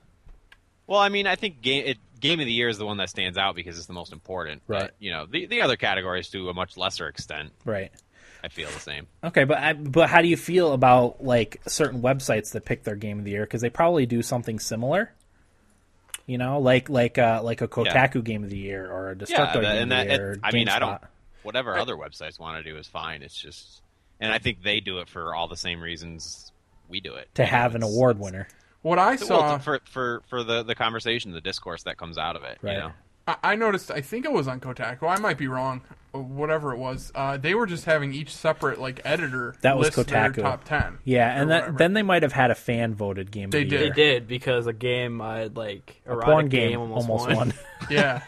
[SPEAKER 3] Well, I mean, I think game it, game of the year is the one that stands out because it's the most important.
[SPEAKER 2] Right.
[SPEAKER 3] But, you know, the the other categories to a much lesser extent,
[SPEAKER 2] Right.
[SPEAKER 3] I feel the same.
[SPEAKER 2] Okay, but I, but how do you feel about like certain websites that pick their game of the year because they probably do something similar? You know, like like uh, like a Kotaku game of the year or a Destructo
[SPEAKER 3] Yeah,
[SPEAKER 2] game
[SPEAKER 3] that-
[SPEAKER 2] of
[SPEAKER 3] and
[SPEAKER 2] the
[SPEAKER 3] that.
[SPEAKER 2] year.
[SPEAKER 3] it-
[SPEAKER 2] or
[SPEAKER 3] I mean, I
[SPEAKER 2] GameSpot.
[SPEAKER 3] don't. Whatever other websites want to do is fine. It's just, and I think they do it for all the same reasons we do it.
[SPEAKER 2] to
[SPEAKER 3] You know,
[SPEAKER 2] have an
[SPEAKER 3] it's-
[SPEAKER 2] award winner.
[SPEAKER 5] What I
[SPEAKER 3] So,
[SPEAKER 5] saw
[SPEAKER 3] well, for for for the the conversation, the discourse that comes out of it.
[SPEAKER 2] Right.
[SPEAKER 3] You know?
[SPEAKER 5] I I noticed. I think it was on Kotaku. I might be wrong. or Whatever it was, uh, they were just having each separate like editor
[SPEAKER 2] That was
[SPEAKER 5] list their
[SPEAKER 2] Kotaku.
[SPEAKER 5] top ten.
[SPEAKER 2] Yeah,
[SPEAKER 5] or
[SPEAKER 2] and that,
[SPEAKER 5] whatever.
[SPEAKER 2] then they might have had a fan voted game
[SPEAKER 5] They
[SPEAKER 2] of the
[SPEAKER 5] did.
[SPEAKER 4] They
[SPEAKER 2] year.
[SPEAKER 4] did because a game I like
[SPEAKER 2] A
[SPEAKER 4] erotic
[SPEAKER 2] porn game,
[SPEAKER 4] almost,
[SPEAKER 2] almost
[SPEAKER 4] won.
[SPEAKER 2] won,
[SPEAKER 5] yeah.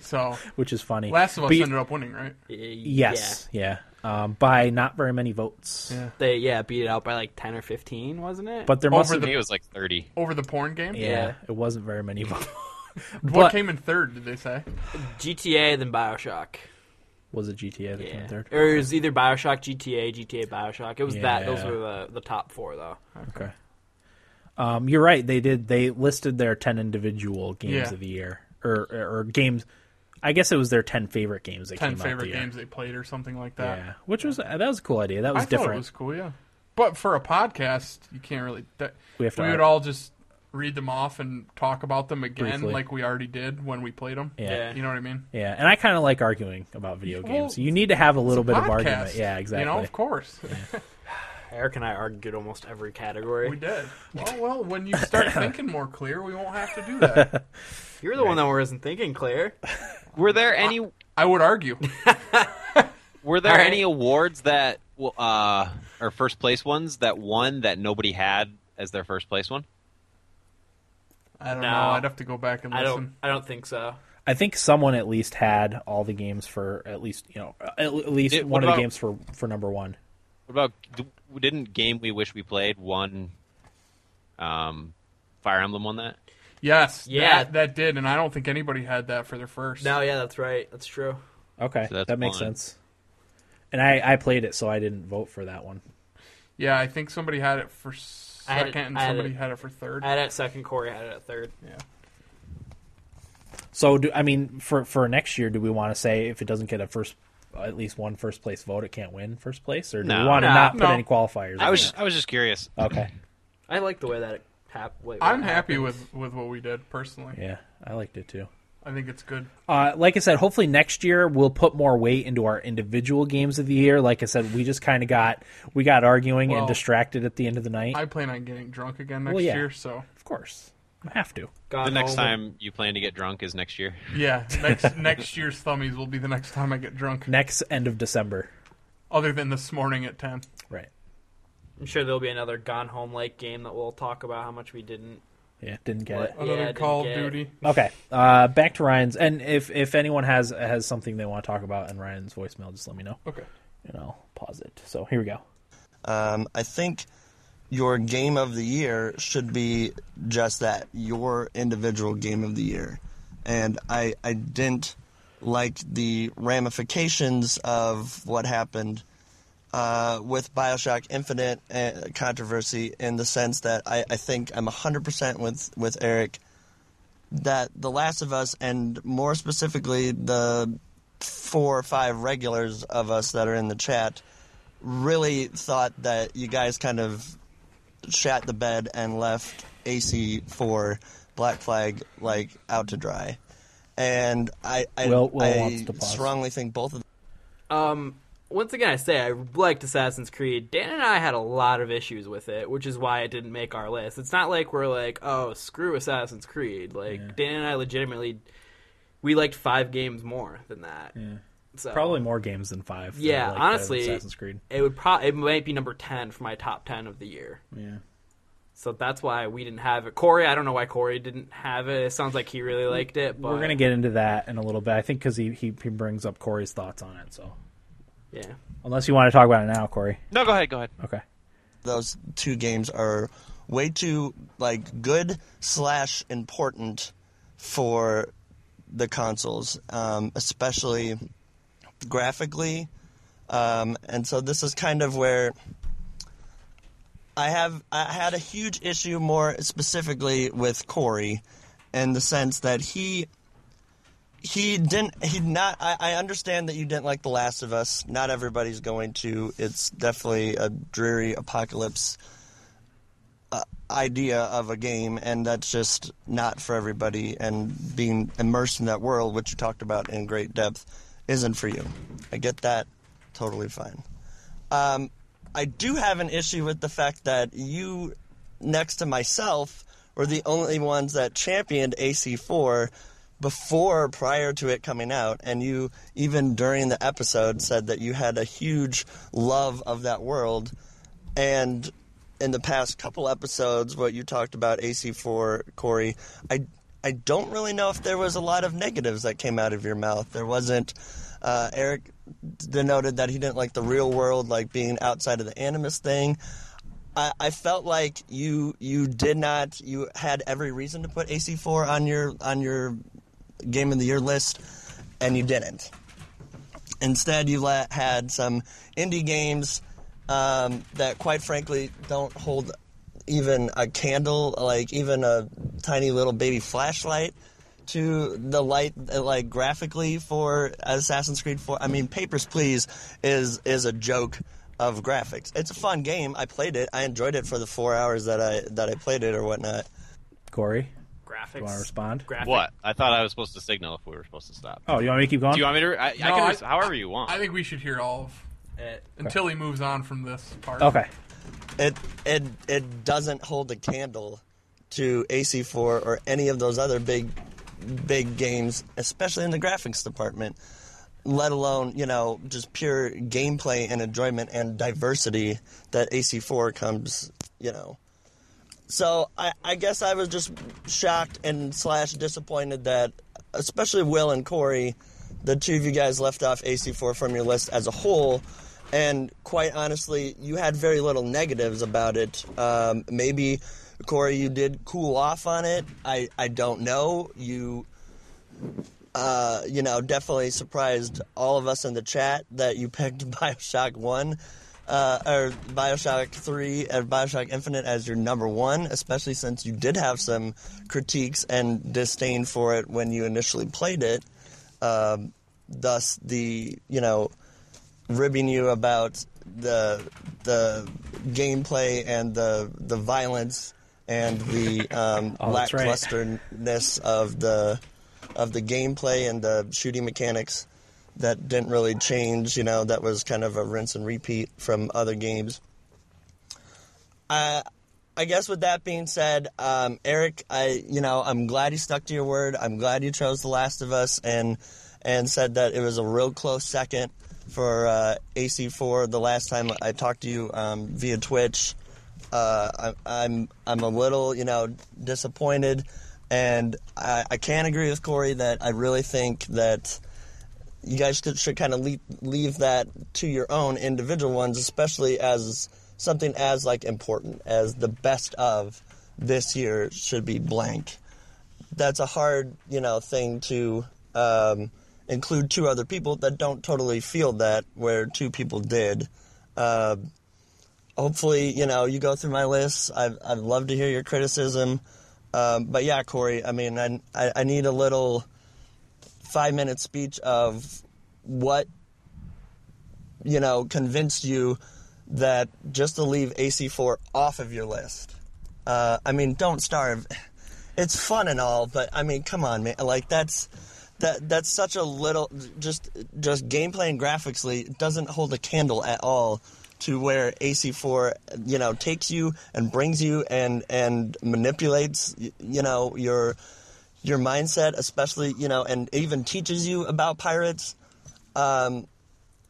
[SPEAKER 5] So
[SPEAKER 2] which is funny.
[SPEAKER 5] Last of Us
[SPEAKER 2] But you-
[SPEAKER 5] ended up winning, right?
[SPEAKER 2] yes, yeah, Um, by not very many votes.
[SPEAKER 5] Yeah.
[SPEAKER 4] Yeah. They yeah beat it out by like ten or fifteen, wasn't it?
[SPEAKER 2] But there
[SPEAKER 5] Over
[SPEAKER 2] must
[SPEAKER 3] For
[SPEAKER 2] have
[SPEAKER 3] me, it was like thirty.
[SPEAKER 5] Over the porn game.
[SPEAKER 2] yeah,
[SPEAKER 4] Yeah.
[SPEAKER 2] it wasn't very many votes.
[SPEAKER 5] What
[SPEAKER 2] But-
[SPEAKER 5] came in third? Did they say?
[SPEAKER 4] GTA than Bioshock.
[SPEAKER 2] was it GTA that came
[SPEAKER 4] Yeah.
[SPEAKER 2] in third?
[SPEAKER 4] Or it was either Bioshock, GTA, GTA, Bioshock. It was that. Those
[SPEAKER 2] Yeah.
[SPEAKER 4] were the, the top four, though.
[SPEAKER 2] Okay. Um, you're right. They did. They listed their ten individual games
[SPEAKER 5] Yeah.
[SPEAKER 2] of the year, or, or or games. I guess it was their ten favorite games that
[SPEAKER 5] ten
[SPEAKER 2] came out the
[SPEAKER 5] favorite
[SPEAKER 2] year.
[SPEAKER 5] games they played or something like that.
[SPEAKER 2] Yeah, which was that was a cool idea. That
[SPEAKER 5] I
[SPEAKER 2] was
[SPEAKER 5] thought
[SPEAKER 2] different.
[SPEAKER 5] it was cool, yeah. But for a podcast, you can't really. That,
[SPEAKER 2] We have to
[SPEAKER 5] would
[SPEAKER 2] ar-
[SPEAKER 5] all just read them off and talk about them again,
[SPEAKER 2] Briefly.
[SPEAKER 5] like we already did when we played them.
[SPEAKER 2] Yeah.
[SPEAKER 5] you know what I mean.
[SPEAKER 2] yeah, and I kind of like arguing about video
[SPEAKER 5] Well,
[SPEAKER 2] games. You need to have a little bit of
[SPEAKER 5] Podcast,
[SPEAKER 2] argument. Yeah, exactly.
[SPEAKER 5] You know, of course,
[SPEAKER 4] Eric and I argued almost every category.
[SPEAKER 5] we did. Well, well, when you start thinking more clear, we won't have to do that.
[SPEAKER 4] You're the one that wasn't thinking, Claire.
[SPEAKER 3] Were there any
[SPEAKER 5] I would argue.
[SPEAKER 3] Were there
[SPEAKER 4] All right.
[SPEAKER 3] any awards that w- uh or first place ones that won that nobody had as their first place one?
[SPEAKER 5] I don't
[SPEAKER 4] No.
[SPEAKER 5] know. I'd have to go back and
[SPEAKER 4] I
[SPEAKER 5] listen.
[SPEAKER 4] don't. I don't think so.
[SPEAKER 2] I think someone at least had all the games for at least you know uh, at, at least
[SPEAKER 3] Did-
[SPEAKER 2] one
[SPEAKER 3] what
[SPEAKER 2] of
[SPEAKER 3] about-
[SPEAKER 2] the games for for number one.
[SPEAKER 3] What about d- didn't game we wish we played won? Um, Fire Emblem won that.
[SPEAKER 5] Yes,
[SPEAKER 4] Yeah.
[SPEAKER 5] that, that did, and I don't think anybody had that for their first.
[SPEAKER 4] No, yeah, that's right. That's true.
[SPEAKER 2] Okay,
[SPEAKER 3] So that's
[SPEAKER 2] that makes
[SPEAKER 3] one.
[SPEAKER 2] sense. And I I played it, so I didn't vote for that one.
[SPEAKER 5] Yeah, I think somebody had it for
[SPEAKER 4] I had
[SPEAKER 5] second,
[SPEAKER 4] it-
[SPEAKER 5] and
[SPEAKER 4] I had
[SPEAKER 5] somebody
[SPEAKER 4] it.
[SPEAKER 5] had it for third.
[SPEAKER 4] I had it at second. Corey had it at third.
[SPEAKER 5] yeah.
[SPEAKER 2] So do I mean for for next year? Do we want to say if it doesn't get a first at least one first place vote, it can't win first place, or do
[SPEAKER 3] No.
[SPEAKER 2] we want to
[SPEAKER 4] No.
[SPEAKER 2] not put
[SPEAKER 5] No.
[SPEAKER 2] any qualifiers?
[SPEAKER 3] I
[SPEAKER 2] in
[SPEAKER 3] was
[SPEAKER 2] there?
[SPEAKER 3] just, I was just curious.
[SPEAKER 2] okay.
[SPEAKER 4] I like the way that it happened.
[SPEAKER 5] I'm happy with, with what we did personally.
[SPEAKER 2] Yeah, I liked it too.
[SPEAKER 5] I think it's good.
[SPEAKER 2] Uh, like I said, hopefully next year we'll put more weight into our individual games of the year. Like I said, we just kind of got we got arguing
[SPEAKER 5] Well,
[SPEAKER 2] and distracted at the end of the night.
[SPEAKER 5] I plan on getting drunk again next
[SPEAKER 2] Well, yeah.
[SPEAKER 5] year, so
[SPEAKER 2] of course, I have to.
[SPEAKER 3] The next time you plan to get drunk is next year.
[SPEAKER 5] yeah, next next year's thummies will be the next time I get drunk.
[SPEAKER 2] Next end of December,
[SPEAKER 5] Other than this morning at ten.
[SPEAKER 2] right?
[SPEAKER 4] I'm sure there'll be another Gone Home like game that we'll talk about how much we didn't.
[SPEAKER 2] Yeah, didn't get
[SPEAKER 4] What?
[SPEAKER 2] it.
[SPEAKER 5] Another
[SPEAKER 4] Yeah, I didn't
[SPEAKER 5] Call of
[SPEAKER 4] get it.
[SPEAKER 5] Duty.
[SPEAKER 2] Okay, uh, back to Ryan's. And if if anyone has has something they want to talk about in Ryan's voicemail, just let me know,
[SPEAKER 5] Okay.
[SPEAKER 2] and I'll pause it. So here we go.
[SPEAKER 1] Um, I think your game of the year should be just that your individual game of the year. And I, I didn't like the ramifications of what happened uh, with Bioshock Infinite uh, controversy in the sense that I, I think I'm 100% with, with Eric that The Last of Us, and more specifically, the four or five regulars of us that are in the chat, really thought that you guys kind of shat the bed and left AC for Black Flag like out to dry. And I, I,
[SPEAKER 2] Will- Will wants
[SPEAKER 1] I
[SPEAKER 2] to pause.
[SPEAKER 1] strongly think both of
[SPEAKER 4] Um, once again, I say I liked Assassin's Creed. Dan and I had a lot of issues with it, which is why it didn't make our list. It's not like we're like, oh, screw Assassin's Creed. Like Dan and I legitimately, we liked five games more than that. So
[SPEAKER 2] Probably more games than five. than
[SPEAKER 4] Yeah,
[SPEAKER 2] like the
[SPEAKER 4] honestly,
[SPEAKER 2] Assassin's Creed.
[SPEAKER 4] it would probably it might be number ten for my top ten of the year.
[SPEAKER 2] Yeah.
[SPEAKER 4] So that's why we didn't have it. Corey, I don't know why Corey didn't have it. It sounds like he really liked it. But
[SPEAKER 2] We're gonna get into that in a little bit. I think because he, he he brings up Corey's thoughts on it. So
[SPEAKER 4] yeah.
[SPEAKER 2] unless you want to talk about it now, Corey.
[SPEAKER 3] No, go ahead, go ahead.
[SPEAKER 2] Okay.
[SPEAKER 1] those two games are way too like good slash important for the consoles, um, especially graphically. Um, and so this is kind of where I have I had a huge issue more specifically with Corey, in the sense that he he didn't he not I, I understand that you didn't like the last of us not everybody's going to it's definitely a dreary apocalypse uh, idea of a game and that's just not for everybody and being immersed in that world which you talked about in great depth isn't for you i get that totally fine um, i do have an issue with the fact that you next to myself were the only ones that championed ac4 before prior to it coming out and you even during the episode said that you had a huge love of that world and in the past couple episodes what you talked about AC4 Corey I I don't really know if there was a lot of negatives that came out of your mouth there wasn't uh, Eric denoted that he didn't like the real world like being outside of the animus thing I, I felt like you you did not you had every reason to put AC4 on your on your game of the year list, and you didn't. Instead, you la- had some indie games um, that, quite frankly, don't hold even a candle, like even a tiny little baby flashlight, to the light, uh, like graphically for Assassin's Creed 4. I mean, Papers Please is is a joke of graphics. It's a fun game. I played it. I enjoyed it for the four hours that I that I played it or whatnot.
[SPEAKER 2] Corey,
[SPEAKER 4] Graphics.
[SPEAKER 2] you want to respond?
[SPEAKER 4] Graphic.
[SPEAKER 3] What? I thought I was supposed to signal if we were supposed to stop.
[SPEAKER 2] Oh, you want me to keep going?
[SPEAKER 3] Do you want me to? Uh, I, I
[SPEAKER 5] No,
[SPEAKER 3] can.
[SPEAKER 5] I-
[SPEAKER 3] res- however you want.
[SPEAKER 5] I think we should hear all of
[SPEAKER 4] Eh,
[SPEAKER 5] until he moves on from this part.
[SPEAKER 2] okay.
[SPEAKER 1] it it it doesn't hold a candle to AC4 or any of those other big big games, especially in the graphics department. Let alone you know just pure gameplay and enjoyment and diversity that AC4 comes you know. So I, I guess I was just shocked and slash disappointed that especially Will and Corey, the two of you guys left off AC4 from your list as a whole, and quite honestly, you had very little negatives about it. Um, maybe Corey, you did cool off on it. I I don't know. You uh, you know, definitely surprised all of us in the chat that you picked Bioshock 1 uh, or Bioshock 3 and Bioshock Infinite as your number one, especially since you did have some critiques and disdain for it when you initially played it. Um, thus, the, you know, ribbing you about the the gameplay and the the violence and the um,
[SPEAKER 2] Oh, that's right.
[SPEAKER 1] lacklusterness of the of the gameplay and the shooting mechanics that didn't really change. You know, that was kind of a rinse and repeat from other games. I I guess with that being said, um, Eric, I you know I'm glad you stuck to your word. I'm glad you chose The Last of Us and and said that it was a real close second for uh, AC4. The last time I talked to you um, via Twitch, uh, I, I'm I'm a little you know disappointed, and I, I can agree with Corey that I really think that you guys could, should kind of leave, leave that to your own individual ones, especially as something as like important as the best of this year should be blank. That's a hard you know thing to um, include two other people that don't totally feel that where two people did. Um hopefully you know you go through my list. I'd, I'd love to hear your criticism. Um, but yeah, Corey, I mean, I, I, I need a little five minute speech of what you know convinced you that just to leave AC4 off of your list. Uh, I mean, don't starve. It's fun and all, but I mean, come on, man. Like that's that that's such a little just just gameplay and graphically it doesn't hold a candle at all to where AC4 you know takes you and brings you and and manipulates y- you know your your mindset, especially you know, and even teaches you about pirates. Um,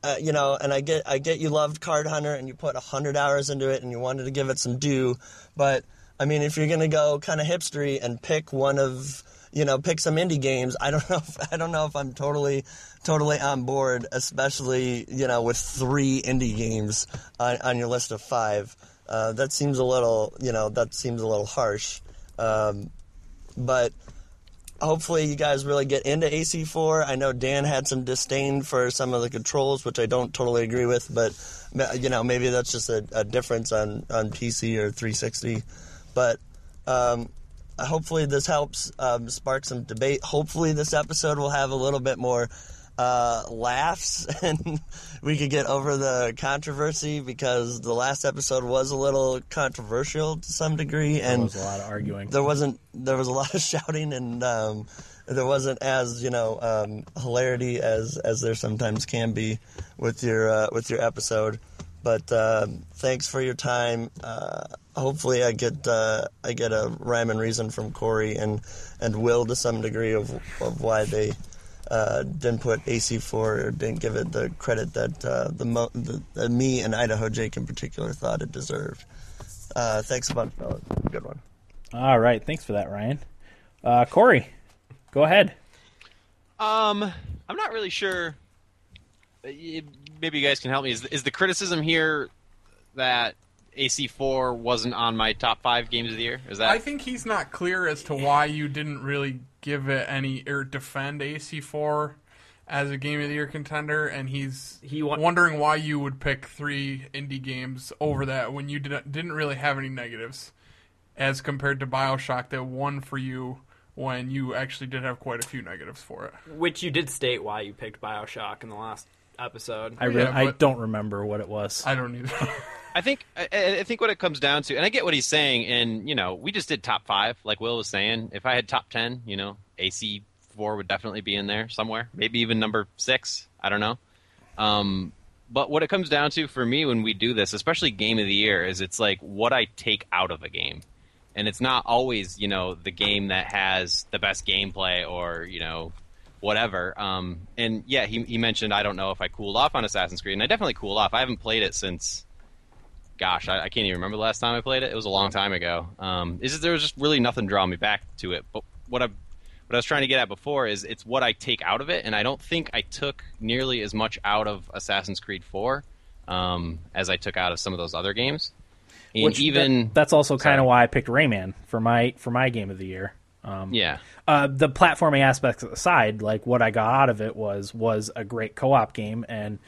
[SPEAKER 1] uh, you know, and I get I get you loved Card Hunter and you put hundred hours into it and you wanted to give it some due, but I mean, if you're gonna go kind of hipstery and pick one of you know pick some indie games, I don't know if, I don't know if I'm totally totally on board, especially you know with three indie games on, on your list of five. Uh, that seems a little you know that seems a little harsh, um, but hopefully you guys really get into AC4. I know Dan had some disdain for some of the controls, which I don't totally agree with, but you know maybe that's just a, a difference on on PC or 360. But um, hopefully this helps um, spark some debate. Hopefully this episode will have a little bit more. Uh, laughs and we could get over the controversy because the last episode was a little controversial to some degree
[SPEAKER 2] There
[SPEAKER 1] and
[SPEAKER 2] was a lot of arguing.
[SPEAKER 1] there wasn't there was a lot of shouting and um, there wasn't as you know um, hilarity as as there sometimes can be with your uh, with your episode. But um thanks for your time. Uh, hopefully, I get uh, I get a rhyme and reason from Corey and and Will to some degree of of why they. Uh, didn't put AC4 or didn't give it the credit that uh, the, mo- the, the me and Idaho Jake in particular thought it deserved. Uh, thanks a bunch, fellas. Good one.
[SPEAKER 2] All right, thanks for that, Ryan. Uh, Corey, go ahead.
[SPEAKER 3] Um, I'm not really sure. Uh, y- Maybe you guys can help me. Is, is the criticism here that AC4 wasn't on my top five games of the year? Is that
[SPEAKER 5] I think he's not clear as to why you didn't really give it any or defend AC4. as a game of the year contender, and he's
[SPEAKER 4] He wa-
[SPEAKER 5] wondering why you would pick three indie games over that when you didn't didn't really have any negatives, as compared to Bioshock that won for you when you actually did have quite a few negatives for it.
[SPEAKER 4] Which you did state why you picked Bioshock in the last episode.
[SPEAKER 2] I re-
[SPEAKER 5] Yeah,
[SPEAKER 2] I
[SPEAKER 5] but-
[SPEAKER 2] don't remember what it was.
[SPEAKER 5] I don't either.
[SPEAKER 3] I think I- I, I think what it comes down to, and I get what he's saying, and you know, we just did top five, like Will was saying. If I had top ten, you know, AC four would definitely be in there somewhere, maybe even number six. I don't know. Um, but what it comes down to for me when we do this, especially game of the year, is it's like what I take out of a game, and it's not always you know the game that has the best gameplay or you know whatever. Um, and yeah, he he mentioned I don't know if I cooled off on Assassin's Creed, and I definitely cooled off. I haven't played it since gosh, I, I can't even remember the last time I played it. It was a long time ago. Um, is that there was just really nothing drawing me back to it. But what I what I was trying to get at before is it's what I take out of it, and I don't think I took nearly as much out of Assassin's Creed Four um, as I took out of some of those other games. And
[SPEAKER 2] Which
[SPEAKER 3] even
[SPEAKER 2] that- that's also kind
[SPEAKER 3] sorry.
[SPEAKER 2] of why I picked Rayman for my for my game of the year. Um,
[SPEAKER 3] yeah,
[SPEAKER 2] uh, the platforming aspects aside, like what I got out of it was was a great co-op game and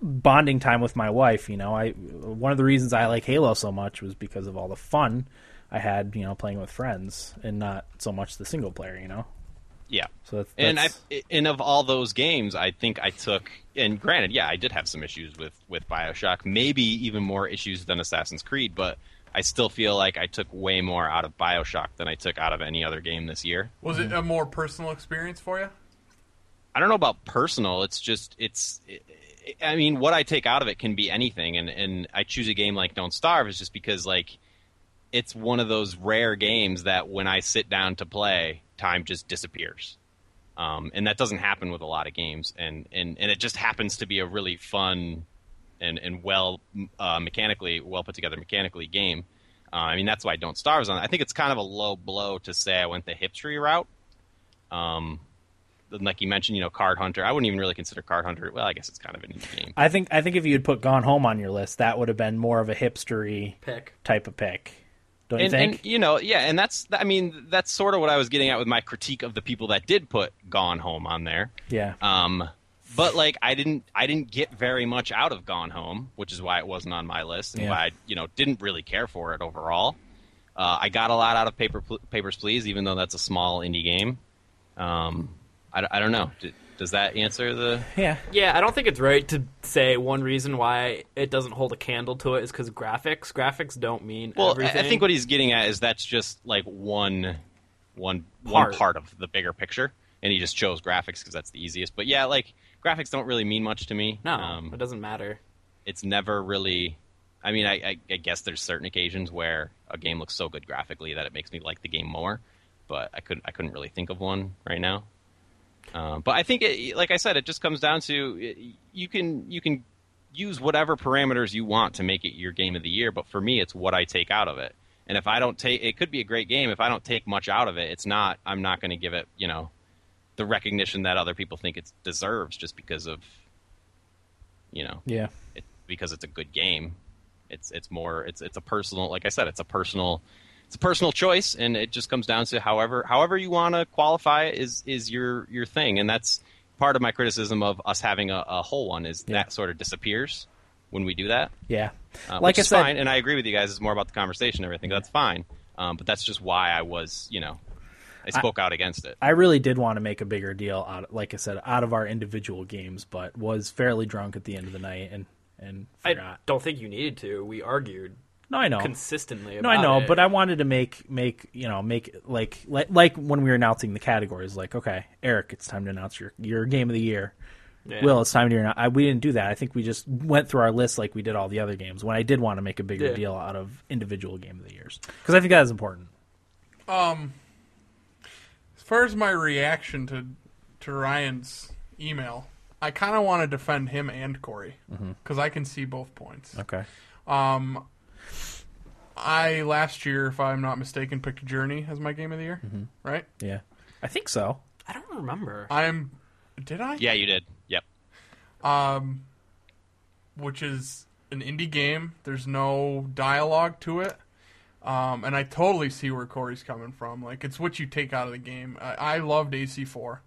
[SPEAKER 2] bonding time with my wife. You know, I one of the reasons I like Halo so much was because of all the fun I had, you know, playing with friends and not so much the single player. You know,
[SPEAKER 3] yeah.
[SPEAKER 2] so that's,
[SPEAKER 3] and I,
[SPEAKER 2] that's-
[SPEAKER 3] and of all those games, I think I took. And granted, yeah, I did have some issues with with Bioshock, maybe even more issues than Assassin's Creed, but I still feel like I took way more out of Bioshock than I took out of any other game this year.
[SPEAKER 5] Was it a more personal experience for you?
[SPEAKER 3] I don't know about personal. It's just it's. It, it- I mean, what I take out of it can be anything, and and I choose a game like Don't Starve is just because like it's one of those rare games that when I sit down to play, time just disappears. Um, and that doesn't happen with a lot of games, and, and, and it just happens to be a really fun and and well uh, mechanically well put together mechanically game. Uh, I mean, that's why Don't Starve is on. I think it's kind of a low blow to say I went the hipstery route. Um, like you mentioned, you know, Card Hunter. I wouldn't even really consider Card Hunter. Well, I guess it's kind of an indie game.
[SPEAKER 2] I think I think if you had put Gone Home on your list, that would have been more of a hipstery
[SPEAKER 4] Pick.
[SPEAKER 2] type of pick, don't you
[SPEAKER 3] and,
[SPEAKER 2] think?
[SPEAKER 3] and you know, yeah, and that's I mean, that's sort of what I was getting at with my critique of the people that did put Gone Home on there.
[SPEAKER 2] yeah,
[SPEAKER 3] Um, but like I didn't I didn't get very much out of Gone Home, which is why it wasn't on my list and
[SPEAKER 2] Yeah.
[SPEAKER 3] why I you know didn't really care for it overall. Uh, I got a lot out of Paper Pl- Papers Please, even though that's a small indie game. Um, I, I don't know. D- does that answer the?
[SPEAKER 2] yeah.
[SPEAKER 4] Yeah, I don't think it's right to say one reason why it doesn't hold a candle to it is because graphics. Graphics don't mean
[SPEAKER 3] Well, I,
[SPEAKER 4] everything.
[SPEAKER 3] I think what he's getting at is that's just like one, one, one
[SPEAKER 4] Part.
[SPEAKER 3] part of the bigger picture, and he just chose graphics because that's the easiest. But yeah, like graphics don't really mean much to me.
[SPEAKER 4] no,
[SPEAKER 3] Um,
[SPEAKER 4] it doesn't matter.
[SPEAKER 3] it's never really. I mean, I, I, I guess there's certain occasions where a game looks so good graphically that it makes me like the game more, but I couldn't I couldn't really think of one right now. Um, but I think, it, like I said, it just comes down to it, you can you can use whatever parameters you want to make it your game of the year. But for me, it's what I take out of it. And if I don't take, it could be a great game. If I don't take much out of it, it's not. I'm not going to give it, you know, the recognition that other people think it deserves just because of, you know,
[SPEAKER 2] Yeah.
[SPEAKER 3] it, because it's a good game. It's it's more it's it's a personal like I said it's a personal it's a personal choice and it just comes down to however however you want to qualify it is is your your thing and that's part of my criticism of us having a, a whole one is that sort of disappears when we do that.
[SPEAKER 2] Yeah.
[SPEAKER 3] Uh,
[SPEAKER 2] like I
[SPEAKER 3] which is
[SPEAKER 2] said,
[SPEAKER 3] fine, and I agree with you guys. It's more about the conversation and everything. That's fine, um, but that's just why I was you know I spoke out against it.
[SPEAKER 2] I really did want to make a bigger deal out, like I said, out of our individual games, but was fairly drunk at the end of the night and and
[SPEAKER 4] I
[SPEAKER 2] forgot.
[SPEAKER 4] don't think you needed to. We argued
[SPEAKER 2] no, I know.
[SPEAKER 4] consistently.
[SPEAKER 2] No, I
[SPEAKER 4] about
[SPEAKER 2] know,
[SPEAKER 4] it.
[SPEAKER 2] but I wanted to make make you know make like like, like when we were announcing the categories, like okay, Eric, it's time to announce your your game of the year.
[SPEAKER 4] Yeah.
[SPEAKER 2] Will, it's time to announce. I, we didn't do that. I think we just went through our list like we did all the other games. When I did want to make a bigger
[SPEAKER 4] Yeah.
[SPEAKER 2] deal out of individual game of the years, because I think that is important.
[SPEAKER 5] As far as my reaction to to Ryan's email, I kind of want to defend him and Corey because I can see both points.
[SPEAKER 2] Okay.
[SPEAKER 5] Um, I last year, if I'm not mistaken, picked Journey as my game of the year. Right?
[SPEAKER 2] Yeah. I think so.
[SPEAKER 4] I don't remember.
[SPEAKER 5] I'm. Did I?
[SPEAKER 3] Yeah, you did. Yep.
[SPEAKER 5] Um, which is an indie game. There's no dialogue to it. Um, and I totally see where Corey's coming from. Like, it's what you take out of the game. I, I loved AC4,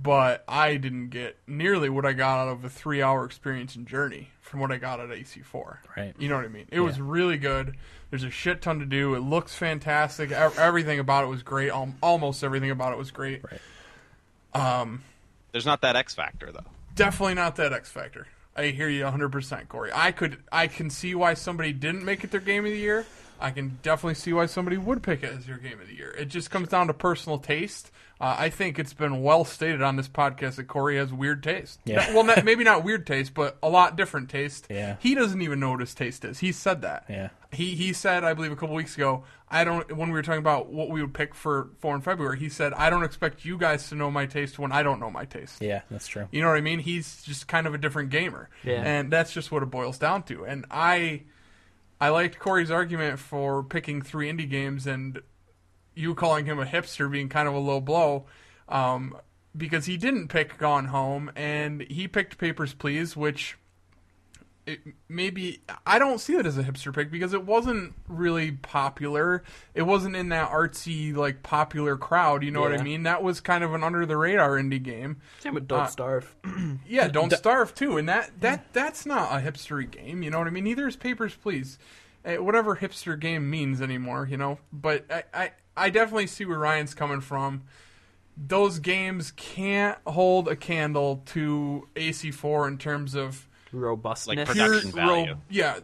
[SPEAKER 5] but I didn't get nearly what I got out of a three hour experience in Journey from what I got at AC4.
[SPEAKER 2] Right.
[SPEAKER 5] You know what I mean? It was really good. There's a shit ton to do. It looks fantastic. E- Everything about it was great. Al- Almost everything about it was great.
[SPEAKER 3] There's not that X factor though.
[SPEAKER 5] Definitely not that X Factor. I hear you 100%, Corey. I could, I can see why somebody didn't make it their game of the year. I can definitely see why somebody would pick it as your game of the year. It just comes down to personal taste. Uh, I think it's been well stated on this podcast that Corey has weird taste.
[SPEAKER 2] Yeah.
[SPEAKER 5] Well, not, maybe not weird taste, but a lot different taste.
[SPEAKER 2] Yeah.
[SPEAKER 5] He doesn't even know what his taste is. He said that.
[SPEAKER 2] Yeah.
[SPEAKER 5] He he said, I believe a couple weeks ago, I don't when we were talking about what we would pick for for in February, he said, I don't expect you guys to know my taste when I don't know my taste.
[SPEAKER 2] Yeah, that's true.
[SPEAKER 5] You know what I mean? He's just kind of a different gamer.
[SPEAKER 4] Yeah.
[SPEAKER 5] And that's just what it boils down to. And I I liked Corey's argument for picking three indie games and you calling him a hipster being kind of a low blow. Um, because he didn't pick Gone Home and he picked Papers Please, which it maybe I don't see it as a hipster pick because it wasn't really popular. It wasn't in that artsy, like popular crowd, you know what I
[SPEAKER 4] Yeah.
[SPEAKER 5] mean? That was kind of an under the radar indie game.
[SPEAKER 4] Same with Don't
[SPEAKER 5] Uh,
[SPEAKER 4] Starve.
[SPEAKER 5] Yeah, don't starve too, and that that that's not a hipstery game. You know what I mean? Neither is Papers Please, Eh, whatever hipster game means anymore. You know, but I I, I definitely see where Ryan's coming from. Those games can't hold a candle to AC4 in terms of
[SPEAKER 4] Robustness.
[SPEAKER 3] Like production value.
[SPEAKER 5] yeah,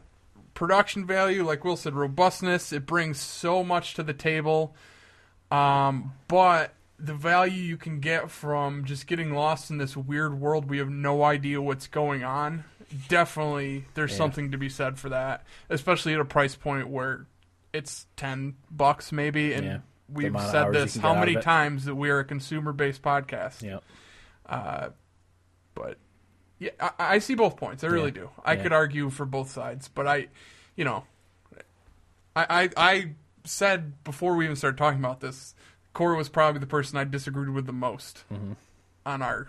[SPEAKER 5] production value. Like Will said, robustness. It brings so much to the table. Um, but the value you can get from just getting lost in this weird world we have no idea what's going on. Definitely, there's something to be said for that, especially at a price point where it's ten bucks maybe, and
[SPEAKER 2] Yeah. The
[SPEAKER 5] we've
[SPEAKER 2] amount of
[SPEAKER 5] said
[SPEAKER 2] hours you
[SPEAKER 5] this
[SPEAKER 2] can
[SPEAKER 5] how
[SPEAKER 2] get out
[SPEAKER 5] many
[SPEAKER 2] of it.
[SPEAKER 5] times that we are a consumer-based podcast
[SPEAKER 2] Yeah.
[SPEAKER 5] but yeah, I, I see both points. I really do. I
[SPEAKER 2] Yeah.
[SPEAKER 5] could argue for both sides, but I, you know, I, I I said before we even started talking about this, Cora was probably the person I disagreed with the most on our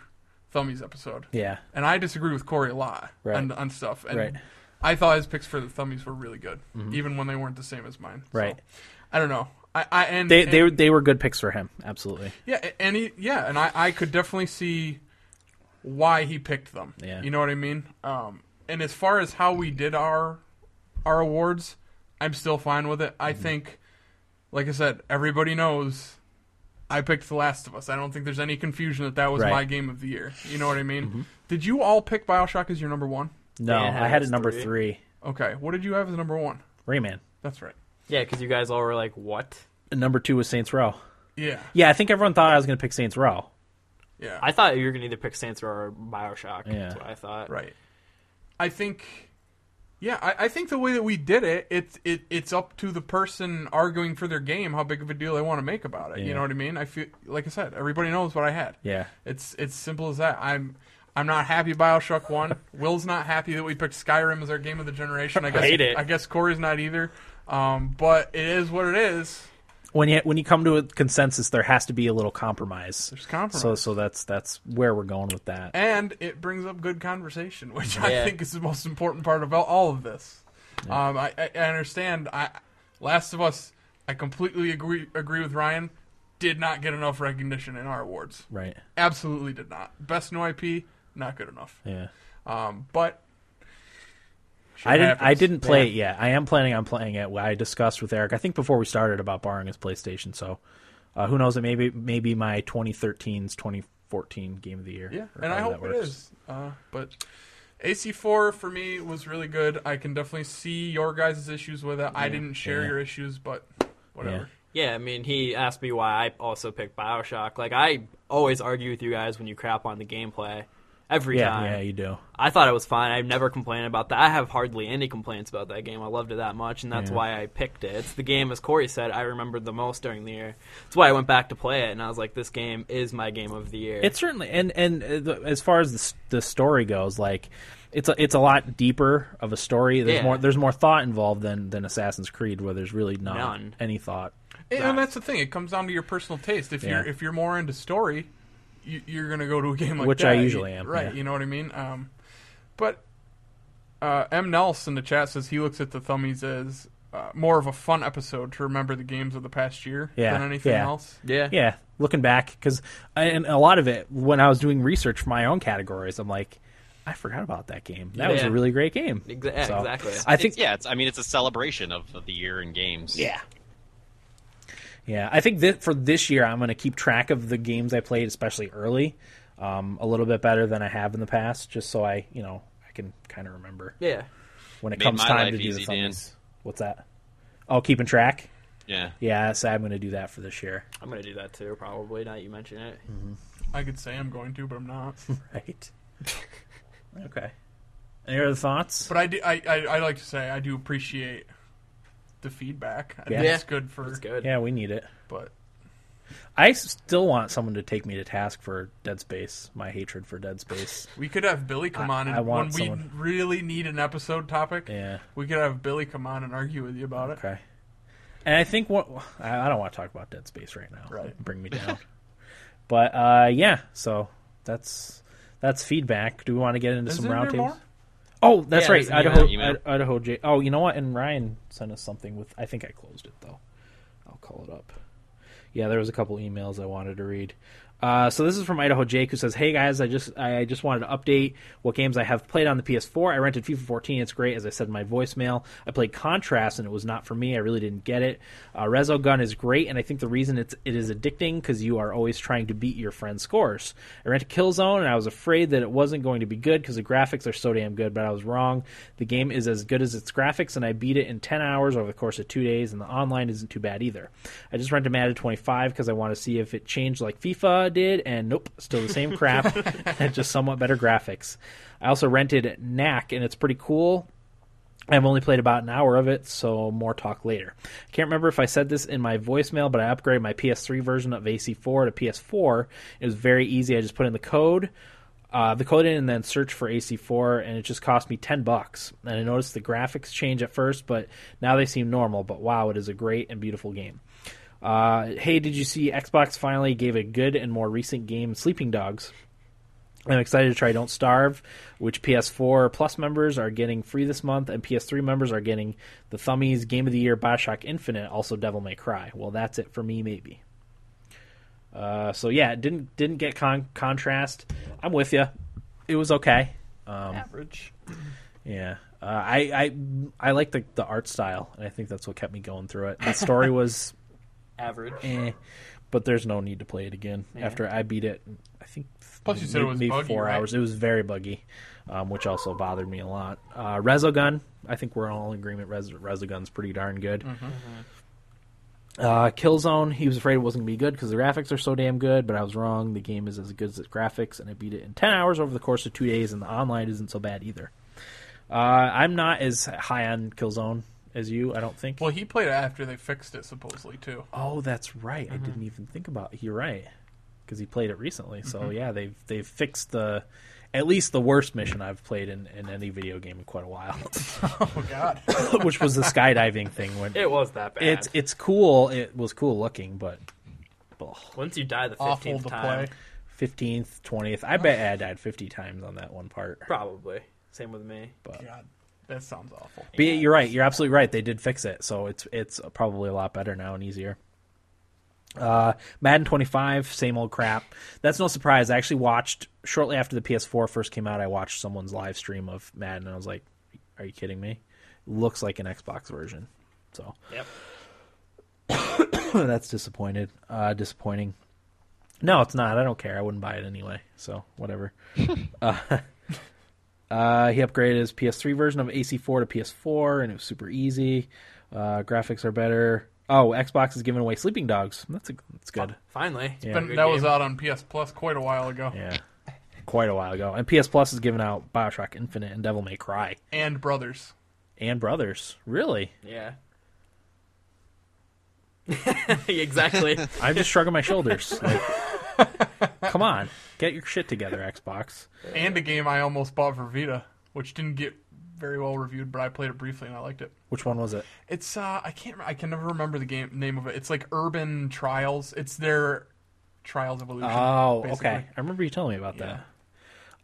[SPEAKER 5] Thummies episode,
[SPEAKER 2] Mm-hmm. Yeah.
[SPEAKER 5] and I disagree with Corey a lot
[SPEAKER 2] Right.
[SPEAKER 5] on, on stuff. And
[SPEAKER 2] Right. Mm-hmm.
[SPEAKER 5] I thought his picks for the Thummies were really good, even when they weren't the same as mine. So,
[SPEAKER 2] Right.
[SPEAKER 5] I don't know. I, I and
[SPEAKER 2] They
[SPEAKER 5] and-
[SPEAKER 2] they they were good picks for him. Absolutely.
[SPEAKER 5] yeah, a- and he, yeah, and I, I could definitely see why he picked them.
[SPEAKER 2] Yeah.
[SPEAKER 5] You know what I mean? Um, and as far as how we did our our awards, I'm still fine with it.
[SPEAKER 2] Mm-hmm.
[SPEAKER 5] I think, like I said, everybody knows I picked The Last of Us. I don't think there's any confusion that that was
[SPEAKER 2] Right. Mm-hmm.
[SPEAKER 5] my game of the year. You know what I mean? Did you all pick Bioshock as your number one?
[SPEAKER 2] No,
[SPEAKER 4] Dan
[SPEAKER 2] I had
[SPEAKER 4] has
[SPEAKER 2] it number
[SPEAKER 4] three.
[SPEAKER 2] three.
[SPEAKER 5] Okay, what did you have as number one?
[SPEAKER 2] Rayman.
[SPEAKER 5] That's right.
[SPEAKER 4] Yeah, because you guys all were like, what?
[SPEAKER 2] And number two was Saints Row.
[SPEAKER 5] Yeah,
[SPEAKER 2] Yeah, I think everyone thought I was going to pick Saints Row.
[SPEAKER 5] yeah.
[SPEAKER 4] I thought you were going to either pick Saints Row or Bioshock.
[SPEAKER 2] Yeah.
[SPEAKER 4] That's what I thought.
[SPEAKER 5] Right. I think. Yeah, I, I think the way that we did it, it's it, it's up to the person arguing for their game how big of a deal they want to make about it. You
[SPEAKER 2] Yeah.
[SPEAKER 5] know what I mean? I feel like I said, everybody knows what I had.
[SPEAKER 2] Yeah.
[SPEAKER 5] It's it's simple as that. I'm I'm not happy Bioshock One. Will's not happy that we picked Skyrim as our game of the generation. I guess
[SPEAKER 4] Hate it.
[SPEAKER 5] I guess Corey's not either. Um, but it is what it is.
[SPEAKER 2] When you when you come to a consensus, there has to be a little compromise.
[SPEAKER 5] There's compromise.
[SPEAKER 2] So so that's that's where we're going with that.
[SPEAKER 5] and it brings up good conversation, which I
[SPEAKER 4] Yeah.
[SPEAKER 5] think is the most important part of all- all of this. Um, I, I, I understand. I Last of Us, I completely agree agree with Ryan. Did not get enough recognition in our awards.
[SPEAKER 2] Right.
[SPEAKER 5] Absolutely did not. Best new IP, not good enough.
[SPEAKER 2] Yeah.
[SPEAKER 5] Um, but shit
[SPEAKER 2] I didn't. I
[SPEAKER 5] happens.
[SPEAKER 2] didn't play it yet. I am planning on playing it. I discussed with Eric. I think before we started about borrowing his PlayStation. So, uh, who knows? It maybe maybe my 2013's 2014 game of the year.
[SPEAKER 5] Yeah,
[SPEAKER 2] or
[SPEAKER 5] and I
[SPEAKER 2] however
[SPEAKER 5] hope
[SPEAKER 2] that
[SPEAKER 5] it
[SPEAKER 2] works.
[SPEAKER 5] is. Uh, but AC4 for me was really good. I can definitely see your guys' issues with it. I didn't share
[SPEAKER 2] yeah.
[SPEAKER 5] your issues, but whatever.
[SPEAKER 2] Yeah.
[SPEAKER 4] Yeah, I mean, he asked me why I also picked Bioshock. Like, I always argue with you guys when you crap on the gameplay. Every
[SPEAKER 2] Yeah,
[SPEAKER 4] time.
[SPEAKER 2] yeah, you do.
[SPEAKER 4] I thought it was fine. I've never complained about that. I have hardly any complaints about that game. I loved it that much, and that's
[SPEAKER 2] Yeah.
[SPEAKER 4] why I picked it. It's the game, as Corey said, I remembered the most during the year. That's why I went back to play it, and I was like, this game is my game of the year.
[SPEAKER 2] It certainly and and uh, the, as far as the, s- the story goes, like it's a, it's a lot deeper of a story. There's
[SPEAKER 4] Yeah.
[SPEAKER 2] more there's more thought involved than than Assassin's Creed, where there's really not
[SPEAKER 4] None.
[SPEAKER 2] any thought.
[SPEAKER 5] And, and that's the thing; it comes down to your personal taste. If
[SPEAKER 2] Yeah.
[SPEAKER 5] you're if you're more into story, you, you're gonna go to a game like
[SPEAKER 2] Which
[SPEAKER 5] that.
[SPEAKER 2] I usually am,
[SPEAKER 5] right?
[SPEAKER 2] yeah.
[SPEAKER 5] You know what I mean? Um, but uh, M. Nelson in the chat says he looks at the thummies as uh, more of a fun episode to remember the games of the past year
[SPEAKER 2] Yeah,
[SPEAKER 5] than anything
[SPEAKER 2] yeah.
[SPEAKER 5] else.
[SPEAKER 3] Yeah.
[SPEAKER 2] yeah looking back because and a lot of it when i was doing research for my own categories i'm like i forgot about that game that was
[SPEAKER 4] Yeah.
[SPEAKER 2] a really great game
[SPEAKER 4] Exa- yeah,
[SPEAKER 2] So,
[SPEAKER 4] exactly.
[SPEAKER 2] i think
[SPEAKER 3] It's, yeah, it's. I mean, it's a celebration of, of the year in games.
[SPEAKER 2] yeah yeah i think that for this year i'm going to keep track of the games i played especially early um, a little bit better than i have in the past just so i you know i can kind of remember
[SPEAKER 4] Yeah.
[SPEAKER 2] when it
[SPEAKER 3] Made
[SPEAKER 2] comes
[SPEAKER 3] my
[SPEAKER 2] time
[SPEAKER 3] life
[SPEAKER 2] to do
[SPEAKER 3] easy,
[SPEAKER 2] the
[SPEAKER 3] Dan.
[SPEAKER 2] thumbs what's that oh keeping track
[SPEAKER 3] Yeah.
[SPEAKER 2] yeah so i'm going to do that for this year
[SPEAKER 4] I'm gonna do that too, probably. Now that you mention it.
[SPEAKER 5] I could say I'm going to, but I'm not.
[SPEAKER 2] right okay any other thoughts
[SPEAKER 5] But I, do, I, I, I like to say I do appreciate the feedback. I think
[SPEAKER 2] Yeah.
[SPEAKER 5] it's good for.
[SPEAKER 4] It's good.
[SPEAKER 2] Mm-hmm. yeah we need it
[SPEAKER 5] But
[SPEAKER 2] I still want someone to take me to task for Dead Space, my hatred for Dead Space.
[SPEAKER 5] we could have Billy come
[SPEAKER 2] I-
[SPEAKER 5] on, and
[SPEAKER 2] I want
[SPEAKER 5] when
[SPEAKER 2] someone-
[SPEAKER 5] we really need an episode topic,
[SPEAKER 2] Yeah.
[SPEAKER 5] we could have Billy come on and argue with you about it.
[SPEAKER 2] Okay. And I think what I I don't want to talk about Dead Space right now.
[SPEAKER 5] Right.
[SPEAKER 2] It'd Bring me down. but uh, yeah, so that's that's feedback. Do we want to get into
[SPEAKER 5] Is
[SPEAKER 2] some
[SPEAKER 5] there
[SPEAKER 2] roundtables?
[SPEAKER 5] more?
[SPEAKER 2] Oh, that's
[SPEAKER 4] Yeah,
[SPEAKER 2] right.
[SPEAKER 4] there's an
[SPEAKER 2] Idaho,
[SPEAKER 3] email.
[SPEAKER 2] Id- Idaho. J- oh, you know what? And Ryan sent us something with. I think I closed it though. I'll call it up. Yeah, there was a couple emails I wanted to read. Uh, so this is from Idaho Jake who says, "Hey guys, I just I just wanted to update what games I have played on the PS4. I rented FIFA 14. It's great, as I said in my voicemail. I played Contrast and it was not for me. I really didn't get it. Uh, Resogun is great, and I think the reason it's it is addicting because you are always trying to beat your friend's scores. I rented Killzone and I was afraid that it wasn't going to be good because the graphics are so damn good, but I was wrong. The game is as good as its graphics, and I beat it in 10 hours over the course of two days, and the online isn't too bad either. I just rented Madden 25 because I want to see if it changed like FIFA did, and nope, still the same crap, just somewhat better graphics. I also rented Knack, and it's pretty cool. I've only played about an hour of it, so more talk later. I can't remember if I said this in my voicemail, but I upgraded my PS3 version of AC4 to PS4. It was very easy. I just put in the code, uh, the code in, and then search for AC4, and it just cost me ten bucks. And I noticed the graphics change at first, but now they seem normal. But wow, it is a great and beautiful game. Uh, hey, did you see Xbox finally gave a good and more recent game, Sleeping Dogs? I'm excited to try Don't Starve, which PS4 Plus members are getting free this month, and PS3 members are getting the Thummies Game of the Year, Bioshock Infinite, also Devil May Cry. Well, that's it for me, maybe. Uh, so yeah, didn't didn't get con- contrast. I'm with you. It was okay.
[SPEAKER 5] Average.
[SPEAKER 2] Yeah, uh, I I I like the the art style, and I think that's what kept me going through it. The story was
[SPEAKER 4] Average.
[SPEAKER 2] eh, but there's no need to play it again after I beat it. I think
[SPEAKER 5] Plus you said it was
[SPEAKER 2] maybe
[SPEAKER 5] buggy,
[SPEAKER 2] four
[SPEAKER 5] right?
[SPEAKER 2] hours. It was very buggy, um, which also bothered me a lot. Uh, Resogun, I think we're all in agreement. Res- Resogun's pretty darn good.
[SPEAKER 5] Mm-hmm.
[SPEAKER 2] Uh, Killzone, he was afraid it wasn't going to be good because the graphics are so damn good, but I was wrong. The game is as good as its graphics, and I beat it in 10 hours over the course of two days, and the online isn't so bad either. Uh, I'm not as high on Killzone as you, I don't think.
[SPEAKER 5] Well, he played it after they fixed it, supposedly too.
[SPEAKER 2] Oh, that's right. I
[SPEAKER 4] Mm-hmm.
[SPEAKER 2] didn't even think about. You're right, because he played it recently. So
[SPEAKER 4] Mm-hmm.
[SPEAKER 2] yeah, they've they've fixed the at least the worst mission I've played in, in any video game in quite a while,
[SPEAKER 5] Oh God.
[SPEAKER 2] which was the skydiving thing. When
[SPEAKER 4] It was that bad.
[SPEAKER 2] it's it's cool. It was cool looking, but
[SPEAKER 4] Once you die the
[SPEAKER 5] Awful
[SPEAKER 4] fifteenth
[SPEAKER 5] to
[SPEAKER 4] time,
[SPEAKER 5] play.
[SPEAKER 2] fifteenth, twentieth. I bet I died fifty times on that one part.
[SPEAKER 4] probably. Same with me.
[SPEAKER 5] God, that sounds awful.
[SPEAKER 2] But yeah, you're right. You're absolutely right. They did fix it, so it's it's probably a lot better now and easier. Uh, Madden 25, same old crap. That's no surprise. I actually watched shortly after the PS4 first came out. I watched someone's live stream of Madden, and I was like, "Are you kidding me? Looks like an Xbox version." So
[SPEAKER 4] Yep.
[SPEAKER 2] that's disappointed. Uh, disappointing. No, it's not. I don't care. I wouldn't buy it anyway. So whatever. uh, uh, he upgraded his PS3 version of AC4 to PS4, and it was super easy. Uh, graphics are better. Oh, Xbox is giving away Sleeping Dogs. That's a, that's good.
[SPEAKER 4] Finally.
[SPEAKER 2] Yeah.
[SPEAKER 5] Been-
[SPEAKER 4] Good
[SPEAKER 5] that was
[SPEAKER 4] game.
[SPEAKER 5] out on PS Plus quite a while ago.
[SPEAKER 2] Yeah, quite a while ago. And PS Plus is giving out Bioshock Infinite and Devil May Cry
[SPEAKER 5] And Brothers.
[SPEAKER 2] and Brothers. Really?
[SPEAKER 4] Yeah. exactly.
[SPEAKER 2] I'm just shrugging my shoulders. Like, come on, get your shit together, Xbox.
[SPEAKER 5] And a game I almost bought for Vita, which didn't get very well reviewed, but I played it briefly and I liked it.
[SPEAKER 2] Which one was it?
[SPEAKER 5] It's uh I can't I can never remember the game name of it. It's like Urban Trials. It's their Trials Evolution.
[SPEAKER 2] Oh,
[SPEAKER 5] basically.
[SPEAKER 2] okay. I remember you telling me about that. eh,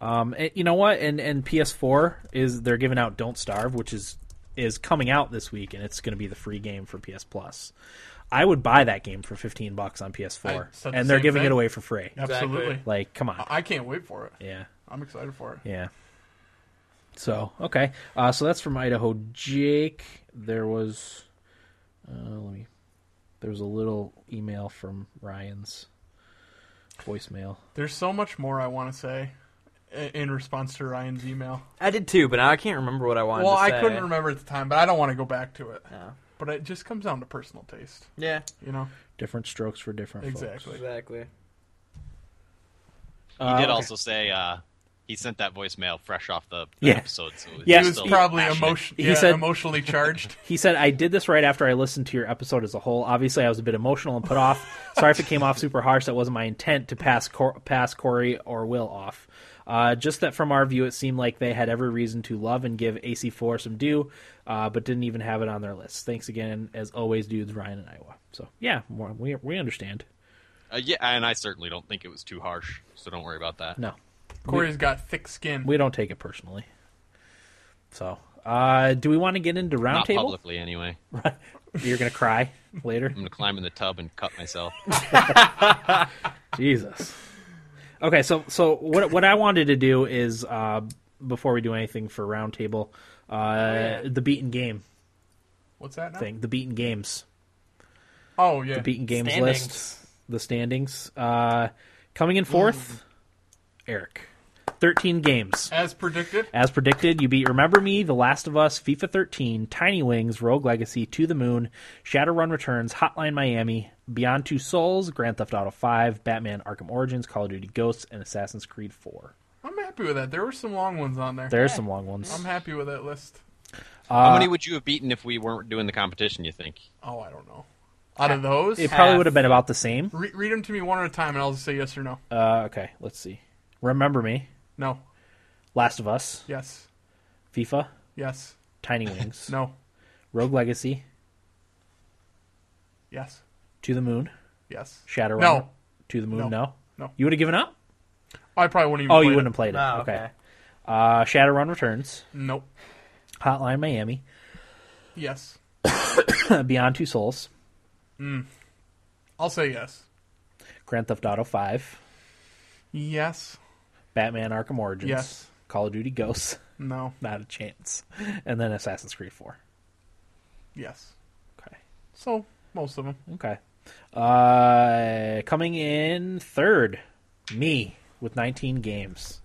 [SPEAKER 2] Um, and you know what? And and PS4 is they're giving out Don't Starve, which is is coming out this week, and it's going to be the free game for PS Plus. I would buy that game for fifteen bucks on
[SPEAKER 5] I
[SPEAKER 2] PS4,
[SPEAKER 5] said the
[SPEAKER 2] and they're
[SPEAKER 5] same
[SPEAKER 2] giving
[SPEAKER 5] thing. Oh.
[SPEAKER 2] it away for free.
[SPEAKER 5] Absolutely.
[SPEAKER 2] Like, come on,
[SPEAKER 5] I I can't wait for it.
[SPEAKER 2] yeah.
[SPEAKER 5] I'm excited for it.
[SPEAKER 2] Yeah. So okay, uh, so that's from Idaho Jake. There was, uh, let me. There was a little email from Ryan's voicemail.
[SPEAKER 5] There's so much more I want to say i- in response to Ryan's email.
[SPEAKER 4] I did too, but now I can't remember what I wanted
[SPEAKER 5] well,
[SPEAKER 4] to
[SPEAKER 5] I
[SPEAKER 4] say.
[SPEAKER 5] couldn't remember at the time, but I don't want to go back to it.
[SPEAKER 4] No.
[SPEAKER 5] But it just comes down to personal taste,
[SPEAKER 4] Yeah,
[SPEAKER 5] you know?
[SPEAKER 2] Different strokes for different folks.
[SPEAKER 5] Exactly.
[SPEAKER 4] exactly.
[SPEAKER 3] He
[SPEAKER 2] Uh,
[SPEAKER 3] did
[SPEAKER 2] okay.
[SPEAKER 3] also say uh, he sent that voicemail fresh off the the
[SPEAKER 2] Yeah.
[SPEAKER 3] episode, so
[SPEAKER 2] Yeah.
[SPEAKER 3] he's
[SPEAKER 5] He was
[SPEAKER 3] still
[SPEAKER 5] probably
[SPEAKER 3] passionate.
[SPEAKER 5] emotion-
[SPEAKER 2] He
[SPEAKER 5] yeah,
[SPEAKER 2] said-
[SPEAKER 5] emotionally charged.
[SPEAKER 2] He said, "I did this right after I listened to your episode as a whole. Obviously, I was a bit emotional and put off. Sorry if it came off super harsh. That wasn't my intent to pass Cor- pass Corey or Will off. Uh, just that from our view, it seemed like they had every reason to love and give AC4 some due, uh, but didn't even have it on their list. Thanks again, as always, dudes, Ryan and Iowa. So yeah, more- we we understand.
[SPEAKER 3] Uh, yeah, and I certainly don't think it was too harsh, so don't worry about that.
[SPEAKER 2] No,
[SPEAKER 5] Corey's got thick skin.
[SPEAKER 2] we don't take it personally. So, uh, do we want to get into
[SPEAKER 3] Not
[SPEAKER 2] roundtable?
[SPEAKER 3] publicly, anyway.
[SPEAKER 2] You're gonna cry later.
[SPEAKER 3] I'm gonna climb in the tub and cut myself.
[SPEAKER 2] Uh, Jesus. Okay, so so what what I wanted to do is uh, before we do anything for roundtable, uh, the beaten game
[SPEAKER 5] What's that now?
[SPEAKER 2] thing, the beaten games,
[SPEAKER 5] Oh, yeah.
[SPEAKER 2] beaten games
[SPEAKER 4] Standings.
[SPEAKER 2] list, the standings. Uh, coming in fourth, Eric, thirteen games.
[SPEAKER 5] As predicted,
[SPEAKER 2] As predicted, you beat Remember Me, The Last of Us, FIFA 13, Tiny Wings, Rogue Legacy, To the Moon, Shadowrun Returns, Hotline Miami, Beyond Two Souls, Grand Theft Auto 5, Batman Arkham Origins, Call of Duty Ghosts, and Assassin's Creed 4.
[SPEAKER 5] I'm happy with that. There were some long ones on there.
[SPEAKER 2] There's some long ones.
[SPEAKER 5] I'm happy with that list.
[SPEAKER 3] How many would you have beaten if we weren't doing the competition? You think?
[SPEAKER 5] Oh, I don't know. Out of those,
[SPEAKER 2] It probably
[SPEAKER 4] half.
[SPEAKER 2] would have been about the same.
[SPEAKER 5] re- read them to me one at a time, and I'll just say yes or no.
[SPEAKER 2] Uh, okay, let's see. Remember Me,
[SPEAKER 5] no.
[SPEAKER 2] Last of Us,
[SPEAKER 5] Yes.
[SPEAKER 2] FIFA,
[SPEAKER 5] Yes.
[SPEAKER 2] Tiny Wings,
[SPEAKER 5] No.
[SPEAKER 2] Rogue Legacy,
[SPEAKER 5] Yes.
[SPEAKER 2] To the Moon,
[SPEAKER 5] Yes.
[SPEAKER 2] Shadowrun.
[SPEAKER 5] No.
[SPEAKER 2] To the Moon,
[SPEAKER 5] No.
[SPEAKER 2] no.
[SPEAKER 5] No.
[SPEAKER 2] You would have given up?
[SPEAKER 5] I probably wouldn't even.
[SPEAKER 2] Oh,
[SPEAKER 5] play
[SPEAKER 2] you
[SPEAKER 5] it. Ah,
[SPEAKER 2] wouldn't have played it.
[SPEAKER 4] Oh,
[SPEAKER 2] okay. Uh, Shadowrun Returns,
[SPEAKER 5] Nope.
[SPEAKER 2] Hotline Miami,
[SPEAKER 5] Yes.
[SPEAKER 2] Beyond Two Souls,
[SPEAKER 5] I'll say yes.
[SPEAKER 2] Grand Theft Auto 5,
[SPEAKER 5] Yes.
[SPEAKER 2] Batman Arkham Origins,
[SPEAKER 5] Yes.
[SPEAKER 2] Call of Duty Ghosts,
[SPEAKER 5] No.
[SPEAKER 2] not a chance, and then Assassin's Creed 4.
[SPEAKER 5] Yes.
[SPEAKER 2] Okay.
[SPEAKER 5] So most of them.
[SPEAKER 2] Okay. Uh, coming in third, me with 19 games.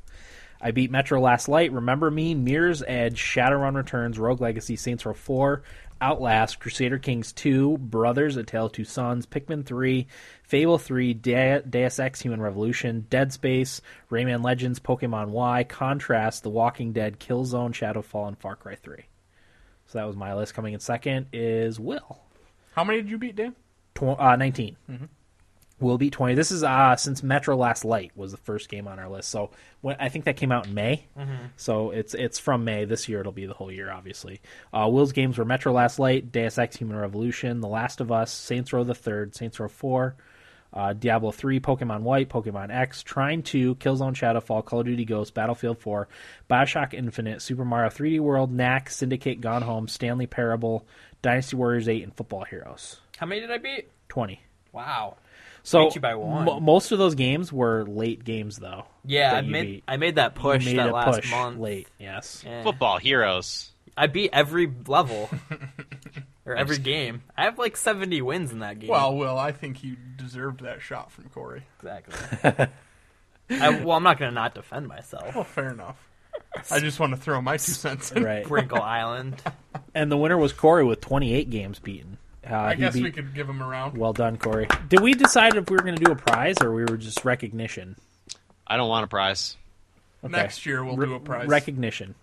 [SPEAKER 2] I beat Metro Last Light, Remember Me, Mirror's Edge, Shadowrun Returns, Rogue Legacy, Saints Row 4, Outlast, Crusader Kings 2, Brothers, A Tale of Two Sons, Pikmin 3, Fable 3, De- Deus Ex Human Revolution, Dead Space, Rayman Legends, Pokemon Y, Contrast, The Walking Dead, Killzone, Shadowfall, and Far Cry 3. So that was my list. Coming in second is Will
[SPEAKER 5] How many did you beat, Dan?
[SPEAKER 2] tw- uh, 19 will beat 20 this is uh since metro last light was the first game on our list so when, i think that came out in may so it's it's from may this year it'll be the whole year obviously uh, will's games were metro last light deus ex human revolution the last of us saints row the third saints row 4 uh, Diablo 3, Pokemon White, Pokemon X, Trine 2, Killzone Shadowfall, Call of Duty Ghost, Battlefield 4, Bioshock Infinite, Super Mario 3D World, Knack, Syndicate Gone Home, Stanley Parable, Dynasty Warriors 8, and Football Heroes.
[SPEAKER 4] How many did I beat?
[SPEAKER 2] 20.
[SPEAKER 4] Wow.
[SPEAKER 2] So
[SPEAKER 4] Beat you by one.
[SPEAKER 2] mo- most of those games were late games, though.
[SPEAKER 4] Yeah,
[SPEAKER 2] that
[SPEAKER 4] I
[SPEAKER 2] you
[SPEAKER 4] made
[SPEAKER 2] beat.
[SPEAKER 4] I made that push
[SPEAKER 2] made
[SPEAKER 4] that
[SPEAKER 2] a
[SPEAKER 4] last
[SPEAKER 2] push
[SPEAKER 4] month.
[SPEAKER 2] late. Yes,
[SPEAKER 4] Yeah.
[SPEAKER 3] Football heroes.
[SPEAKER 4] I beat every level or every game. I have like seventy wins in that game.
[SPEAKER 5] Well, Will, I think you deserved that shot from Corey.
[SPEAKER 4] exactly. I, well, I'm not gonna not defend myself.
[SPEAKER 5] Well, fair enough. I just want to throw my two cents in.
[SPEAKER 2] right.
[SPEAKER 4] Brinkle Island.
[SPEAKER 2] And the winner was Corey with 28 games beaten. Uh,
[SPEAKER 5] I
[SPEAKER 2] he
[SPEAKER 5] guess
[SPEAKER 2] beat-
[SPEAKER 5] we could give him a round.
[SPEAKER 2] Well done, Corey. Did we decide if we were going to do a prize or we were just recognition?
[SPEAKER 3] I don't want a prize.
[SPEAKER 5] Next year we'll
[SPEAKER 2] Re-
[SPEAKER 5] do a prize.
[SPEAKER 2] Recognition.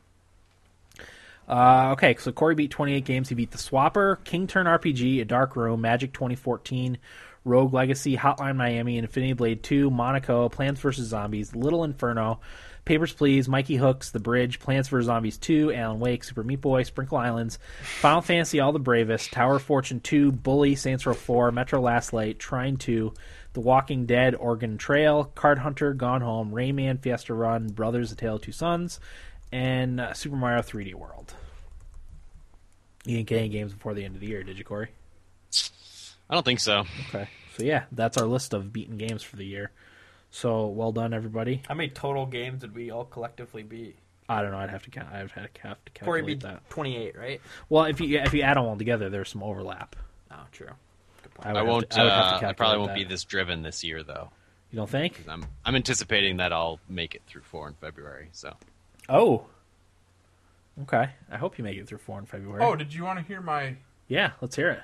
[SPEAKER 2] Uh, okay, so Corey beat 28 games. He beat The Swapper, King Turn RPG, A Dark Room, Magic 2014, Rogue Legacy, Hotline Miami, Infinity Blade 2, Monaco, Plants vs. Zombies, Little Inferno, Papers, Please, Mikey Hooks, The Bridge, Plants vs. Zombies 2, Alan Wake, Super Meat Boy, Sprinkle Islands, Final Fantasy All the Bravest, Tower of Fortune 2, Bully, Saints Row 4, Metro Last Light, Trine 2, The Walking Dead, Oregon Trail, Card Hunter, Gone Home, Rayman, Fiesta Run, Brothers, A Tale of Two Sons, and uh, Super Mario 3D World. You didn't get any games before the end of the year, did you, Corey?
[SPEAKER 3] I don't think so.
[SPEAKER 2] Okay. So yeah, that's our list of beaten games for the year. So well done, everybody.
[SPEAKER 4] How many total games did we all collectively beat?
[SPEAKER 2] I don't know. I'd have to. count I'd have to have to
[SPEAKER 4] Corey
[SPEAKER 2] calculate
[SPEAKER 4] beat
[SPEAKER 2] that.
[SPEAKER 4] 28, right?
[SPEAKER 2] Well, if you if you add them all together, there's some overlap.
[SPEAKER 4] Oh, true. Good point.
[SPEAKER 2] I, would
[SPEAKER 3] I
[SPEAKER 2] have
[SPEAKER 3] won't.
[SPEAKER 2] To, I, would have to
[SPEAKER 3] uh, I
[SPEAKER 2] calculate
[SPEAKER 3] probably won't be
[SPEAKER 2] that.
[SPEAKER 3] this driven this year, though.
[SPEAKER 2] You don't think?
[SPEAKER 3] 'cause I'm I'm anticipating that I'll make it through four in February. So
[SPEAKER 2] Oh. Okay. I hope you make it through four in February.
[SPEAKER 5] Oh, did you want to hear my?
[SPEAKER 2] yeah. Let's hear it.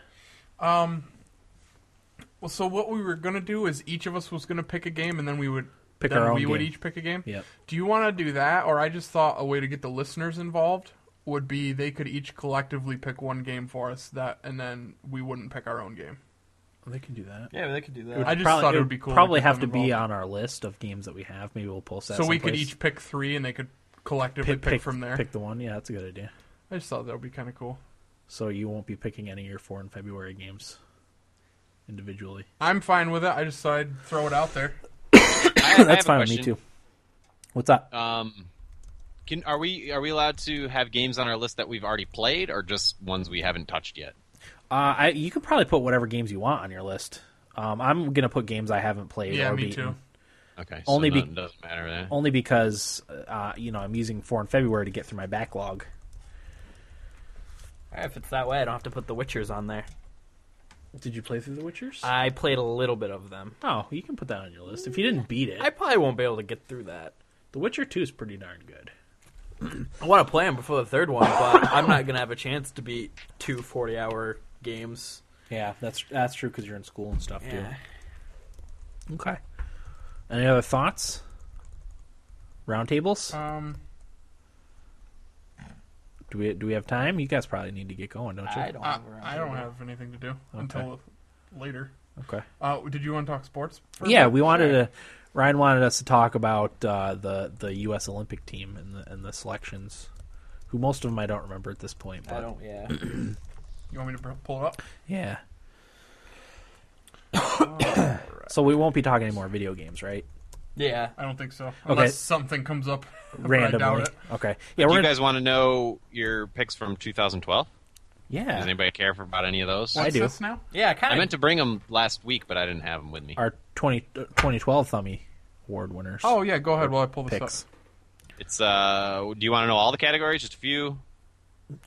[SPEAKER 5] Well, so what we were gonna do is each of us was gonna pick a game, and then we would
[SPEAKER 2] Pick
[SPEAKER 5] then
[SPEAKER 2] our own
[SPEAKER 5] We would
[SPEAKER 2] game.
[SPEAKER 5] each pick a game.
[SPEAKER 2] Yep.
[SPEAKER 5] Do you want to do that, or I just thought a way to get the listeners involved would be they could each collectively pick one game for us that, and then we wouldn't pick our own game.
[SPEAKER 2] They can do that.
[SPEAKER 4] Yeah, they could do that.
[SPEAKER 5] I just thought it would be cool. to
[SPEAKER 2] Probably
[SPEAKER 5] get
[SPEAKER 2] have to
[SPEAKER 5] them
[SPEAKER 2] be
[SPEAKER 5] involved.
[SPEAKER 2] on our list of games that we have. Maybe we'll post that.
[SPEAKER 5] So we could
[SPEAKER 2] someplace.
[SPEAKER 5] each pick three, and they could collectively
[SPEAKER 2] pick,
[SPEAKER 5] pick, from there.
[SPEAKER 2] Pick the one. Yeah, that's a good idea.
[SPEAKER 5] I just thought that would be kind of cool.
[SPEAKER 2] So you won't be picking any of your four in February games individually.
[SPEAKER 5] I'm fine with it. I just thought I'd throw it out there.
[SPEAKER 3] I, I have
[SPEAKER 2] that's
[SPEAKER 3] a
[SPEAKER 2] fine with me
[SPEAKER 3] question.
[SPEAKER 2] too. What's up?
[SPEAKER 3] Um, can are we are we allowed to have games on our list that we've already played, or just ones we haven't touched yet?
[SPEAKER 2] Uh, I, you could probably put whatever games you want on your list. Um, I'm gonna put games I haven't played.
[SPEAKER 5] Yeah,
[SPEAKER 2] or
[SPEAKER 5] me
[SPEAKER 2] beaten.
[SPEAKER 5] too.
[SPEAKER 3] Okay,
[SPEAKER 2] Only
[SPEAKER 3] so
[SPEAKER 2] be- Oh,
[SPEAKER 3] none- doesn't matter. Then.
[SPEAKER 2] Only because uh, you know I'm using four in February to get through my backlog.
[SPEAKER 4] All right, if it's that way, I don't have to put the Witchers on there.
[SPEAKER 2] Did you play through The Witchers?
[SPEAKER 4] I played a little bit of them.
[SPEAKER 2] oh, you can put that on your list if you didn't beat it.
[SPEAKER 4] I probably won't be able to get through that.
[SPEAKER 2] the Witcher Two is pretty darn good.
[SPEAKER 4] I want to play them before the third one, but I'm not gonna have a chance to beat two 40 hour games.
[SPEAKER 2] Yeah, that's that's true because you're in school and stuff
[SPEAKER 4] Yeah.
[SPEAKER 2] too. Okay. Any other thoughts? Roundtables?
[SPEAKER 5] Um,
[SPEAKER 2] do we do we have time? You guys probably need to get going, don't you?
[SPEAKER 4] I don't.
[SPEAKER 5] I,
[SPEAKER 4] have
[SPEAKER 5] I don't have anything to do until later.
[SPEAKER 2] Okay.
[SPEAKER 5] Uh, did you want to talk sports? first?
[SPEAKER 2] Yeah, we wanted to. Ryan wanted us to talk about uh, the the U.S. Olympic team and the and the selections, who most of them I don't remember at this point. But
[SPEAKER 4] I don't. Yeah.
[SPEAKER 5] You want me to pr- pull it up?
[SPEAKER 2] Yeah. So we won't be talking any more video games, right?
[SPEAKER 4] Yeah.
[SPEAKER 5] I don't think so. Unless something comes up but I doubt
[SPEAKER 2] Randomly.
[SPEAKER 5] it.
[SPEAKER 2] Okay. Yeah,
[SPEAKER 3] Do
[SPEAKER 2] we're
[SPEAKER 3] you
[SPEAKER 2] gonna-
[SPEAKER 3] guys want to know your picks from 2012? Does
[SPEAKER 2] yeah.
[SPEAKER 3] anybody care for about any of those?
[SPEAKER 2] I
[SPEAKER 5] What's
[SPEAKER 2] do.
[SPEAKER 5] this now?
[SPEAKER 4] Yeah.
[SPEAKER 3] I
[SPEAKER 4] Kind
[SPEAKER 3] meant
[SPEAKER 4] of.
[SPEAKER 3] to bring them last week, but I didn't have them with me.
[SPEAKER 2] Our 20, uh, 2012 Thummy Award winners.
[SPEAKER 5] Oh yeah, go ahead while I pull this
[SPEAKER 2] picks.
[SPEAKER 5] up.
[SPEAKER 3] It's uh, do you want to know all the categories? Just a few.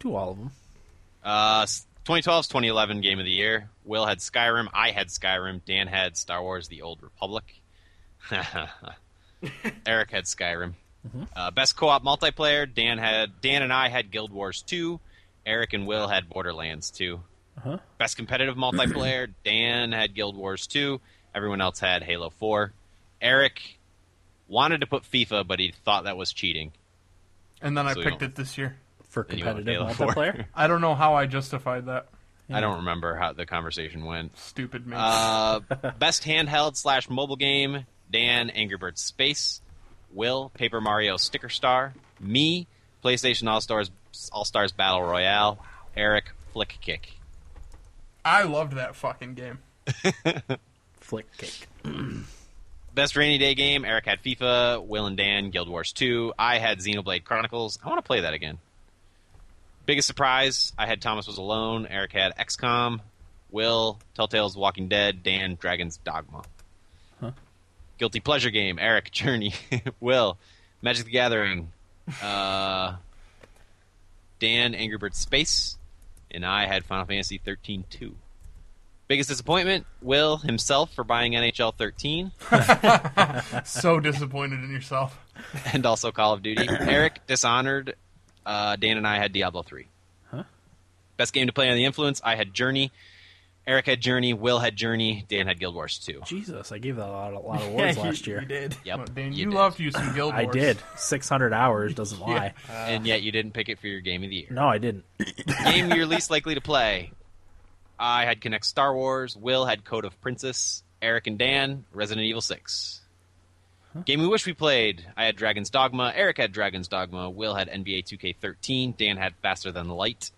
[SPEAKER 2] Do all of them.
[SPEAKER 3] Uh, 2012's 2011 game of the year. Will had Skyrim. I had Skyrim. Dan had Star Wars: The Old Republic. Eric had Skyrim. Uh, best co-op multiplayer. Dan had Dan and I had Guild Wars 2. Eric and Will had Borderlands 2.
[SPEAKER 2] Uh-huh.
[SPEAKER 3] Best competitive multiplayer. Dan had Guild Wars 2. Everyone else had Halo 4. Eric wanted to put FIFA, but he thought that was cheating.
[SPEAKER 5] And then I
[SPEAKER 3] So you
[SPEAKER 5] picked
[SPEAKER 3] don't-
[SPEAKER 5] it this year.
[SPEAKER 2] For
[SPEAKER 3] And you want
[SPEAKER 2] competitive
[SPEAKER 3] Halo 4.
[SPEAKER 2] multiplayer.
[SPEAKER 5] I don't know how I justified that.
[SPEAKER 3] I don't remember how the conversation went.
[SPEAKER 5] Stupid me.
[SPEAKER 3] Uh, best handheld slash mobile game: Dan Angry Birds Space, Will Paper Mario Sticker Star, me PlayStation All Stars All Stars Battle Royale, Eric Flick Kick.
[SPEAKER 5] I loved that fucking game.
[SPEAKER 2] Flick kick.
[SPEAKER 3] Best rainy day game: Eric had FIFA, Will and Dan Guild Wars 2. I had Xenoblade Chronicles. I want to play that again. Biggest surprise: I had Thomas Was Alone. Eric had XCOM. Will Telltale's Walking Dead. Dan Dragon's Dogma. Guilty pleasure game. Eric Journey. Will Magic the Gathering. Uh, Dan Angry Birds Space, and I had Final Fantasy 13 2. Biggest disappointment: Will himself for buying NHL 13.
[SPEAKER 5] So disappointed in yourself.
[SPEAKER 3] and also Call of Duty. Eric Dishonored. Uh, Dan and I had Diablo three. Best game to play on the influence. I had Journey. Eric had Journey. Will had Journey. Dan had Guild Wars two.
[SPEAKER 2] Jesus, I gave that a lot, a lot of awards
[SPEAKER 4] Yeah, you-
[SPEAKER 2] last year.
[SPEAKER 4] You did.
[SPEAKER 3] Yep,
[SPEAKER 5] Well, Dan,
[SPEAKER 3] you
[SPEAKER 5] you,
[SPEAKER 3] did.
[SPEAKER 5] loved you some Guild
[SPEAKER 2] I
[SPEAKER 5] Wars.
[SPEAKER 2] did. 600 hours doesn't lie.
[SPEAKER 3] and yet you didn't pick it for your game of the year.
[SPEAKER 2] No, I didn't.
[SPEAKER 3] game you're least likely to play. I had Connect Star Wars. Will had Code of Princess. Eric and Dan Resident Evil six. Game we wish we played. I had Dragon's Dogma. Eric had Dragon's Dogma. Will had NBA 2K13. Dan had Faster Than Light.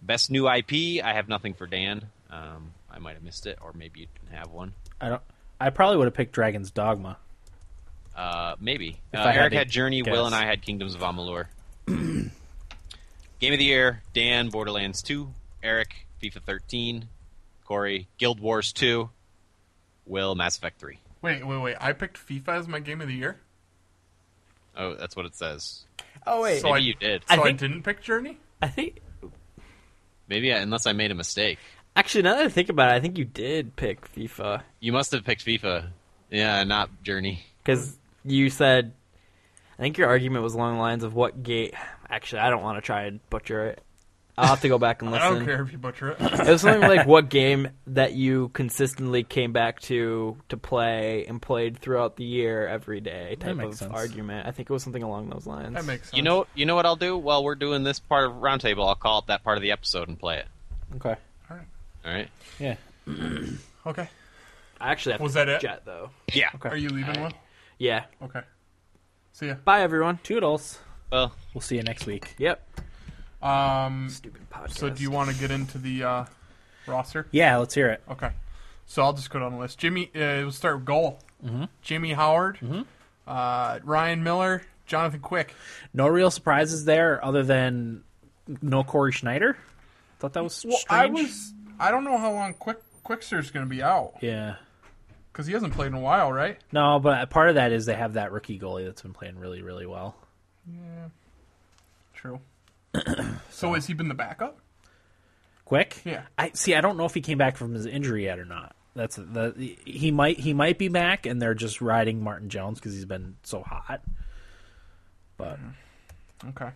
[SPEAKER 3] Best new IP. I have nothing for Dan. Um, I might have missed it, or maybe you didn't have one.
[SPEAKER 2] I don't. I probably would have picked Dragon's Dogma.
[SPEAKER 3] Uh, maybe. Uh,
[SPEAKER 2] I had
[SPEAKER 3] Eric
[SPEAKER 2] to
[SPEAKER 3] had Journey.
[SPEAKER 2] guess.
[SPEAKER 3] Will and I had Kingdoms of Amalur. Game of the Year, Dan, Borderlands 2, Eric, FIFA 13, Corey, Guild Wars 2, Will, Mass Effect 3.
[SPEAKER 5] Wait, wait, wait. I picked FIFA as my game of the year.
[SPEAKER 3] Oh, that's what it says.
[SPEAKER 4] Oh wait,
[SPEAKER 5] So I-
[SPEAKER 3] Maybe you did.
[SPEAKER 5] So I,
[SPEAKER 4] think-
[SPEAKER 5] didn't pick Journey?
[SPEAKER 4] I think
[SPEAKER 3] Maybe, I, unless I made a mistake.
[SPEAKER 4] actually now that I think about it, I think you did pick FIFA
[SPEAKER 3] You must have picked FIFA. Yeah, not Journey.
[SPEAKER 4] because you said. I think your argument was along the lines of what gate. Actually, I don't want to try and butcher it. I'll have to go back and listen.
[SPEAKER 5] I don't care if you butcher it.
[SPEAKER 4] It was something like what game that you consistently came back to to play and played throughout the year every day type
[SPEAKER 2] makes
[SPEAKER 4] of
[SPEAKER 2] sense.
[SPEAKER 4] argument. I think it was something along those lines.
[SPEAKER 5] That makes sense.
[SPEAKER 3] You know, you know what I'll do while we're doing this part of roundtable. I'll call up that part of the episode and play it.
[SPEAKER 2] Okay.
[SPEAKER 3] All right.
[SPEAKER 2] Yeah.
[SPEAKER 5] Okay.
[SPEAKER 4] I actually have
[SPEAKER 5] Was
[SPEAKER 4] to
[SPEAKER 5] that it?
[SPEAKER 4] jet though.
[SPEAKER 3] Yeah.
[SPEAKER 5] Are you leaving one?
[SPEAKER 4] Yeah.
[SPEAKER 5] Okay. See ya.
[SPEAKER 4] Bye everyone.
[SPEAKER 2] Toodles.
[SPEAKER 3] Well,
[SPEAKER 2] We'll see you next week.
[SPEAKER 4] Yep.
[SPEAKER 5] Um,
[SPEAKER 4] Stupid podcast.
[SPEAKER 5] so do you want to get into the uh, roster?
[SPEAKER 2] Yeah, let's hear it.
[SPEAKER 5] Okay. So I'll just go down the list. Jimmy, uh, we'll start with goal. Jimmy Howard, uh, Ryan Miller, Jonathan Quick.
[SPEAKER 2] No real surprises there, other than no Corey Schneider. Thought that was
[SPEAKER 5] Well,
[SPEAKER 2] strange.
[SPEAKER 5] I was. I don't know how long Quick Quickster's going to be out
[SPEAKER 2] Yeah.
[SPEAKER 5] because he hasn't played in a while, right?
[SPEAKER 2] No, but part of that is they have that rookie goalie that's been playing really, really well.
[SPEAKER 5] True. so has he been the backup?
[SPEAKER 2] Quick.
[SPEAKER 5] Yeah.
[SPEAKER 2] I see. I don't know if he came back from his injury yet or not. That's the he might he might be back, and they're just riding Martin Jones because he's been so hot. But
[SPEAKER 5] Mm-hmm. Okay.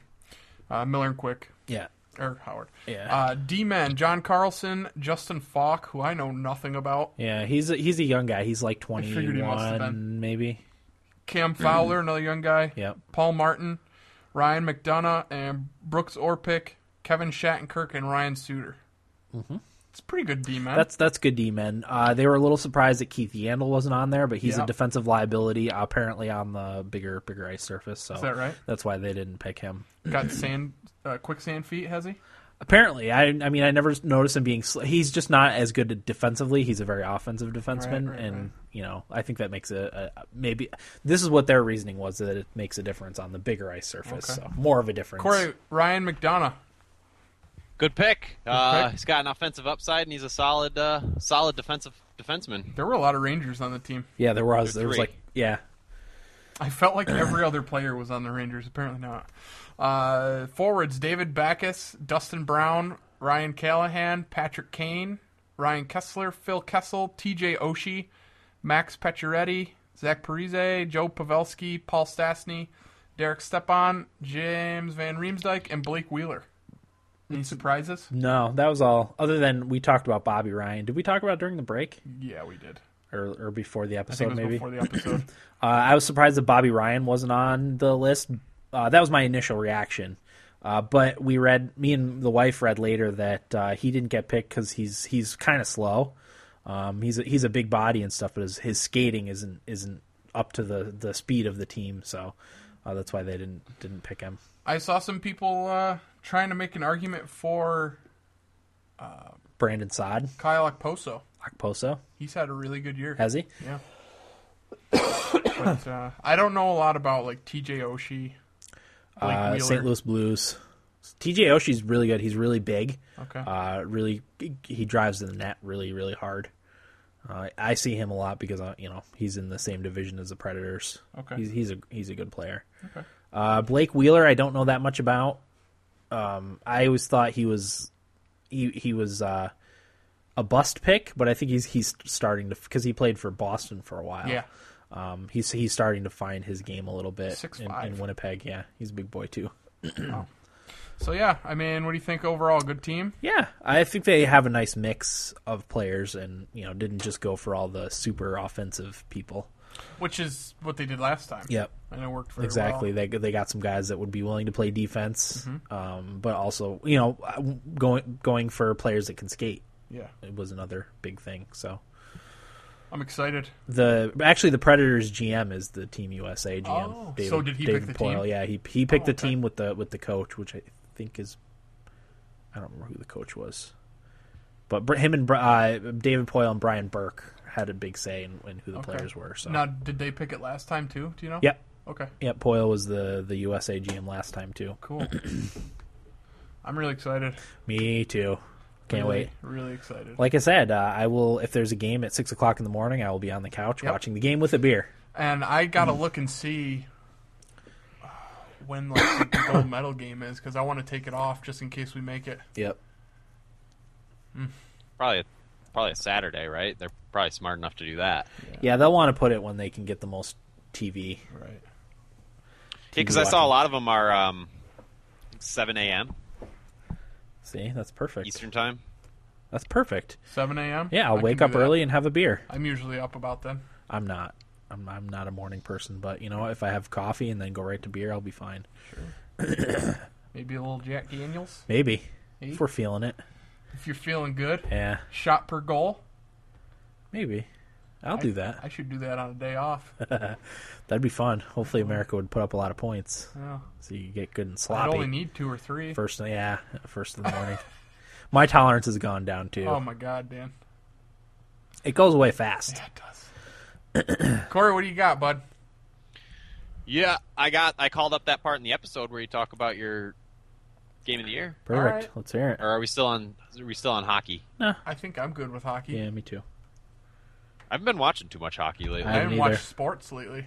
[SPEAKER 5] Uh, Miller and Quick
[SPEAKER 2] yeah,
[SPEAKER 5] or Howard.
[SPEAKER 2] Yeah.
[SPEAKER 5] Uh, D man John Carlson, Justin Falk, who I know nothing about.
[SPEAKER 2] yeah, he's a, he's a young guy. He's like twenty
[SPEAKER 5] figured he must have
[SPEAKER 2] one, maybe.
[SPEAKER 5] Cam Fowler, another young guy.
[SPEAKER 2] Mm-hmm. Yep.
[SPEAKER 5] Paul Martin, Ryan McDonough, and Brooks Orpik, Kevin Shattenkirk, and Ryan Suter. Mm-hmm. It's a pretty good D man.
[SPEAKER 2] That's that's good D men. Uh, they were a little surprised that Keith Yandel wasn't on there, but he's
[SPEAKER 5] Yeah.
[SPEAKER 2] a defensive liability uh, apparently on the bigger bigger ice surface. So
[SPEAKER 5] Is that right?
[SPEAKER 2] That's why they didn't pick him.
[SPEAKER 5] got sand uh, quicksand feet. Has he?
[SPEAKER 2] Apparently, I I mean I never noticed him being. Sl- he's just not as good defensively. He's a very offensive defenseman,
[SPEAKER 5] right,
[SPEAKER 2] and
[SPEAKER 5] right.
[SPEAKER 2] you know I think that makes a, a maybe this is what their reasoning was that it makes a difference on the bigger ice surface,
[SPEAKER 5] Okay.
[SPEAKER 2] so more of a difference.
[SPEAKER 5] Corey Ryan McDonough.
[SPEAKER 3] good pick. Uh,
[SPEAKER 5] pick.
[SPEAKER 3] He's got an offensive upside, and he's a solid, uh, solid defensive defenseman.
[SPEAKER 5] There were a lot of Rangers on the team.
[SPEAKER 2] yeah, there was
[SPEAKER 3] They're
[SPEAKER 2] there was
[SPEAKER 3] three.
[SPEAKER 2] like yeah
[SPEAKER 5] I felt like every other player was on the Rangers. Apparently not. Uh, forwards: David Backus, Dustin Brown, Ryan Callahan, Patrick Kane, Ryan Kessler, Phil Kessel, T.J. Oshie, Max Pacioretty, Zach Parise, Joe Pavelski, Paul Stastny, Derek Stepan, James Van Riemsdyk, and Blake Wheeler. Any surprises?
[SPEAKER 2] no that was all. Other than we talked about Bobby Ryan. Did we talk about it during the break
[SPEAKER 5] Yeah, we did.
[SPEAKER 2] or or before the
[SPEAKER 5] I think
[SPEAKER 2] episode
[SPEAKER 5] it was
[SPEAKER 2] maybe?
[SPEAKER 5] before the episode.
[SPEAKER 2] Uh, I was surprised that Bobby Ryan wasn't on the list. Uh, that was my initial reaction. Uh, but we read, me and the wife read later that uh, he didn't get picked because he's he's kind of slow. Um, he's a, he's a big body and stuff, but his, his skating isn't isn't up to the, the speed of the team, so uh, that's why they didn't didn't pick him.
[SPEAKER 5] I saw some people uh, trying to make an argument for
[SPEAKER 2] Brandon Sod,
[SPEAKER 5] Kyle Okposo.
[SPEAKER 2] Akposo,
[SPEAKER 5] He's had a really good year.
[SPEAKER 2] has he?
[SPEAKER 5] Yeah. but uh, I don't know a lot about like T.J. Oshie, Blake
[SPEAKER 2] Uh,
[SPEAKER 5] Wheeler.
[SPEAKER 2] St. Louis Blues. TJ Oshie's really good. He's really big.
[SPEAKER 5] Okay.
[SPEAKER 2] uh, really he drives to the net really really hard. Uh, I see him a lot because uh, you know he's in the same division as the Predators.
[SPEAKER 5] Okay.
[SPEAKER 2] he's, he's a he's a good player. Okay. Uh, Blake Wheeler, I don't know that much about. Um, I always thought he was he he was uh, a bust pick, but I think he's he's starting to because he played for Boston for a while.
[SPEAKER 5] yeah.
[SPEAKER 2] um, he's he's starting to find his game a little bit
[SPEAKER 5] Six
[SPEAKER 2] in, in
[SPEAKER 5] five.
[SPEAKER 2] Winnipeg. Yeah, he's a big boy too.
[SPEAKER 5] So yeah, I mean, what do you think overall? Good team.
[SPEAKER 2] Yeah, I think they have a nice mix of players, and you know, didn't just go for all the super offensive people.
[SPEAKER 5] Which is what they did last time.
[SPEAKER 2] Yep,
[SPEAKER 5] And it worked very
[SPEAKER 2] exactly.
[SPEAKER 5] well. Mm-hmm.
[SPEAKER 2] They they got some guys that would be willing to play defense, um, but also you know, going going for players that can skate
[SPEAKER 5] Yeah.
[SPEAKER 2] it was another big thing. So
[SPEAKER 5] I'm excited.
[SPEAKER 2] the actually the Predators GM is the Team USA GM.
[SPEAKER 5] Oh, so did he pick the
[SPEAKER 2] Poyle.
[SPEAKER 5] team?
[SPEAKER 2] Yeah, he he picked the
[SPEAKER 5] Oh, okay.
[SPEAKER 2] team with the with the coach, which I think is I don't remember who the coach was, but Br- him and Bri- uh, David Poyle and Brian Burke had a big say in, in who the
[SPEAKER 5] Okay.
[SPEAKER 2] players were. So
[SPEAKER 5] Now, did they pick it last time too? Do you know?
[SPEAKER 2] yep,
[SPEAKER 5] Okay.
[SPEAKER 2] yep. Poyle was the the USA GM last time too.
[SPEAKER 5] Cool. I'm really excited.
[SPEAKER 2] Me too. Can't
[SPEAKER 5] really,
[SPEAKER 2] wait.
[SPEAKER 5] Really excited.
[SPEAKER 2] Like I said, uh, I will. If there's a game at six o'clock in the morning, I will be on the couch
[SPEAKER 5] Yep.
[SPEAKER 2] watching the game with a beer.
[SPEAKER 5] and I gotta
[SPEAKER 2] mm.
[SPEAKER 5] look and see uh, when like the gold medal game is because I want to take it off just in case we make it.
[SPEAKER 2] Yep.
[SPEAKER 3] Probably, probably a Saturday, right? They're probably smart enough to do that.
[SPEAKER 2] Yeah, they'll want to put it when they can get the most TV.
[SPEAKER 5] Right.
[SPEAKER 3] because I saw a lot of them are um, 7 a.m.
[SPEAKER 2] See, that's perfect.
[SPEAKER 3] Eastern time.
[SPEAKER 2] That's perfect.
[SPEAKER 5] 7 a.m.
[SPEAKER 2] Yeah, I'll
[SPEAKER 5] I
[SPEAKER 2] wake
[SPEAKER 5] can
[SPEAKER 2] up
[SPEAKER 5] do that.
[SPEAKER 2] early and have a beer.
[SPEAKER 5] I'm usually up about then.
[SPEAKER 2] I'm not. I'm, I'm not a morning person, but you know, if I have coffee and then go right to beer, I'll be fine.
[SPEAKER 5] Maybe a little Jack Daniels
[SPEAKER 2] Maybe
[SPEAKER 5] Hey.
[SPEAKER 2] if we're feeling it.
[SPEAKER 5] if you're feeling good.
[SPEAKER 2] Yeah,
[SPEAKER 5] Shot per goal.
[SPEAKER 2] maybe. I'll
[SPEAKER 5] I-
[SPEAKER 2] do that.
[SPEAKER 5] I should do that on a day off.
[SPEAKER 2] That'd be fun. Hopefully, America would put up a lot of points,
[SPEAKER 5] Yeah.
[SPEAKER 2] so you get good and
[SPEAKER 5] I'd
[SPEAKER 2] sloppy.
[SPEAKER 5] only need two or three.
[SPEAKER 2] First, yeah, first in the morning. My tolerance has gone down too.
[SPEAKER 5] Oh my god, Dan.
[SPEAKER 2] it goes away fast.
[SPEAKER 5] Yeah, it does. Corey, what do you got, bud?
[SPEAKER 3] Yeah, I got. I called up that part in the episode where you talk about your game of the year.
[SPEAKER 2] Perfect.
[SPEAKER 5] All right.
[SPEAKER 2] Let's hear it.
[SPEAKER 3] Or are we still on? Are we still on hockey?
[SPEAKER 5] I think I'm good with hockey.
[SPEAKER 2] Yeah, me too.
[SPEAKER 3] I haven't been watching too much hockey lately.
[SPEAKER 5] I haven't
[SPEAKER 2] neither.
[SPEAKER 5] watched sports lately.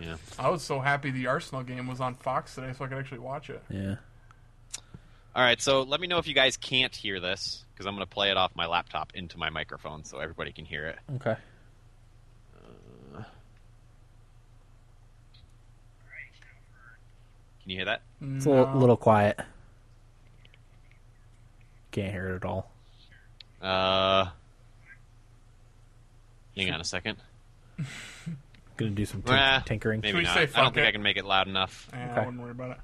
[SPEAKER 3] yeah.
[SPEAKER 5] I was so happy the Arsenal game was on Fox today, so I could actually watch it.
[SPEAKER 2] Yeah.
[SPEAKER 3] All right. So let me know if you guys can't hear this because I'm going to play it off my laptop into my microphone so everybody can hear it.
[SPEAKER 2] Okay.
[SPEAKER 3] Can you hear that?
[SPEAKER 2] It's a little, little quiet. Can't hear it at all.
[SPEAKER 3] Uh, hang on a second.
[SPEAKER 2] Gonna do some tin-
[SPEAKER 3] Nah,
[SPEAKER 2] tinkering.
[SPEAKER 3] Maybe
[SPEAKER 5] Should we
[SPEAKER 3] not.
[SPEAKER 5] say
[SPEAKER 3] I don't
[SPEAKER 5] fuck
[SPEAKER 3] think
[SPEAKER 5] it?
[SPEAKER 3] I can make it loud enough.
[SPEAKER 5] Eh, I
[SPEAKER 2] Okay.
[SPEAKER 5] wouldn't worry about it.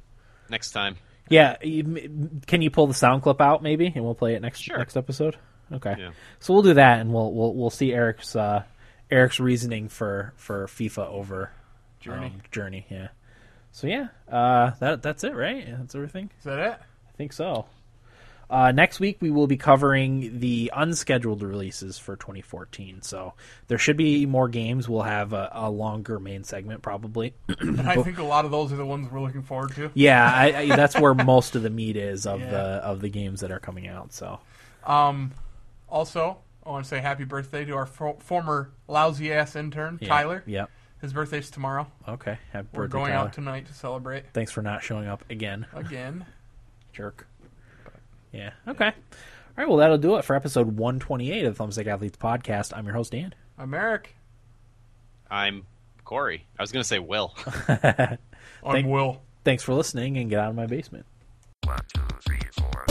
[SPEAKER 3] Next time.
[SPEAKER 2] Yeah, you, m- can you pull the sound clip out maybe, and we'll play it next
[SPEAKER 3] Sure.
[SPEAKER 2] next episode? Okay.
[SPEAKER 3] Yeah.
[SPEAKER 2] So we'll do that, and we'll we'll we'll see Eric's uh, Eric's reasoning for for FIFA over
[SPEAKER 5] Journey.
[SPEAKER 2] um, journey. Yeah. So yeah, uh, that that's it, right? Yeah, That's everything.
[SPEAKER 5] Is that it?
[SPEAKER 2] I think so. Uh, next week we will be covering the unscheduled releases for 2014. So there should be more games. We'll have a, a longer main segment probably.
[SPEAKER 5] And I think a lot of those are the ones we're looking forward to.
[SPEAKER 2] yeah, I, I, that's where most of the meat is of
[SPEAKER 5] Yeah.
[SPEAKER 2] the of the games that are coming out. So
[SPEAKER 5] Um, also, I want to say happy birthday to our fo- former lousy ass intern,
[SPEAKER 2] yeah.
[SPEAKER 5] Tyler.
[SPEAKER 2] Yep.
[SPEAKER 5] His birthday's tomorrow.
[SPEAKER 2] Okay. Happy
[SPEAKER 5] We're
[SPEAKER 2] birthday,
[SPEAKER 5] going
[SPEAKER 2] Tyler.
[SPEAKER 5] out tonight to celebrate
[SPEAKER 2] Thanks for not showing up again.
[SPEAKER 5] again.
[SPEAKER 2] jerk. Yeah. Okay. All right. Well, that'll do it for episode 128 of the Thumbstick Athletes podcast. I'm your host Dan.
[SPEAKER 5] I'm Eric.
[SPEAKER 3] I'm Corey. I was going to say Will.
[SPEAKER 5] I'm
[SPEAKER 2] Thank-
[SPEAKER 5] Will.
[SPEAKER 2] Thanks for listening, and get out of my basement.
[SPEAKER 6] One, two, three, four.